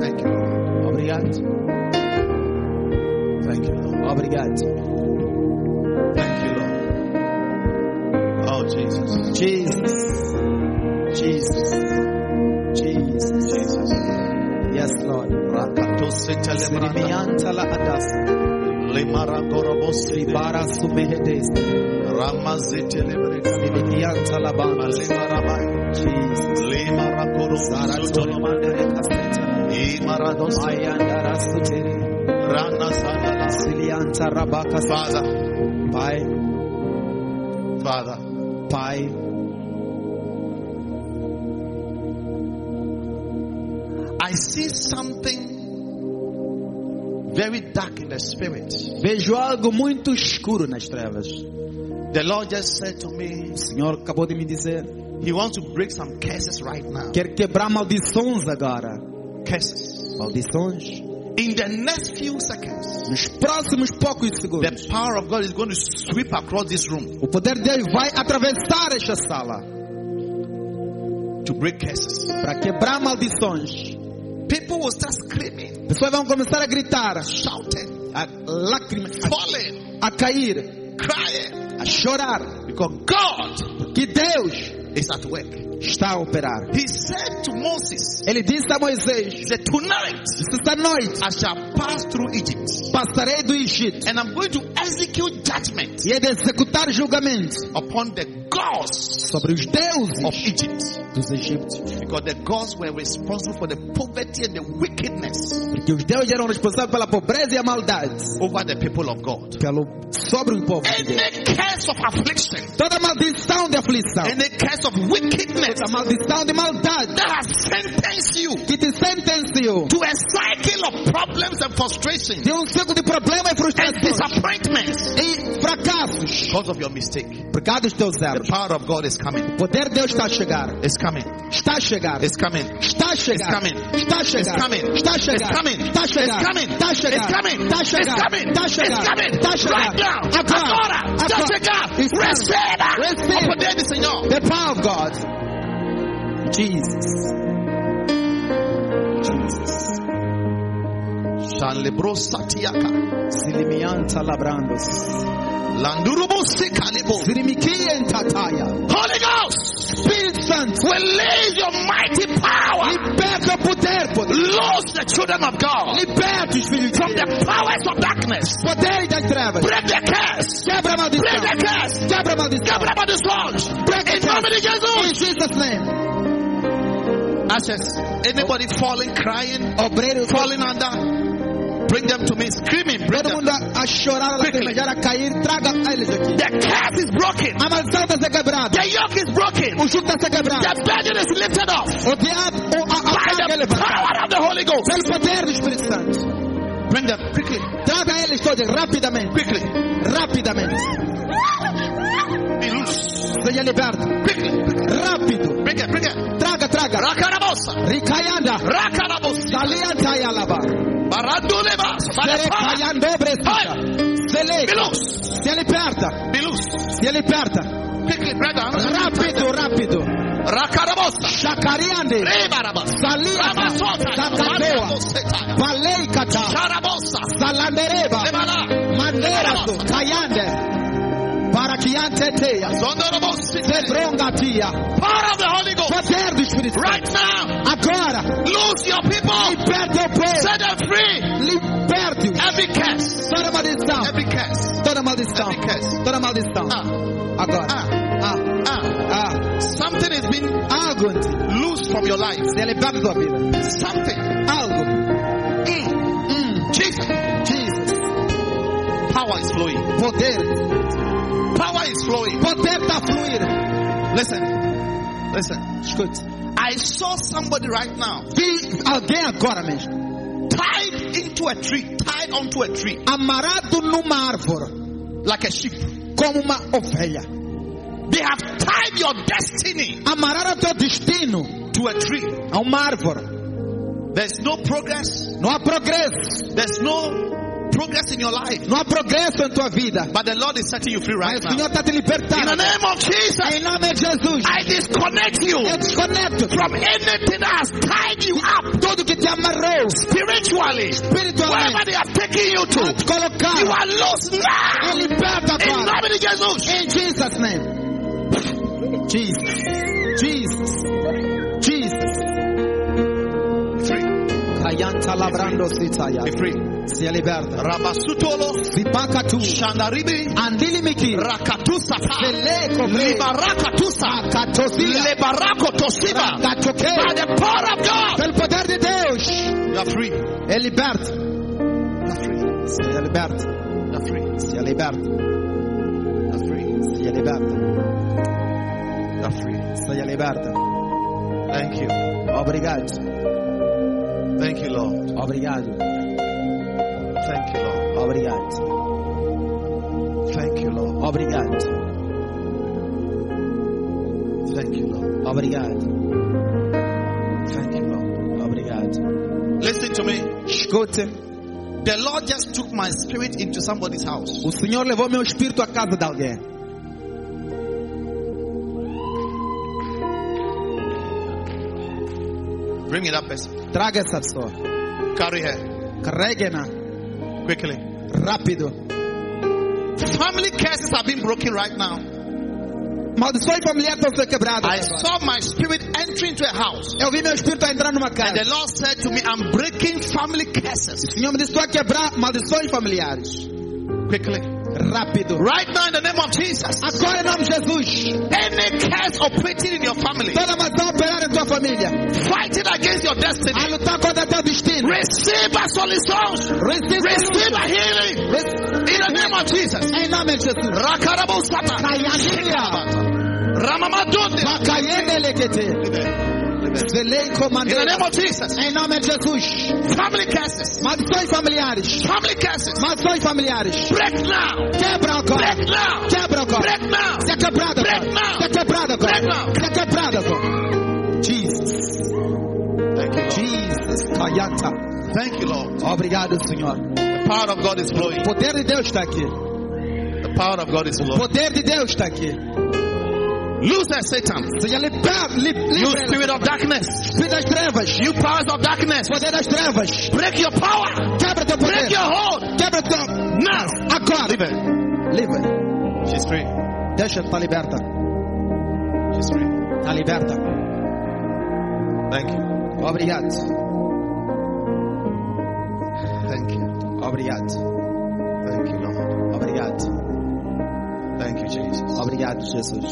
[SPEAKER 2] Thank you, Lord.
[SPEAKER 3] Obrigado.
[SPEAKER 2] thank you, Lord,
[SPEAKER 3] Obrigado.
[SPEAKER 2] thank you, Lord. Oh Jesus,
[SPEAKER 3] Jesus. Jesus. Jesus.
[SPEAKER 2] Jesus.
[SPEAKER 3] Yes, Lord.
[SPEAKER 2] Rakatosita lebranda,
[SPEAKER 3] Sirimianta la adas.
[SPEAKER 2] le maragorobosri,
[SPEAKER 3] Libara sumehedes.
[SPEAKER 2] ramazete lebrega,
[SPEAKER 3] Sirimianta la bana.
[SPEAKER 2] le marabai.
[SPEAKER 3] Jesus.
[SPEAKER 2] Limarakuru Sarasolomande,
[SPEAKER 3] Kaseta.
[SPEAKER 2] Imarados,
[SPEAKER 3] Ayandara sutiri.
[SPEAKER 2] Rana Sanala.
[SPEAKER 3] Silianta rabaka.
[SPEAKER 2] Father,
[SPEAKER 3] Pai.
[SPEAKER 2] Father,
[SPEAKER 3] Pai.
[SPEAKER 2] I see something very dark in the spirit.
[SPEAKER 3] Vejo algo muito escuro nas trevas.
[SPEAKER 2] The Lord just said to me,
[SPEAKER 3] O Senhor acabou de me dizer.
[SPEAKER 2] He wants to break some curses right now.
[SPEAKER 3] Quer quebrar maldições agora.
[SPEAKER 2] Curses.
[SPEAKER 3] Maldições.
[SPEAKER 2] In the next few seconds,
[SPEAKER 3] Nos próximos poucos segundos.
[SPEAKER 2] the power of God is going to sweep across this room
[SPEAKER 3] O poder de Deus vai atravessar esta sala
[SPEAKER 2] to break curses.
[SPEAKER 3] para quebrar maldições.
[SPEAKER 2] People will start screaming,
[SPEAKER 3] Pessoas vão começar a gritar,
[SPEAKER 2] shouting,
[SPEAKER 3] a lágrimas,
[SPEAKER 2] falling,
[SPEAKER 3] a cair,
[SPEAKER 2] crying,
[SPEAKER 3] a chorar,
[SPEAKER 2] because God
[SPEAKER 3] que Deus
[SPEAKER 2] is at work.
[SPEAKER 3] está a operar.
[SPEAKER 2] He said to Moses,
[SPEAKER 3] Ele disse a Moisés:
[SPEAKER 2] He said, Tonight
[SPEAKER 3] Esta noite
[SPEAKER 2] I shall pass through Egypt
[SPEAKER 3] passarei do Egito
[SPEAKER 2] and I'm going to execute judgment
[SPEAKER 3] e hei de executar julgamento
[SPEAKER 2] upon the gods
[SPEAKER 3] sobre os
[SPEAKER 2] of
[SPEAKER 3] deuses
[SPEAKER 2] Egypt
[SPEAKER 3] dos egípcios,
[SPEAKER 2] because the gods were responsible for the poverty and the wickedness
[SPEAKER 3] porque os deuses eram responsáveis pela pobreza e a maldade
[SPEAKER 2] over the people of God.
[SPEAKER 3] pelo, sobre o povo de Deus.
[SPEAKER 2] Any curse of affliction,
[SPEAKER 3] Toda maldição de aflição,
[SPEAKER 2] any curse of wickedness
[SPEAKER 3] toda maldição de maldade
[SPEAKER 2] that has sentenced you
[SPEAKER 3] que te sentenciou
[SPEAKER 2] to a cycle of problems and frustration
[SPEAKER 3] de um ciclo de problema e
[SPEAKER 2] and
[SPEAKER 3] frustração
[SPEAKER 2] disappointments
[SPEAKER 3] e fracassos
[SPEAKER 2] because of your mistake.
[SPEAKER 3] por causa dos teus
[SPEAKER 2] The
[SPEAKER 3] erros.
[SPEAKER 2] power of God is coming.
[SPEAKER 3] O poder de Deus está a chegar,
[SPEAKER 2] It's coming.
[SPEAKER 3] está a chegar,
[SPEAKER 2] It's coming.
[SPEAKER 3] está a
[SPEAKER 2] It's
[SPEAKER 3] chegar,
[SPEAKER 2] coming.
[SPEAKER 3] está a
[SPEAKER 2] It's
[SPEAKER 3] chegar,
[SPEAKER 2] coming.
[SPEAKER 3] está a
[SPEAKER 2] It's
[SPEAKER 3] chegar,
[SPEAKER 2] coming.
[SPEAKER 3] está a chegar,
[SPEAKER 2] It's coming.
[SPEAKER 3] está a chegar,
[SPEAKER 2] It's coming.
[SPEAKER 3] está a
[SPEAKER 2] It's
[SPEAKER 3] chegar,
[SPEAKER 2] coming.
[SPEAKER 3] está a chegar,
[SPEAKER 2] It's coming.
[SPEAKER 3] está a chegar,
[SPEAKER 2] Right now.
[SPEAKER 3] agora,
[SPEAKER 2] Agora. Está a chegar.
[SPEAKER 3] Está-
[SPEAKER 2] Receba.
[SPEAKER 3] Receba.
[SPEAKER 2] O poder do Senhor.
[SPEAKER 3] The power of God, Jesus, Jesus,
[SPEAKER 2] Shalebro satiaka.
[SPEAKER 3] Silimianta labrandos,
[SPEAKER 2] Landurubu sikalebo.
[SPEAKER 3] Silimikien tataya,
[SPEAKER 2] Holy Ghost.
[SPEAKER 3] Espírito Santo,
[SPEAKER 2] Release your mighty power.
[SPEAKER 3] liberta o poder, poder,
[SPEAKER 2] Lose the children of God.
[SPEAKER 3] liberta os filhos de
[SPEAKER 2] From
[SPEAKER 3] Deus.
[SPEAKER 2] the powers of darkness.
[SPEAKER 3] Poder das trevas.
[SPEAKER 2] Break the curse.
[SPEAKER 3] Quebra a maldição.
[SPEAKER 2] Break the curse.
[SPEAKER 3] Quebra a maldição.
[SPEAKER 2] Quebra about this launch.
[SPEAKER 3] Break
[SPEAKER 2] In
[SPEAKER 3] the
[SPEAKER 2] nome de
[SPEAKER 3] In
[SPEAKER 2] Jesus.
[SPEAKER 3] Jesus name.
[SPEAKER 2] Ashes. Anybody falling, crying,
[SPEAKER 3] Obreiro
[SPEAKER 2] falling under. Bring them to me screaming. Bring
[SPEAKER 3] Todo
[SPEAKER 2] them.
[SPEAKER 3] mundo a, a chorar, a lacrimejar, a cair, traga a eles aqui.
[SPEAKER 2] The curse is broken.
[SPEAKER 3] A maldição está a ser quebrada.
[SPEAKER 2] The yoke is broken.
[SPEAKER 3] O jugo está a ser quebrado.
[SPEAKER 2] The burden is lifted off
[SPEAKER 3] O diabo, o, a, a
[SPEAKER 2] by
[SPEAKER 3] carga é
[SPEAKER 2] the
[SPEAKER 3] levantada.
[SPEAKER 2] power of the Holy Ghost.
[SPEAKER 3] Pelo poder do Espírito Santo.
[SPEAKER 2] Bring them quickly,
[SPEAKER 3] Traga eles todos rapidamente.
[SPEAKER 2] quickly,
[SPEAKER 3] Rapidamente.
[SPEAKER 2] be loose,
[SPEAKER 3] Seja liberto.
[SPEAKER 2] quickly.
[SPEAKER 3] Rápido.
[SPEAKER 2] Bring it, bring it.
[SPEAKER 3] Traga, traga.
[SPEAKER 2] Rakarabosa,
[SPEAKER 3] Ricaianda.
[SPEAKER 2] rakarabosa.
[SPEAKER 3] Dalia Tayalaba.
[SPEAKER 2] Baraduleba,
[SPEAKER 3] Sere
[SPEAKER 2] barabara.
[SPEAKER 3] Caiando Bresita. Sele.
[SPEAKER 2] Be loose,
[SPEAKER 3] Se liberta.
[SPEAKER 2] be loose.
[SPEAKER 3] Se liberta.
[SPEAKER 2] Quickly, bring them.
[SPEAKER 3] Rápido, rápido.
[SPEAKER 2] Rakarabosa,
[SPEAKER 3] Chacariande.
[SPEAKER 2] rebarabas.
[SPEAKER 3] Salia.
[SPEAKER 2] Rabasota,
[SPEAKER 3] Sacateua.
[SPEAKER 2] baraboseta.
[SPEAKER 3] Baleicata.
[SPEAKER 2] Charabosa,
[SPEAKER 3] Salandereba.
[SPEAKER 2] lebala.
[SPEAKER 3] Manderazo. Caiande. Paraquianteteia.
[SPEAKER 2] Zondorobosita.
[SPEAKER 3] Sebronga tia.
[SPEAKER 2] Power of the Holy Ghost.
[SPEAKER 3] Poder do Espírito Santo.
[SPEAKER 2] Right now,
[SPEAKER 3] Agora,
[SPEAKER 2] loose your people.
[SPEAKER 3] liberte o povo.
[SPEAKER 2] Set them free.
[SPEAKER 3] Liberte-os.
[SPEAKER 2] Every curse,
[SPEAKER 3] Toda maldição.
[SPEAKER 2] every curse.
[SPEAKER 3] Toda maldição. Toda maldição.
[SPEAKER 2] Ah,
[SPEAKER 3] Agora. Ah,
[SPEAKER 2] ah.
[SPEAKER 3] ah.
[SPEAKER 2] Something is being
[SPEAKER 3] Algo
[SPEAKER 2] loose from your life.
[SPEAKER 3] se liberta da tua vida.
[SPEAKER 2] Something.
[SPEAKER 3] Algo.
[SPEAKER 2] Mm. Jesus.
[SPEAKER 3] Jesus.
[SPEAKER 2] Power is flowing.
[SPEAKER 3] Poder.
[SPEAKER 2] Power is flowing.
[SPEAKER 3] Poder tá está a fluir.
[SPEAKER 2] Listen. Listen.
[SPEAKER 3] Escute.
[SPEAKER 2] I saw somebody right now
[SPEAKER 3] Vi alguém agora mesmo.
[SPEAKER 2] tied into a tree, tied onto a tree,
[SPEAKER 3] Amarrado numa árvore.
[SPEAKER 2] like a sheep.
[SPEAKER 3] Como uma ovelha.
[SPEAKER 2] They have tied your destiny
[SPEAKER 3] Amarrar o teu destino
[SPEAKER 2] to a tree.
[SPEAKER 3] a uma árvore.
[SPEAKER 2] There's no progress.
[SPEAKER 3] Não há progresso.
[SPEAKER 2] There's no progress in your life.
[SPEAKER 3] Não há progresso em tua vida.
[SPEAKER 2] But the Lord is setting you free right
[SPEAKER 3] Mas o
[SPEAKER 2] now.
[SPEAKER 3] Senhor está te
[SPEAKER 2] In the
[SPEAKER 3] libertando.
[SPEAKER 2] name of Jesus,
[SPEAKER 3] Em nome de Jesus,
[SPEAKER 2] I disconnect you
[SPEAKER 3] eu desconecto
[SPEAKER 2] from anything that has tied you up
[SPEAKER 3] tudo que te amarrou
[SPEAKER 2] spiritually. Wherever
[SPEAKER 3] espiritualmente.
[SPEAKER 2] they have taken you
[SPEAKER 3] Vou
[SPEAKER 2] to,
[SPEAKER 3] te colocar
[SPEAKER 2] you are lost now.
[SPEAKER 3] e liberta
[SPEAKER 2] In the
[SPEAKER 3] agora.
[SPEAKER 2] name of Jesus.
[SPEAKER 3] Em Jesus' name. Jesus. Jesus. Jesus.
[SPEAKER 2] Free.
[SPEAKER 3] Caianta labrando sitaya.
[SPEAKER 2] Be free.
[SPEAKER 3] Se liberta.
[SPEAKER 2] Rabasutolo.
[SPEAKER 3] Zipakatu.
[SPEAKER 2] Shandaribi.
[SPEAKER 3] Andilimiki.
[SPEAKER 2] Rakatusata.
[SPEAKER 3] Sele cobre.
[SPEAKER 2] Libarakatusa.
[SPEAKER 3] Catosia.
[SPEAKER 2] Lebarakotosiba. By
[SPEAKER 3] Catoque.
[SPEAKER 2] the power of God.
[SPEAKER 3] Pelo poder de Deus.
[SPEAKER 2] You are free. You
[SPEAKER 3] É liberta.
[SPEAKER 2] are free.
[SPEAKER 3] Se liberta.
[SPEAKER 2] You are free.
[SPEAKER 3] Se liberta.
[SPEAKER 2] You are free.
[SPEAKER 3] Se liberta.
[SPEAKER 2] You are free.
[SPEAKER 3] Se liberta.
[SPEAKER 2] Thank you.
[SPEAKER 3] Obrigado.
[SPEAKER 2] Thank you, Lord.
[SPEAKER 3] Obrigado.
[SPEAKER 2] Thank you, Lord.
[SPEAKER 3] Obrigado.
[SPEAKER 2] Thank you, Lord.
[SPEAKER 3] Obrigado.
[SPEAKER 2] Thank you, Lord.
[SPEAKER 3] Obrigado.
[SPEAKER 2] Thank you, Lord.
[SPEAKER 3] Obrigado.
[SPEAKER 2] Listen to me.
[SPEAKER 3] Escute.
[SPEAKER 2] The Lord just took my spirit into somebody's house.
[SPEAKER 3] O Senhor levou meu espírito à casa de alguém.
[SPEAKER 2] Bring it up, person.
[SPEAKER 3] Traga essa pessoa.
[SPEAKER 2] Carry her
[SPEAKER 3] Carregue-na.
[SPEAKER 2] quickly.
[SPEAKER 3] Rápido.
[SPEAKER 2] Family curses have been broken right now.
[SPEAKER 3] Maldições familiares estão sendo quebradas.
[SPEAKER 2] I saw my spirit entering into a house.
[SPEAKER 3] Eu vi meu espírito entrar numa
[SPEAKER 2] And
[SPEAKER 3] casa.
[SPEAKER 2] the Lord said to me, I'm breaking family curses.
[SPEAKER 3] O Senhor me disse: estou a quebrar maldições familiares.
[SPEAKER 2] Quickly.
[SPEAKER 3] Rápido.
[SPEAKER 2] Right now, in the name of Jesus,
[SPEAKER 3] Agora em nome de Jesus.
[SPEAKER 2] any curse operating in your family,
[SPEAKER 3] Toda maldição a operar em tua família.
[SPEAKER 2] fighting against your
[SPEAKER 3] A
[SPEAKER 2] destiny,
[SPEAKER 3] lutar contra teu destino.
[SPEAKER 2] receive a solution.
[SPEAKER 3] Receba.
[SPEAKER 2] Receive a healing.
[SPEAKER 3] Rece-
[SPEAKER 2] In the name of Jesus.
[SPEAKER 3] Em nome de Jesus.
[SPEAKER 2] Rakarabusata.
[SPEAKER 3] Caianinha.
[SPEAKER 2] Ramamadundi.
[SPEAKER 3] Bacaienelequete. Zelei
[SPEAKER 2] In the
[SPEAKER 3] comandante.
[SPEAKER 2] name of Jesus.
[SPEAKER 3] Em nome de Jesus.
[SPEAKER 2] Family curses.
[SPEAKER 3] Maldições familiares.
[SPEAKER 2] Family curses.
[SPEAKER 3] Maldições familiares.
[SPEAKER 2] Break now.
[SPEAKER 3] Quebra agora.
[SPEAKER 2] Break now.
[SPEAKER 3] Quebra agora.
[SPEAKER 2] Break now.
[SPEAKER 3] Se é quebrado agora.
[SPEAKER 2] Break now.
[SPEAKER 3] Se é quebrado agora.
[SPEAKER 2] Break now.
[SPEAKER 3] Se é quebrado agora. Jesus.
[SPEAKER 2] Thank you, Lord.
[SPEAKER 3] Jesus. Caianta.
[SPEAKER 2] Thank you, Lord.
[SPEAKER 3] Obrigado, Senhor.
[SPEAKER 2] The power of God is flowing.
[SPEAKER 3] O poder de Deus está aqui.
[SPEAKER 2] The power of God is
[SPEAKER 3] O
[SPEAKER 2] flowing.
[SPEAKER 3] poder de Deus está aqui.
[SPEAKER 2] Loose that Satan.
[SPEAKER 3] Seja liberado. Li,
[SPEAKER 2] You
[SPEAKER 3] livre.
[SPEAKER 2] spirit of darkness.
[SPEAKER 3] Espírito das trevas.
[SPEAKER 2] You powers of darkness.
[SPEAKER 3] Poder das trevas.
[SPEAKER 2] Break your power.
[SPEAKER 3] Quebra teu
[SPEAKER 2] Break your
[SPEAKER 3] poder.
[SPEAKER 2] hold.
[SPEAKER 3] Quebra teu.
[SPEAKER 2] Now.
[SPEAKER 3] Agora.
[SPEAKER 2] Ah, Leave it.
[SPEAKER 3] Livre.
[SPEAKER 2] She's free.
[SPEAKER 3] Deixa estar liberta.
[SPEAKER 2] She's free.
[SPEAKER 3] Está Tá liberta.
[SPEAKER 2] Thank you.
[SPEAKER 3] Obrigado.
[SPEAKER 2] Thank you.
[SPEAKER 3] Obrigado.
[SPEAKER 2] Thank you, Lord.
[SPEAKER 3] Obrigado.
[SPEAKER 2] Thank you, Jesus.
[SPEAKER 3] Obrigado, Jesus.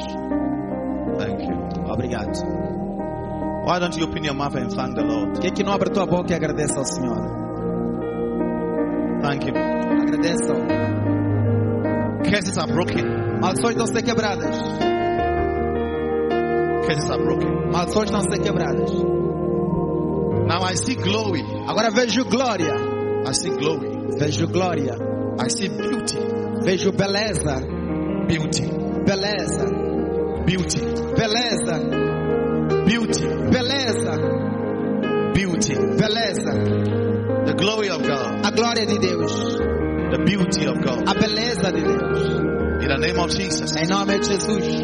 [SPEAKER 2] Thank you.
[SPEAKER 3] Obrigado.
[SPEAKER 2] Why don't you open your mouth and thank the Lord?
[SPEAKER 3] Que que não abre tua boca e agradeça ao Senhor?
[SPEAKER 2] Thank Him.
[SPEAKER 3] Agradeçam.
[SPEAKER 2] Curses are broken.
[SPEAKER 3] Maldições não ser quebradas.
[SPEAKER 2] Curses are broken.
[SPEAKER 3] Maldições não ser quebradas.
[SPEAKER 2] Now I see glory.
[SPEAKER 3] Agora vejo glória.
[SPEAKER 2] I see glory.
[SPEAKER 3] Vejo glória.
[SPEAKER 2] I see beauty.
[SPEAKER 3] Vejo beleza.
[SPEAKER 2] Beauty.
[SPEAKER 3] Beleza.
[SPEAKER 2] Beauty.
[SPEAKER 3] Beleza.
[SPEAKER 2] Beauty.
[SPEAKER 3] Beleza.
[SPEAKER 2] Beauty.
[SPEAKER 3] Beleza.
[SPEAKER 2] The glory of God.
[SPEAKER 3] A glória de Deus.
[SPEAKER 2] The beauty of God.
[SPEAKER 3] A beleza de Deus.
[SPEAKER 2] In the name of Jesus.
[SPEAKER 3] Em nome de Jesus.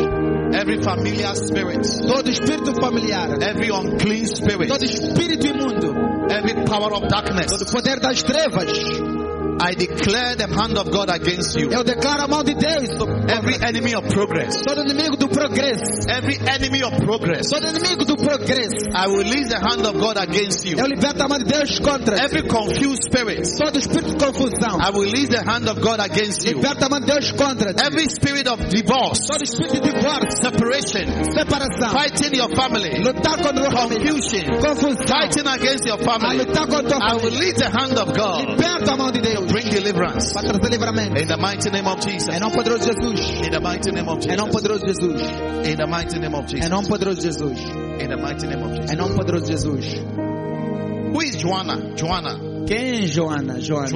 [SPEAKER 2] Every familiar spirit.
[SPEAKER 3] Todo espírito familiar. né?
[SPEAKER 2] Every unclean spirit.
[SPEAKER 3] Todo espírito imundo.
[SPEAKER 2] Every power of
[SPEAKER 3] Todo
[SPEAKER 2] darkness.
[SPEAKER 3] poder das trevas.
[SPEAKER 2] I declare the hand of God against you.
[SPEAKER 3] Eu declaro a mão de Deus. sobre
[SPEAKER 2] Every enemy of progress.
[SPEAKER 3] Todo inimigo do progresso.
[SPEAKER 2] Every enemy of progress.
[SPEAKER 3] Todo inimigo do progresso.
[SPEAKER 2] I will release the hand of God against you.
[SPEAKER 3] Eu liberto a mão de Deus contra. né?
[SPEAKER 2] Every confused spirit.
[SPEAKER 3] Todo espírito de confusão.
[SPEAKER 2] I will release the hand of God against you.
[SPEAKER 3] Liberta a mão de Deus contra. né?
[SPEAKER 2] Every spirit of divorce,
[SPEAKER 3] Todo espírito de divórcio.
[SPEAKER 2] separation,
[SPEAKER 3] Separação.
[SPEAKER 2] fighting your family,
[SPEAKER 3] Lutar contra a família.
[SPEAKER 2] confusion,
[SPEAKER 3] Confusão.
[SPEAKER 2] fighting against your
[SPEAKER 3] A
[SPEAKER 2] family.
[SPEAKER 3] lutar contra a
[SPEAKER 2] I will
[SPEAKER 3] família.
[SPEAKER 2] release the hand of God.
[SPEAKER 3] Liberta a mão de Deus.
[SPEAKER 2] Bring deliverance.
[SPEAKER 3] Para trazer livramento.
[SPEAKER 2] In the mighty name of Jesus.
[SPEAKER 3] Em nome poderoso de Jesus.
[SPEAKER 2] In the mighty name of
[SPEAKER 3] Em nome
[SPEAKER 2] Jesus.
[SPEAKER 3] poderoso de Jesus.
[SPEAKER 2] In the mighty name of
[SPEAKER 3] Em
[SPEAKER 2] Jesus.
[SPEAKER 3] nome poderoso de Jesus.
[SPEAKER 2] In the mighty name of Jesus.
[SPEAKER 3] Em nome poderoso de Jesus.
[SPEAKER 2] Who is Joanna? Joanna.
[SPEAKER 3] Quem é Joana? Joana.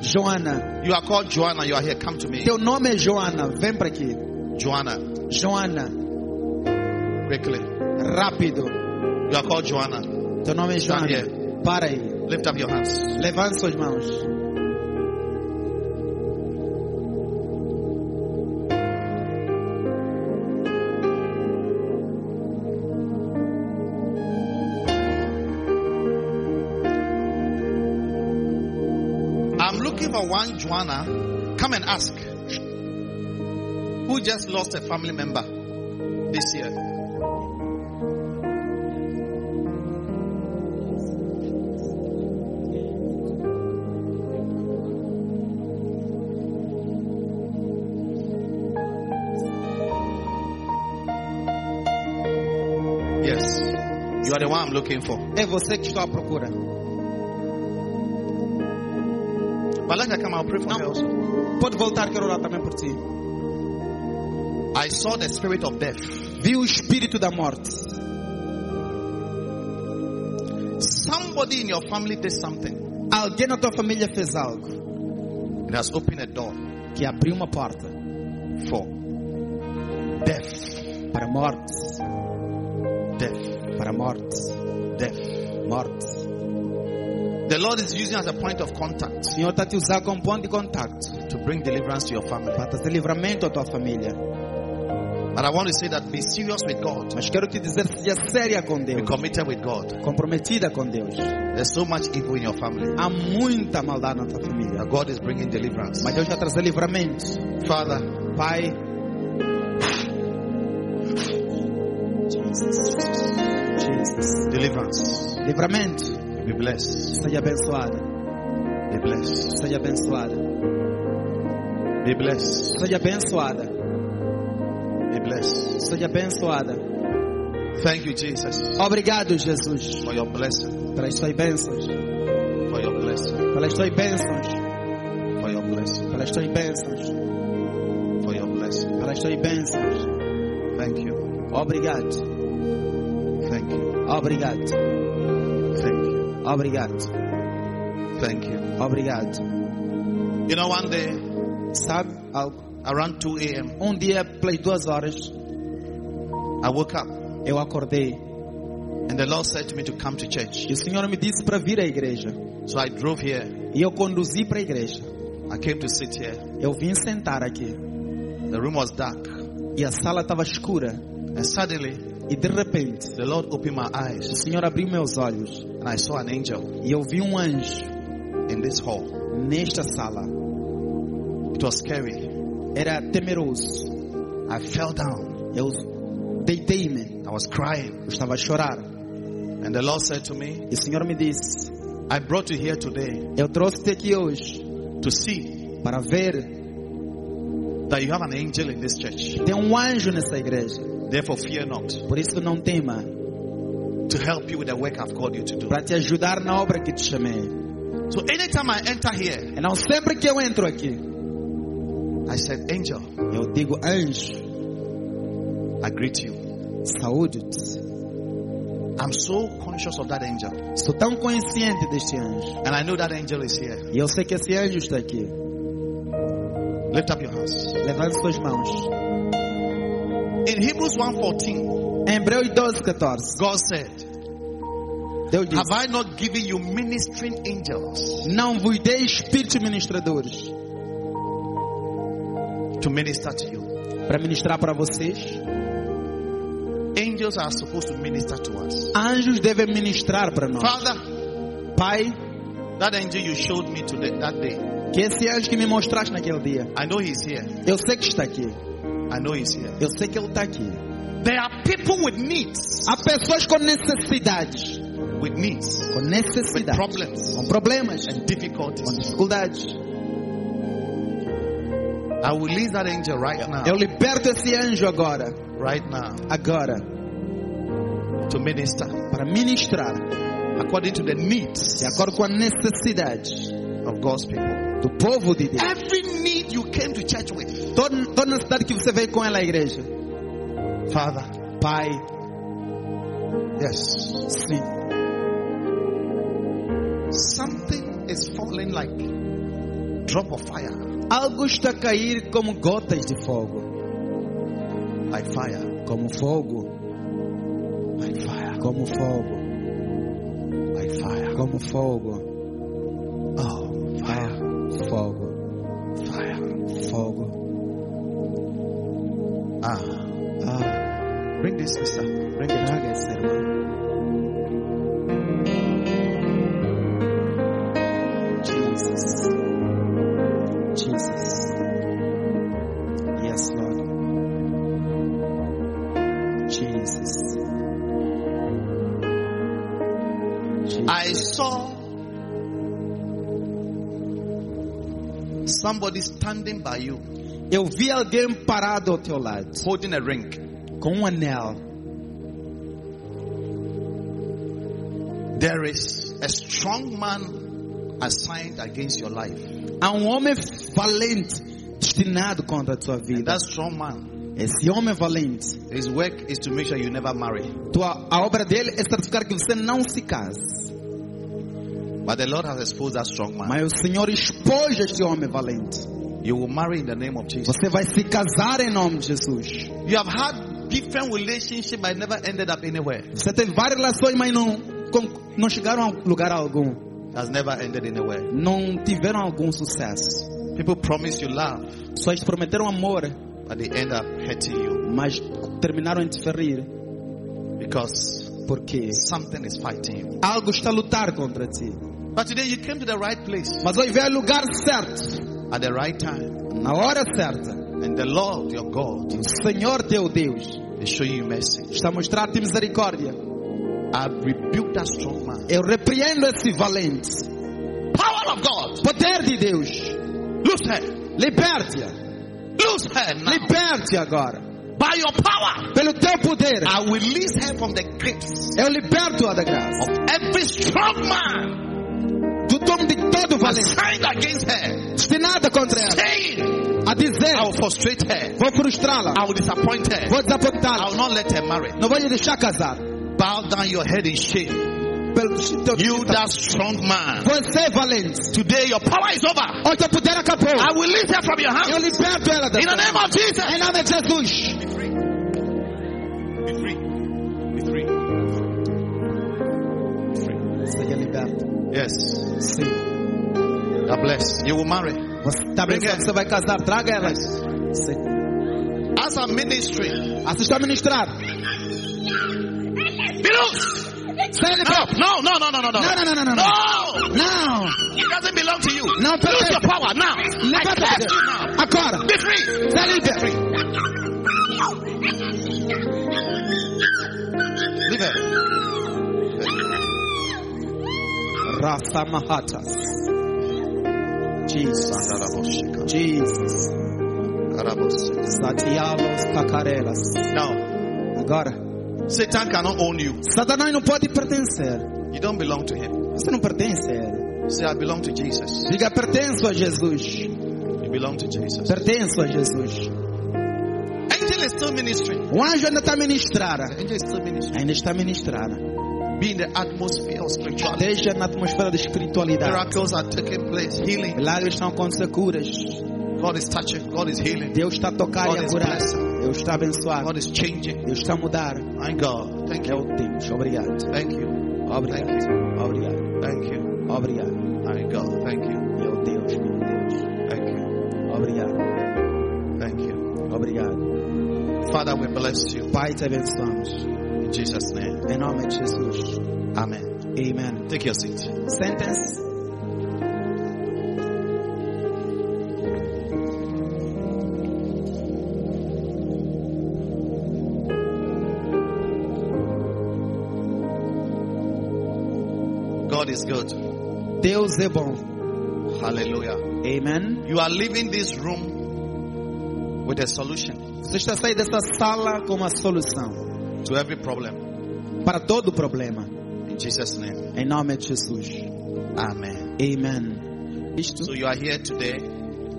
[SPEAKER 2] Joanna.
[SPEAKER 3] Joana.
[SPEAKER 2] You are called Joanna. You are here. Come to me.
[SPEAKER 3] Teu nome é Joana. Vem para aqui.
[SPEAKER 2] Joanna.
[SPEAKER 3] Joana.
[SPEAKER 2] Quickly.
[SPEAKER 3] Rápido.
[SPEAKER 2] You are called Joanna.
[SPEAKER 3] Teu nome é
[SPEAKER 2] Está
[SPEAKER 3] Joana. Para aí.
[SPEAKER 2] Lift up your hands.
[SPEAKER 3] Levante suas mãos.
[SPEAKER 2] I'm looking for one Joanna. Come and ask. Who just lost a family member this year? Yes, you are the one I'm looking for.
[SPEAKER 3] É você que estou à procura.
[SPEAKER 2] But let her come, I'll pray for her also.
[SPEAKER 3] Pode voltar, quero orar também por ti.
[SPEAKER 2] I saw the spirit of death.
[SPEAKER 3] Vi o espírito da morte.
[SPEAKER 2] Somebody in your family did something.
[SPEAKER 3] Alguém na tua família fez algo
[SPEAKER 2] It has opened a door
[SPEAKER 3] que abriu uma porta
[SPEAKER 2] for death,
[SPEAKER 3] para a morte,
[SPEAKER 2] death,
[SPEAKER 3] para a morte,
[SPEAKER 2] death.
[SPEAKER 3] morte.
[SPEAKER 2] The Lord is using as a point of contact
[SPEAKER 3] O Senhor está te usando como ponto de contacto
[SPEAKER 2] to bring deliverance to your family.
[SPEAKER 3] para trazer livramento à tua família.
[SPEAKER 2] But I want to say that be serious with God,
[SPEAKER 3] Mas quero te dizer, seja séria com
[SPEAKER 2] be
[SPEAKER 3] Deus,
[SPEAKER 2] committed with God.
[SPEAKER 3] comprometida com Deus.
[SPEAKER 2] There's so much evil in your family.
[SPEAKER 3] Há muita maldade na tua família,
[SPEAKER 2] But God is bringing deliverance.
[SPEAKER 3] mas Deus vai trazer livramento.
[SPEAKER 2] Father,
[SPEAKER 3] Pai, Jesus,
[SPEAKER 2] deliverance.
[SPEAKER 3] livramento.
[SPEAKER 2] Be blessed.
[SPEAKER 3] Seja abençoada,
[SPEAKER 2] Be blessed.
[SPEAKER 3] seja abençoada,
[SPEAKER 2] Be blessed.
[SPEAKER 3] seja abençoada,
[SPEAKER 2] Be blessed.
[SPEAKER 3] seja abençoada.
[SPEAKER 2] Thank you, Jesus,
[SPEAKER 3] Obrigado, Jesus,
[SPEAKER 2] for your blessing,
[SPEAKER 3] pelas tuas bênçãos,
[SPEAKER 2] for your blessing,
[SPEAKER 3] pelas tuas bênçãos,
[SPEAKER 2] for your blessing,
[SPEAKER 3] pelas tuas bênçãos,
[SPEAKER 2] for your blessing.
[SPEAKER 3] pelas tuas bênçãos.
[SPEAKER 2] Thank you.
[SPEAKER 3] Obrigado,
[SPEAKER 2] Thank you.
[SPEAKER 3] obrigado,
[SPEAKER 2] Thank you.
[SPEAKER 3] obrigado,
[SPEAKER 2] Thank you.
[SPEAKER 3] obrigado.
[SPEAKER 2] You know, one day,
[SPEAKER 3] Sabe algo?
[SPEAKER 2] around 2 a.m.,
[SPEAKER 3] Um dia, pelas duas horas,
[SPEAKER 2] I woke up
[SPEAKER 3] eu acordei
[SPEAKER 2] and the Lord said to me to come to church.
[SPEAKER 3] e o Senhor me disse para vir à igreja.
[SPEAKER 2] So I drove here.
[SPEAKER 3] E eu conduzi para a igreja.
[SPEAKER 2] I came to sit here.
[SPEAKER 3] Eu vim sentar aqui
[SPEAKER 2] The room was dark.
[SPEAKER 3] e a sala estava escura.
[SPEAKER 2] And suddenly,
[SPEAKER 3] E de repente,
[SPEAKER 2] the Lord opened my eyes
[SPEAKER 3] o Senhor abriu meus olhos
[SPEAKER 2] and I saw an angel
[SPEAKER 3] e eu vi um anjo
[SPEAKER 2] in this hall.
[SPEAKER 3] nesta sala.
[SPEAKER 2] It was scary.
[SPEAKER 3] Era temeroso.
[SPEAKER 2] I fell down.
[SPEAKER 3] Eu deitei-me,
[SPEAKER 2] I was crying.
[SPEAKER 3] eu estava a chorar.
[SPEAKER 2] And the Lord said to me,
[SPEAKER 3] E o Senhor me disse:
[SPEAKER 2] I brought you here today
[SPEAKER 3] Eu trouxe-te aqui hoje
[SPEAKER 2] to see
[SPEAKER 3] para ver.
[SPEAKER 2] that you have an angel in this church.
[SPEAKER 3] Tem um anjo nessa igreja.
[SPEAKER 2] Therefore, fear not
[SPEAKER 3] Por isso não tema,
[SPEAKER 2] to help you with the work I've called you to do.
[SPEAKER 3] para te ajudar na obra que te chamei.
[SPEAKER 2] So anytime I enter here,
[SPEAKER 3] Então, sempre que eu entro aqui,
[SPEAKER 2] I said, Angel,
[SPEAKER 3] eu digo, anjo,
[SPEAKER 2] I greet you.
[SPEAKER 3] saúde-te.
[SPEAKER 2] I'm so conscious of that angel.
[SPEAKER 3] Sou tão consciente deste anjo.
[SPEAKER 2] And I know that angel is here.
[SPEAKER 3] E eu sei que esse anjo está aqui.
[SPEAKER 2] Lift up your hands.
[SPEAKER 3] Levante suas mãos.
[SPEAKER 2] In Hebrews 1.14,
[SPEAKER 3] Em Hebreus 12, 14.
[SPEAKER 2] God said,
[SPEAKER 3] Deus diz,
[SPEAKER 2] Have I not given you ministering angels
[SPEAKER 3] não vos dei espíritos ministradores
[SPEAKER 2] to minister to you?
[SPEAKER 3] para ministrar para vocês.
[SPEAKER 2] Angels are supposed to minister to us.
[SPEAKER 3] Anjos devem ministrar para nós.
[SPEAKER 2] Father,
[SPEAKER 3] Pai,
[SPEAKER 2] that angel you showed me today, that day,
[SPEAKER 3] que esse anjo que me mostraste naquele dia,
[SPEAKER 2] I know he's here.
[SPEAKER 3] eu sei que está aqui.
[SPEAKER 2] I know he's here.
[SPEAKER 3] Eu sei que ele está aqui.
[SPEAKER 2] There are people with needs,
[SPEAKER 3] Há pessoas com necessidades.
[SPEAKER 2] with needs,
[SPEAKER 3] Com
[SPEAKER 2] with
[SPEAKER 3] necessidades.
[SPEAKER 2] problems
[SPEAKER 3] Com problemas.
[SPEAKER 2] and
[SPEAKER 3] Com
[SPEAKER 2] difficulties.
[SPEAKER 3] dificuldades.
[SPEAKER 2] I will leave that angel right now,
[SPEAKER 3] Eu liberto esse anjo agora.
[SPEAKER 2] right now,
[SPEAKER 3] Agora.
[SPEAKER 2] to minister
[SPEAKER 3] Para ministrar.
[SPEAKER 2] according to the needs
[SPEAKER 3] De acordo com a necessidade
[SPEAKER 2] of God's people.
[SPEAKER 3] do povo de Deus.
[SPEAKER 2] Every need you came to church with,
[SPEAKER 3] Toda, toda necessidade que você veio com ela à igreja.
[SPEAKER 2] Father,
[SPEAKER 3] Pai,
[SPEAKER 2] yes,
[SPEAKER 3] sim.
[SPEAKER 2] something is falling like drop of fire,
[SPEAKER 3] Algo está a cair como gotas de fogo.
[SPEAKER 2] like fire,
[SPEAKER 3] Como fogo.
[SPEAKER 2] like fire,
[SPEAKER 3] Como fogo.
[SPEAKER 2] like fire.
[SPEAKER 3] Como fogo.
[SPEAKER 2] Oh, fire,
[SPEAKER 3] Fogo.
[SPEAKER 2] fire.
[SPEAKER 3] Fogo.
[SPEAKER 2] Ah,
[SPEAKER 3] Ah,
[SPEAKER 2] bring this, sister. Bring it.
[SPEAKER 3] traga esse irmão. Jesus. Jesus. Yes, Lord. Jesus. Jesus.
[SPEAKER 2] I saw somebody standing by you,
[SPEAKER 3] Eu vi alguém parado ao teu lado.
[SPEAKER 2] holding a ring.
[SPEAKER 3] com um anel.
[SPEAKER 2] There is a strong man assigned against your life.
[SPEAKER 3] Há um homem valente destinado contra a sua
[SPEAKER 2] And
[SPEAKER 3] vida.
[SPEAKER 2] that strong man,
[SPEAKER 3] Esse homem valente,
[SPEAKER 2] his work is to make sure you never marry.
[SPEAKER 3] tua, a obra dele é certificar que você não se case.
[SPEAKER 2] But the Lord has exposed that strong man.
[SPEAKER 3] Mas o Senhor expôs este homem valente.
[SPEAKER 2] You will marry in the name of Jesus.
[SPEAKER 3] Você vai se casar em nome de Jesus.
[SPEAKER 2] You have had different relationships but never ended up anywhere.
[SPEAKER 3] Você teve várias relações, mas não, com- não chegaram a lugar algum.
[SPEAKER 2] It Has never ended anywhere.
[SPEAKER 3] Não tiveram algum sucesso.
[SPEAKER 2] People promise you love,
[SPEAKER 3] Só te prometeram amor,
[SPEAKER 2] but they end up hurting you
[SPEAKER 3] mas terminaram em te ferir.
[SPEAKER 2] because
[SPEAKER 3] Porque
[SPEAKER 2] something is fighting you.
[SPEAKER 3] algo está a lutar contra ti.
[SPEAKER 2] But today you came to the right place
[SPEAKER 3] Mas hoje veio ao lugar certo,
[SPEAKER 2] at the right time.
[SPEAKER 3] na hora certa.
[SPEAKER 2] And the Lord your God
[SPEAKER 3] O Senhor teu Deus
[SPEAKER 2] is showing you mercy.
[SPEAKER 3] está a mostrar-te misericórdia.
[SPEAKER 2] I rebuke that strong man.
[SPEAKER 3] Eu repreendo esse valente.
[SPEAKER 2] Power of God.
[SPEAKER 3] Poder de Deus,
[SPEAKER 2] Loose her.
[SPEAKER 3] liberte-a.
[SPEAKER 2] Loose her now.
[SPEAKER 3] Liberte-a agora.
[SPEAKER 2] By your power.
[SPEAKER 3] Pelo teu poder,
[SPEAKER 2] I will release her from the grips
[SPEAKER 3] eu liberto-a da graça.
[SPEAKER 2] of every strong man
[SPEAKER 3] Do nome de todo valente,
[SPEAKER 2] assigned against her.
[SPEAKER 3] destinada contra ela.
[SPEAKER 2] Saying,
[SPEAKER 3] A dizer,
[SPEAKER 2] I will frustrate her.
[SPEAKER 3] vou frustrá-la,
[SPEAKER 2] I will disappoint her.
[SPEAKER 3] vou
[SPEAKER 2] I
[SPEAKER 3] desapontá-la.
[SPEAKER 2] will not let her marry.
[SPEAKER 3] Não vou lhe deixar casar.
[SPEAKER 2] Bow down your head in shame.
[SPEAKER 3] Pelo teu
[SPEAKER 2] You that strong man.
[SPEAKER 3] Você é valente.
[SPEAKER 2] Today your power is over.
[SPEAKER 3] O teu poder acabou.
[SPEAKER 2] I will release her from your
[SPEAKER 3] Eu
[SPEAKER 2] hand.
[SPEAKER 3] liberto ela da
[SPEAKER 2] In the name of Jesus.
[SPEAKER 3] Em nome de Jesus.
[SPEAKER 2] Be free. Be free. Be free. Be free.
[SPEAKER 3] Seja liberta.
[SPEAKER 2] Yes.
[SPEAKER 3] Sim.
[SPEAKER 2] God bless. You will marry.
[SPEAKER 3] Você, tá bem que você vai casar. Traga ela. Sim.
[SPEAKER 2] As a ministry.
[SPEAKER 3] Assista a ministrar.
[SPEAKER 2] Be loose.
[SPEAKER 3] Sai ele
[SPEAKER 2] No, no, no, no, no, no, no.
[SPEAKER 3] Não, não, não, não, não.
[SPEAKER 2] No.
[SPEAKER 3] Não!
[SPEAKER 2] It doesn't belong to you.
[SPEAKER 3] Não
[SPEAKER 2] Lose your
[SPEAKER 3] pertence.
[SPEAKER 2] power now. I
[SPEAKER 3] Levanta
[SPEAKER 2] curse you now.
[SPEAKER 3] você. Agora! é
[SPEAKER 2] Be free.
[SPEAKER 3] Sai livre!
[SPEAKER 2] Leave her.
[SPEAKER 3] Rafa Mahatas. Jesus. Jesus. Satialos Cacarelas.
[SPEAKER 2] Now,
[SPEAKER 3] Agora.
[SPEAKER 2] Satan cannot own you.
[SPEAKER 3] Satanás não pode pertencer.
[SPEAKER 2] You don't belong to him.
[SPEAKER 3] Você não pertence a ele.
[SPEAKER 2] Say, I belong to Jesus.
[SPEAKER 3] Diga, pertenço a Jesus.
[SPEAKER 2] You belong to Jesus.
[SPEAKER 3] Pertenço a Jesus.
[SPEAKER 2] Angel is still ministering.
[SPEAKER 3] O anjo ainda está a ministrar.
[SPEAKER 2] Angel is still ministering.
[SPEAKER 3] Ainda está a ministrar.
[SPEAKER 2] Be in the atmosphere of spirituality.
[SPEAKER 3] Esteja na atmosfera de espiritualidade.
[SPEAKER 2] Miracles are taking place. Healing.
[SPEAKER 3] Milagres estão acontecendo curas.
[SPEAKER 2] God is touching. God is healing.
[SPEAKER 3] Deus está a tocar e a curar. Deus está a abençoar.
[SPEAKER 2] God is changing.
[SPEAKER 3] Deus está a mudar.
[SPEAKER 2] My God. Thank
[SPEAKER 3] É
[SPEAKER 2] you.
[SPEAKER 3] o Deus. Obrigado.
[SPEAKER 2] Thank you.
[SPEAKER 3] Obrigado. Obrigado.
[SPEAKER 2] Thank you.
[SPEAKER 3] Obrigado.
[SPEAKER 2] My God. Thank you.
[SPEAKER 3] Meu Deus, meu Deus.
[SPEAKER 2] Thank you.
[SPEAKER 3] Obrigado.
[SPEAKER 2] Thank you.
[SPEAKER 3] Obrigado.
[SPEAKER 2] Father, we bless you.
[SPEAKER 3] Pai, te abençoamos.
[SPEAKER 2] In Jesus' name.
[SPEAKER 3] Em nome de Jesus.
[SPEAKER 2] Amen.
[SPEAKER 3] Amen.
[SPEAKER 2] Take your seat.
[SPEAKER 3] Sentence.
[SPEAKER 2] God is good.
[SPEAKER 3] Deus é bom.
[SPEAKER 2] Hallelujah.
[SPEAKER 3] Amen.
[SPEAKER 2] You are leaving this room with a solution
[SPEAKER 3] Você está saindo dessa sala com uma solução
[SPEAKER 2] to every problem.
[SPEAKER 3] para todo problema.
[SPEAKER 2] In Jesus' name.
[SPEAKER 3] Em nome de Jesus.
[SPEAKER 2] Amen.
[SPEAKER 3] Amen. Isto.
[SPEAKER 2] So you are here today.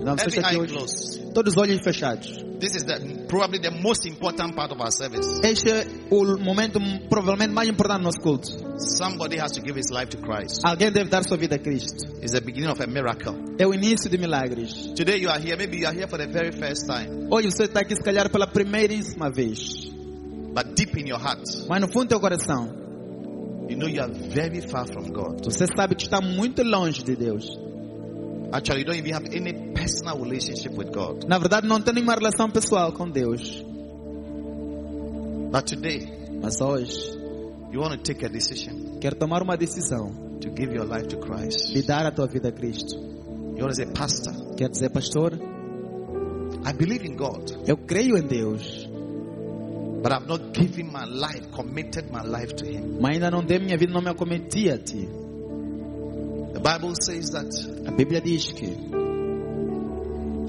[SPEAKER 3] Não, você
[SPEAKER 2] Every
[SPEAKER 3] está aqui
[SPEAKER 2] eye
[SPEAKER 3] hoje.
[SPEAKER 2] closed.
[SPEAKER 3] Todos os olhos fechados.
[SPEAKER 2] This is the, probably the most important part of our service.
[SPEAKER 3] Este é o momento provavelmente mais importante do nosso culto.
[SPEAKER 2] Somebody has to give his life to Christ.
[SPEAKER 3] Alguém deve dar sua vida a Cristo.
[SPEAKER 2] It's the beginning of a miracle.
[SPEAKER 3] É o início de milagres.
[SPEAKER 2] Today you are here. Maybe you are here for the very first time.
[SPEAKER 3] Hoje você está aqui se calhar pela primeiríssima vez.
[SPEAKER 2] But deep in your heart,
[SPEAKER 3] Mas no fundo do teu coração,
[SPEAKER 2] you know you are very far from God.
[SPEAKER 3] você sabe que está muito longe de Deus.
[SPEAKER 2] Actually, you don't even have any personal relationship with God.
[SPEAKER 3] Na verdade, não tem nenhuma relação pessoal com Deus.
[SPEAKER 2] But today,
[SPEAKER 3] Mas hoje,
[SPEAKER 2] you want to take a decision
[SPEAKER 3] quero tomar uma decisão
[SPEAKER 2] to give your life to Christ.
[SPEAKER 3] de dar a tua vida a Cristo.
[SPEAKER 2] You want to say, Pastor,
[SPEAKER 3] Quer dizer, pastor,
[SPEAKER 2] I believe in God,
[SPEAKER 3] eu creio em Deus,
[SPEAKER 2] but I've not given my life, committed my life to Him.
[SPEAKER 3] mas ainda não dei minha vida, não me acometi a ti.
[SPEAKER 2] The Bible says that
[SPEAKER 3] A Bíblia diz que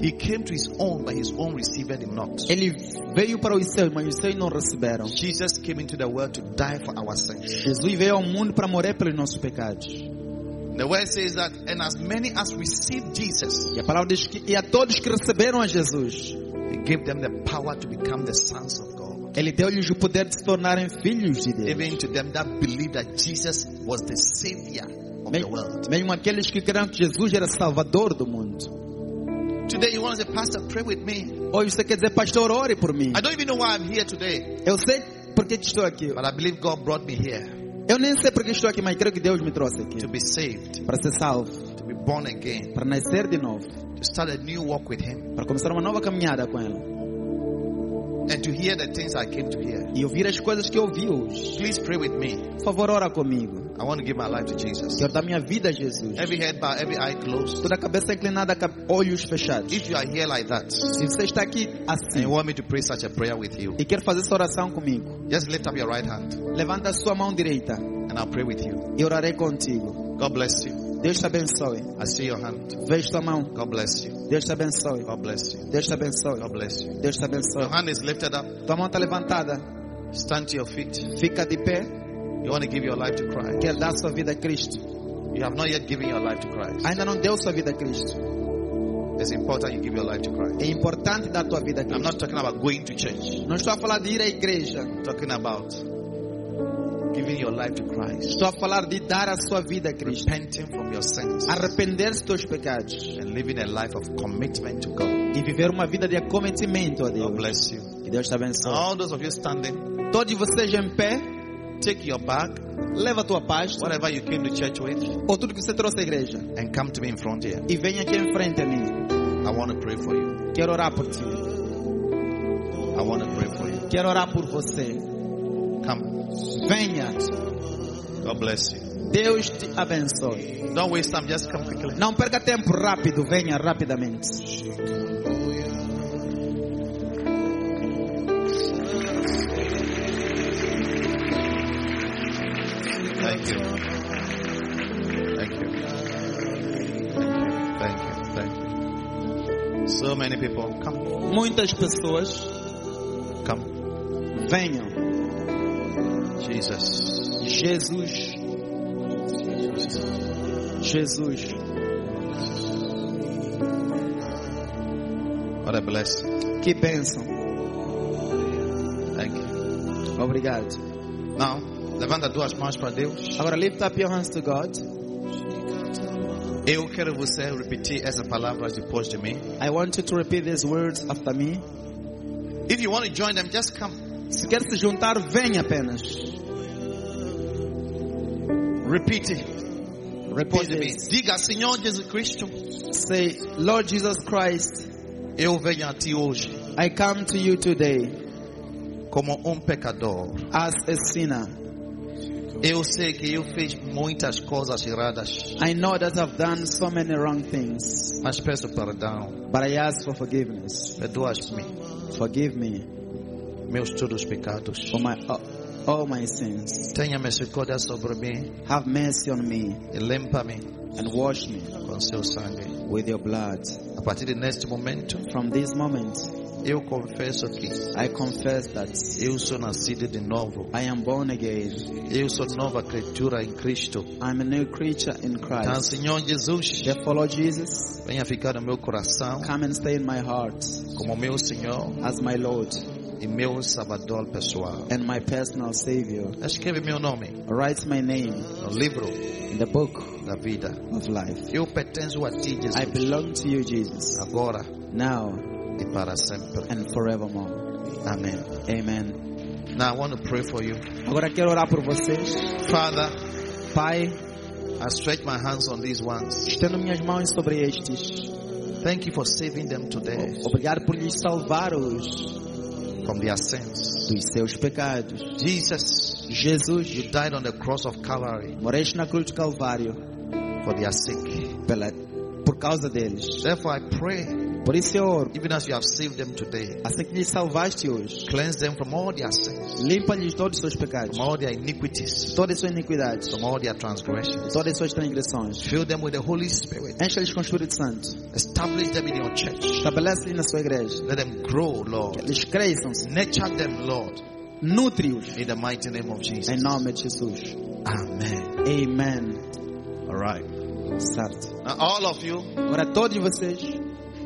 [SPEAKER 2] He came to His own, but His own received Him not.
[SPEAKER 3] ele veio para os céus, mas os céus não receberam.
[SPEAKER 2] Jesus came into the world to die for our sins.
[SPEAKER 3] Jesus veio ao mundo para morrer pelos nossos pecados.
[SPEAKER 2] The word says that, and as many as received Jesus,
[SPEAKER 3] E a palavra diz que e a todos que receberam a Jesus,
[SPEAKER 2] He gave them the power to become the sons of God.
[SPEAKER 3] ele deu-lhes o poder de se tornarem filhos de Deus.
[SPEAKER 2] Even to them that believe that Jesus was the Savior of the world.
[SPEAKER 3] Mesmo, mesmo aqueles que creram que Jesus era salvador do mundo.
[SPEAKER 2] Today, you want to say, Pastor, pray with me.
[SPEAKER 3] Hoje você quer dizer, pastor, ore por mim.
[SPEAKER 2] I don't even know why I'm here today,
[SPEAKER 3] Eu sei porque que estou aqui.
[SPEAKER 2] but I believe God brought me here
[SPEAKER 3] Eu nem sei porque estou aqui, mas creio que Deus me trouxe aqui.
[SPEAKER 2] to be saved,
[SPEAKER 3] Para ser salvo,
[SPEAKER 2] to be born again,
[SPEAKER 3] para nascer de novo,
[SPEAKER 2] to start a new walk with Him,
[SPEAKER 3] para começar uma nova caminhada com Ele.
[SPEAKER 2] and to hear the things I came to hear.
[SPEAKER 3] E ouvir as coisas que ouvi hoje.
[SPEAKER 2] Please pray with me.
[SPEAKER 3] Por favor, ora comigo.
[SPEAKER 2] I want to give my life to Jesus.
[SPEAKER 3] Senhor, dá minha vida a Jesus.
[SPEAKER 2] Every head bowed, every eye closed.
[SPEAKER 3] Toda a cabeça inclinada, cap- olhos fechados.
[SPEAKER 2] If you are here like that,
[SPEAKER 3] Se você está aqui
[SPEAKER 2] and you
[SPEAKER 3] assim
[SPEAKER 2] want me to pray such a prayer with you,
[SPEAKER 3] e quer fazer essa oração comigo,
[SPEAKER 2] just lift up your right hand
[SPEAKER 3] levanta a sua mão direita
[SPEAKER 2] and I'll pray with you.
[SPEAKER 3] e orarei contigo.
[SPEAKER 2] God bless you.
[SPEAKER 3] Deus te abençoe.
[SPEAKER 2] I see your hand.
[SPEAKER 3] Vejo sua mão.
[SPEAKER 2] God bless you.
[SPEAKER 3] Deus te abençoe.
[SPEAKER 2] God bless you.
[SPEAKER 3] Deus te abençoe.
[SPEAKER 2] God bless you.
[SPEAKER 3] Deus te
[SPEAKER 2] Your
[SPEAKER 3] abençoe.
[SPEAKER 2] hand is lifted up.
[SPEAKER 3] Tua mão está levantada.
[SPEAKER 2] Stand to your feet.
[SPEAKER 3] Fica de pé.
[SPEAKER 2] You want to give your life to Christ.
[SPEAKER 3] Quer dar sua vida a Cristo.
[SPEAKER 2] You have not yet given your life to Christ.
[SPEAKER 3] Ainda não deu sua vida a Cristo.
[SPEAKER 2] It's important you give your life to Christ.
[SPEAKER 3] É importante dar tua vida a
[SPEAKER 2] I'm
[SPEAKER 3] Cristo.
[SPEAKER 2] not talking about going to church.
[SPEAKER 3] Não estou a falar de ir à igreja.
[SPEAKER 2] I'm talking about giving your life to Christ.
[SPEAKER 3] Estou a falar de dar a sua vida a Cristo.
[SPEAKER 2] Repenting from your sins
[SPEAKER 3] Arrepender-se dos pecados.
[SPEAKER 2] and living a life of commitment to God.
[SPEAKER 3] E viver uma vida de acometimento a
[SPEAKER 2] God
[SPEAKER 3] Deus.
[SPEAKER 2] bless you.
[SPEAKER 3] Que Deus te abençoe.
[SPEAKER 2] All those of you standing,
[SPEAKER 3] Todos vocês em pé.
[SPEAKER 2] take your bag,
[SPEAKER 3] Leva a tua pasta.
[SPEAKER 2] whatever you came to church with,
[SPEAKER 3] Ou tudo que você trouxe à igreja.
[SPEAKER 2] and come to me in front here.
[SPEAKER 3] E vem aqui em frente a mim.
[SPEAKER 2] I want to pray for you.
[SPEAKER 3] Quero orar por ti.
[SPEAKER 2] I want to pray for you.
[SPEAKER 3] Quero orar por você.
[SPEAKER 2] Come.
[SPEAKER 3] Venha.
[SPEAKER 2] God bless you.
[SPEAKER 3] Deus te abençoe.
[SPEAKER 2] Don't waste time. Just come quickly.
[SPEAKER 3] Não perca tempo. Rápido. Venha rapidamente.
[SPEAKER 2] Thank you. Thank you. Thank you. Thank you. So many people. Come.
[SPEAKER 3] Muitas pessoas
[SPEAKER 2] Come.
[SPEAKER 3] venham.
[SPEAKER 2] Jesus.
[SPEAKER 3] Jesus.
[SPEAKER 1] Jesus.
[SPEAKER 2] What a blessing.
[SPEAKER 1] Que bênção.
[SPEAKER 2] Thank you.
[SPEAKER 1] Obrigado.
[SPEAKER 2] Now, levanta duas mãos para Deus.
[SPEAKER 1] Agora lift up your hands to God.
[SPEAKER 2] Eu quero você repetir essa palavra depois de mim.
[SPEAKER 1] I want you to repeat these words after me.
[SPEAKER 2] If you want to join them, just come.
[SPEAKER 3] Se quer se juntar, venha apenas.
[SPEAKER 2] Repeat it.
[SPEAKER 1] Repeat
[SPEAKER 2] Depois de mim.
[SPEAKER 1] this.
[SPEAKER 2] Diga, Senhor Jesus Cristo,
[SPEAKER 1] Say, Lord Jesus Christ,
[SPEAKER 2] eu venho a ti hoje
[SPEAKER 1] I come to you today
[SPEAKER 2] como um pecador.
[SPEAKER 1] as a sinner.
[SPEAKER 2] Eu sei que eu fiz muitas coisas erradas,
[SPEAKER 1] I know that I've done so many wrong things,
[SPEAKER 2] mas peço perdão.
[SPEAKER 1] but I ask for forgiveness.
[SPEAKER 2] Perdoa-me
[SPEAKER 1] Forgive me
[SPEAKER 2] meus todos os pecados.
[SPEAKER 1] for my uh, all my sins.
[SPEAKER 2] Tenha misericórdia sobre mim
[SPEAKER 1] Have mercy on me
[SPEAKER 2] e limpa-me
[SPEAKER 1] and wash me
[SPEAKER 2] com seu sangue.
[SPEAKER 1] with your blood.
[SPEAKER 2] A partir de neste momento,
[SPEAKER 1] From this moment,
[SPEAKER 2] eu confesso que
[SPEAKER 1] I confess that
[SPEAKER 2] eu sou nascido de novo.
[SPEAKER 1] I am born again.
[SPEAKER 2] Eu sou nova criatura em Cristo.
[SPEAKER 1] I'm a new creature in
[SPEAKER 2] Então,
[SPEAKER 1] Christ.
[SPEAKER 2] Senhor Jesus,
[SPEAKER 1] Therefore, Lord Jesus,
[SPEAKER 2] venha ficar no meu coração
[SPEAKER 1] come and stay in my heart
[SPEAKER 2] como meu Senhor
[SPEAKER 1] as my Lord
[SPEAKER 2] e meu Salvador pessoal.
[SPEAKER 1] and my personal Savior.
[SPEAKER 2] Escreve meu nome
[SPEAKER 1] Write my name
[SPEAKER 2] no livro
[SPEAKER 1] in the book
[SPEAKER 2] da vida.
[SPEAKER 1] of life.
[SPEAKER 2] Eu pertenço a ti,
[SPEAKER 1] I
[SPEAKER 2] Jesus,
[SPEAKER 1] belong to you, Jesus,
[SPEAKER 2] agora
[SPEAKER 1] now
[SPEAKER 2] e para sempre.
[SPEAKER 1] and forevermore.
[SPEAKER 2] Amém.
[SPEAKER 1] Amen.
[SPEAKER 2] Now I want to pray for you.
[SPEAKER 3] Agora quero orar por vocês.
[SPEAKER 2] Father,
[SPEAKER 3] Pai,
[SPEAKER 2] I stretch my hands on these ones.
[SPEAKER 3] estendo minhas mãos sobre estes.
[SPEAKER 2] Thank you for saving them today
[SPEAKER 3] Obrigado por lhes salvar os
[SPEAKER 2] from their sins.
[SPEAKER 3] dos seus pecados.
[SPEAKER 2] Jesus,
[SPEAKER 3] Jesus,
[SPEAKER 2] you died on the cross of Calvary
[SPEAKER 3] moreste na cruz do Calvário
[SPEAKER 2] for their sake.
[SPEAKER 3] pela, por causa deles.
[SPEAKER 2] Therefore, I pray,
[SPEAKER 3] Por isso eu oro.
[SPEAKER 2] even as you have saved them today,
[SPEAKER 3] Assim que lhes salvaste hoje,
[SPEAKER 2] cleanse them from all their sins,
[SPEAKER 3] limpa-lhes todos os seus pecados,
[SPEAKER 2] from all their iniquities,
[SPEAKER 3] todas as suas iniquidades,
[SPEAKER 2] from all their transgressions.
[SPEAKER 3] todas as suas transgressões.
[SPEAKER 2] Fill them with the Holy Spirit.
[SPEAKER 3] Enche-lhes com o Espírito Santo.
[SPEAKER 2] Establish them in your church.
[SPEAKER 3] Estabelece-lhes na sua igreja.
[SPEAKER 2] Let them grow,
[SPEAKER 3] Que
[SPEAKER 2] Lord.
[SPEAKER 3] eles cresçam-se.
[SPEAKER 2] Nurture them, Lord,
[SPEAKER 3] Nutre-os.
[SPEAKER 2] in the mighty name of
[SPEAKER 3] Em
[SPEAKER 2] Jesus.
[SPEAKER 3] nome de Jesus.
[SPEAKER 2] Amen.
[SPEAKER 3] Amen.
[SPEAKER 2] All right.
[SPEAKER 3] Certo.
[SPEAKER 2] Now, all of you,
[SPEAKER 3] Agora todos vocês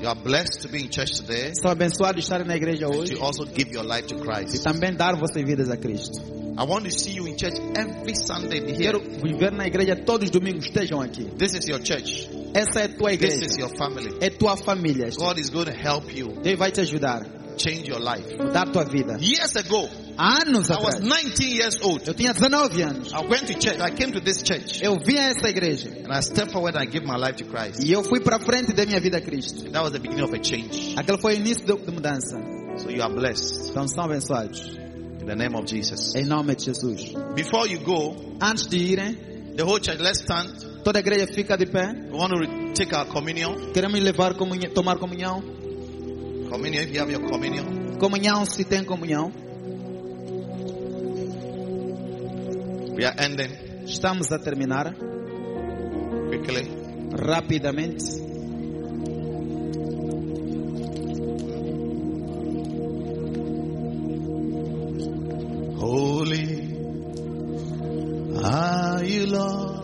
[SPEAKER 2] you are blessed to be in church today.
[SPEAKER 3] são abençoados de estarem na igreja hoje.
[SPEAKER 2] To also give your life to
[SPEAKER 3] e
[SPEAKER 2] Christ.
[SPEAKER 3] também dar vossas vidas a Cristo.
[SPEAKER 2] I want to see you in church every Sunday
[SPEAKER 3] Quero
[SPEAKER 2] here.
[SPEAKER 3] viver na igreja todos os domingos, estejam aqui.
[SPEAKER 2] This is your church.
[SPEAKER 3] Essa é tua
[SPEAKER 2] This
[SPEAKER 3] igreja,
[SPEAKER 2] is your family.
[SPEAKER 3] é tua família.
[SPEAKER 2] God is going to help you
[SPEAKER 3] Deus vai te ajudar,
[SPEAKER 2] change your life.
[SPEAKER 3] mudar tua vida.
[SPEAKER 2] Years ago,
[SPEAKER 3] Há anos
[SPEAKER 2] I was
[SPEAKER 3] atrás,
[SPEAKER 2] 19 years old.
[SPEAKER 3] eu tinha 19 anos,
[SPEAKER 2] I went to church. I came to this church
[SPEAKER 3] eu vim a essa igreja
[SPEAKER 2] and I stepped forward and I gave my life to Christ.
[SPEAKER 3] e eu fui para frente da minha vida a Cristo.
[SPEAKER 2] That was the beginning of a change.
[SPEAKER 3] Aquele foi o início de de mudança.
[SPEAKER 2] So you are blessed
[SPEAKER 3] Então são abençoados,
[SPEAKER 2] in the name of Jesus.
[SPEAKER 3] em nome de Jesus.
[SPEAKER 2] Before you go,
[SPEAKER 3] Antes de irem,
[SPEAKER 2] the whole church, let's stand.
[SPEAKER 3] toda a igreja fica de pé.
[SPEAKER 2] We want to re- take our communion.
[SPEAKER 3] Queremos levar comunhão, tomar comunhão.
[SPEAKER 2] Communion, if you have your communion.
[SPEAKER 3] Comunhão se tem comunhão.
[SPEAKER 2] We are ending
[SPEAKER 3] Estamos a terminar
[SPEAKER 2] quickly.
[SPEAKER 3] rapidamente.
[SPEAKER 2] Holy are you, Lord.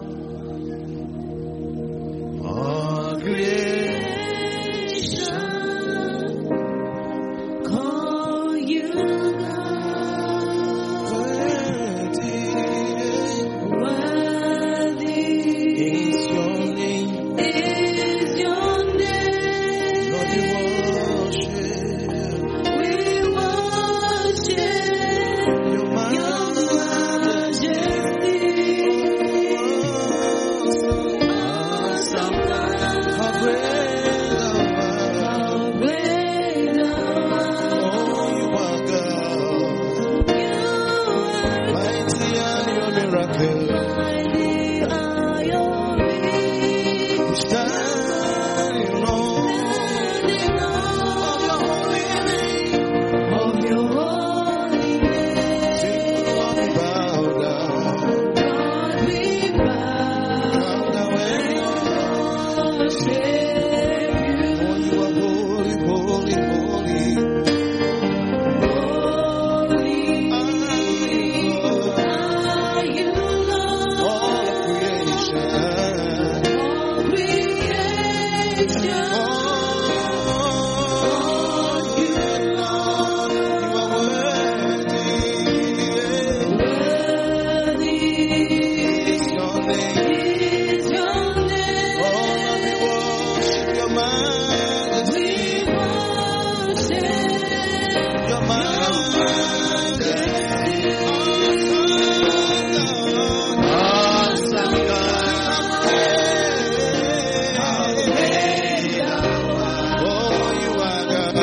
[SPEAKER 2] All creation
[SPEAKER 7] Call you God. Worthy is your name. Is
[SPEAKER 8] mother,
[SPEAKER 7] We worship
[SPEAKER 8] your mother. Awesome God. Oh, you are God.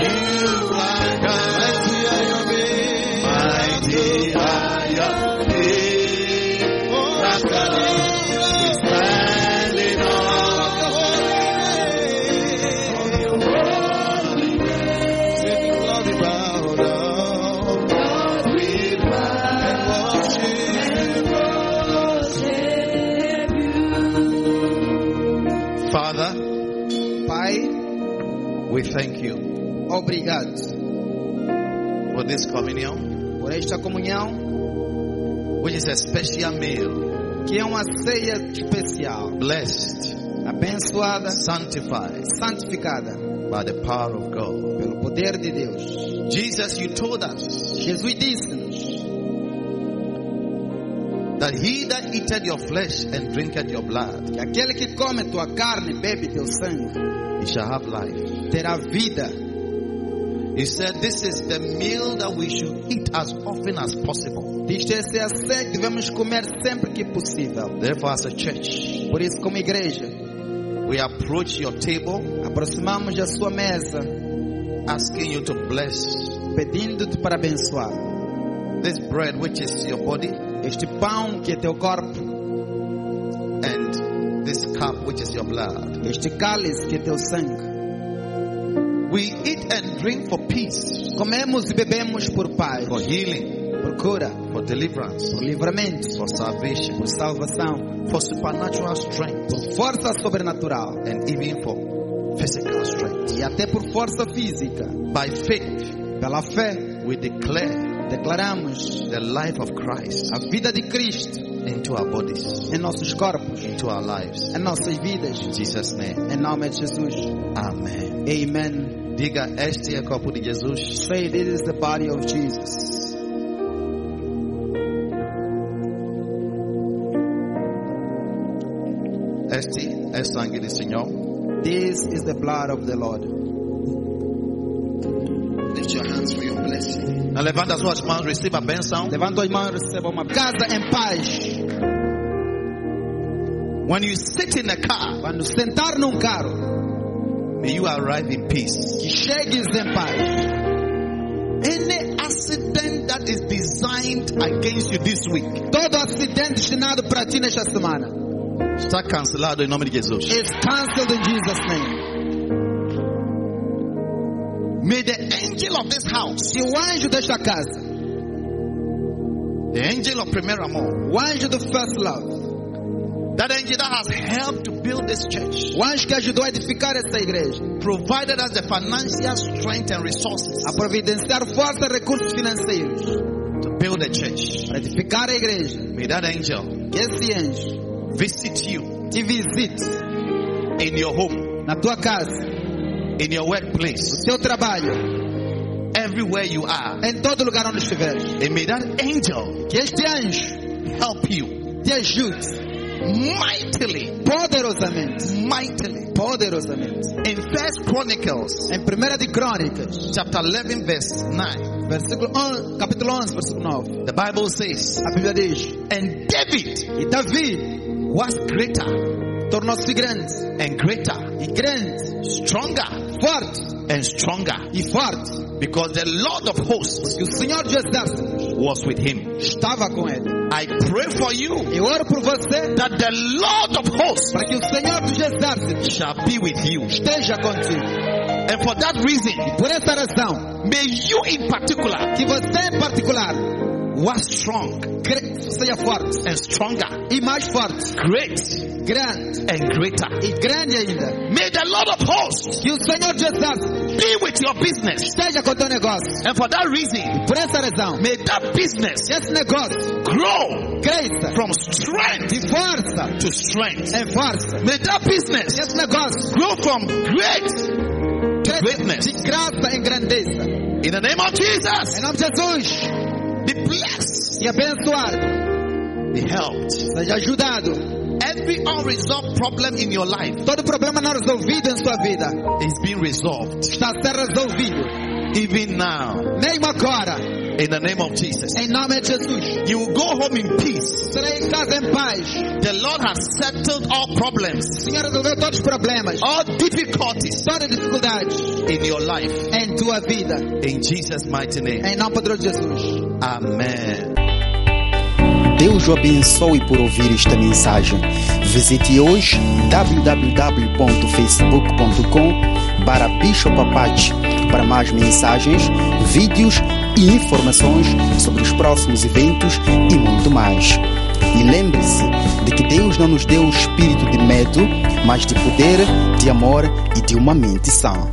[SPEAKER 8] You are God. Mighty are your name. Mighty are your name. Oh, standing on your holy name. Say the glory bow down. And worship.
[SPEAKER 2] Father,
[SPEAKER 3] Pai,
[SPEAKER 2] we thank you
[SPEAKER 3] obrigado
[SPEAKER 2] for this communion,
[SPEAKER 3] por esta comunhão,
[SPEAKER 2] which is a special meal,
[SPEAKER 3] que é uma ceia especial,
[SPEAKER 2] blessed,
[SPEAKER 3] abençoada,
[SPEAKER 2] sanctified
[SPEAKER 3] santificada
[SPEAKER 2] by the power of God.
[SPEAKER 3] pelo poder de Deus.
[SPEAKER 2] Jesus, you told us
[SPEAKER 3] Jesus disse-nos
[SPEAKER 2] that he that eateth your flesh and drinketh your blood,
[SPEAKER 3] que aquele que come tua carne e bebe teu sangue
[SPEAKER 2] he shall have life.
[SPEAKER 3] terá vida.
[SPEAKER 2] He said, This is the meal that we should eat as often as possible.
[SPEAKER 3] Isto essa é a ceia que devemos comer sempre que possível.
[SPEAKER 2] Therefore, as a church,
[SPEAKER 3] Por isso, como igreja,
[SPEAKER 2] we approach your table
[SPEAKER 3] aproximamos da sua mesa,
[SPEAKER 2] asking you to bless
[SPEAKER 3] pedindo-te para abençoar
[SPEAKER 2] this bread, which is your body,
[SPEAKER 3] este pão que é teu corpo,
[SPEAKER 2] and this cup, which is your blood.
[SPEAKER 3] este cálice que é teu sangue.
[SPEAKER 2] We eat and drink for peace,
[SPEAKER 3] Comemos e bebemos por paz,
[SPEAKER 2] for healing,
[SPEAKER 3] por cura,
[SPEAKER 2] for deliverance,
[SPEAKER 3] por livramento,
[SPEAKER 2] for salvation,
[SPEAKER 3] por salvação,
[SPEAKER 2] for supernatural strength,
[SPEAKER 3] por força sobrenatural
[SPEAKER 2] and even for physical strength.
[SPEAKER 3] e até por força física.
[SPEAKER 2] By faith,
[SPEAKER 3] Pela fé,
[SPEAKER 2] we declare
[SPEAKER 3] declaramos
[SPEAKER 2] the life of Christ
[SPEAKER 3] a vida de Cristo
[SPEAKER 2] into our bodies,
[SPEAKER 3] em nossos corpos,
[SPEAKER 2] into our lives.
[SPEAKER 3] em nossas vidas.
[SPEAKER 2] In Jesus' name,
[SPEAKER 3] Em nome de Jesus.
[SPEAKER 2] Amen.
[SPEAKER 3] Amen.
[SPEAKER 2] Diga este é o corpo de Jesus.
[SPEAKER 3] Say this is the body of Jesus.
[SPEAKER 2] Este é o sangue do Senhor.
[SPEAKER 3] This is the blood of the Lord.
[SPEAKER 2] Lift your hands for your blessing. Now levanta suas mãos, receba a benção.
[SPEAKER 3] Levanta as mãos e receba uma casa em paz.
[SPEAKER 2] When you sit in a car,
[SPEAKER 3] Quando sentar num carro,
[SPEAKER 2] may you arrive in peace.
[SPEAKER 3] que chegues em paz.
[SPEAKER 2] Any accident that is designed against you this week
[SPEAKER 3] Todo acidente destinado para ti nesta semana
[SPEAKER 2] está cancelado em nome de Jesus.
[SPEAKER 3] is cancelled in Jesus' name.
[SPEAKER 2] May the angel of this house,
[SPEAKER 3] Que o anjo desta casa,
[SPEAKER 2] the angel of Premier Amor,
[SPEAKER 3] o anjo do first love,
[SPEAKER 2] that angel that has helped to build this church,
[SPEAKER 3] o anjo que ajudou a edificar esta igreja,
[SPEAKER 2] provided us the financial strength and resources
[SPEAKER 3] a providenciar força e recursos financeiros
[SPEAKER 2] to build a church.
[SPEAKER 3] para edificar a igreja,
[SPEAKER 2] May that angel
[SPEAKER 3] que esse anjo
[SPEAKER 2] visit you
[SPEAKER 3] te visite
[SPEAKER 2] in your home,
[SPEAKER 3] na tua casa,
[SPEAKER 2] in your workplace,
[SPEAKER 3] no teu trabalho,
[SPEAKER 2] everywhere you are.
[SPEAKER 3] em todo lugar onde estiveres.
[SPEAKER 2] And may that angel
[SPEAKER 3] Que este anjo
[SPEAKER 2] help you
[SPEAKER 3] te ajude
[SPEAKER 2] mightily,
[SPEAKER 3] poderosamente,
[SPEAKER 2] mightily.
[SPEAKER 3] poderosamente.
[SPEAKER 2] In First Chronicles
[SPEAKER 3] Em 1 de Crônicas,
[SPEAKER 2] chapter 11 verse 9,
[SPEAKER 3] versículo 11, capítulo 11, versículo 9,
[SPEAKER 2] the Bible says,
[SPEAKER 3] a Bíblia diz:
[SPEAKER 2] And David
[SPEAKER 3] E Davi
[SPEAKER 2] was greater
[SPEAKER 3] tornou-se grande,
[SPEAKER 2] and greater,
[SPEAKER 3] e grande,
[SPEAKER 2] stronger
[SPEAKER 3] forte
[SPEAKER 2] and stronger,
[SPEAKER 3] e forte,
[SPEAKER 2] because the Lord of hosts
[SPEAKER 3] que o Senhor dos Exércitos
[SPEAKER 2] was with him.
[SPEAKER 3] estava com ele.
[SPEAKER 2] I pray for you
[SPEAKER 3] Eu oro por você
[SPEAKER 2] that the Lord of hosts
[SPEAKER 3] para que o Senhor dos Exércitos
[SPEAKER 2] shall be with you.
[SPEAKER 3] esteja contigo.
[SPEAKER 2] And for that reason,
[SPEAKER 3] Por essa razão,
[SPEAKER 2] may you in particular
[SPEAKER 3] que você em particular
[SPEAKER 2] was strong
[SPEAKER 3] cre- seja forte,
[SPEAKER 2] and stronger,
[SPEAKER 3] e mais forte,
[SPEAKER 2] great
[SPEAKER 3] grande,
[SPEAKER 2] and greater.
[SPEAKER 3] e grande ainda.
[SPEAKER 2] May the Lord of hosts
[SPEAKER 3] Que o Senhor dos Exércitos
[SPEAKER 2] be with your business.
[SPEAKER 3] esteja com o teu negócio.
[SPEAKER 2] And for that reason,
[SPEAKER 3] Por essa razão,
[SPEAKER 2] may that business
[SPEAKER 3] que esse negócio
[SPEAKER 2] grow
[SPEAKER 3] cresça
[SPEAKER 2] from strength
[SPEAKER 3] de força
[SPEAKER 2] to strength.
[SPEAKER 3] em força.
[SPEAKER 2] May that
[SPEAKER 3] Que
[SPEAKER 2] business
[SPEAKER 3] esse negócio
[SPEAKER 2] grow from great to
[SPEAKER 3] de
[SPEAKER 2] greatness.
[SPEAKER 3] graça em grandeza.
[SPEAKER 2] In the name of
[SPEAKER 3] Em
[SPEAKER 2] Jesus,
[SPEAKER 3] nome de Jesus,
[SPEAKER 2] be blessed,
[SPEAKER 3] e abençoado,
[SPEAKER 2] be helped,
[SPEAKER 3] seja ajudado,
[SPEAKER 2] Every unresolved problem in your life
[SPEAKER 3] Todo problema não resolvido em sua vida
[SPEAKER 2] is being resolved
[SPEAKER 3] está a ser resolvido.
[SPEAKER 2] even now
[SPEAKER 3] Mesmo agora,
[SPEAKER 2] in the name of Jesus.
[SPEAKER 3] em nome de Jesus.
[SPEAKER 2] You will go home in peace.
[SPEAKER 3] Serei em casa em paz.
[SPEAKER 2] The Lord has settled all
[SPEAKER 3] O
[SPEAKER 2] problems,
[SPEAKER 3] Senhor resolveu todos os problemas,
[SPEAKER 2] all difficulties
[SPEAKER 3] todas as dificuldades
[SPEAKER 2] in your life
[SPEAKER 3] em tua vida.
[SPEAKER 2] in Jesus' mighty name.
[SPEAKER 3] Em nome poderoso de Jesus.
[SPEAKER 2] Amen.
[SPEAKER 1] Deus o abençoe por ouvir esta mensagem. Visite hoje www.facebook.com para Bishop Apache para mais mensagens, vídeos e informações sobre os próximos eventos e muito mais. E lembre-se de que Deus não nos deu o espírito de medo, mas de poder, de amor e de uma mente sã.